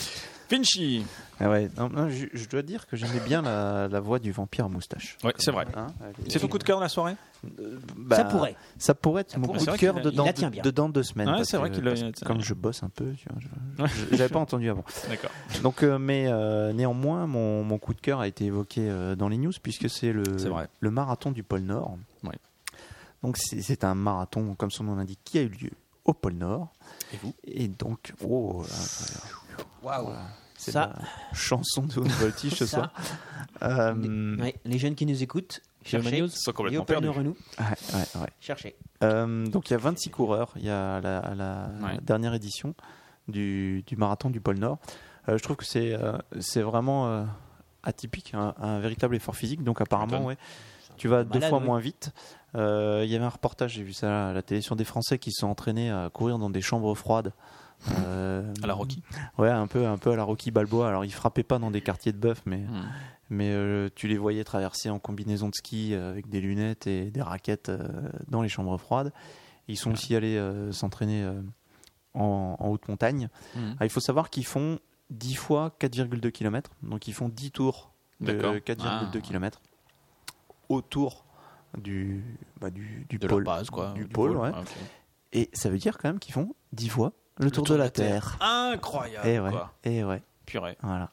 Speaker 3: Finchy
Speaker 5: Ah ouais, non, non, je, je dois dire que j'aimais bien la, la voix du vampire à moustache.
Speaker 3: Ouais, c'est vrai.
Speaker 5: Hein, elle est-
Speaker 3: C'est ton coup de cœur de la soirée
Speaker 5: Bah,
Speaker 3: Ça pourrait.
Speaker 5: Ça pourrait être
Speaker 3: Ça
Speaker 5: mon
Speaker 3: pourrait.
Speaker 5: coup
Speaker 3: C'est
Speaker 5: de
Speaker 3: vrai
Speaker 5: cœur
Speaker 3: qu'il a- il
Speaker 5: dedans,
Speaker 3: la tient bien.
Speaker 5: dedans deux semaines.
Speaker 3: Ouais,
Speaker 5: parce
Speaker 3: c'est vrai
Speaker 5: que-
Speaker 3: qu'il a-
Speaker 5: parce que
Speaker 3: tiens.
Speaker 5: Comme je bosse un peu, tu vois, je-
Speaker 3: Ouais.
Speaker 5: je- j'avais pas entendu avant.
Speaker 3: D'accord.
Speaker 5: Donc, euh, mais euh, néanmoins, mon, mon coup de cœur a été évoqué euh, dans les news puisque c'est le,
Speaker 3: C'est vrai.
Speaker 5: le marathon du pôle Nord. Donc, c'est c'est un marathon, comme son nom l'indique, qui a eu lieu au pôle Nord.
Speaker 3: Et vous
Speaker 5: Et donc, oh, là, voilà.
Speaker 17: Waouh.
Speaker 5: Voilà. C'est
Speaker 17: Ça.
Speaker 5: la chanson de Haute Voltige ce
Speaker 17: Ça.
Speaker 5: soir. Euh,
Speaker 17: Ouais,
Speaker 4: Hmm.
Speaker 17: les jeunes qui nous écoutent, cherchez. Léopold Renou.
Speaker 5: Ouais, ouais, ouais.
Speaker 17: Cherchez.
Speaker 5: Euh, donc il y a 26 coureurs, il y a la, la
Speaker 17: Ouais.
Speaker 5: dernière édition du, du marathon du pôle Nord. Euh, je trouve que c'est euh, c'est vraiment euh, atypique, un, un véritable effort physique. Donc apparemment,
Speaker 17: m'étonnes.
Speaker 5: ouais, tu vas deux
Speaker 17: malade,
Speaker 5: fois
Speaker 17: oui.
Speaker 5: moins vite. Euh, Il y avait un reportage, j'ai vu ça à la télé, sur des Français qui se sont entraînés à courir dans des chambres froides. Euh,
Speaker 3: À la Rocky.
Speaker 5: Ouais, un peu, un peu à la Rocky Balboa. Alors, ils frappaient pas dans des quartiers de bœuf, mais,
Speaker 3: Hmm.
Speaker 5: mais euh, tu les voyais traverser en combinaison de ski euh, avec des lunettes et des raquettes euh, dans les chambres froides. Ils sont aussi allés euh, s'entraîner euh, en, en haute montagne.
Speaker 3: Mhm.
Speaker 5: Ah, il faut savoir qu'ils font 10 fois 4,2 km. Donc, ils font 10 tours de
Speaker 3: D'accord.
Speaker 5: 4,2
Speaker 3: Ah.
Speaker 5: km autour du, bah, du, du
Speaker 3: De la
Speaker 5: pôle.
Speaker 3: base, quoi,
Speaker 5: Du,
Speaker 3: du
Speaker 5: pôle,
Speaker 3: pôle,
Speaker 5: ouais.
Speaker 3: ah, ok.
Speaker 5: Et ça veut dire quand même qu'ils font 10 fois le, tour, de la, Terre.
Speaker 3: Incroyable.
Speaker 5: Et Eh ouais.
Speaker 3: Ah, quoi.
Speaker 5: Et ouais.
Speaker 3: Purée.
Speaker 5: Voilà.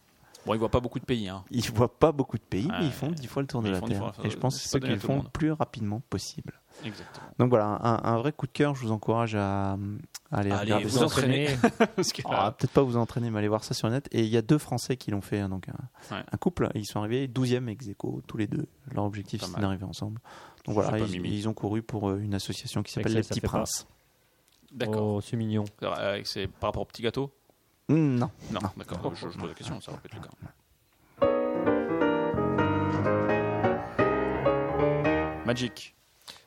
Speaker 3: Bon, ils voient pas beaucoup de pays. Hein.
Speaker 5: Ils voient pas beaucoup de pays,
Speaker 3: Ah,
Speaker 5: mais ils font 10 fois le tour
Speaker 3: mais ils
Speaker 5: de la
Speaker 3: font dix
Speaker 5: Terre.
Speaker 3: fois,
Speaker 5: Et je
Speaker 3: euh,
Speaker 5: pense
Speaker 3: c'est
Speaker 5: que
Speaker 3: pas
Speaker 5: c'est
Speaker 3: donné
Speaker 5: qu'ils
Speaker 3: à tout le
Speaker 5: font le
Speaker 3: monde.
Speaker 5: plus rapidement possible.
Speaker 3: Exactement.
Speaker 5: Donc voilà, un, un vrai coup de cœur. Je vous encourage à, à aller
Speaker 3: Allez,
Speaker 5: regarder
Speaker 3: vous
Speaker 5: ça.
Speaker 3: entraîner. Parce que-
Speaker 5: Ah, Peut-être pas vous entraîner, mais allez voir ça sur le net. Et il y a deux Français qui l'ont fait, hein, donc un,
Speaker 3: Ouais.
Speaker 5: un couple. Ils sont arrivés 12e ex aequo, tous les deux. Leur objectif,
Speaker 3: Pas
Speaker 5: c'est
Speaker 3: mal.
Speaker 5: d'arriver ensemble.
Speaker 3: Je
Speaker 5: Donc voilà,
Speaker 3: fais pas
Speaker 5: ils,
Speaker 3: Mimi.
Speaker 5: ils ont couru pour euh, une association qui s'appelle
Speaker 4: Excel,
Speaker 5: Les
Speaker 4: ça
Speaker 5: Petits
Speaker 4: fait pas.
Speaker 5: Princes. oh.
Speaker 3: D'accord.
Speaker 4: Oh, c'est mignon.
Speaker 3: Alors, euh, c'est par rapport au petit gâteau
Speaker 5: Mm, Non.
Speaker 3: Non, d'accord. je, je pose la question, ça va être le cas. Magic.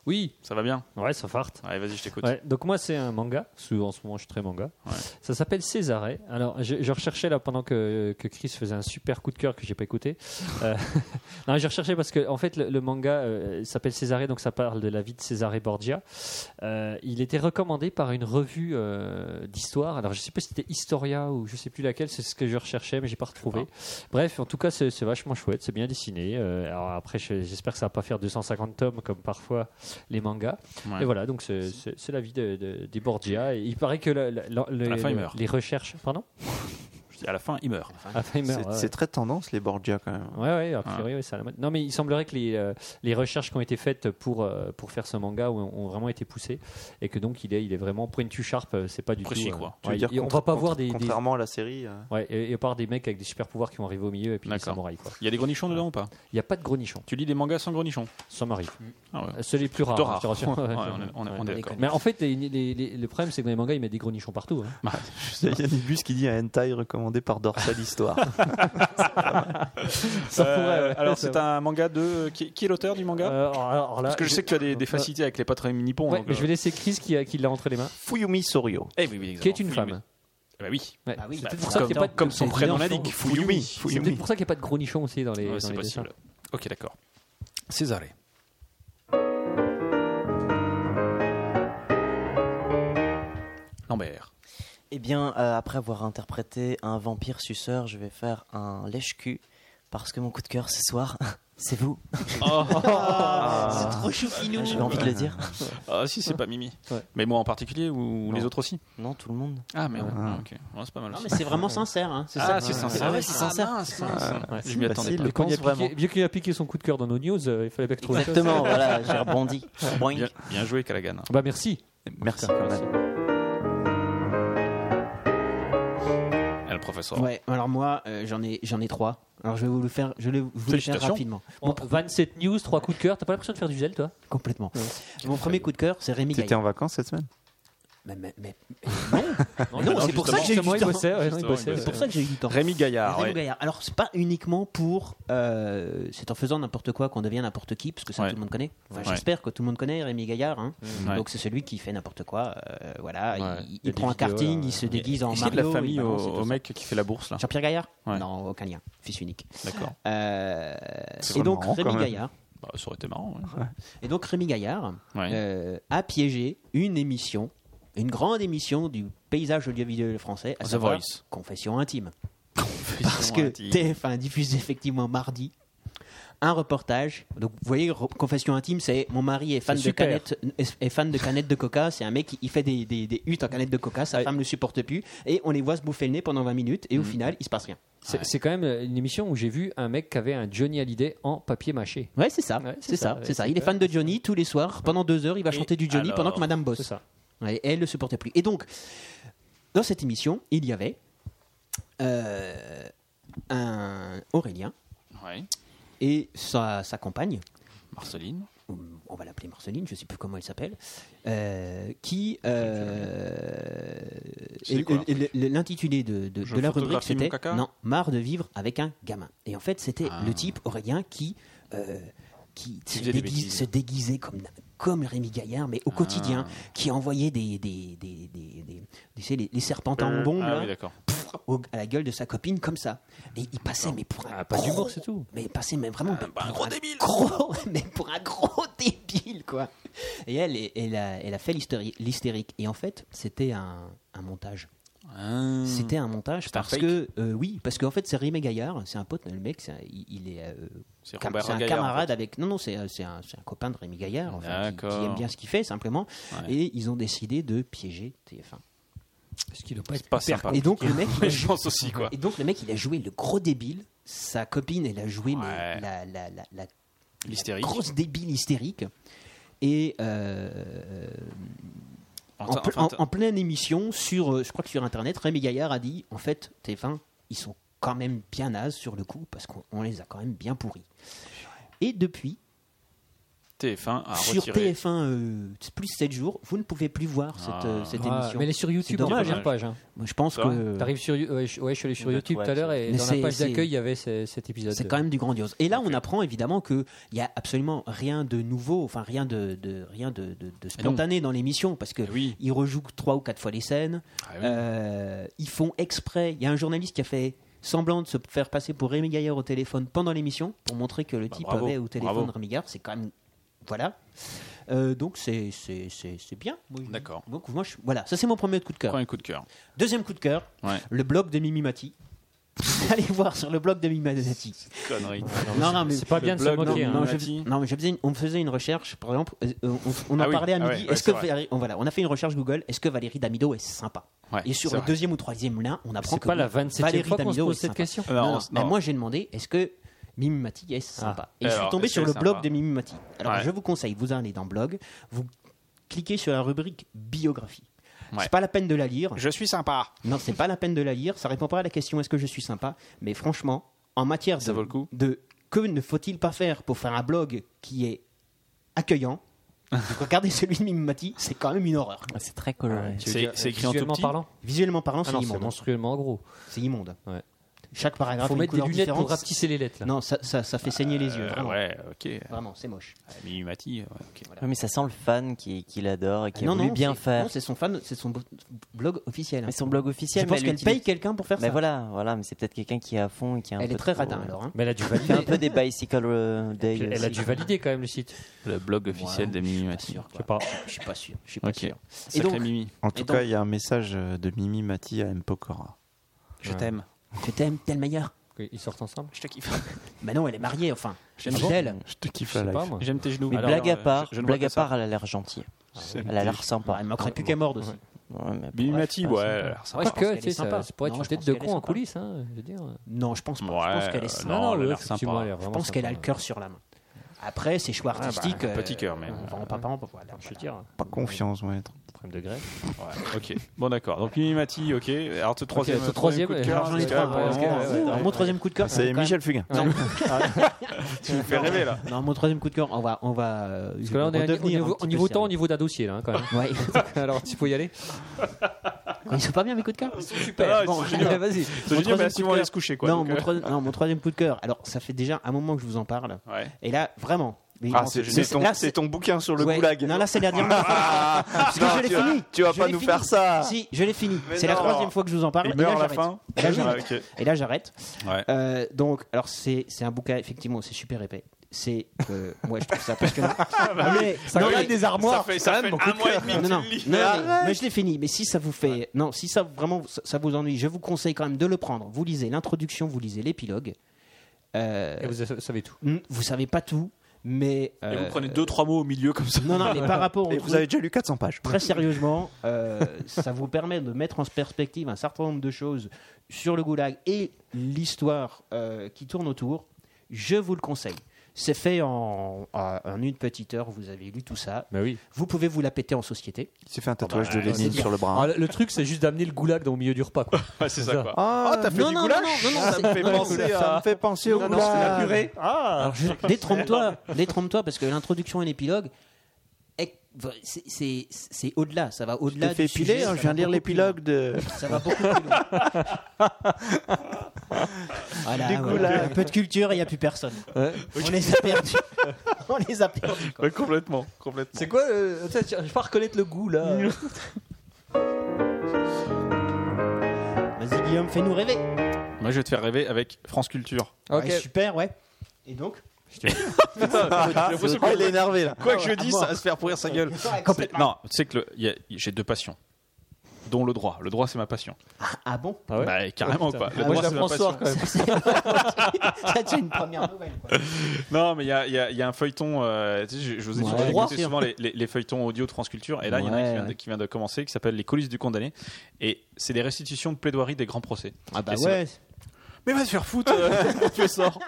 Speaker 4: Oui.
Speaker 3: Ça va bien
Speaker 4: Ouais, ça farte.
Speaker 3: Allez, vas-y, je t'écoute.
Speaker 4: Ouais, donc moi c'est un manga, Sous- en ce moment je suis très manga. Ça s'appelle Césaré. Alors je, je recherchais là pendant que, que Chris faisait un super coup de cœur que j'ai pas écouté. Euh, non, j'ai recherché parce que en fait le, le manga euh, s'appelle Césaré, donc ça parle de la vie de Césaré Borgia. Euh, il était recommandé par une revue euh, d'histoire. Alors je sais pas si c'était Historia ou je sais plus laquelle, c'est ce que je recherchais mais j'ai pas retrouvé. Bref, en tout cas c'est c'est vachement chouette, c'est bien dessiné. Euh, alors après je- j'espère que ça va pas faire 250 tomes comme parfois les mangas.
Speaker 3: Ouais.
Speaker 4: Et voilà, donc c'est- c'est c'est la vie de- de- des Borgia. Et il paraît que la- la- la- les,
Speaker 3: la fin, il meurt.
Speaker 4: les recherches. Pardon
Speaker 3: Je dis, À la fin, il meurt.
Speaker 4: À la fin, il meurt,
Speaker 5: C'est
Speaker 4: ouais,
Speaker 5: c'est
Speaker 4: ouais.
Speaker 5: très tendance, les Borgia, quand même.
Speaker 4: Ouais, ouais, a priori, ouais, c'est à la mode. Non, mais il semblerait que les, euh, les recherches qui ont été faites pour, euh, pour faire ce manga ont, ont vraiment été poussées et que donc il est, il est vraiment pointu sharp, euh, c'est pas du
Speaker 5: Précis,
Speaker 4: tout. euh,
Speaker 5: quoi. Tu
Speaker 4: ouais,
Speaker 5: veux dire
Speaker 4: et on
Speaker 5: contra-
Speaker 4: va pas voir
Speaker 5: contra-
Speaker 4: des. des-
Speaker 5: contrairement à la série, euh.
Speaker 4: Ouais, et, et par des mecs avec des super pouvoirs qui vont arriver au milieu et puis des samouraïs, quoi.
Speaker 3: Il y a des gros nichons dedans ou pas
Speaker 4: Il n'y a pas de gros nichons.
Speaker 3: Tu lis des mangas sans gros nichons
Speaker 4: Ça m'arrive.
Speaker 3: Ah ouais.
Speaker 4: C'est les plus rares.
Speaker 3: Plutôt
Speaker 4: hein, je te rassure.
Speaker 3: Ouais,
Speaker 4: Ouais,
Speaker 3: on est- on est- on est
Speaker 4: ouais.
Speaker 3: d'accord.
Speaker 4: Mais en fait, les- les- les- le problème, c'est que dans les mangas, ils mettent des gros nichons partout. hein.
Speaker 5: Il y a des bus qui dit un hentai recommandé par Dorsal Histoire.
Speaker 4: Ça
Speaker 3: Euh,
Speaker 4: pourrait, ouais.
Speaker 3: alors
Speaker 4: Ça
Speaker 3: c'est
Speaker 4: pourrait.
Speaker 3: un manga de qui, qui est l'auteur du manga
Speaker 4: Euh, alors- alors là,
Speaker 3: Parce que je,
Speaker 4: je-
Speaker 3: sais que tu as des, des facilités avec les patrons nippons.
Speaker 4: Euh, Ouais,
Speaker 3: donc,
Speaker 4: mais je
Speaker 3: euh,
Speaker 4: vais laisser Chris qui, a- qui l'a entre les mains.
Speaker 5: Fuyumi Soryo.
Speaker 3: Eh oui, oui, exactement.
Speaker 4: Qui est une
Speaker 3: Fuyumi.
Speaker 4: femme.
Speaker 3: Eh bah oui.
Speaker 4: Ouais.
Speaker 3: Bah oui.
Speaker 4: C'est
Speaker 3: Bah,
Speaker 4: peut-être pour ça
Speaker 3: comme-
Speaker 4: qu'il y a pas de-
Speaker 3: comme son
Speaker 4: c'est
Speaker 3: prénom
Speaker 4: évident.
Speaker 3: l'indique, Fuyumi.
Speaker 4: C'est peut-être pour ça qu'il n'y a pas de gros nichons aussi dans les.
Speaker 3: Ouais,
Speaker 4: dans
Speaker 3: c'est
Speaker 4: les
Speaker 3: possible.
Speaker 4: dessins.
Speaker 3: Ok, d'accord. Césaré. Lambert.
Speaker 6: Eh bien, euh, après avoir interprété un vampire suceur, je vais faire un lèche-cul. Parce que mon coup de cœur ce soir, c'est vous.
Speaker 3: Oh.
Speaker 6: c'est trop choupinou. J'ai envie de le dire.
Speaker 3: Ah si, c'est pas Mimi. Mais moi en particulier ou les autres aussi
Speaker 6: Non, tout le monde.
Speaker 3: Ah merde.
Speaker 6: Ah.
Speaker 3: Ah, ok. Ouais, c'est pas mal.
Speaker 17: Non,
Speaker 3: aussi.
Speaker 17: mais c'est vraiment sincère. Hein.
Speaker 3: Ah,
Speaker 17: ça.
Speaker 3: c'est sincère.
Speaker 17: Ah
Speaker 3: ouais,
Speaker 17: ouais,
Speaker 3: c'est
Speaker 17: c'est
Speaker 3: Ah,
Speaker 17: sincère.
Speaker 3: mince,
Speaker 17: C'est
Speaker 3: mince.
Speaker 17: sincère.
Speaker 3: Ouais,
Speaker 4: Je
Speaker 3: Je m'y attendais pas.
Speaker 4: Bien qu'il a piqué- bien qu'il a piqué son coup de cœur dans nos news, euh, il fallait bien que trouver autre chose.
Speaker 6: Exactement, voilà, j'ai rebondi. Boing.
Speaker 3: Bien, bien joué, Callaghan.
Speaker 4: Bah merci.
Speaker 5: Merci,
Speaker 4: Merci.
Speaker 3: Alors, professeur.
Speaker 7: Ouais, alors moi, euh, j'en ai, j'en ai trois. Alors je vais vous le faire, je vais vous le faire
Speaker 4: Félicitations.
Speaker 7: rapidement.
Speaker 4: En 27 news, 3 coups de cœur. T'as pas l'impression de faire du gel, toi
Speaker 7: Complètement. Mon premier coup de cœur, c'est Rémi
Speaker 5: T'étais
Speaker 7: Gaillard.
Speaker 5: en vacances cette semaine
Speaker 7: Mais, mais, mais-
Speaker 5: Non,
Speaker 7: non, non, c'est pour ça que j'ai eu
Speaker 4: justement,
Speaker 7: du
Speaker 4: il
Speaker 7: temps.
Speaker 4: bossait, ouais, non, il
Speaker 7: Justement,
Speaker 4: bossait,
Speaker 7: C'est pour
Speaker 4: ouais.
Speaker 7: ça que j'ai eu du temps.
Speaker 3: Rémi Gaillard,
Speaker 7: Rémi
Speaker 3: Ah ouais.
Speaker 7: Gaillard. Alors c'est pas uniquement pour, euh, c'est en faisant n'importe quoi qu'on devient n'importe qui, parce que ça tout le monde connaît. Enfin,
Speaker 3: Ouais.
Speaker 7: J'espère que tout le monde connaît Rémi Gaillard. hein.
Speaker 3: Mm. Ouais.
Speaker 7: Donc c'est celui qui fait n'importe quoi. euh, voilà, il- il,
Speaker 3: y a des
Speaker 7: prend un
Speaker 3: vidéos,
Speaker 7: karting,
Speaker 3: là.
Speaker 7: il se déguise en
Speaker 3: Est-ce
Speaker 7: Mario.
Speaker 3: qu'il y a de la famille
Speaker 7: il
Speaker 3: au,
Speaker 7: balance et tout
Speaker 3: au
Speaker 7: ça.
Speaker 3: mec qui fait la bourse là.
Speaker 7: Jean-Pierre Gaillard
Speaker 3: Ouais.
Speaker 7: Non, aucun lien. Fils unique.
Speaker 3: D'accord.
Speaker 7: Euh,
Speaker 3: C'est
Speaker 7: et donc
Speaker 3: marrant, quand
Speaker 7: Rémi
Speaker 3: même.
Speaker 7: Gaillard.
Speaker 3: Bah, ça aurait été marrant. ouais.
Speaker 7: Et donc Rémi Gaillard
Speaker 3: Ouais.
Speaker 7: euh, a piégé une émission, une grande émission du paysage audiovisuel français, à
Speaker 3: The
Speaker 7: savoir
Speaker 3: Voice.
Speaker 7: Confession intime. Parce que
Speaker 3: intime.
Speaker 7: TF1 diffuse effectivement mardi un reportage. Donc vous voyez, re- Confession intime, c'est mon mari est fan
Speaker 4: C'est
Speaker 7: de
Speaker 4: super.
Speaker 7: canette est est fan de canette de coca. C'est un mec qui il fait des, des, des huttes en canette de coca. Sa femme ne supporte plus et on les voit se bouffer le nez pendant 20 minutes et au final il se passe rien.
Speaker 4: C'est c'est quand même euh, une émission où j'ai vu un mec qui avait un Johnny Hallyday en papier mâché.
Speaker 7: Ouais, c'est ça, c'est ça, c'est ça. Il est fan de Johnny tous les soirs. Pendant deux heures, il va chanter du Johnny
Speaker 4: alors
Speaker 7: pendant que Madame bosse.
Speaker 4: C'est ça.
Speaker 7: Ouais, et elle ne supportait plus. Et donc, dans cette émission, il y avait euh, un Aurélien
Speaker 3: Ouais.
Speaker 7: et sa, sa compagne,
Speaker 3: Marceline.
Speaker 7: on va l'appeler Marceline, je ne sais plus comment elle s'appelle, euh, qui. euh,
Speaker 3: C'est
Speaker 7: et-
Speaker 3: quoi,
Speaker 7: et- et L'intitulé de, de-
Speaker 3: Je
Speaker 7: de la rubrique,
Speaker 3: photographie mon
Speaker 7: c'était
Speaker 3: caca Ah.
Speaker 7: Non, marre de vivre avec un gamin. Et en fait, c'était le type Aurélien qui. euh, qui se,
Speaker 3: faisait des
Speaker 7: déguise-
Speaker 3: bêtises. Ah.
Speaker 7: se déguisait comme, comme Rémi Gaillard, mais au quotidien, qui envoyait des, des, des, des- des- tu sais, les, les serpentins en
Speaker 3: Euh,
Speaker 7: bombe
Speaker 3: ah
Speaker 7: là,
Speaker 3: oui, d'accord.
Speaker 7: pff, au- à la gueule de sa copine comme ça. Et il passait, mais pour un
Speaker 4: pas
Speaker 7: gros-
Speaker 4: d'humour, c'est tout.
Speaker 7: Mais il passait, mais vraiment pour un gros débile. Gros, mais pour un gros débile, quoi. Et elle, elle- elle a, elle a fait l'hystéri- l'hystérique. Et en fait, c'était un, un montage.
Speaker 3: Hum,
Speaker 7: C'était un montage
Speaker 3: Hmm. un
Speaker 7: parce
Speaker 3: fake.
Speaker 7: que euh, oui parce qu'en fait c'est Rémi Gaillard c'est un pote le mec c'est un- il, il est euh,
Speaker 3: C'est
Speaker 7: cam-
Speaker 3: Robert
Speaker 7: c'est un
Speaker 3: Gaillard,
Speaker 7: camarade avec non non c'est euh, c'est un, c'est un copain de Rémi Gaillard enfin, qui, qui
Speaker 3: D'accord.
Speaker 7: aime bien ce qu'il fait simplement
Speaker 3: Ouais.
Speaker 7: et ils ont décidé de piéger TF1
Speaker 4: Parce qu'il doit pas être
Speaker 3: Pas
Speaker 4: hyper
Speaker 3: sympa.
Speaker 7: et donc le mec il a
Speaker 3: je pense aussi quoi.
Speaker 7: et donc le mec, il a joué le gros débile. Sa copine, elle a joué mais la, la, la, la- la
Speaker 3: L'hystérique.
Speaker 7: grosse débile hystérique. Et euh, en,
Speaker 3: Enfin,
Speaker 7: ple-
Speaker 3: enfin,
Speaker 7: en- en pleine émission, sur, euh, je crois que sur Internet, Rémi Gaillard a dit, en fait, TF1, ils sont quand même bien nazes sur le coup, parce qu'on on les a quand même bien pourris. Et depuis,
Speaker 3: TF1 a
Speaker 7: sur
Speaker 3: retiré.
Speaker 7: TF1, euh, plus 7 jours, vous ne pouvez plus voir cette, euh, cette
Speaker 4: Ah,
Speaker 7: émission.
Speaker 4: mais elle est sur
Speaker 7: C'est
Speaker 4: YouTube,
Speaker 7: dommage.
Speaker 4: en première page. hein.
Speaker 7: Moi, je pense
Speaker 4: Ça va
Speaker 7: que...
Speaker 4: T'arrives sur You- ouais, je, ouais, je suis allé sur YouTube tout à l'heure et
Speaker 7: Mais
Speaker 4: dans
Speaker 7: c'est-
Speaker 4: la page
Speaker 7: c'est-
Speaker 4: d'accueil il y avait ce- cet épisode.
Speaker 7: C'est quand même du grandiose. Et là, on apprend évidemment qu'il n'y a absolument rien de nouveau, enfin rien de, de- rien de, de- de spontané dans l'émission, parce
Speaker 3: Eh
Speaker 7: que ils rejouent trois ou quatre fois les scènes.
Speaker 3: Ah
Speaker 7: Euh, ils font exprès. Il y a un journaliste qui a fait semblant de se faire passer pour Rémi Gaillard au téléphone pendant l'émission pour montrer que le type
Speaker 3: Bah, bravo,
Speaker 7: avait au téléphone
Speaker 3: bravo.
Speaker 7: Rémi Gaillard. C'est quand même voilà. Euh, donc c'est c'est c'est- c'est bien.
Speaker 3: D'accord.
Speaker 7: Donc moi je- voilà, ça c'est mon premier coup de cœur.
Speaker 3: Premier coup de cœur.
Speaker 7: Deuxième coup de cœur,
Speaker 3: Ouais.
Speaker 7: le blog de Mimi Mati. Allez voir sur le blog de Mimi Mati.
Speaker 3: Connerie.
Speaker 7: Non, non, mais
Speaker 4: c'est pas bien de se
Speaker 7: blog,
Speaker 4: moquer,
Speaker 7: Non,
Speaker 4: hein,
Speaker 3: Bah,
Speaker 7: non,
Speaker 4: Mati.
Speaker 7: je fais- non, mais je faisais une- on faisait une recherche, par exemple, euh, on, on en
Speaker 3: Ah oui,
Speaker 7: parlait à
Speaker 3: ah
Speaker 7: midi.
Speaker 3: ouais, ouais,
Speaker 7: est-ce
Speaker 3: c'est
Speaker 7: que
Speaker 3: vrai.
Speaker 7: Valérie- on, voilà, on a fait une recherche Google. Est-ce que Valérie Damido est sympa
Speaker 3: Ouais,
Speaker 7: Et sur
Speaker 3: c'est
Speaker 7: le
Speaker 3: vrai.
Speaker 7: deuxième ou troisième lien, on apprend
Speaker 4: c'est
Speaker 7: que
Speaker 4: pas
Speaker 7: oui,
Speaker 4: la 27e
Speaker 7: Valérie
Speaker 4: fois qu'on se
Speaker 7: Damido
Speaker 4: pose
Speaker 7: est
Speaker 4: cette
Speaker 7: sympa.
Speaker 4: question. Ah.
Speaker 7: Non,
Speaker 3: Non,
Speaker 7: non,
Speaker 3: c'est-
Speaker 7: mais
Speaker 3: non.
Speaker 7: Eh, moi j'ai demandé est-ce que Mimi Mati est sympa Et je suis
Speaker 3: Alors,
Speaker 7: tombé
Speaker 3: est-ce
Speaker 7: sur
Speaker 3: qu'elle
Speaker 7: le
Speaker 3: est
Speaker 7: blog
Speaker 3: sympa
Speaker 7: de Mimi Mati. Alors
Speaker 3: Ouais.
Speaker 7: je vous conseille, vous allez dans le blog, vous cliquez sur la rubrique biographie.
Speaker 3: Ouais.
Speaker 7: C'est pas la peine de la lire.
Speaker 3: Je suis sympa.
Speaker 7: Non, c'est pas la peine de la lire. Ça répond pas à la question est-ce que je suis sympa. Mais franchement, en matière de, de que ne faut-il pas faire pour faire un blog qui est accueillant, regardez celui de Mimimati, c'est quand même une horreur.
Speaker 6: C'est très coloré.
Speaker 4: Tu veux dire, euh, visuellement parlant
Speaker 7: Visuellement parlant,
Speaker 4: Ah
Speaker 7: c'est
Speaker 4: non, c'est
Speaker 7: immonde. hein.
Speaker 4: monstrueusement gros.
Speaker 7: C'est immonde.
Speaker 4: Ouais.
Speaker 7: Chaque paragraphe.
Speaker 4: Faut
Speaker 7: a une
Speaker 4: mettre des
Speaker 7: couleur
Speaker 4: lunettes
Speaker 7: différente.
Speaker 4: pour rapetisser les lettres. là.
Speaker 7: Non, ça, ça,
Speaker 4: Ah,
Speaker 7: ça fait saigner les yeux.
Speaker 3: Euh,
Speaker 7: Vraiment,
Speaker 3: ouais, ok.
Speaker 7: Vraiment, c'est moche.
Speaker 3: Ah, Mimi Mati, ouais, ok.
Speaker 6: Oui, mais ça sent le fan qui, qui l'adore et qui
Speaker 7: non,
Speaker 6: Ah, a voulu
Speaker 7: non,
Speaker 6: bien
Speaker 7: c'est-
Speaker 6: faire.
Speaker 7: non, c'est son fan, c'est son bo- blog officiel.
Speaker 6: mais son blog officiel.
Speaker 7: Je pense
Speaker 6: mais
Speaker 7: qu'elle
Speaker 6: l'utilise-
Speaker 7: paye quelqu'un pour faire
Speaker 6: mais
Speaker 7: ça.
Speaker 6: voilà, voilà, mais c'est peut-être quelqu'un qui est à fond et qui a un
Speaker 7: Elle
Speaker 6: peu
Speaker 7: est très
Speaker 6: trop-
Speaker 7: radin alors. hein.
Speaker 4: Mais elle a dû
Speaker 6: Elle fait un
Speaker 4: valider.
Speaker 6: peu des bicycle euh, day.
Speaker 4: Elle a
Speaker 6: aussi.
Speaker 4: dû valider quand même le site.
Speaker 3: Le blog officiel de Mimi Mati.
Speaker 7: sûr,
Speaker 4: Je sais pas.
Speaker 7: Je suis pas sûr. Je suis pas
Speaker 3: Ok.
Speaker 7: sûr.
Speaker 3: Sacré
Speaker 7: donc-
Speaker 3: Mimi.
Speaker 5: En
Speaker 7: Et
Speaker 5: tout
Speaker 7: donc-
Speaker 5: cas, il y a un message euh, de Mimi Mati à M. Pokora.
Speaker 3: Je t'aime.
Speaker 7: Je t'aime, t'es le meilleur.
Speaker 4: Ils sortent ensemble.
Speaker 3: Je te kiffe.
Speaker 7: Mais non, elle est mariée, enfin.
Speaker 4: Ah
Speaker 3: J'aime
Speaker 7: c'est elle.
Speaker 5: Je te kiffe
Speaker 4: Je
Speaker 5: la
Speaker 4: sais pas
Speaker 5: life.
Speaker 4: moi.
Speaker 3: J'aime tes genoux.
Speaker 6: Mais
Speaker 3: Alors,
Speaker 6: blague à
Speaker 3: euh,
Speaker 6: part,
Speaker 3: je- je ne
Speaker 6: blague
Speaker 3: vois
Speaker 6: à
Speaker 3: que ça.
Speaker 6: part, elle a l'air gentille.
Speaker 3: C'est-
Speaker 6: Elle a l'air sympa.
Speaker 7: Elle manquerait plus qu'à mordre aussi.
Speaker 6: Ouais, Ah, mais
Speaker 3: Mimi
Speaker 6: bon,
Speaker 3: Mati,
Speaker 6: elle
Speaker 3: ouais,
Speaker 6: est
Speaker 3: elle a l'air
Speaker 4: Pas
Speaker 3: sympa.
Speaker 4: que,
Speaker 7: qu'elle
Speaker 4: tu sais,
Speaker 7: est
Speaker 4: ça,
Speaker 7: sympa.
Speaker 4: ça pourrait être
Speaker 7: Non,
Speaker 4: une
Speaker 7: je
Speaker 4: tête
Speaker 7: pense
Speaker 4: de
Speaker 7: qu'elle
Speaker 4: con
Speaker 7: est
Speaker 4: en
Speaker 7: sympa.
Speaker 4: coulisses. hein, je veux dire.
Speaker 7: Non, je pense pas. je pense
Speaker 3: Ouais,
Speaker 7: qu'elle est
Speaker 3: euh,
Speaker 7: sympa.
Speaker 3: non, elle a
Speaker 4: ouais,
Speaker 3: l'air
Speaker 4: effectivement, elle a
Speaker 3: sympa.
Speaker 4: l'air
Speaker 7: Je
Speaker 4: vraiment
Speaker 7: pense qu'elle a le
Speaker 4: sympa.
Speaker 7: cœur sur la main. Après, ses choix
Speaker 3: bah,
Speaker 7: artistiques. euh,
Speaker 3: un petit cœur, mais-
Speaker 7: On va en papa, on va- voilà,
Speaker 4: Je veux dire,
Speaker 5: Pas confiance, ouais. trop-
Speaker 4: Troisième degré.
Speaker 3: Ok. Bon, d'accord. Donc, Mimimati, ok. Alors, ce troisième,
Speaker 4: ce troisième,
Speaker 3: coup de
Speaker 4: ouais.
Speaker 3: cœur,
Speaker 4: Alors, j'en ai
Speaker 3: c'est
Speaker 4: trois,
Speaker 3: quand même
Speaker 4: parce que,
Speaker 3: vraiment,
Speaker 4: euh,
Speaker 3: ouais,
Speaker 7: mon
Speaker 3: ouais.
Speaker 7: troisième coup de cœur.
Speaker 5: C'est
Speaker 7: quand même-
Speaker 5: Michel Fugain.
Speaker 7: Non.
Speaker 3: tu me fais rêver là.
Speaker 7: Non, mon troisième coup de cœur, on va, on va. euh,
Speaker 4: Parce que là, on est à- au
Speaker 7: redevenir un
Speaker 4: niveau, au
Speaker 7: petit
Speaker 4: niveau
Speaker 7: peu
Speaker 4: temps, au niveau d'un dossier, là, hein, quand même.
Speaker 7: Ouais.
Speaker 4: Alors, tu peux y aller
Speaker 7: Ils sont pas bien mes coups de cœur Ils sont
Speaker 4: super. Ah, ils sont géniaux. Ils
Speaker 7: vas-y.
Speaker 4: sont
Speaker 7: Mon
Speaker 4: géniaux, mais
Speaker 7: troisième
Speaker 4: là,
Speaker 7: coup
Speaker 4: si
Speaker 7: de
Speaker 4: on va aller
Speaker 7: cœur.
Speaker 4: se coucher, quoi,
Speaker 7: Non,
Speaker 4: donc,
Speaker 7: mon
Speaker 4: euh.
Speaker 7: troi- non, mon troisième coup de cœur. Alors, ça fait déjà un moment que je vous en parle. Et là, vraiment. mais
Speaker 5: Ah,
Speaker 7: bon,
Speaker 5: c'est- c'est ton- c'est ton bouquin sur le
Speaker 7: Ouais.
Speaker 5: goulag.
Speaker 7: Non, là, c'est la dernière
Speaker 5: Ah,
Speaker 7: fois. Parce que
Speaker 5: non,
Speaker 7: je l'ai
Speaker 5: tu vas-
Speaker 7: fini.
Speaker 5: tu vas
Speaker 7: Je
Speaker 5: pas
Speaker 7: l'ai
Speaker 5: nous
Speaker 7: fini.
Speaker 5: faire ça.
Speaker 7: Si, je l'ai fini.
Speaker 5: Ah. Mais
Speaker 7: C'est la
Speaker 5: non.
Speaker 7: troisième fois que je vous en parle.
Speaker 5: Il
Speaker 7: Et là,
Speaker 5: meurt à la
Speaker 7: j'arrête. Bah,
Speaker 5: fin
Speaker 7: Et là,
Speaker 5: Ah, ok.
Speaker 7: j'arrête. Et là, j'arrête. Euh, donc, alors, c'est c'est un bouquin, effectivement, c'est super épais. C'est. euh, moi, je trouve ça parce que.
Speaker 5: bah oui, ça fait- ça fait- ça
Speaker 7: quand même,
Speaker 5: fait
Speaker 7: mon coup
Speaker 5: un
Speaker 7: de
Speaker 5: mois et
Speaker 7: cœur.
Speaker 5: demi que
Speaker 7: Non,
Speaker 5: tu
Speaker 7: non,
Speaker 5: le lis.
Speaker 7: non,
Speaker 5: Mais
Speaker 7: mais-
Speaker 5: arrête.
Speaker 7: mais je l'ai fini. Mais si ça vous fait. Non, si ça vraiment ça, ça vous ennuie, je vous conseille quand même de le prendre. Vous lisez l'introduction, vous lisez l'épilogue. Euh,
Speaker 4: Et vous savez tout.
Speaker 7: Vous savez pas tout, mais.
Speaker 3: Et vous
Speaker 7: euh,
Speaker 3: prenez deux, trois mots au milieu comme ça.
Speaker 7: non, non, mais par rapport. au
Speaker 5: Et vous
Speaker 7: truc,
Speaker 5: avez déjà lu 400 pages.
Speaker 7: Très sérieusement, euh, ça vous permet de mettre en perspective un certain nombre de choses sur le goulag et l'histoire euh, qui tourne autour. Je vous le conseille. C'est fait en, en- en une petite heure. Vous avez lu tout ça.
Speaker 4: oui.
Speaker 7: Vous pouvez vous la péter en société.
Speaker 5: C'est fait un
Speaker 7: tatouage de Lénine sur le bras.
Speaker 4: Ah, le- le truc, c'est juste d'amener le goulag dans, au milieu du repas. Quoi.
Speaker 3: c'est ça, quoi.
Speaker 5: Ah, t'as fait
Speaker 7: non,
Speaker 5: du
Speaker 7: non,
Speaker 5: goulash Ah,
Speaker 7: non, non, non,
Speaker 5: Ça
Speaker 7: c'est-
Speaker 5: me fait
Speaker 7: non, non,
Speaker 5: penser
Speaker 7: goulash.
Speaker 5: à- ça me fait penser au
Speaker 7: Non, non, c'est
Speaker 5: goulash.
Speaker 7: la purée.
Speaker 3: Ah.
Speaker 7: Alors, je- Détrompe-toi, détrompe-toi, parce que l'introduction et l'épilogue, est- c'est- c'est c'est au-delà, ça va
Speaker 5: Je t'ai
Speaker 7: au-delà.
Speaker 5: fait
Speaker 7: du sujet,
Speaker 5: épiler, hein,
Speaker 7: ça
Speaker 5: je viens
Speaker 7: va
Speaker 5: de lire
Speaker 7: beaucoup plus
Speaker 5: l'épilogue
Speaker 7: loin.
Speaker 5: de.
Speaker 7: Ça va beaucoup plus loin. Voilà,
Speaker 5: Du
Speaker 7: voilà.
Speaker 5: goulag.
Speaker 7: Un peu de culture et il n'y a plus personne. On les a perdus. On les a perdus. quoi.
Speaker 3: complètement, complètement.
Speaker 4: C'est quoi euh, attends, Je vais pas reconnaître le goût, là.
Speaker 7: Vas-y, Guillaume, fais-nous rêver.
Speaker 3: Moi, je vais te faire rêver avec France Culture.
Speaker 7: Ah, Ouais, super, ouais. Et donc
Speaker 5: Ah, il est énervé, là.
Speaker 3: Quoi que je dise,
Speaker 5: Ah,
Speaker 3: ça
Speaker 5: bon.
Speaker 3: va se faire pourrir sa gueule.
Speaker 7: euh,
Speaker 5: Ouais,
Speaker 3: C'est-
Speaker 5: complètement.
Speaker 3: Non, tu sais que le- il y a- j'ai deux passions, dont le droit. Le droit, c'est ma passion.
Speaker 7: Ah bon
Speaker 3: Bah, carrément,
Speaker 4: putain.
Speaker 3: quoi. Le
Speaker 4: Ah,
Speaker 3: droit,
Speaker 4: moi, je
Speaker 3: c'est ma
Speaker 4: l'apprends ce soir,
Speaker 3: passion.
Speaker 7: Ça, c'est une première nouvelle.
Speaker 3: Ah bah
Speaker 7: quoi.
Speaker 3: Non, mais il y a, il y a- il y a un feuilleton. euh, tu sais, je, je vous ai
Speaker 7: Ouais.
Speaker 3: dit, j'ai
Speaker 7: Droit.
Speaker 3: écouté souvent les, les- les feuilletons audio de France Culture, et là, il y en a un qui
Speaker 7: Ouais,
Speaker 3: vient, de,
Speaker 7: ouais.
Speaker 3: qui vient de commencer, qui s'appelle Les coulisses du condamné, et c'est des restitutions de plaidoiries des grands procès.
Speaker 7: Ah bah
Speaker 3: Et c'est-
Speaker 7: ouais.
Speaker 3: Mais va te faire foutre, euh, tu sors.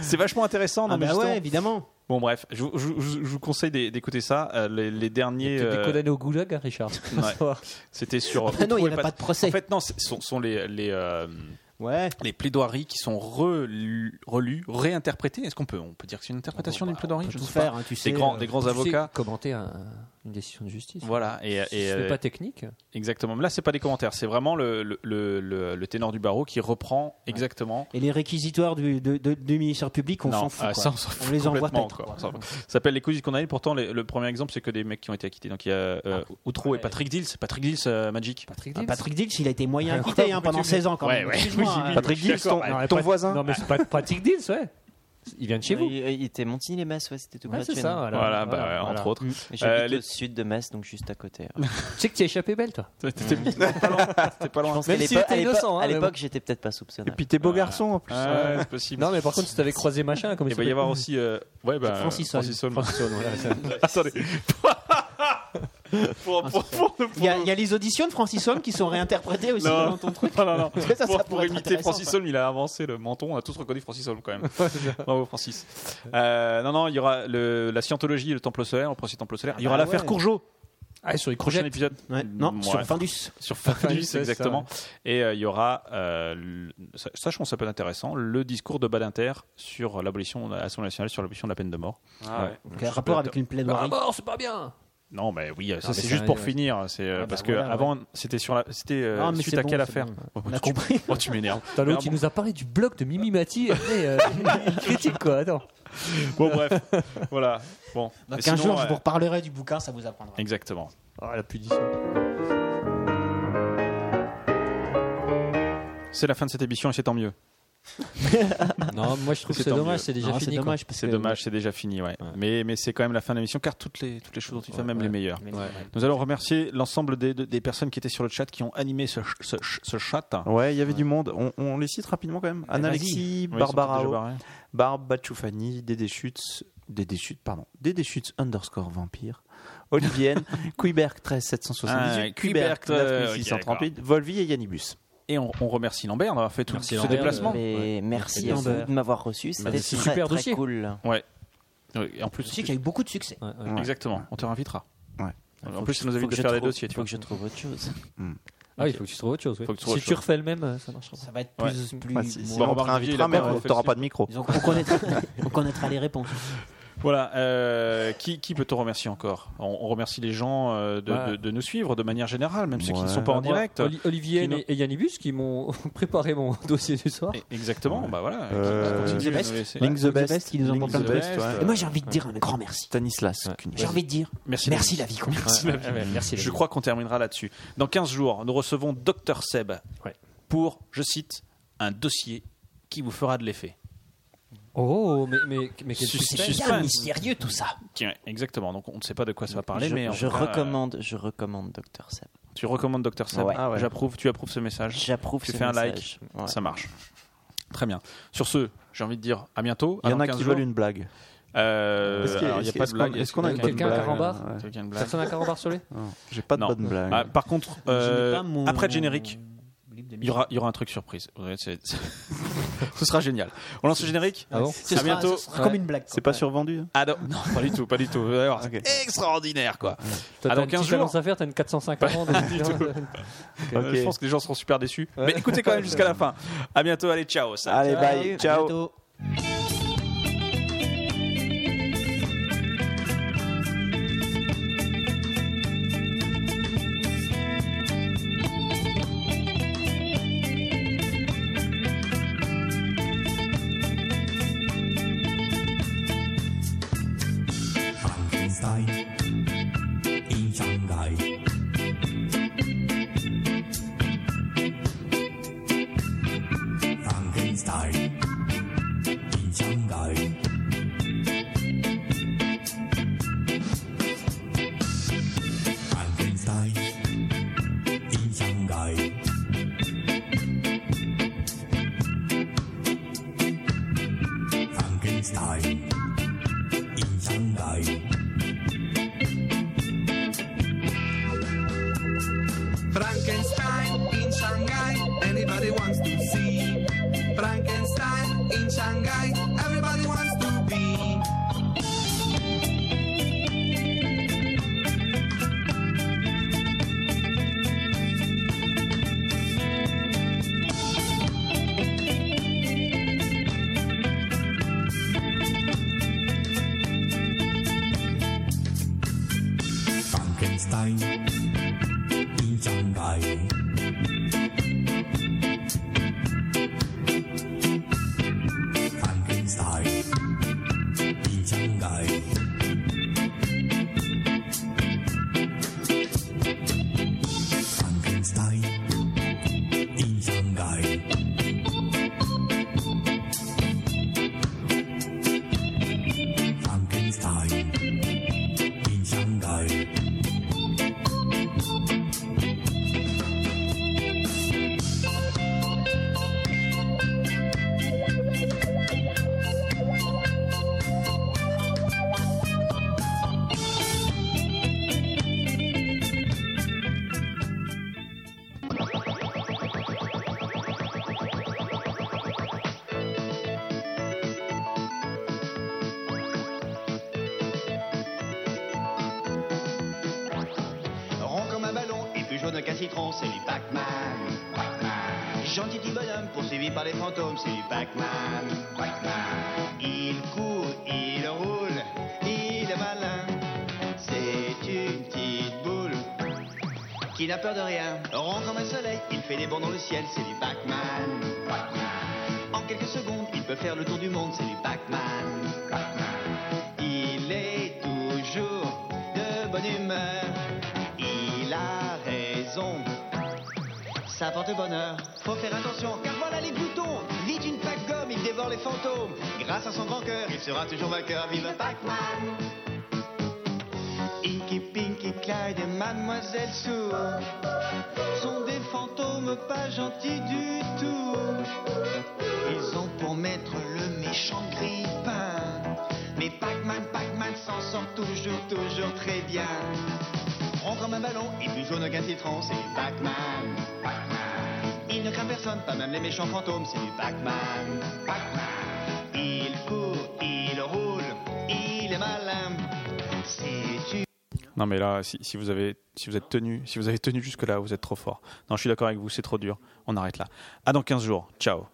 Speaker 3: C'est vachement intéressant. Non,
Speaker 7: Ah
Speaker 3: mais
Speaker 7: bah
Speaker 3: justement-
Speaker 7: ouais, évidemment.
Speaker 3: Bon, bref, je, vous- je vous- je vous conseille d'é- d'écouter ça. euh, les, les derniers.
Speaker 4: T'es
Speaker 3: euh,
Speaker 4: condamné au goulag, hein, Richard
Speaker 3: Ouais. C'était sur.
Speaker 7: Ah non, il y
Speaker 3: Où
Speaker 7: avait
Speaker 3: trouver
Speaker 7: pas de procès.
Speaker 3: En fait, non, ce sont, sont les, les, euh,
Speaker 7: Ouais.
Speaker 3: les plaidoiries qui sont relues, relues, réinterprétées. Est-ce qu'on peut, on peut dire que c'est une interprétation d'une plaidoirie
Speaker 7: peut
Speaker 3: Je
Speaker 7: tout
Speaker 3: sais pas.
Speaker 7: faire, hein, tu sais,
Speaker 3: Des grands,
Speaker 7: euh,
Speaker 3: des grands
Speaker 4: Tu sais
Speaker 3: avocats.
Speaker 4: Commenter un- une décision de justice.
Speaker 3: Voilà. Et, et,
Speaker 4: Ce n'est
Speaker 3: euh,
Speaker 4: pas technique.
Speaker 3: Exactement. Mais là, c'est pas des commentaires. C'est vraiment le, le, le, le- le ténor du barreau qui reprend exactement.
Speaker 7: Et les réquisitoires du, de- de- du ministère public, on
Speaker 3: Non,
Speaker 7: s'en fout.
Speaker 3: ah,
Speaker 7: quoi.
Speaker 3: ça, on s'en fout
Speaker 7: les envoie
Speaker 3: complètement,
Speaker 7: paître.
Speaker 3: quoi.
Speaker 7: quoi.
Speaker 3: On s'en fout. Ça s'appelle les coulisses qu'on a. Pourtant, les- le premier exemple, c'est que des mecs qui ont été acquittés. Donc, il y a euh, Outreau et Patrick Dills. Patrick Dills, euh, Magic.
Speaker 4: Ah, Patrick
Speaker 7: Ah,
Speaker 4: Dills.
Speaker 7: Patrick Dills, il a été moyen
Speaker 4: Ouais,
Speaker 7: acquitté hein,
Speaker 4: pourquoi
Speaker 7: pendant
Speaker 4: tu-
Speaker 7: 16 ans quand
Speaker 3: Ouais,
Speaker 7: même.
Speaker 3: ouais.
Speaker 7: Excuse-moi,
Speaker 3: Oui, oui,
Speaker 7: hein.
Speaker 3: oui.
Speaker 5: Patrick
Speaker 3: Je suis
Speaker 5: Dills,
Speaker 3: d'accord.
Speaker 5: ton-
Speaker 3: Ouais,
Speaker 5: ton
Speaker 3: Pat-
Speaker 5: voisin.
Speaker 4: Non, mais c'est pas Patrick Dills, ouais. Il vient de chez vous.
Speaker 6: Il, il était Montigny-les-Messes, ouais, c'était tout
Speaker 4: Ouais,
Speaker 6: près de
Speaker 4: c'est
Speaker 6: chez
Speaker 4: ça,
Speaker 6: nous.
Speaker 4: voilà.
Speaker 3: Voilà, bah,
Speaker 4: Voilà, Mm.
Speaker 3: ouais,
Speaker 4: voilà.
Speaker 3: entre autres.
Speaker 6: J'habite
Speaker 3: Euh, les-
Speaker 6: au sud de Metz, donc juste à côté. ouais.
Speaker 4: Tu sais que tu as échappé belle, toi.
Speaker 3: T'étais pas loin. T'étais pas
Speaker 6: Je
Speaker 3: loin.
Speaker 6: pense qu'à
Speaker 4: Même si
Speaker 6: l'époque-
Speaker 4: t'es
Speaker 6: à l'époque-
Speaker 4: innocent, hein,
Speaker 6: à
Speaker 4: mais
Speaker 6: l'époque,
Speaker 4: bon.
Speaker 6: j'étais peut-être pas soupçonnable.
Speaker 5: Et puis t'es beau garçon en plus.
Speaker 3: Ah, c'est possible.
Speaker 4: Non, mais par contre, si t'avais croisé machin, comme
Speaker 3: Il va y avoir aussi. euh, ouais, bah,
Speaker 7: Francis Holm.
Speaker 3: Francis Holm.
Speaker 4: Francis Holm, voilà, ça-
Speaker 3: Attendez. pour, pour, pour, pour-
Speaker 7: Il y, a, il y a les auditions de Francis Homme qui sont réinterprétées aussi
Speaker 3: Non.
Speaker 7: dans ton truc.
Speaker 3: Non, non, non.
Speaker 7: Ça,
Speaker 3: pour,
Speaker 7: ça pourrait
Speaker 3: pour
Speaker 7: être
Speaker 3: imiter
Speaker 7: intéressant,
Speaker 3: Francis Holm, il a avancé le menton. On a tous reconnu Francis Holm quand même. Bravo Francis. Euh, non, non, il y aura le, la scientologie et le temple solaire, le procès temple solaire. Il y aura
Speaker 7: bah
Speaker 3: l'affaire
Speaker 7: ouais.
Speaker 3: Courgeot.
Speaker 4: Ah, sur les
Speaker 3: Prochain
Speaker 4: crochets.
Speaker 3: épisode.
Speaker 7: Ouais. Non,
Speaker 3: Ouais.
Speaker 7: sur Findus.
Speaker 3: Sur Findus,
Speaker 4: c'est ça,
Speaker 3: exactement. Et euh, il y aura, euh, le- ça, ça, je pense que ça peut être intéressant, le discours de Badinter sur l'abolition, à l'Assemblée nationale sur l'abolition de la peine de mort. Ouais.
Speaker 7: Donc, un rapport avec une
Speaker 4: Bah,
Speaker 7: plaidoirie.
Speaker 4: mort, c'est pas bien.
Speaker 3: Non, mais oui, euh, ça
Speaker 7: Ah,
Speaker 4: mais
Speaker 3: c'est
Speaker 4: c'est
Speaker 3: juste
Speaker 4: un-
Speaker 3: pour
Speaker 4: ouais.
Speaker 3: finir. C'est euh,
Speaker 7: bah
Speaker 3: parce que
Speaker 7: voilà,
Speaker 3: avant, c'était sur la, c'était euh,
Speaker 7: Non, mais
Speaker 3: suite
Speaker 7: c'est
Speaker 3: à
Speaker 7: bon,
Speaker 3: quelle
Speaker 7: c'est
Speaker 3: affaire
Speaker 7: bon.
Speaker 3: Oh,
Speaker 7: On a
Speaker 3: tu-
Speaker 7: compris.
Speaker 3: Oh, tu m'énerves.
Speaker 4: T'as l'autre qui
Speaker 3: Mais
Speaker 4: nous a parlé du blog de Mimi Mati. et après, euh, il critique, quoi. Attends.
Speaker 3: Bon, bon, bref, voilà. Bon.
Speaker 7: Donc,
Speaker 3: Mais
Speaker 7: un
Speaker 3: sinon,
Speaker 7: jour,
Speaker 3: euh,
Speaker 7: je vous reparlerai du bouquin, ça vous apprendra.
Speaker 3: Exactement.
Speaker 4: Ah, la pudition.
Speaker 3: C'est la fin de cette émission et c'est tant mieux.
Speaker 4: Non, moi, je trouve
Speaker 3: C'est
Speaker 4: que c'est
Speaker 3: tant
Speaker 4: dommage,
Speaker 3: mieux.
Speaker 4: c'est déjà
Speaker 7: Non,
Speaker 4: fini.
Speaker 7: C'est
Speaker 4: quoi.
Speaker 7: dommage. parce
Speaker 3: C'est
Speaker 7: que-
Speaker 3: dommage, c'est déjà fini, ouais. Mais, mais c'est quand même la fin de l'émission car toutes les, toutes les choses dont tu fais, même les meilleures.
Speaker 7: Mais- ouais.
Speaker 3: Nous allons remercier l'ensemble des, des- des personnes qui étaient sur le chat, qui ont animé ce, ch- ce, ch- ce chat.
Speaker 5: Ouais, il y avait du monde. On, on les cite rapidement quand même.
Speaker 3: Eh,
Speaker 5: Analexis,
Speaker 3: Oui, ils sont
Speaker 5: Barbara,
Speaker 3: tous déjà
Speaker 5: Ho,
Speaker 3: barrés.
Speaker 5: Barbe, Bachoufani, Dédé Schutz, Dédé Schutz, pardon, Dédé Schutz underscore vampire, Olivienne, Quiberg 13
Speaker 3: Ah,
Speaker 5: 778,
Speaker 3: Quiberg,
Speaker 5: Quiberg 9
Speaker 3: ok,
Speaker 5: 638, Volvi et Yannibus.
Speaker 3: Et on, on remercie Lambert d'avoir fait tout ce
Speaker 4: Merci Lambert.
Speaker 3: déplacement.
Speaker 6: Mais merci à vous
Speaker 7: Lambert.
Speaker 6: de m'avoir reçu, c'était
Speaker 3: Merci.
Speaker 6: très,
Speaker 4: Super
Speaker 6: très
Speaker 4: dossier.
Speaker 6: cool.
Speaker 3: Ouais. Ouais, et en plus,
Speaker 7: Je sais qu'il y a eu beaucoup de succès.
Speaker 4: Ouais, ouais.
Speaker 5: Ouais.
Speaker 3: exactement, on te réinvitera.
Speaker 5: Ouais.
Speaker 3: En plus, ça nous évite de faire les dossiers. tu
Speaker 6: faut que je trouve autre chose.
Speaker 4: Ah, il faut que tu trouves autre chose. oui.
Speaker 3: Faut que tu trouves
Speaker 4: Si
Speaker 3: autre
Speaker 4: tu
Speaker 3: chose.
Speaker 4: refais le même, euh, ça marchera
Speaker 18: Ça va être
Speaker 3: Ouais.
Speaker 18: plus. plus
Speaker 5: Bah, si-
Speaker 18: moins-
Speaker 5: sinon, on te réinvitera, mais on- t'auras pas de micro.
Speaker 18: Disons qu'on connaîtra, on connaîtra les réponses.
Speaker 3: Voilà, euh, qui, qui peut-on remercier encore on, on remercie les gens euh, de,
Speaker 4: Ouais.
Speaker 3: de- de nous suivre de manière générale, même ceux qui ne sont pas en
Speaker 4: Bah, moi,
Speaker 3: direct.
Speaker 4: Oli- Olivier
Speaker 3: Qui nous-
Speaker 4: et, et Yannibus qui m'ont préparé mon dossier du soir.
Speaker 3: Exactement, bah voilà. qui-
Speaker 5: Euh,
Speaker 3: qui continue de
Speaker 5: Link the Best.
Speaker 3: nous laisser-
Speaker 5: Link the
Speaker 3: Ouais.
Speaker 5: Best, ils nous ont
Speaker 3: Link
Speaker 5: pas plein
Speaker 3: the
Speaker 5: de best,
Speaker 3: best,
Speaker 5: ouais.
Speaker 18: Et moi, j'ai envie de
Speaker 3: ouais.
Speaker 18: dire un grand merci.
Speaker 5: Stanislas Kunis.
Speaker 18: J'ai envie de dire
Speaker 3: Merci,
Speaker 18: merci
Speaker 3: la
Speaker 18: la
Speaker 3: vie.
Speaker 18: vie qu'on
Speaker 3: Merci, la vie.
Speaker 4: ouais, merci, la
Speaker 3: Je
Speaker 4: vie.
Speaker 3: crois qu'on terminera là-dessus. Dans 15 jours, nous recevons Dr Seb pour, je cite, un dossier qui vous fera de l'effet.
Speaker 4: Oh, mais, mais, mais quel
Speaker 3: Sus-
Speaker 4: suspense.
Speaker 3: suspense. Bien
Speaker 18: mystérieux tout ça.
Speaker 3: Tiens, exactement. Donc on ne sait pas de quoi ça va parler,
Speaker 6: je
Speaker 3: mais en
Speaker 6: je
Speaker 3: tout cas,
Speaker 6: recommande, je recommande Dr Seb.
Speaker 3: euh, Tu recommandes Dr Seb
Speaker 6: Ouais. Ah ouais.
Speaker 3: J'approuve. Tu approuves ce message
Speaker 6: J'approuve
Speaker 3: Tu
Speaker 6: ce
Speaker 3: fais un
Speaker 6: message.
Speaker 3: like.
Speaker 6: Ouais.
Speaker 3: Ça marche. Très bien. Sur ce, j'ai envie de dire à bientôt.
Speaker 5: Il y
Speaker 3: À
Speaker 5: en
Speaker 3: dans
Speaker 5: a qui
Speaker 3: 15 jours.
Speaker 5: veulent une blague.
Speaker 3: Euh,
Speaker 5: Est-ce qu'il y a-
Speaker 3: alors, il n'y a
Speaker 5: est-ce
Speaker 3: pas de
Speaker 5: qu'on-
Speaker 3: blague.
Speaker 5: est-ce qu'on a une bonne
Speaker 4: Quelqu'un a un
Speaker 5: blague,
Speaker 4: carambar
Speaker 5: euh, ouais.
Speaker 3: Quelqu'un a une blague
Speaker 4: Personne a un carambar sur lui
Speaker 5: Non, J'ai pas de
Speaker 3: Non.
Speaker 5: bonne blague.
Speaker 3: Ah, par contre, euh,
Speaker 5: Je n'ai pas mon-
Speaker 3: après le générique, il y aura, il y aura un truc surprise. Ouais, c'est- c'est- ce sera génial. On lance le générique
Speaker 5: Ah bon
Speaker 3: À bientôt.
Speaker 18: comme une blague.
Speaker 5: C'est pas survendu hein
Speaker 3: Ah non, non, pas du tout, pas du tout. Vous allez voir, c'est extraordinaire quoi.
Speaker 4: Toi,
Speaker 3: Ah,
Speaker 4: t'as
Speaker 3: dans
Speaker 4: une
Speaker 3: 15
Speaker 4: petite
Speaker 3: jours,
Speaker 4: annonce à faire, t'as une 450.
Speaker 3: Pas du tout. Euh,
Speaker 5: Ok.
Speaker 3: je pense que les gens seront super déçus. Mais écoutez quand même jusqu'à la fin. À bientôt, allez, ciao. Salut.
Speaker 5: Allez, bye. Ciao.
Speaker 19: Frankenstein in Shanghai. Frankenstein in Shanghai. Frankenstein in Shanghai. Frankenstein in Shanghai.
Speaker 14: Frankenstein in Shanghai, anybody wants to see. Frankenstein in Shanghai, everybody wants to be.
Speaker 19: Frankenstein in Shanghai. Frankenstein in Shanghai. Frankenstein in Shanghai. Frankenstein in Shanghai.
Speaker 7: Rond comme un ballon et plus jaune qu'un citron, c'est lui Pac-Man. Pac-Man. Gentil petit bonhomme poursuivi par les fantômes, c'est lui Pac-Man. Pac-Man. Il court, il roule, il est malin. C'est une petite boule qui n'a peur de rien. Rond comme un soleil, il fait des bonds dans le ciel, c'est lui Pac-Man. Pac-Man. En quelques secondes, il peut faire le tour du monde, c'est lui Pac-Man. Pac-Man. Il est toujours de bonne humeur. Il a raison. Ça porte bonheur. Faut faire attention, car voilà les boutons. Vite une pack gomme, il dévore les fantômes. Grâce à son grand cœur, il sera toujours vainqueur. Vive Pac-Man! Inky, Pinky, Clyde et Mademoiselle Sue sont des fantômes pas gentils du tout. Ils ont pour maître le méchant grippin. Mais Pac-Man, Pac-Man s'en sort toujours, toujours très bien. Rond comme un ballon et plus jaune qu'un citron, c'est du Pac-Man. Pac-Man. Il ne craint personne, pas même les méchants fantômes, c'est du Pac-Man. Pac-Man. Il court, il roule, il est malin. C'est une...
Speaker 3: Non mais là, si, si vous avez, si vous êtes tenu, si vous avez tenu jusque là, vous êtes trop fort. Non, je suis d'accord avec vous, c'est trop dur. On arrête là. À dans 15 jours. Ciao.